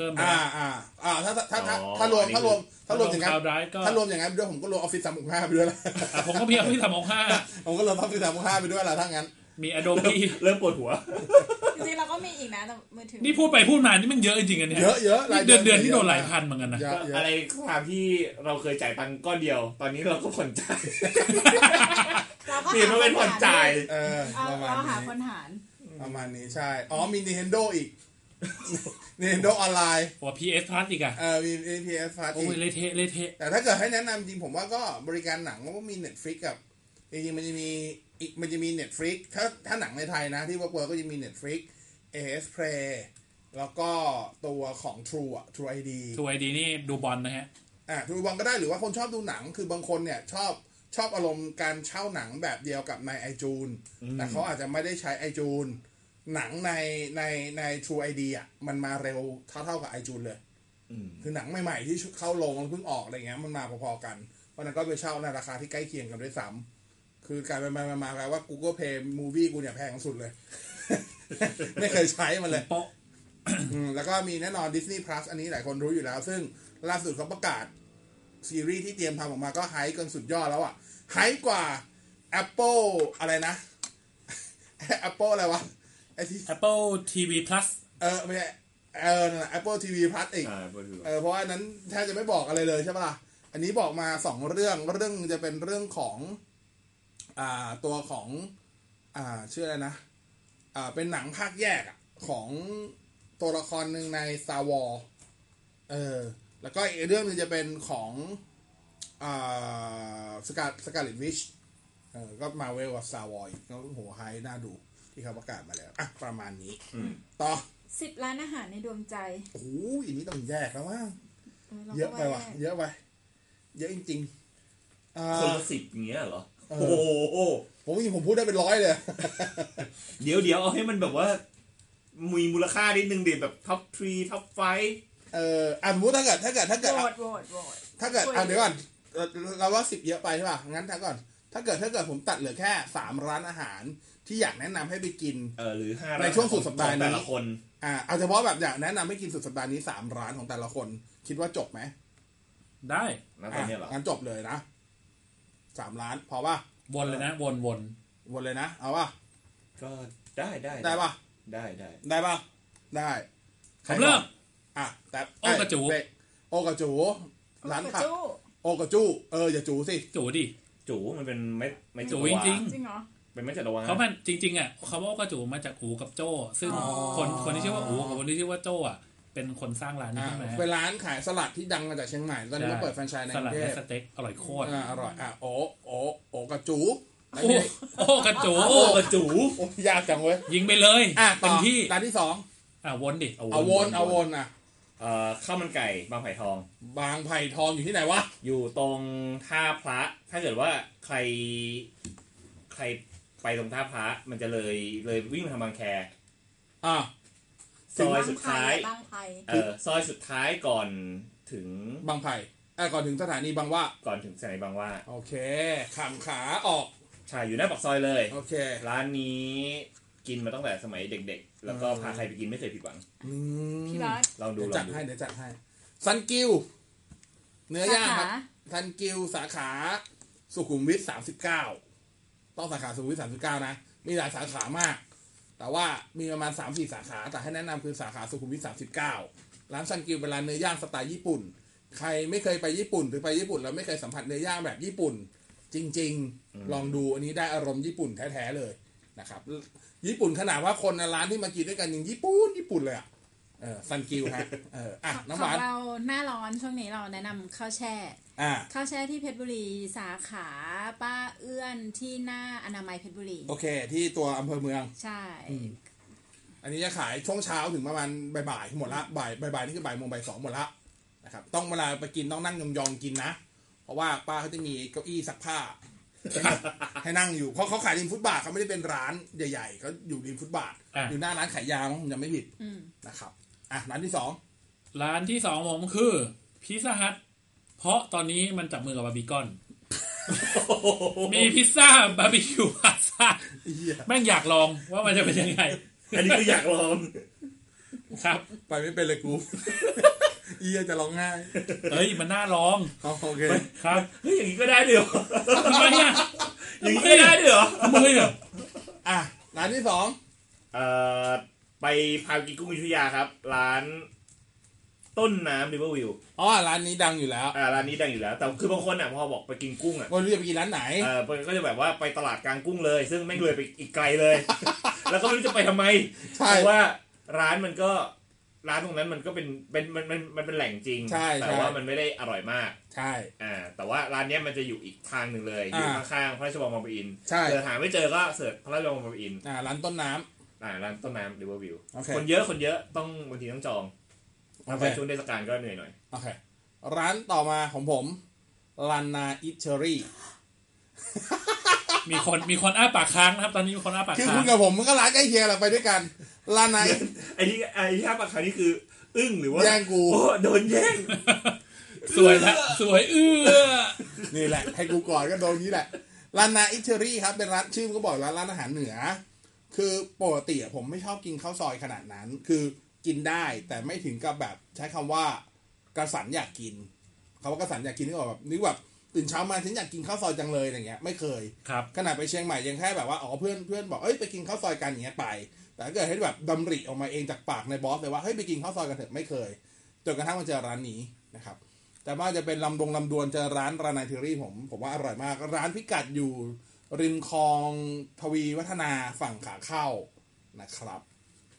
Speaker 4: เพิ่มไป
Speaker 1: อ่า
Speaker 4: แล้ว
Speaker 1: อ่าอ่าถ้าถ้าถ้าถ้า
Speaker 3: อ๋อ
Speaker 1: ถ้ารวม
Speaker 3: อันนี้
Speaker 1: ถ้ารวมถ้ารวมอย่างนั้น
Speaker 4: Cloud Drive ก็
Speaker 1: ถ้ารวมอย่างนั้นไปด้วยผมก็รวมออฟฟิศสามหกห้าไปด้วย ละ
Speaker 4: อ่ะผมก็มี Office 365
Speaker 1: ผมก็รวมออฟฟิศสามหกห้าไปด้วยละถ้างั้น
Speaker 4: มี Adobe
Speaker 3: เริ่มปวดหัว
Speaker 5: จริงๆเราก็มีอีกนะแต่มือถือ
Speaker 4: นี่พูดไปพูดมานี่มันเยอะจริงๆอันเนี่ย
Speaker 1: เยอะเยอะราย
Speaker 4: เดือนเดือนที่
Speaker 1: ยะ
Speaker 4: โดนหลายพันเหมือนกันนะ
Speaker 1: เยอะเยอะ
Speaker 3: อะไรก็ตามที่เราเคยจ่ายตังค์ก้อนเดียว ตอนนี้เราก็ผ่อนจ่าย
Speaker 5: เราก็
Speaker 3: เปลี่ยนมาเป็นผ่อนจ่าย
Speaker 1: เออ
Speaker 5: เอา
Speaker 1: ประมาณ
Speaker 5: เราหา
Speaker 1: นี้
Speaker 5: คนหาร
Speaker 1: ประมาณนี้ใช่ อ๋อมี Nintendo อีก Nintendo ออนไลน์
Speaker 4: โอ้ PS Plus อีกอะ
Speaker 1: เออมี PS Plus
Speaker 4: โอ้
Speaker 1: อี
Speaker 4: ย
Speaker 1: ก
Speaker 4: เละเทะเละเทะ
Speaker 1: แต่ถ้าเกิดให้แนะนำจริงผมว่าก็บริการหนังก็มี Netflix กับจริงๆมันจะมีอีกมันจะมี Netflix ถ้าถ้าหนังในไทยนะที่เวิร์กเวิร์กก็จะมี Netflix AS Play แล้วก็ตัวของ True อะ True ID
Speaker 4: ทัวร์ไอดีนี่ดูบอลนะฮะ
Speaker 1: อ่ะดูบอลก็ได้หรือว่าคนชอบดูหนังคือบางคนเนี่ยชอบชอบอารมณ์การเช่าหนังแบบเดียวกับในไอจูนแต่เขาอาจจะไม่ได้ใช้ไอจูนหนังในในใน True ID อ่ะมันมาเร็วเท่าเท่าๆกับไอจูนเลย คือหนังใหม่ๆที่เข้าโรงมันเพิ่งออกอะไรเงี้ยมันมาพอๆกันเพราะนั้นก็ไปเช่าในราคาที่ใกล้เคียงกันด้วยซ้ำคือกลารไปมาๆมาๆแปลว่า Google Play Movie กูเนี่ยแพงสุดเลย ไม่เคยใช้มันเลย
Speaker 4: โป๊ะ
Speaker 1: อืมแล้วก็มีแน่นอน Disney Plus อันนี้หลายคนรู้อยู่แล้ว ซึ่งล่าสุดเขาประกาศ ซีรีส์ที่เตรียมทำออกมาก็ไฮป์กันสุดยอดแล้วอะ่ะไฮป์กว่า Apple อะไรนะ Apple อะไรวะไอที่
Speaker 4: Apple TV Plus
Speaker 1: เออไม่ใช่เออนั่นแหละ Apple TV Plus อีก
Speaker 3: อ่าบลูทูธ
Speaker 1: เออเพราะว่าอันนั้นแทบจะไม่บอกอะไรเลยใช่ปะล่ะ อันนี้บอกมาสองเรื่องเรื่องจะเป็นเรื่องของ อ่าตัวของ อ่าชื่ออะไรนะ อ่าเป็นหนังภาคแยกอะของตัวละครหนึ่งใน Star War เออแล้วก็อีกเรื่องหนึงจะเป็นของ อ่าสกาสกาลินวิชเออก็มาเวลกับ Star War อีกก็โอ้โหไฮน่าดูที่เขาประกาศมาแล้วอ่ะประมาณนี้
Speaker 3: อืม
Speaker 1: ต่อ
Speaker 5: สิบร้านอาหารในดวงใจ
Speaker 1: โอ้โหอันนี้ต้องแยกแล้วมั้ง
Speaker 5: รา
Speaker 1: เยอะไป
Speaker 5: ก็า
Speaker 1: ว่ะ
Speaker 5: แยก
Speaker 1: เยอะไป เยอะจริงๆอ่า
Speaker 3: คนละสิบอย่างเงี้ยเหรอ
Speaker 1: เออ
Speaker 3: โอ้โห
Speaker 1: ผมจริงๆผมพูดได้เป็นร้อยเลย
Speaker 3: เดี๋ยวเดี๋ยวเอาให้มันแบบว่า มีมูลค่านิดนึงดิแบบท็อปทรีท็อปไฟ
Speaker 1: เอออ่ะสมมติถ้าเกิด ถ้าเกิด ถ้าเกิด
Speaker 5: โหวตโหวตโหวต
Speaker 1: ถ้าเกิดอ่ะเดี๋ยวก่อนเอ่อเราว่าสิบเยอะไปใช่ป่ะ งั้นถ้าก่อน ถ้าเกิด ถ้าเกิดผมตัดเหลือแค่สามร้านอาหารที่อยากแนะนำให้ไปกิน
Speaker 3: เออหรือห้า
Speaker 1: ในช่วงสุดสัปดาห์นี้
Speaker 3: ของแต่ละคน
Speaker 1: อ่า เอาเฉพาะแบบอยากแนะนำให้กินสุดสัปดาห์นี้สามร้านของแต่ละคน คิดว่าจบไหม
Speaker 4: ได้
Speaker 3: นะตอนเนี้ยเหรอ
Speaker 1: ะงั้นจบเลยนะสามร้าน พอป่ะ
Speaker 4: วนเลยนะวนวน
Speaker 1: วนเลยนะ เอาป่ะ
Speaker 3: ก็ได้ได้
Speaker 1: ได้ป่ะ
Speaker 3: ได้ได้
Speaker 1: ได้ป่ะ ได้
Speaker 4: ๆผมเริ่ม
Speaker 1: อ่ะ แต่
Speaker 4: โอ้กระจู๋
Speaker 1: เป๊โอกระจู ร้าน
Speaker 5: โอ้ก
Speaker 1: ผั
Speaker 5: ระ
Speaker 1: ก
Speaker 5: จู้
Speaker 1: โอกระจู้เอออย่าจูสิ
Speaker 4: จูดิ
Speaker 3: จูมันเป็นไม่ไม่
Speaker 4: จู๋จริง
Speaker 5: จริงเหรอ
Speaker 3: เป็นไม่จัตวาล
Speaker 4: เขามันจริง ๆอ่ะเขาว่ากระจูมาจากอูกับโจ้ ซึ่ง
Speaker 5: อ๋อ
Speaker 4: คนคนที่ชื่อว่าอูกับคนที่ชื่อว่าโจ้อ่ะเป็นคนสร้างร้านนี้
Speaker 1: อ่า
Speaker 4: ใช่ไหม
Speaker 1: เป็นร้านขายสลัดที่ดังมาจากเชียงใหม่ ตอนนี้
Speaker 4: ใช่
Speaker 1: มาเปิดแฟรนไชส์ใน
Speaker 4: ส
Speaker 1: กรุ
Speaker 4: ลัด
Speaker 1: งเท
Speaker 4: และ
Speaker 1: พ
Speaker 4: สเต็กอร่อยโคตร
Speaker 1: อ่าอร่อยอ่ะโอโอโอกระจู
Speaker 4: โอ้โอ้กระจู
Speaker 3: โอ้กระจู
Speaker 1: โอ้ยากจังเว้ย
Speaker 4: ยิงไปเลย
Speaker 1: อ่ะ
Speaker 4: เต็
Speaker 1: ต่อ
Speaker 4: มที่
Speaker 1: ร้านที่สอง
Speaker 4: อ่ะวนดิ
Speaker 3: เอา
Speaker 1: เอาวนเอาวนอ่ะ
Speaker 3: เอ่อข้าวมันไก่บางไผ่ทอง
Speaker 1: บางไผ่ทองอยู่ที่ไหนวะ
Speaker 3: อยู่ตรงท่าพระ ถ้าเกิดว่าใคร ใครไปตรงท่าพระ มันจะเลยเลยวิ่งมาทางบางแค
Speaker 1: อ่ะ
Speaker 3: ซอยสุดท้าย
Speaker 5: บ้างไทย
Speaker 3: เออซอยสุดท้ายก่อนถึง
Speaker 1: บางไผ่อ่ะก่อนถึงสถานีบางหว่า
Speaker 3: ก่อนถึงสถานีบางหว่า
Speaker 1: โอเคขามขาออก
Speaker 3: ใช่อยู่หน้าปากซอยเลย
Speaker 1: โอเค
Speaker 3: ร้านนี้กินมาตั้งแต่สมัยเด็กๆ แล้วก็
Speaker 1: อืม
Speaker 3: พาใครไปกินไม่เคยผิดหวัง
Speaker 1: อืม
Speaker 5: พี่รัต
Speaker 3: ลองดู
Speaker 1: เดี๋ยว
Speaker 3: ลอ
Speaker 1: จัด
Speaker 3: งดู
Speaker 1: ให้เดี๋ยวจัดให้ซันกิวเนื้อย่างครับ ทันกิวสาขาสุขุมวิทสามสิบเก้าต้องสาขาสุขุมวิทสามสิบเก้านะ มีหลายสาขามาก แต่ว่ามีประมาณสามสี่สาขา แต่ให้แนะนำคือสาขาสุขุมวิทสามสิบเก้าร้านซันกิวเป็นร้านเนื้อย่างสไตล์ญี่ปุ่น ใครไม่เคยไปญี่ปุ่นหรือไปญี่ปุ่นแล้วไม่เคยสัมผัสเนื้อย่างแบบญี่ปุ่น จริง ๆ ลองดูอันนี้ได้อารมณ์ญี่ปุ่นแท้ๆเลยนะครับ ญี่ปุ่นขนาดว่าคนในร้านที่มากินด้วยกันยังญี่ปุ่นญี่ปุ่นเลยอะเออซันกิวฮะเอออ่ะน้ำ
Speaker 5: ข
Speaker 1: ห
Speaker 5: อ
Speaker 1: วาง น
Speaker 5: เราหน้าร้อนช่วงนี้เราแนะนำข้าวแช่
Speaker 1: อ่ะ
Speaker 5: ข้าวแช่ที่เพชรบุรีสาขา ป้าเอื้อนที่หน้าอนามัยเพชรบุรี
Speaker 1: โอเค ที่ตัวอำเภอเมือง
Speaker 5: ใช่
Speaker 1: อืม อันนี้จะขายช่วงเช้าถึงประมาณบ่ายๆหมดละบ่ายบ่ายๆนี่คือบ่ายโมงบ่ายสองหมดละนะครับต้องเวลาไปกินต้องนั่งยองๆกินนะ เพราะว่าป้าเขาจะมีเก้าอี้ซักผ้า ให้นั่งอยู่เพราะเขาขายริมฟุตบาทเขาไม่ได้เป็นร้านใหญ่ๆเขาอยู่ริมฟุตบาท
Speaker 4: อ่ะ
Speaker 1: อยู่หน้าร้านขายยามั้งผมจำไม่ผิด
Speaker 5: อืม
Speaker 1: นะครับอ่ะร้านที่สอง
Speaker 4: ร้านที่สองผมคือพิซซ่าฮัทเพราะตอนนี้มันจับมือกับบาร์บีคอน มีพิซซ่าบาร์บีคิวพาซ่า
Speaker 1: เหี้ย
Speaker 4: แม่งอยากลองว่ามันจะเป็นยังไง
Speaker 3: อันนี้คืออยากลอง
Speaker 4: ครับ
Speaker 1: ไปไม่เป็นเลยกู เหี้ยจะร้องไห้
Speaker 4: เอ้ยมันน่าลอง
Speaker 1: อ๋อโอเค
Speaker 4: ครับ
Speaker 3: เฮ้ยอย่างนี้ก็ได้ด้วยเหรอ
Speaker 4: ทำไมอ่ะ
Speaker 3: อย่างนี้ก็ได้ด้วยเหรอ
Speaker 4: ทำไมือแบบ
Speaker 1: อ่ะร้านที่สอง
Speaker 3: เอ่อไปพากินกุ้งอยุธยาครับ ร้าน ต้นน้ำริเวอร์วิว
Speaker 1: อ๋อร้านนี้ดังอยู่แล้ว
Speaker 3: อ่าร้านนี้ดังอยู่แล้ว แต่คือบางคนอ่ะพอบอกไปกินกุ้งอ่ะ
Speaker 1: ไม่รู้จะไปกินร้านไหน
Speaker 3: เออมันก็จะแบบว่าไปตลาดกลางกุ้งเลย ซึ่งแม่งเลยไปอีกไกล เลย แล้วก็ไม่รู้จะไปทำไม
Speaker 1: ใช่
Speaker 3: เพราะว่าร้านมันก็ร้านตรงนั้นมันก็เป็นเป็นมันมันมันเป็นแหล่งจริง
Speaker 1: ใช่ใช่
Speaker 3: แต่ว่ามันไม่ได้อร่อยมาก
Speaker 1: ใช่
Speaker 3: อ่าแต่ว่าร้านเนี้ยมันจะอยู่อีกทางหนึ่งเลย
Speaker 1: อ่า
Speaker 3: อยู่ข้างๆพระราชวังบางปะอิน
Speaker 1: ใช่
Speaker 3: เจอหาไม่เจอก็เสิร์ชพระราชวังบางปะอิน
Speaker 1: อ่ะร้านต้นน้ำ
Speaker 3: อ่าร้านต้นน้ำริเวอร์วิว
Speaker 1: โอเค
Speaker 3: คนเยอะคนเยอะต้องบางทีต้องจอง
Speaker 1: โอ
Speaker 3: ถ้า
Speaker 1: เค
Speaker 3: ไปช่วงเทศกาลก็เหนื่อยหน่อย
Speaker 1: โอเค ร้านต่อมาของผมลานาอิเชอรี่
Speaker 4: มีคนมีคนอ้าปากค้างนะครับ ตอนนี้มีคนอ้าปาก
Speaker 1: คือ
Speaker 4: ค้า
Speaker 1: คุ
Speaker 4: ง
Speaker 1: ณกับผมมันก็ร้านใกล้เคียงแหละไปด้วยกันลานา
Speaker 3: ไอ้ที่ไอ้ที่ห้าปากคานี่คือ อึ้งหรือว่า
Speaker 1: แย่งกู
Speaker 3: โอ้โดนแย่ง
Speaker 4: สวยละสวยเอื้อ
Speaker 1: นี่แหละ ให้กูก่อนก็โดนนี้แหละลานาอิเชอรี่ครับเป็นร้านชื่อมันก็บอกแล้วร้านอาหารเหนือ คือปกติอะผมไม่ชอบกินข้าวซอยขนาดนั้น คือกินได้แต่ไม่ถึงกับแบบใช้คำว่ากระสันอยากกินคำว่ากระสันอยากกินนี่ก็แบบนึกแบบ ตื่นเช้ามาฉันอยากกินข้าวซอยจังเลยอะไรเงี้ยไม่เคย
Speaker 4: ครับ
Speaker 1: ขนาดไปเชียงใหม่ยังแค่แบบว่าอ๋อเพื่อนเพื่อนบอกเอ้ยไปกินข้าวซอยกันอย่างเงี้ยไป แต่ถ้าเกิดให้แบบดำริออกมาเองจากปากในบอสเลยว่าเฮ้ยไปกินข้าวซอยกันเถอะไม่เคยจนกระทั่งมาเจอร้านนี้นะครับ แต่ว่าจะเป็นลำดงลำดวนเจอร้านรานายเทอรี่ผมผมว่าอร่อยมาก ร้านพิกัดอยู่ ริมคลองทวีวัฒนาฝั่งขาเข้านะครับ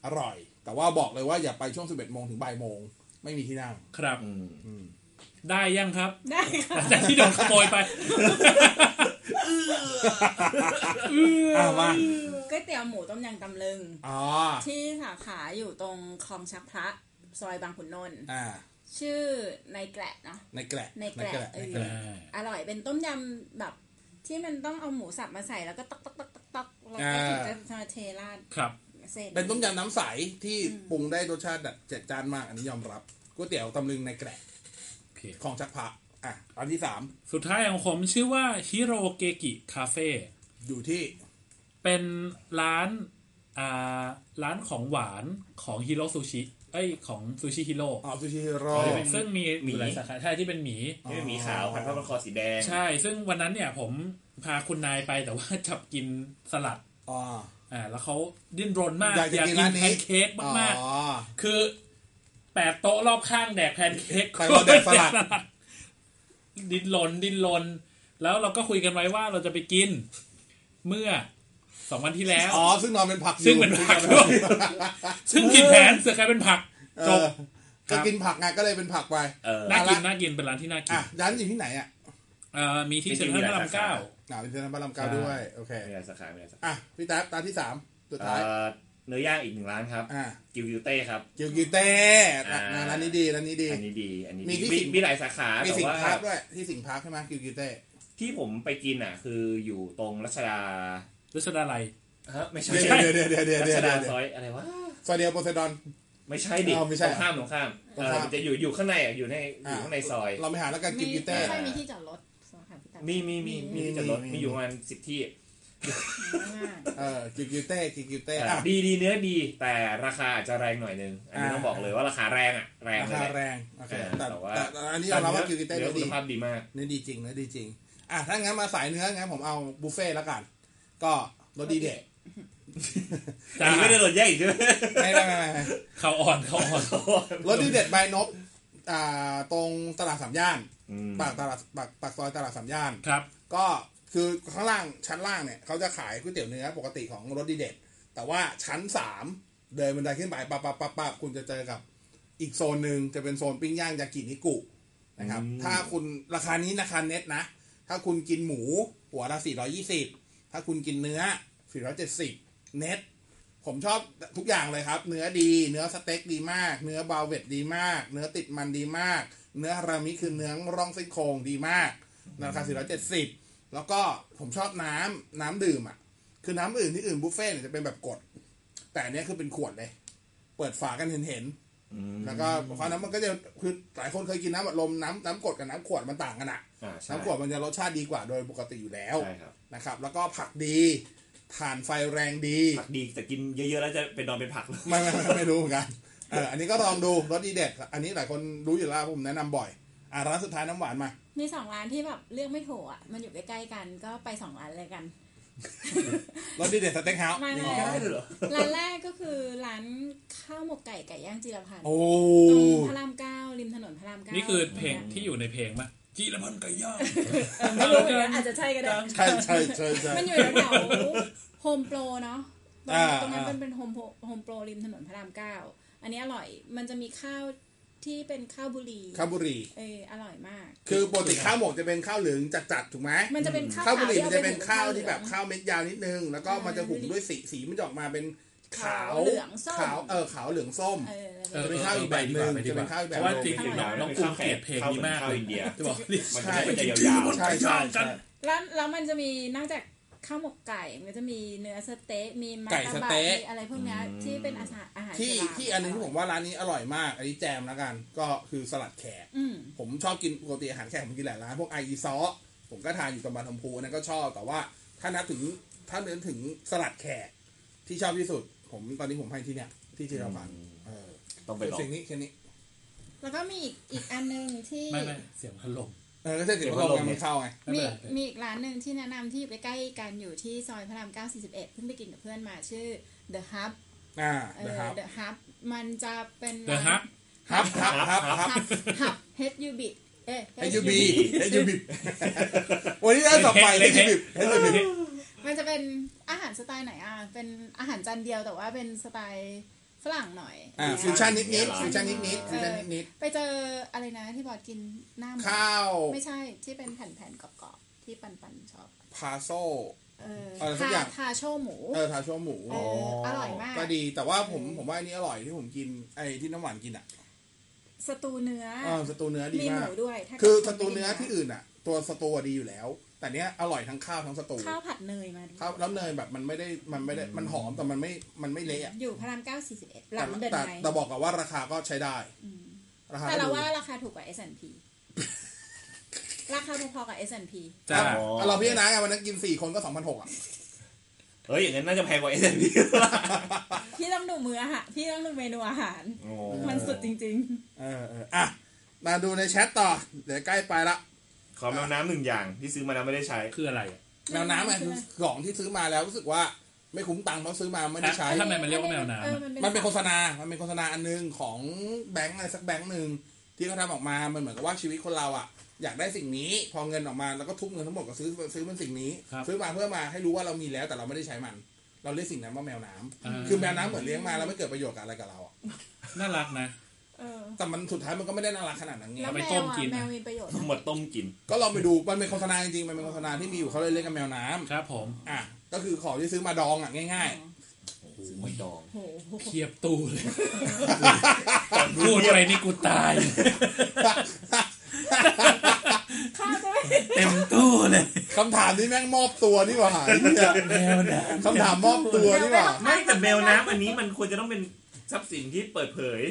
Speaker 1: อร่อย แต่ว่าบอกเลยว่าอย่าไปช่วง 11โมงถึงบ่ายโมงไม่มีที่นั่ง
Speaker 4: ครับ
Speaker 3: อืม
Speaker 1: อืม
Speaker 4: ได้ยังครับ
Speaker 5: ได้ค่ะ
Speaker 4: หลังจากที่โดนขโมยไป
Speaker 1: อ่ะมา
Speaker 5: ก๋วยเตี๋ยวหมูต้มยำตำลึง
Speaker 1: อ๋อ
Speaker 5: ที่สาขาอยู่ตรงคลองชักพระ ซอยบางขุนนนท์
Speaker 1: อ่า
Speaker 5: ชื่อในแกละเนาะ
Speaker 1: ในแกละ
Speaker 5: ในแกละเอ
Speaker 1: ใน
Speaker 5: อ
Speaker 1: แกละ
Speaker 5: อร่อยเป็นต้มยำแบบ ที่มันต้องเอาหมูสับมาใส่แล้วก็ตอกตอกตอกตอกตอกแล้วก็
Speaker 1: อ่า
Speaker 5: ถึงจะมาเทราด
Speaker 4: ครับ
Speaker 5: เส้น
Speaker 1: เป็นต้มยำน้ำใสที่
Speaker 5: อืม
Speaker 1: ปรุงได้รสชาติแบบเจ็ดจานมากอันนี้ยอมรับก๋วยเตี๋ยวตำลึงในแกละ
Speaker 4: โอเค
Speaker 1: ของชักพระอ่ะอันที่สาม
Speaker 4: สุดท้ายของผมชื่อว่าฮิโรเกกิคาเฟ่
Speaker 1: อยู่ที่
Speaker 4: เป็นร้านอ่าร้านของหวานของฮิโรซูชิเอ้ยของซูชิฮิโร่
Speaker 1: อ๋อซูชิฮิโร่
Speaker 4: ซึ่งมี
Speaker 3: หมี
Speaker 4: หลายสาขาใช่ที่เป็นหมี
Speaker 3: ที่เป็นหมีขาวพันผ้าพันคอสีแดง
Speaker 4: ใช่ ซึ่งวันนั้นเนี่ยผมพาคุณนายไปแต่ว่าจับกินสลัด
Speaker 1: อ๋อ
Speaker 4: อ่า แล้วเขาดิ้นรนมาก
Speaker 1: อยากจะกินร้านนี้
Speaker 4: แพนเค้กมาก
Speaker 1: อ๋อ
Speaker 4: ๆ คือแปดโต๊ะรอบข้างแดกแพนเค้ก
Speaker 1: แต่เราแดกสลัด
Speaker 4: ดิ้นรนดิ้นรน แล้วเราก็คุยกันไว้ว่าเราจะไปกิน เมื่อสองวันที่แล้ว
Speaker 1: อ๋อ ซึ่งนอนเป็นผักอยู่
Speaker 4: ซึ่งเป็นผักด้วยซึ่งผิดแผนเสือกลายเป็นผัก
Speaker 1: เอ
Speaker 4: จบ
Speaker 1: อ
Speaker 4: ค
Speaker 1: ก็
Speaker 4: รับ
Speaker 1: กินผักไงก็เลยเป็นผักไป
Speaker 3: เออ
Speaker 4: น่ากิน
Speaker 1: ละ
Speaker 4: น่ากินเป็นร้านที่น่ากิน
Speaker 1: อ่ะร้านอยู่ที่ไหนอ่ะ
Speaker 4: เอ่อมีที่
Speaker 3: จ
Speaker 4: เซ็
Speaker 3: ริ
Speaker 4: น
Speaker 3: งๆ
Speaker 4: ทรัลพระ
Speaker 3: มีหลาย
Speaker 4: ราม
Speaker 3: สาขา
Speaker 4: เก้า
Speaker 1: อ่าเป็นเซนทรัลพระรามเก้า
Speaker 4: ใช่
Speaker 1: ด้วย โอเค
Speaker 3: มีหลายสาขามีหลายสาขา
Speaker 1: อ่ะ พี่แท็บตาที่สามสุดท้าย
Speaker 3: เอ่อเนื้อย่างอีกหนึ่งร้านครับ
Speaker 1: อ่ะ
Speaker 3: กิวกิวเต้ครับ
Speaker 1: กิวกิวเต้อ่ะ
Speaker 3: อ่า
Speaker 1: ร้านนี้ดีร้านนี้ดี
Speaker 3: อันนี้ดี อันนี้
Speaker 1: มี
Speaker 3: ดี
Speaker 1: ที่
Speaker 3: มี
Speaker 1: สิง
Speaker 3: มีหลายสาขา
Speaker 1: มี
Speaker 3: แต่
Speaker 1: สิง
Speaker 3: ว่า
Speaker 1: พาร์คด้วย ที่สิงพาร์คใช่ไหมกิวกิวเต้
Speaker 3: ที่ผมไปกินอ่ะ คืออยู่ตรงรัชดา
Speaker 4: รัชดาลัย
Speaker 3: ฮะไม่ใช่
Speaker 1: เดี๋ยวเดี๋ยวเดี๋ยวเดี๋ยวเดี๋ยว
Speaker 3: รั
Speaker 1: เดี๋ยวเดี๋ยว
Speaker 3: ชดาซอยอะไรวะ
Speaker 1: ซอยเดียวโพไซดอน
Speaker 3: ไม่ใช่ดิ
Speaker 1: เอาไม่ใช่
Speaker 3: ตรงข้ามตรงข้าม
Speaker 1: ต
Speaker 3: เอ
Speaker 1: รง
Speaker 3: อ
Speaker 1: ข้าม
Speaker 3: มันจะอยู่อยู่ข้างในอ่ะอยู่ในอ
Speaker 1: อ่า
Speaker 3: ยู่ข้างในซอย
Speaker 1: เราไปหาแล้วกันกิวกิวเต้
Speaker 5: ไม่ใช่มีที่จอดรถสาขาพี่ตั๊ก
Speaker 3: มีมีมี
Speaker 1: มี
Speaker 3: มีที่จอดรถ
Speaker 1: มี
Speaker 3: มีอยู่ประมาณสิบ
Speaker 5: ม
Speaker 3: ที่
Speaker 5: าก
Speaker 1: เออกิวกิวเต้กิวกิวเต้
Speaker 3: เออ
Speaker 1: อ่ะ
Speaker 3: ดีดีเนื้อดี แต่ราคาอาจจะแรงหน่อยนึง อันนี้
Speaker 1: อ่า
Speaker 3: ต้องบอกเลยว่าราคาแรงอ่ะ แรง
Speaker 1: รา
Speaker 3: เลย
Speaker 1: คา
Speaker 3: แหละ
Speaker 1: แรงโอเค
Speaker 3: เออ
Speaker 1: แต่
Speaker 3: แต่ว่า
Speaker 1: แต่อันนี้เรารับว่ากิวกิวเต้
Speaker 3: เนื้อ
Speaker 1: ก็
Speaker 3: คุ
Speaker 1: ดี
Speaker 3: ณภาพดีมาก
Speaker 1: เนื้อดีจริงเนื้อดีจริง อ่ะ ถ้างั้นมาสายเนื้องั้นผมเอาบุฟเฟ่ต์แล้วกัน ก็รสดีเด็ด
Speaker 4: จ้า
Speaker 3: อันนี้ไม่ได้รสแยกอีกใช่ไหม
Speaker 1: ไม่ไม่ไม่ไม่
Speaker 4: เขาอ่อนเขาอ่อน
Speaker 1: รสดีเด็ดใบนบอ่าตรงตลาดสามย่าน
Speaker 3: อืม
Speaker 1: ปากตลาดปากปากซอยตลาดสามย่าน
Speaker 4: ครับ
Speaker 1: ก็คือข้างล่างชั้นล่างเนี่ยเขาจะขายก๋วยเตี๋ยวเนื้อปกติของรสดีเด็ด แต่ว่าชั้นสามเดินบันไดขึ้นไปปั๊บปั๊บปั๊บปั๊บคุณจะเจอกับอีกโซนหนึ่งจะเป็นโซนปิ้งย่างยากินิกุนะครับถ้าคุณราคานี้ราคาเน็ตนะ ถ้าคุณกินหมูหัวละ420 ถ้าคุณกินเนื้อ 470 เน็ต ผมชอบทุกอย่างเลยครับ เนื้อดี เนื้อสเต็กดีมาก เนื้อบาเวตดีมาก เนื้อติดมันดีมาก เนื้อรามิคือเนื้อร่องซี่โครงดีมากในราคา 470 แล้วก็ผมชอบน้ำน้ำดื่มอ่ะ คือน้ำอื่นที่อื่นบุฟเฟ่ต์เนี่ยจะเป็นแบบกด แต่อันเนี้ยคือเป็นขวดเลย เปิดฝากันเห็นเห็น
Speaker 3: อืม
Speaker 1: ๆแล้วก็ความน้ำมันก็จะคือหลายคนเคยกินน้ำอัดลมน้ำน้ำกดกับน้ำขวดมันต่างกันอ่ะ
Speaker 3: อ่าใช่
Speaker 1: น้ำขวดมันจะรสชาติดีกว่าโดยปกติอยู่แล้ว
Speaker 3: ใช่ครับ
Speaker 1: นะครับ แล้วก็ผักดีถ่านไฟแรงดี
Speaker 3: ผักดีแต่กินเยอะๆแล้วจะเป็นนอนเป็นผักเลย
Speaker 1: ไม่ไม่ไม่ไม่รู้เหมือนกันเอออันนี้ก็ลองดูรสดีเด็ด อันนี้หลายคนรู้อยู่แล้วผมแนะนำบ่อย อ่ะร้านสุดท้ายน้ำหวานมา
Speaker 5: มีสองร้านที่แบบเลือกไม่ถูกอ่ะ มันอยู่ใกล้ๆกันก็ไปสองร้านเลยกัน
Speaker 1: รสดีเด็ดสเต็กเฮาส์
Speaker 5: ไม่ไม่
Speaker 1: นี่ไง
Speaker 5: ร้านแรกก็คือร้านข้าวหมกไก่ไก่ย่างจิรพันธ์
Speaker 1: โอ้
Speaker 5: ตรงพระรามเก้าริมถนนพระรามเก้า
Speaker 4: นี่คือเพลงที่อยู่ในเพลงปะจีรพันธ์ไก่ย่าง
Speaker 5: ไม่รู้เหมือนกันอาจจะใช่ก็ได้
Speaker 1: ใช่ใช่ใช่ใช่
Speaker 5: มันอยู่แถวโฮมโปรเนาะตรง
Speaker 1: อ่า
Speaker 5: ตรงนั้น
Speaker 1: อ่ามั
Speaker 5: มันเป็นโฮมโฮมโปรริมถนนพระรามเก้าอันนี้อร่อยมันจะมีข้าวที่เป็นข้าวบุรี
Speaker 1: ข้าวบุหรี
Speaker 5: เอออร่อยมาก
Speaker 1: คือปกติข้าวหมกจะเป็นข้าวเหลืองจัดๆถูกไหม
Speaker 5: มันจะเป็นข้าว
Speaker 1: ข้าวบุหรี
Speaker 5: ข
Speaker 1: มัน
Speaker 5: ที่
Speaker 1: จะ
Speaker 5: อ
Speaker 1: เป็นข้าวที่แบบ
Speaker 5: เหลือง
Speaker 1: ข้าวเม็ดยาวนิดนึง แล้วก็
Speaker 5: อ่ามั
Speaker 1: มันจะหุงด้วยสีสีมันจะออกมาเป็นขาว
Speaker 5: ขาวเหลืองส้ม
Speaker 1: ขาวเออขาวเหลืองส้ม
Speaker 5: เออ
Speaker 4: เออ
Speaker 1: จะเป็น
Speaker 4: เออ
Speaker 1: ข้าวอีกแบบหนึ่ง
Speaker 4: ไปดีกว่า
Speaker 1: จะเป็นข้าวอีก
Speaker 4: เพ
Speaker 1: แบบหนึ่ง
Speaker 4: ราะว่าจริงๆน้องน้องกูเกลียดเพลงนี้มาก
Speaker 3: ข้าว
Speaker 4: เล
Speaker 3: เหมือนข้าวย อินเดี
Speaker 1: ใช่
Speaker 4: จะบอกรีบ
Speaker 3: ยมันจะเป็นจะยาว
Speaker 1: ใช่ใช่ใช่
Speaker 5: แล้วแล้วมันจะมีนอกจากข้าวหมกไก่มันจะมีเนื้อสเต๊ะมีมา
Speaker 1: ไก่สเต๊ะ
Speaker 5: มีอะไรพวกเนี้ยที่เป็นอาหารอาหาร
Speaker 1: ที่
Speaker 5: อิสลาม
Speaker 1: ที่อันหนึงที่ผมว่าร้านนี้อร่อยมาก อันนี้แจมแล้วกัน ก็คือสลัดแขก
Speaker 5: อืม
Speaker 1: ผมชอบกินปกติอาหารแขกผมกินหลายร้านพวกไออีซอผมก็ทานอยู่ตำบลทำพูอันนั้นก็ชอบแต่ว่าถ้านับถึงถ้าเน้นถึงสลัดแขกที่ชอบที่สุด ผมตอนนี้ผมให้ที่เนี่ยที่จิรพันธ์เออ
Speaker 3: ต้องไปลอง
Speaker 1: สิ่งนี้แค่นี้
Speaker 5: แล้วก็มีอีกอีกอันหนึงที่
Speaker 4: ไม่ไม่เสียงพัดลม
Speaker 1: เออก็จะถือว่าลมมันเข้าไง
Speaker 4: ไม่
Speaker 2: มี
Speaker 4: เป็นไร
Speaker 2: มีอีกร้านหนึ่งที่แนะนำที่อยู่ใกล้ๆกันอยู่ที่ซอยพระราม9 41เพิ่งไปกินกับเพื่อนมาชื่อ The Hub
Speaker 1: อ่า
Speaker 2: เอ
Speaker 1: เดี๋ยว
Speaker 2: อ
Speaker 1: ครั
Speaker 2: The
Speaker 1: บ
Speaker 2: Hub มันจะเป็น
Speaker 4: The
Speaker 2: ร้าน
Speaker 1: ค
Speaker 4: Hub
Speaker 1: รับครับครับครับ
Speaker 2: Hub Hub HUB เอ๊ะ
Speaker 1: ให้ยูบีให้ยูบี วันนี้ได้ต่อไปให้ยูบีให้ยูบี
Speaker 2: มันจะเป็นอาหารสไตล์ไหนอ่ะ เป็นอาหารจานเดียวแต่ว่าเป็นสไตล์ฝรั่งหน่อย
Speaker 1: อ่า
Speaker 2: อะไรเงี้ย
Speaker 1: ฟิวชั่นนิดนิดฟิวชั่นนิดนิดฟิวชั่นนิดนิด
Speaker 2: ไปเจออะไรนะที่บอดกินหน้าหมู
Speaker 1: ข้าว
Speaker 2: ไม่ใช่ที่เป็นแผ่นๆกรอบๆที่ปันปันๆชอบ
Speaker 1: พาโซ
Speaker 2: เออ
Speaker 1: อะไรสัก
Speaker 2: ทา
Speaker 1: อย่าง
Speaker 2: ทาโชหมู
Speaker 1: เออทาโชหมู
Speaker 2: เอออร่อยมาก
Speaker 1: ก็ดีแต่ว่าผมผมว่าอันนี้อร่อยที่ผมกินไอ้ที่น้ำหวานกินอ่ะ
Speaker 2: สตูเนื้อ
Speaker 1: อ่าสตูเนื้อดี
Speaker 2: มีห
Speaker 1: มาก
Speaker 2: มูด้วยถ้า
Speaker 1: คือส
Speaker 2: กิ
Speaker 1: ตูเนื้อที่
Speaker 2: ไม่
Speaker 1: อื่นอ่ะ ตัวสตูอะดีอยู่แล้ว แต่เนี้ยอร่อยทั้งข้าวทั้งสตู
Speaker 2: ดีะข้าวผัดเนยมาด้วย
Speaker 1: ข้าวแล้วเนยแบบมันไม่ได้มันไม่ได้มันหอมแต่มันไม่มันไม่เละอะ
Speaker 2: อยู่พระรามเก้าสี่สิบเอ็ดห
Speaker 1: แต่
Speaker 2: ลังเดิน
Speaker 1: แต่
Speaker 2: ไน
Speaker 1: แต่บอกกันว่าราคาก็ใช้ได้
Speaker 2: อืม
Speaker 1: ราคา
Speaker 2: แต่
Speaker 1: ก็
Speaker 2: เรา
Speaker 1: ดู
Speaker 2: ว่าราคาถูกกว่า S&P ราคาพอๆกับ S&P
Speaker 4: จ้า
Speaker 3: อ๋อ
Speaker 1: อ่ะเราพี่นะไงวันนั้นกินสี่คนก็สองพันหกอ่ะ
Speaker 3: เฮ้ยอย่างนั้นน่าจะแพงกว่าเอสแอนด์ี
Speaker 2: พี่ต้องดูมืออาหารพี่ต้องดูเมนูอาหาร มันสุดจริง
Speaker 1: เออเอออ่ะมาดูในแชทต่อ เดี๋ยวใกล้ไปละ
Speaker 3: ขอแมวน้ำหนึ่งอย่างที่ซื้อมาแล้วไม่ได้ใช้
Speaker 4: คืออะไรอะ
Speaker 1: แมวน้ำอ่ะคือของที่ซื้อมาแล้วรู้สึกว่าไม่คุ้มตังค์เพราะซื้อมาไม่ได้ใช้
Speaker 4: ทำไมมั
Speaker 2: ๆ
Speaker 4: นเรียกว่าแมวน้ำ
Speaker 2: เออ
Speaker 4: อะ
Speaker 1: มันเป็นโฆษณา มันเป็นโฆษณาอันนึงของแบงก์อะไรสักแบงก์หนึ่งที่เขาทำออกมา มันเหมือนกับว่าชีวิตคนเราอ่ะ อยากได้สิ่งนี้ พอเงินออกมาแล้วก็ทุ่มเงินทั้งหมดก็ซื้อซื้อมันสิ่งนี้ ซื้อมาเพื่อมาให้รู้ว่าเรามีแล้วแต่เราไม่ได้ใช้มัน เราเรียกสิ่งนั้นว่าแมวน้ำ
Speaker 4: อ่า
Speaker 1: คือแมวน้ำเหมือนเลี้ยงมาแล้วไม่เกิดประโยชน์กับอะไรกับเราอะ
Speaker 4: น่ารักนะ
Speaker 2: เออ
Speaker 1: แต่มันสุดท้ายมันก็ไม่ได้น่ารักขนาดนั้นไง
Speaker 2: แล้ว
Speaker 4: เอาไป
Speaker 2: แม
Speaker 4: ต้
Speaker 2: ว
Speaker 4: ม
Speaker 2: อ่ะ
Speaker 4: กินนะ
Speaker 2: แมวมีประโยชน์
Speaker 3: ทั้งหมดต้มกิน
Speaker 1: ก็ลองไปดู มันเป็นโฆษณาจริงๆ มันเป็นโฆษณาที่มีอยู่เขาเลยเรียกกันแมวน้ำ
Speaker 4: ครับผม
Speaker 1: อ่ะก็คือของที่ซื้อมาดองอ่ะง่าย
Speaker 3: โอ้โหไม่ดอง
Speaker 2: โอ้โห
Speaker 4: เทียบตู้เลยพูดไปนี่กูตาย
Speaker 1: ๆ
Speaker 2: ข้าวจะไม่
Speaker 4: เต็มตู้เลย
Speaker 1: คำถามนี้แม่งมอบตัวนี่หว่า ไอ้เนี่ย
Speaker 4: แมวน้ำ
Speaker 1: คำถามมอบตัวนี่หว่า
Speaker 3: ไม่แต่แมวน้ำอันนี้มันควรจะต้องเป็นทรัพย์สินที่เปิดเผย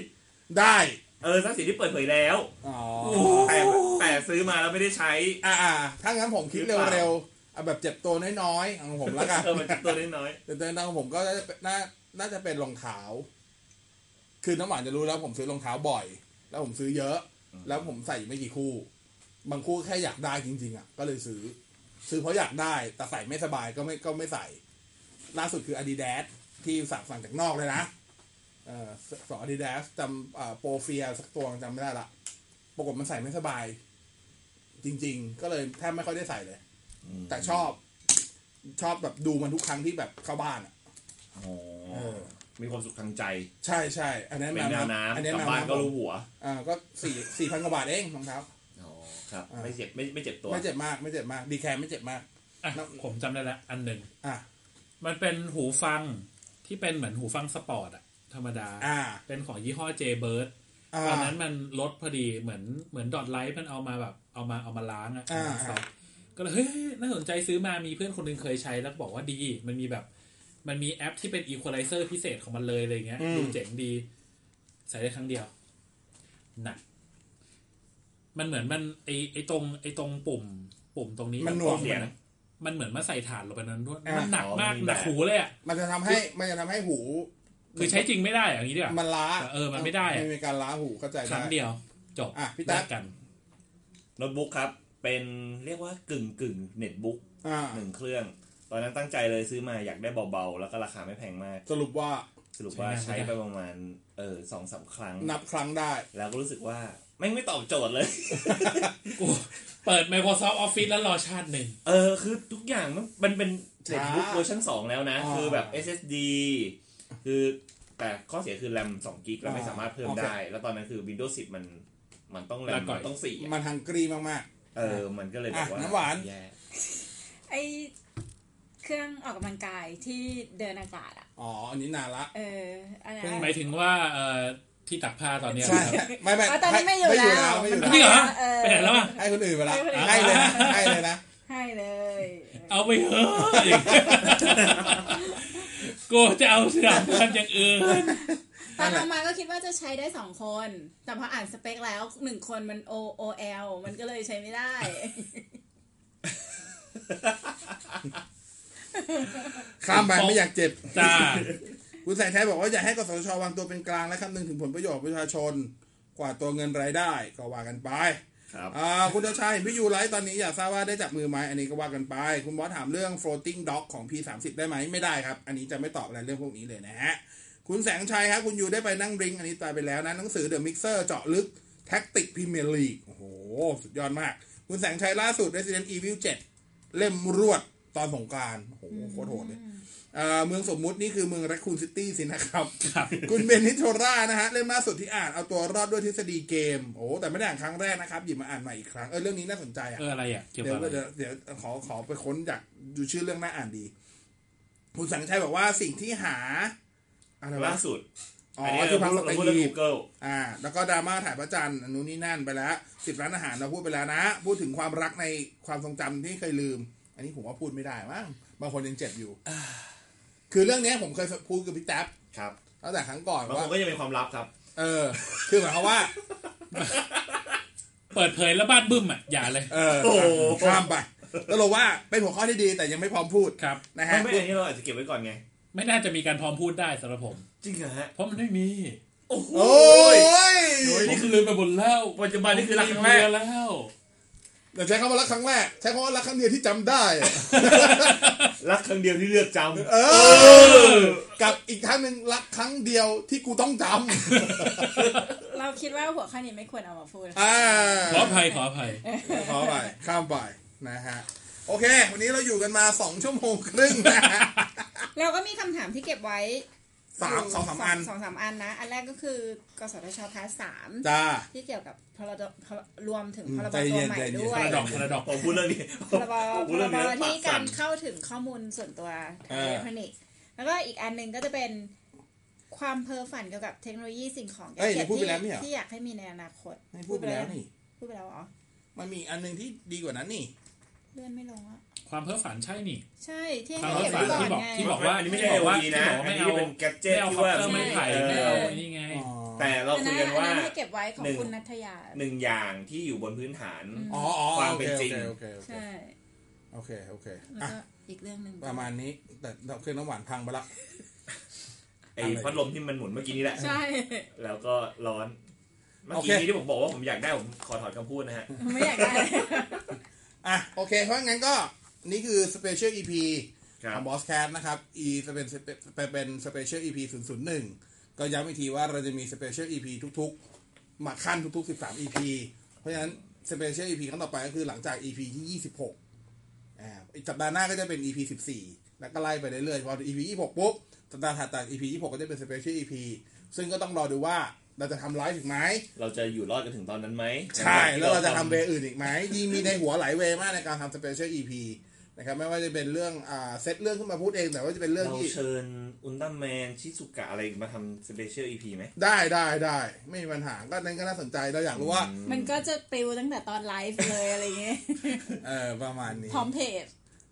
Speaker 1: ได้
Speaker 3: เออทรัพย์สินที่เปิดเผยแล้ว
Speaker 1: อ๋อ
Speaker 3: แต่แต่ซื้อมาแล้วไม่ได้ใช้
Speaker 1: อ่ะอ่ะถ้างั้นผมคิดเร็วๆเอาแบบเจ็บตัวน้อยๆของผมแล้วกัน
Speaker 3: เออมันตัวน้อย
Speaker 1: เจ็บตัวน้อยๆของผมก็น่าจะเป็นน่าน่าจะเป็นรองเท้า คือน้ำหวานจะรู้แล้วผมซื้อรองเท้าบ่อย แล้วผมซื้อเยอะ แล้วผมใส่ไม่กี่คู่ บางคู่แค่อยากได้จริง ๆ อ่ะ ก็เลยซื้อ ซื้อเพราะอยากได้ แต่ใส่ไม่สบายก็ไม่ก็ไม่ใส่ ล่าสุดคือ Adidas ที่สั่งสั่งจากนอกเลยนะเออสอง Adidas จำเอ่อโปรเฟียสักตัวจำไม่ได้ละปรากฏมันใส่ไม่สบาย จริง ๆ ก็เลยแทบไม่ค่อยได้ใส่เลย
Speaker 3: ๆ
Speaker 1: แต่ชอบ ชอบแบบดูมันทุกครั้งที่แบบเข้าบ้านอ่ะ
Speaker 3: อ๋อ
Speaker 1: เออ
Speaker 3: มีความสุขทางใจ
Speaker 1: ใช่ใช่อันนั้น
Speaker 3: เป็นแมวน้ำ
Speaker 1: อันนี้
Speaker 3: กลับ
Speaker 1: แมว
Speaker 3: บ้าน
Speaker 1: น้ำ
Speaker 3: ก็รู้หัว
Speaker 1: อ่าก็สี่สี่พันกว่าบาทเองรองเท้า
Speaker 3: อ๋อครับ
Speaker 1: อ่า
Speaker 3: ไม่เจ็บไม่ไม่เจ็บตัว
Speaker 1: ไม่เจ็บมากไม่เจ็บมาก ดีแคร์ไม่เจ็บมาก
Speaker 4: อ่ะผมจำได้ละอันหนึ่ง
Speaker 1: อ่ะ
Speaker 4: มันเป็นหูฟังที่เป็นเหมือนหูฟังสปอร์ตอะธรรมดา
Speaker 1: อ่า
Speaker 4: เป็นของยี่ห้อ J-Bird
Speaker 1: อ่า
Speaker 4: ตอนนั้นมันลดพอดีเหมือนเหมือนดอทไลท์มันเอามาแบบเอามาเอามาล้างอะ
Speaker 1: อ่า
Speaker 4: เอามาใส่ก็เลยเฮ้ยน่าสนใจซื้อมามีเพื่อนคนหนึงเคยใช้แล้วบอกว่าดี มันมีแบบมันมีแอปที่เป็นอีควอไลเซอร์พิเศษของมันเลยอะไรเงี้ย
Speaker 1: อืม
Speaker 4: ดูเจ๋งดี ใส่ได้ครั้งเดียวหนัก มันเหมือนมันไอไอตรงไอตรงปุ่ม ปุ่มตรงนี้
Speaker 1: มันหน่วง
Speaker 4: ปุ่เหมือมันเหมือนมาใส่ฐานลงไปนั้นด้วย
Speaker 1: อ่ามั
Speaker 4: มันหนักมากหนักหูเลยอะ
Speaker 1: มันจะทำให้มันจะทำให้หู
Speaker 4: คือใช้จริงไม่ได้อะอย่างนี้ดีกว่า
Speaker 1: มันล้า
Speaker 4: เออมันไม่ได้อะ
Speaker 1: มันมีการล้าหูเข้าใจ
Speaker 4: ครั้ง
Speaker 1: ได้
Speaker 4: เดียวจบ
Speaker 1: อ่ะพี่แต๊
Speaker 4: แต
Speaker 1: ก
Speaker 4: กัน
Speaker 3: โน้ตบุ๊กครับ เป็นเรียกว่ากึ่งกึ่งเน็ตบุ๊ก
Speaker 1: อ่า
Speaker 3: หนึ่งเครื่อง ตอนนั้นตั้งใจเลยซื้อมาอยากได้เบาๆ แล้วก็ราคาไม่แพงมาก
Speaker 1: สรุปว่า
Speaker 3: สรุปว่า
Speaker 4: ใช้
Speaker 3: ใช้
Speaker 4: งานไม่
Speaker 3: ไป
Speaker 4: ได้
Speaker 3: ประมาณเออสองสามครั้ง
Speaker 1: นับครั้งได้
Speaker 3: แล้วก็รู้สึกว่าแม่งไม่ตอบโจทย์เลย
Speaker 4: กูเปิด Microsoft Office แล้วรอชาติหนึ่ง
Speaker 3: เออคือทุกอย่างมันมันเป็นเน็ตบุ๊ก
Speaker 1: ช้า
Speaker 3: เวอร์ชัน2 แล้วนะ
Speaker 1: อ่า
Speaker 3: คือแบบ SSD คือแต่ข้อเสียคือแรม2กิกเราไม่สามารถเพิ่มได้ แล้วตอนนั้นคือ Windows 10 มันมันต้องแรม
Speaker 4: ลาก่อย
Speaker 3: มันต้องสี่
Speaker 1: มันฮังกรีมาก
Speaker 3: เออ มันก็เลยแบบว่า
Speaker 1: อ่ะน้ำหวาน
Speaker 3: แย่
Speaker 5: ไอเครื่องออกกำลังกายที่เดินอากาศอ่ะ
Speaker 1: ๆ อ๋อ อันนี้นานละ
Speaker 5: เอออะไรนะ
Speaker 4: หมายถึงว่าเอ่อที่ตักผ้าตอนเนี้ย
Speaker 1: ใช่
Speaker 4: ครับ
Speaker 1: ไม่ไม่
Speaker 5: อ๋อตอนนี้ไม่อยู่
Speaker 1: ไม่อยู่
Speaker 5: แล้
Speaker 1: แล้ว
Speaker 5: ว
Speaker 1: ไม่อยู่แล้ว
Speaker 5: เออ
Speaker 4: จริงเหรอไปไหนแล้วอ่ะ
Speaker 1: ให้คนอื่นไปละ
Speaker 5: ให้คนอื่น
Speaker 1: ให้เลยนะให้เลยนะ
Speaker 5: ให้เลย
Speaker 4: เอาไปเถอะอย่างเงี้ยกูจะเอาสลับกันอย่างอื่น
Speaker 5: ตอนออกมาก็คิดว่าจะใช้ได้สองคน แต่พออ่านสเปคแล้วหนึ่งคนมัน O O L มันก็เลยใช้ไม่ได้
Speaker 1: ข้ามไปไม่อยากเจ็บ
Speaker 4: จ้า
Speaker 1: คุณสายไทยบอกว่าอยากให้กสทชวางตัวเป็นกลางและคำนึงถึงผลประโยชน์ของประชาชน กว่าตัวเงินรายได้ก็ว่ากันไป
Speaker 3: ครับ
Speaker 1: อ่าคุณเดชาเห็นพี่ยูไลฟ์ตอนนี้อยากทราบว่าได้จับมือไหมอันนี้ก็ว่ากันไป คุณบอสถามเรื่อง floating dock ของ P30 ได้ไหมไม่ได้ครับ อันนี้จะไม่ตอบอะไรเรื่องพวกนี้เลยนะฮะ คุณแสงชัยครับ คุณยูได้ไปนั่งดริงก์อันนี้ตายไปแล้วนะ หนังสือ The Mixer เจาะลึกแท็กติกพรีเมียร์ลีกโอ้โห สุดยอดมาก คุณแสงชัยล่าสุด Resident Evil 7 เล่มรวดตอนสงกรารโอ้โหโคตรโหดเลยอ่าเมืองสมมุตินี่คือเมืองแรคคูนซิตี้สินะครับ
Speaker 4: ครับ
Speaker 1: คุณเบนนิโทรานะฮะ เล่มล่าสุดที่อ่านเอาตัวรอดด้วยทฤษฎีเกม โอ้โหแต่ไม่ได้อ่านครั้งแรกนะครับ หยิบมาอ่านใหม่อีกครั้ง เออเรื่องนี้น่าสนใจอ่ะ
Speaker 4: เอออะไรอ่ะ เกี่ยว
Speaker 1: เดี๋ยว
Speaker 4: กับอะไร
Speaker 1: เดี๋ยวเดี๋ยวขอขอไปค้นจากดูชื่อเรื่องน่าอ่านดี คุณสังชัยบอกว่าสิ่งที่หาอะไรวะ
Speaker 3: ล่าสุด
Speaker 1: อ๋อ
Speaker 3: อันนี้
Speaker 1: ที่
Speaker 3: เรา
Speaker 1: พัก
Speaker 3: พูด
Speaker 1: สัต
Speaker 3: เราพูดเรื่อ
Speaker 1: หีบ
Speaker 3: ง Google
Speaker 1: อ่า แล้วก็ดราม่าถ่ายพระจันทร์อันนู้นนี่นั่นไปแล้วสิบร้านอาหารเราพูดไปแล้วนะ พูดถึงความรักในความทรงจำที่เคยลืม อันนี้ผมว่าพูดไม่ได้มั้งบางคนยังเจ็บอยู่คือเรื่องเนี้ยผมเคยพูดกับพี่แท็บ
Speaker 3: ครับ
Speaker 1: ตั้งแต่ครั้งก่อน
Speaker 3: บางค
Speaker 1: ว่า
Speaker 3: นก็ยังเป็นความลับครับ
Speaker 1: เออ คือหมายความว่า
Speaker 4: เปิดเผยแล้วบ้านบึ้มอ่ะอย่าเลย
Speaker 1: เออ
Speaker 3: โอ้โห
Speaker 1: ข้ามไปตลกว่าเป็นหัวข้อที่ดีแต่ยังไม่พร้อมพูด
Speaker 4: ครับ
Speaker 1: นะฮะ
Speaker 3: ไม่ไม่อันนี้เราอาจจะเก็บไว้ก่อนไง
Speaker 4: ไม่น่าจะมีการพร้อมพูดได้สำหรับผม
Speaker 3: จริงเหรอฮะ
Speaker 4: เพราะมันไม่มี
Speaker 3: โอ้โห
Speaker 1: โอ้ย
Speaker 4: ผมลืมไปหมดแล้ว
Speaker 3: ปัจจุบันนี่คือรักครั้งแรก
Speaker 4: ผมมีเมียแล้ว
Speaker 1: เดี๋ยวใช้คำว่ารักครั้งแรกใช้คำว่ารักครั้งเดียวที่จำได้อะ
Speaker 3: รักครั้งเดียวที่เลือกจำ
Speaker 1: เออ กับอีกครั้งหนึ่งรักครั้งเดียวที่กูต้องจ
Speaker 5: เราคิดว่าหัวข้อนี้ไม่ควรเอามาพูดนะ
Speaker 1: ำอ่า
Speaker 4: ขออภัยขออภัย
Speaker 1: ขอไปข้ามไปนะฮะ โอเค วันนี้เราอยู่กันมาสองชั่วโมงครึ่งนะฮะ
Speaker 2: เราก็มีคำถามที่เก็บไว้
Speaker 1: สามสองสามอัน
Speaker 2: สองสามอันนะ อันแรกก็คือกสทชพาร์ทสาม
Speaker 1: จ้า
Speaker 2: ที่เกี่ยวกับพรบพรบรวมถึง
Speaker 1: อืม
Speaker 2: พรบ
Speaker 1: ใจ
Speaker 2: ตั
Speaker 1: เย็
Speaker 2: วน ใหม่
Speaker 1: ใจเย็น
Speaker 2: ด้ว
Speaker 4: ก
Speaker 2: ย
Speaker 4: ระดอกกระดอก
Speaker 3: ผมพูดเรื่องนี้
Speaker 2: พรบ
Speaker 3: ผม
Speaker 2: พ
Speaker 3: พู
Speaker 2: ร
Speaker 3: ดเรื่อง
Speaker 2: บ
Speaker 3: นี้แล้วปา
Speaker 2: ที่
Speaker 3: ก
Speaker 2: กา
Speaker 3: สั่น
Speaker 2: รเข้าถึงข้อมูลส่วนตัวทางอิเล็กทรอนิกส์แล้วก็อีกอันหนึ่งก็จะเป็นความเพ้อฝันเกี่ยวกับเทคโนโลยีสิ่งของ
Speaker 1: เอ้ยนี่พูดไปแล้วไม่เหรอ
Speaker 2: ที่อยากให้มีในอนาคต
Speaker 1: ไม่พูดไปแล้วนี่
Speaker 2: พูดไปแล้วเหรอ
Speaker 1: มันมีอันหนึ่งที่ดีกว่านั้นนี่
Speaker 2: เลื่อนไม่ลงอ่ะ
Speaker 4: ความเพ้อฝันใช่นี่
Speaker 2: ใช่ที่
Speaker 4: ความ
Speaker 2: ให้
Speaker 4: เพ้อ
Speaker 2: เก็บ
Speaker 4: ฝัน
Speaker 2: ไว้ก่อ
Speaker 4: ที่
Speaker 2: น
Speaker 4: บอก
Speaker 2: ไง
Speaker 4: ที่บอกว่า
Speaker 3: อันนี้ไม่
Speaker 4: ที่
Speaker 3: ใช่
Speaker 4: บอกว่า
Speaker 3: LED นะ
Speaker 4: ที่บอก
Speaker 3: อัน
Speaker 4: ไม่
Speaker 3: นี้
Speaker 4: เอา
Speaker 3: เป็นแกดเจ็
Speaker 4: ไม่
Speaker 3: ต
Speaker 4: เอาคอปเตอ
Speaker 3: ที่ว่า
Speaker 4: ร์ไม่ไผ่
Speaker 5: ใช่
Speaker 4: ไม่เอาไอ้นี่ไง
Speaker 3: แต่เราคุยกันว่า
Speaker 5: อัให้เก็บไว้ของ
Speaker 3: หนึ่ง
Speaker 5: คุณนัทยา
Speaker 3: หนึ่งอย่างที่อยู่บนพื้นฐาน
Speaker 1: อ๋ออ๋อ
Speaker 3: ความ
Speaker 1: โอ
Speaker 3: เป็
Speaker 1: เคน
Speaker 3: จริง
Speaker 1: โอเคโอเค
Speaker 5: ใช่
Speaker 1: โอเคโอเค
Speaker 5: แล้ว
Speaker 1: อ่ะ
Speaker 5: ก็อีกเรื่องหนึ่ง
Speaker 1: ประมาณนี้ แต่เราเครื่องน้ำหวานพังไปละ
Speaker 3: ไอ้พัดลมที่มันหมุนเมื่อกี้นี้แหละ
Speaker 5: ใช่
Speaker 3: แล้วก็ร้อน เมื่อกี้
Speaker 1: โอเค
Speaker 3: นี้ที่ผมบอกว่าผมอยากได้ผมขอถอนคำพูดนะฮะ
Speaker 5: ไม่อยากได้
Speaker 1: อ่ะโอเค เพราะงั้นก็นี่คือ Special EP
Speaker 3: ครั
Speaker 1: ข
Speaker 3: บ
Speaker 1: อง Boss Cat นะครับ E จะเป็นเป็น Special EP 001 ก็ย้ำอีกทีว่าเราจะมี Special EP ทุกๆ มาขั้นทุกๆ 13 EP เพราะฉะนั้น Special EP ครั้งต่อไปก็คือหลังจาก EP ที่ 26อ่าอีกสัปดาห์หน้าก็จะเป็น EP 14 แล้วก็ไล่ไปเรื่อยๆ พอ EP 26 ปุ๊บ สัปดาห์ถัดจาก EP 26 ก็จะเป็น Special EP ซึ่งก็ต้องรอดูว่าเราจะทำไลฟ์ถึงไหม
Speaker 3: เราจะอยู่รอดกันถึงตอนนั้นไหม
Speaker 1: ใช่ แล้วเราจะทำเวย์อื่นอีกไหมดีมีในหัวหลายเวย์มากในการทำสเปเชียลอีพีนะครับไม่ว่าจะเป็นเรื่องอ่าเซตเรื่องขึ้นมาพูดเอง แต่ว่าจะเป็นเรื่อง
Speaker 3: เรา
Speaker 1: ที่
Speaker 3: เชิญอุลตร้าแมนชิซุกะอะไรมาทำสเปเชียลอี พีไหม
Speaker 1: ได้ได้ได้ไม่มีปัญหาก็นั้นก็น่าสนใจเราอยากรู้ว่า
Speaker 5: มันก็จะปลิวตั้งแต่ตอนไลฟ์เลยอะไรเงี้ย
Speaker 1: เออประมาณนี้
Speaker 5: พร้อมเพจ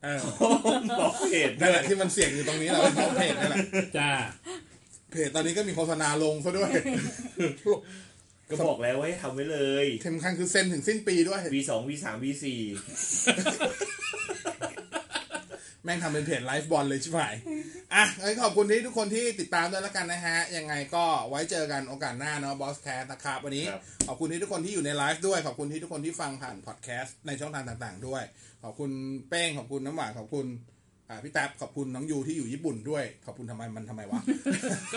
Speaker 1: เออ
Speaker 3: บอกเพจ
Speaker 1: นั่นแหละที่มันเสี่ยงอยู่ตรงนี้แหละเป็นเพราะเพจนั่นแหละ
Speaker 4: จ้า
Speaker 1: เพจตอนนี้ก็มีโฆษณาลงซะด้วย
Speaker 3: ก็บอกแล้วว่าให้ทำไว้เลย
Speaker 1: เทมคันคือเซ็นถึงสิ้นปีด้วย
Speaker 3: V สอง V สาม V สี่
Speaker 1: แม่งทำเป็นเพจไลฟ์บอลเลยใช่ไหมอ่ะงั้นขอบคุณที่ทุกคนที่ติดตามด้วยแล้วกันนะฮะ ยังไงก็ไว้เจอกันโอกาสหน้าเนาะบอสแคสนะครับ วันนี้
Speaker 3: ครับ
Speaker 1: ขอบคุณที่ทุกคนที่อยู่ในไลฟ์ด้วย ขอบคุณที่ทุกคนที่ฟังผ่านพอดแคสต์ในช่องทางต่างๆ ด้วย ขอบคุณเป้ง ขอบคุณน้ำหวาน ขอบคุณอ่าพี่แท็บขอบคุณน้องยูที่อยู่ญี่ปุ่นด้วย ขอบคุณทำไมมันทำไมวะ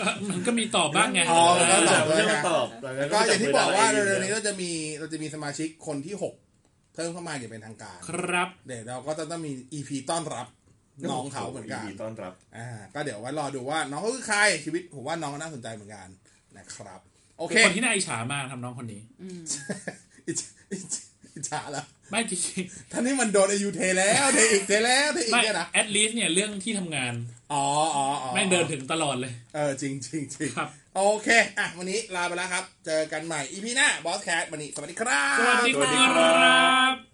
Speaker 4: ก็มัน ก็มีตอบบ้างไง
Speaker 1: อ๋อแล้วก็ตอบ
Speaker 3: เรื่องตอบ
Speaker 1: ก็อย่างที่บอกว่าเร็วๆนี้เราจะมีเราจะมีสมาชิกคนที่หกเพิ่มเข้ามาอย่างเป็นทางการ
Speaker 4: ครับ
Speaker 1: เดี๋ยวเราก็จะต้องมี EP ต้อนรับน้องเขาเหมือนกัน
Speaker 3: ดีต้อนรับ
Speaker 1: อ่าก็เดี๋ยวไว้รอดูว่าน้องเขาคือใครชีวิตผมว่าน้องก็น่าสนใจเหมือนกันนะครับ โอเค
Speaker 4: เป็นคนที่น่าอิจฉามากทำน้องคนนี้
Speaker 1: อิจอิจอิจฉาละ
Speaker 4: ไม่จริง
Speaker 1: ท่านนี้มันโดนอายุเทแล้วเทอีกเทแล้วเท
Speaker 4: ๆ
Speaker 1: อีก
Speaker 4: ไม่
Speaker 1: เนี่ยนะ
Speaker 4: แอดลิสเนี่ยเรื่องที่ทำงาน
Speaker 1: อ๋ออ๋ออ๋อ
Speaker 4: แม่งเดินถึงตลอดเลย
Speaker 1: เออจริงจริงจริง
Speaker 4: ครับ
Speaker 1: โอเคอ่ะวันนี้ลาไปแล้วครับ เจอกันใหม่ EP หน้าบอสแคทวันนี้สวัสดีครับ
Speaker 4: สวัสดี
Speaker 3: สวัสดี
Speaker 4: ค
Speaker 3: ครั
Speaker 4: รับ บ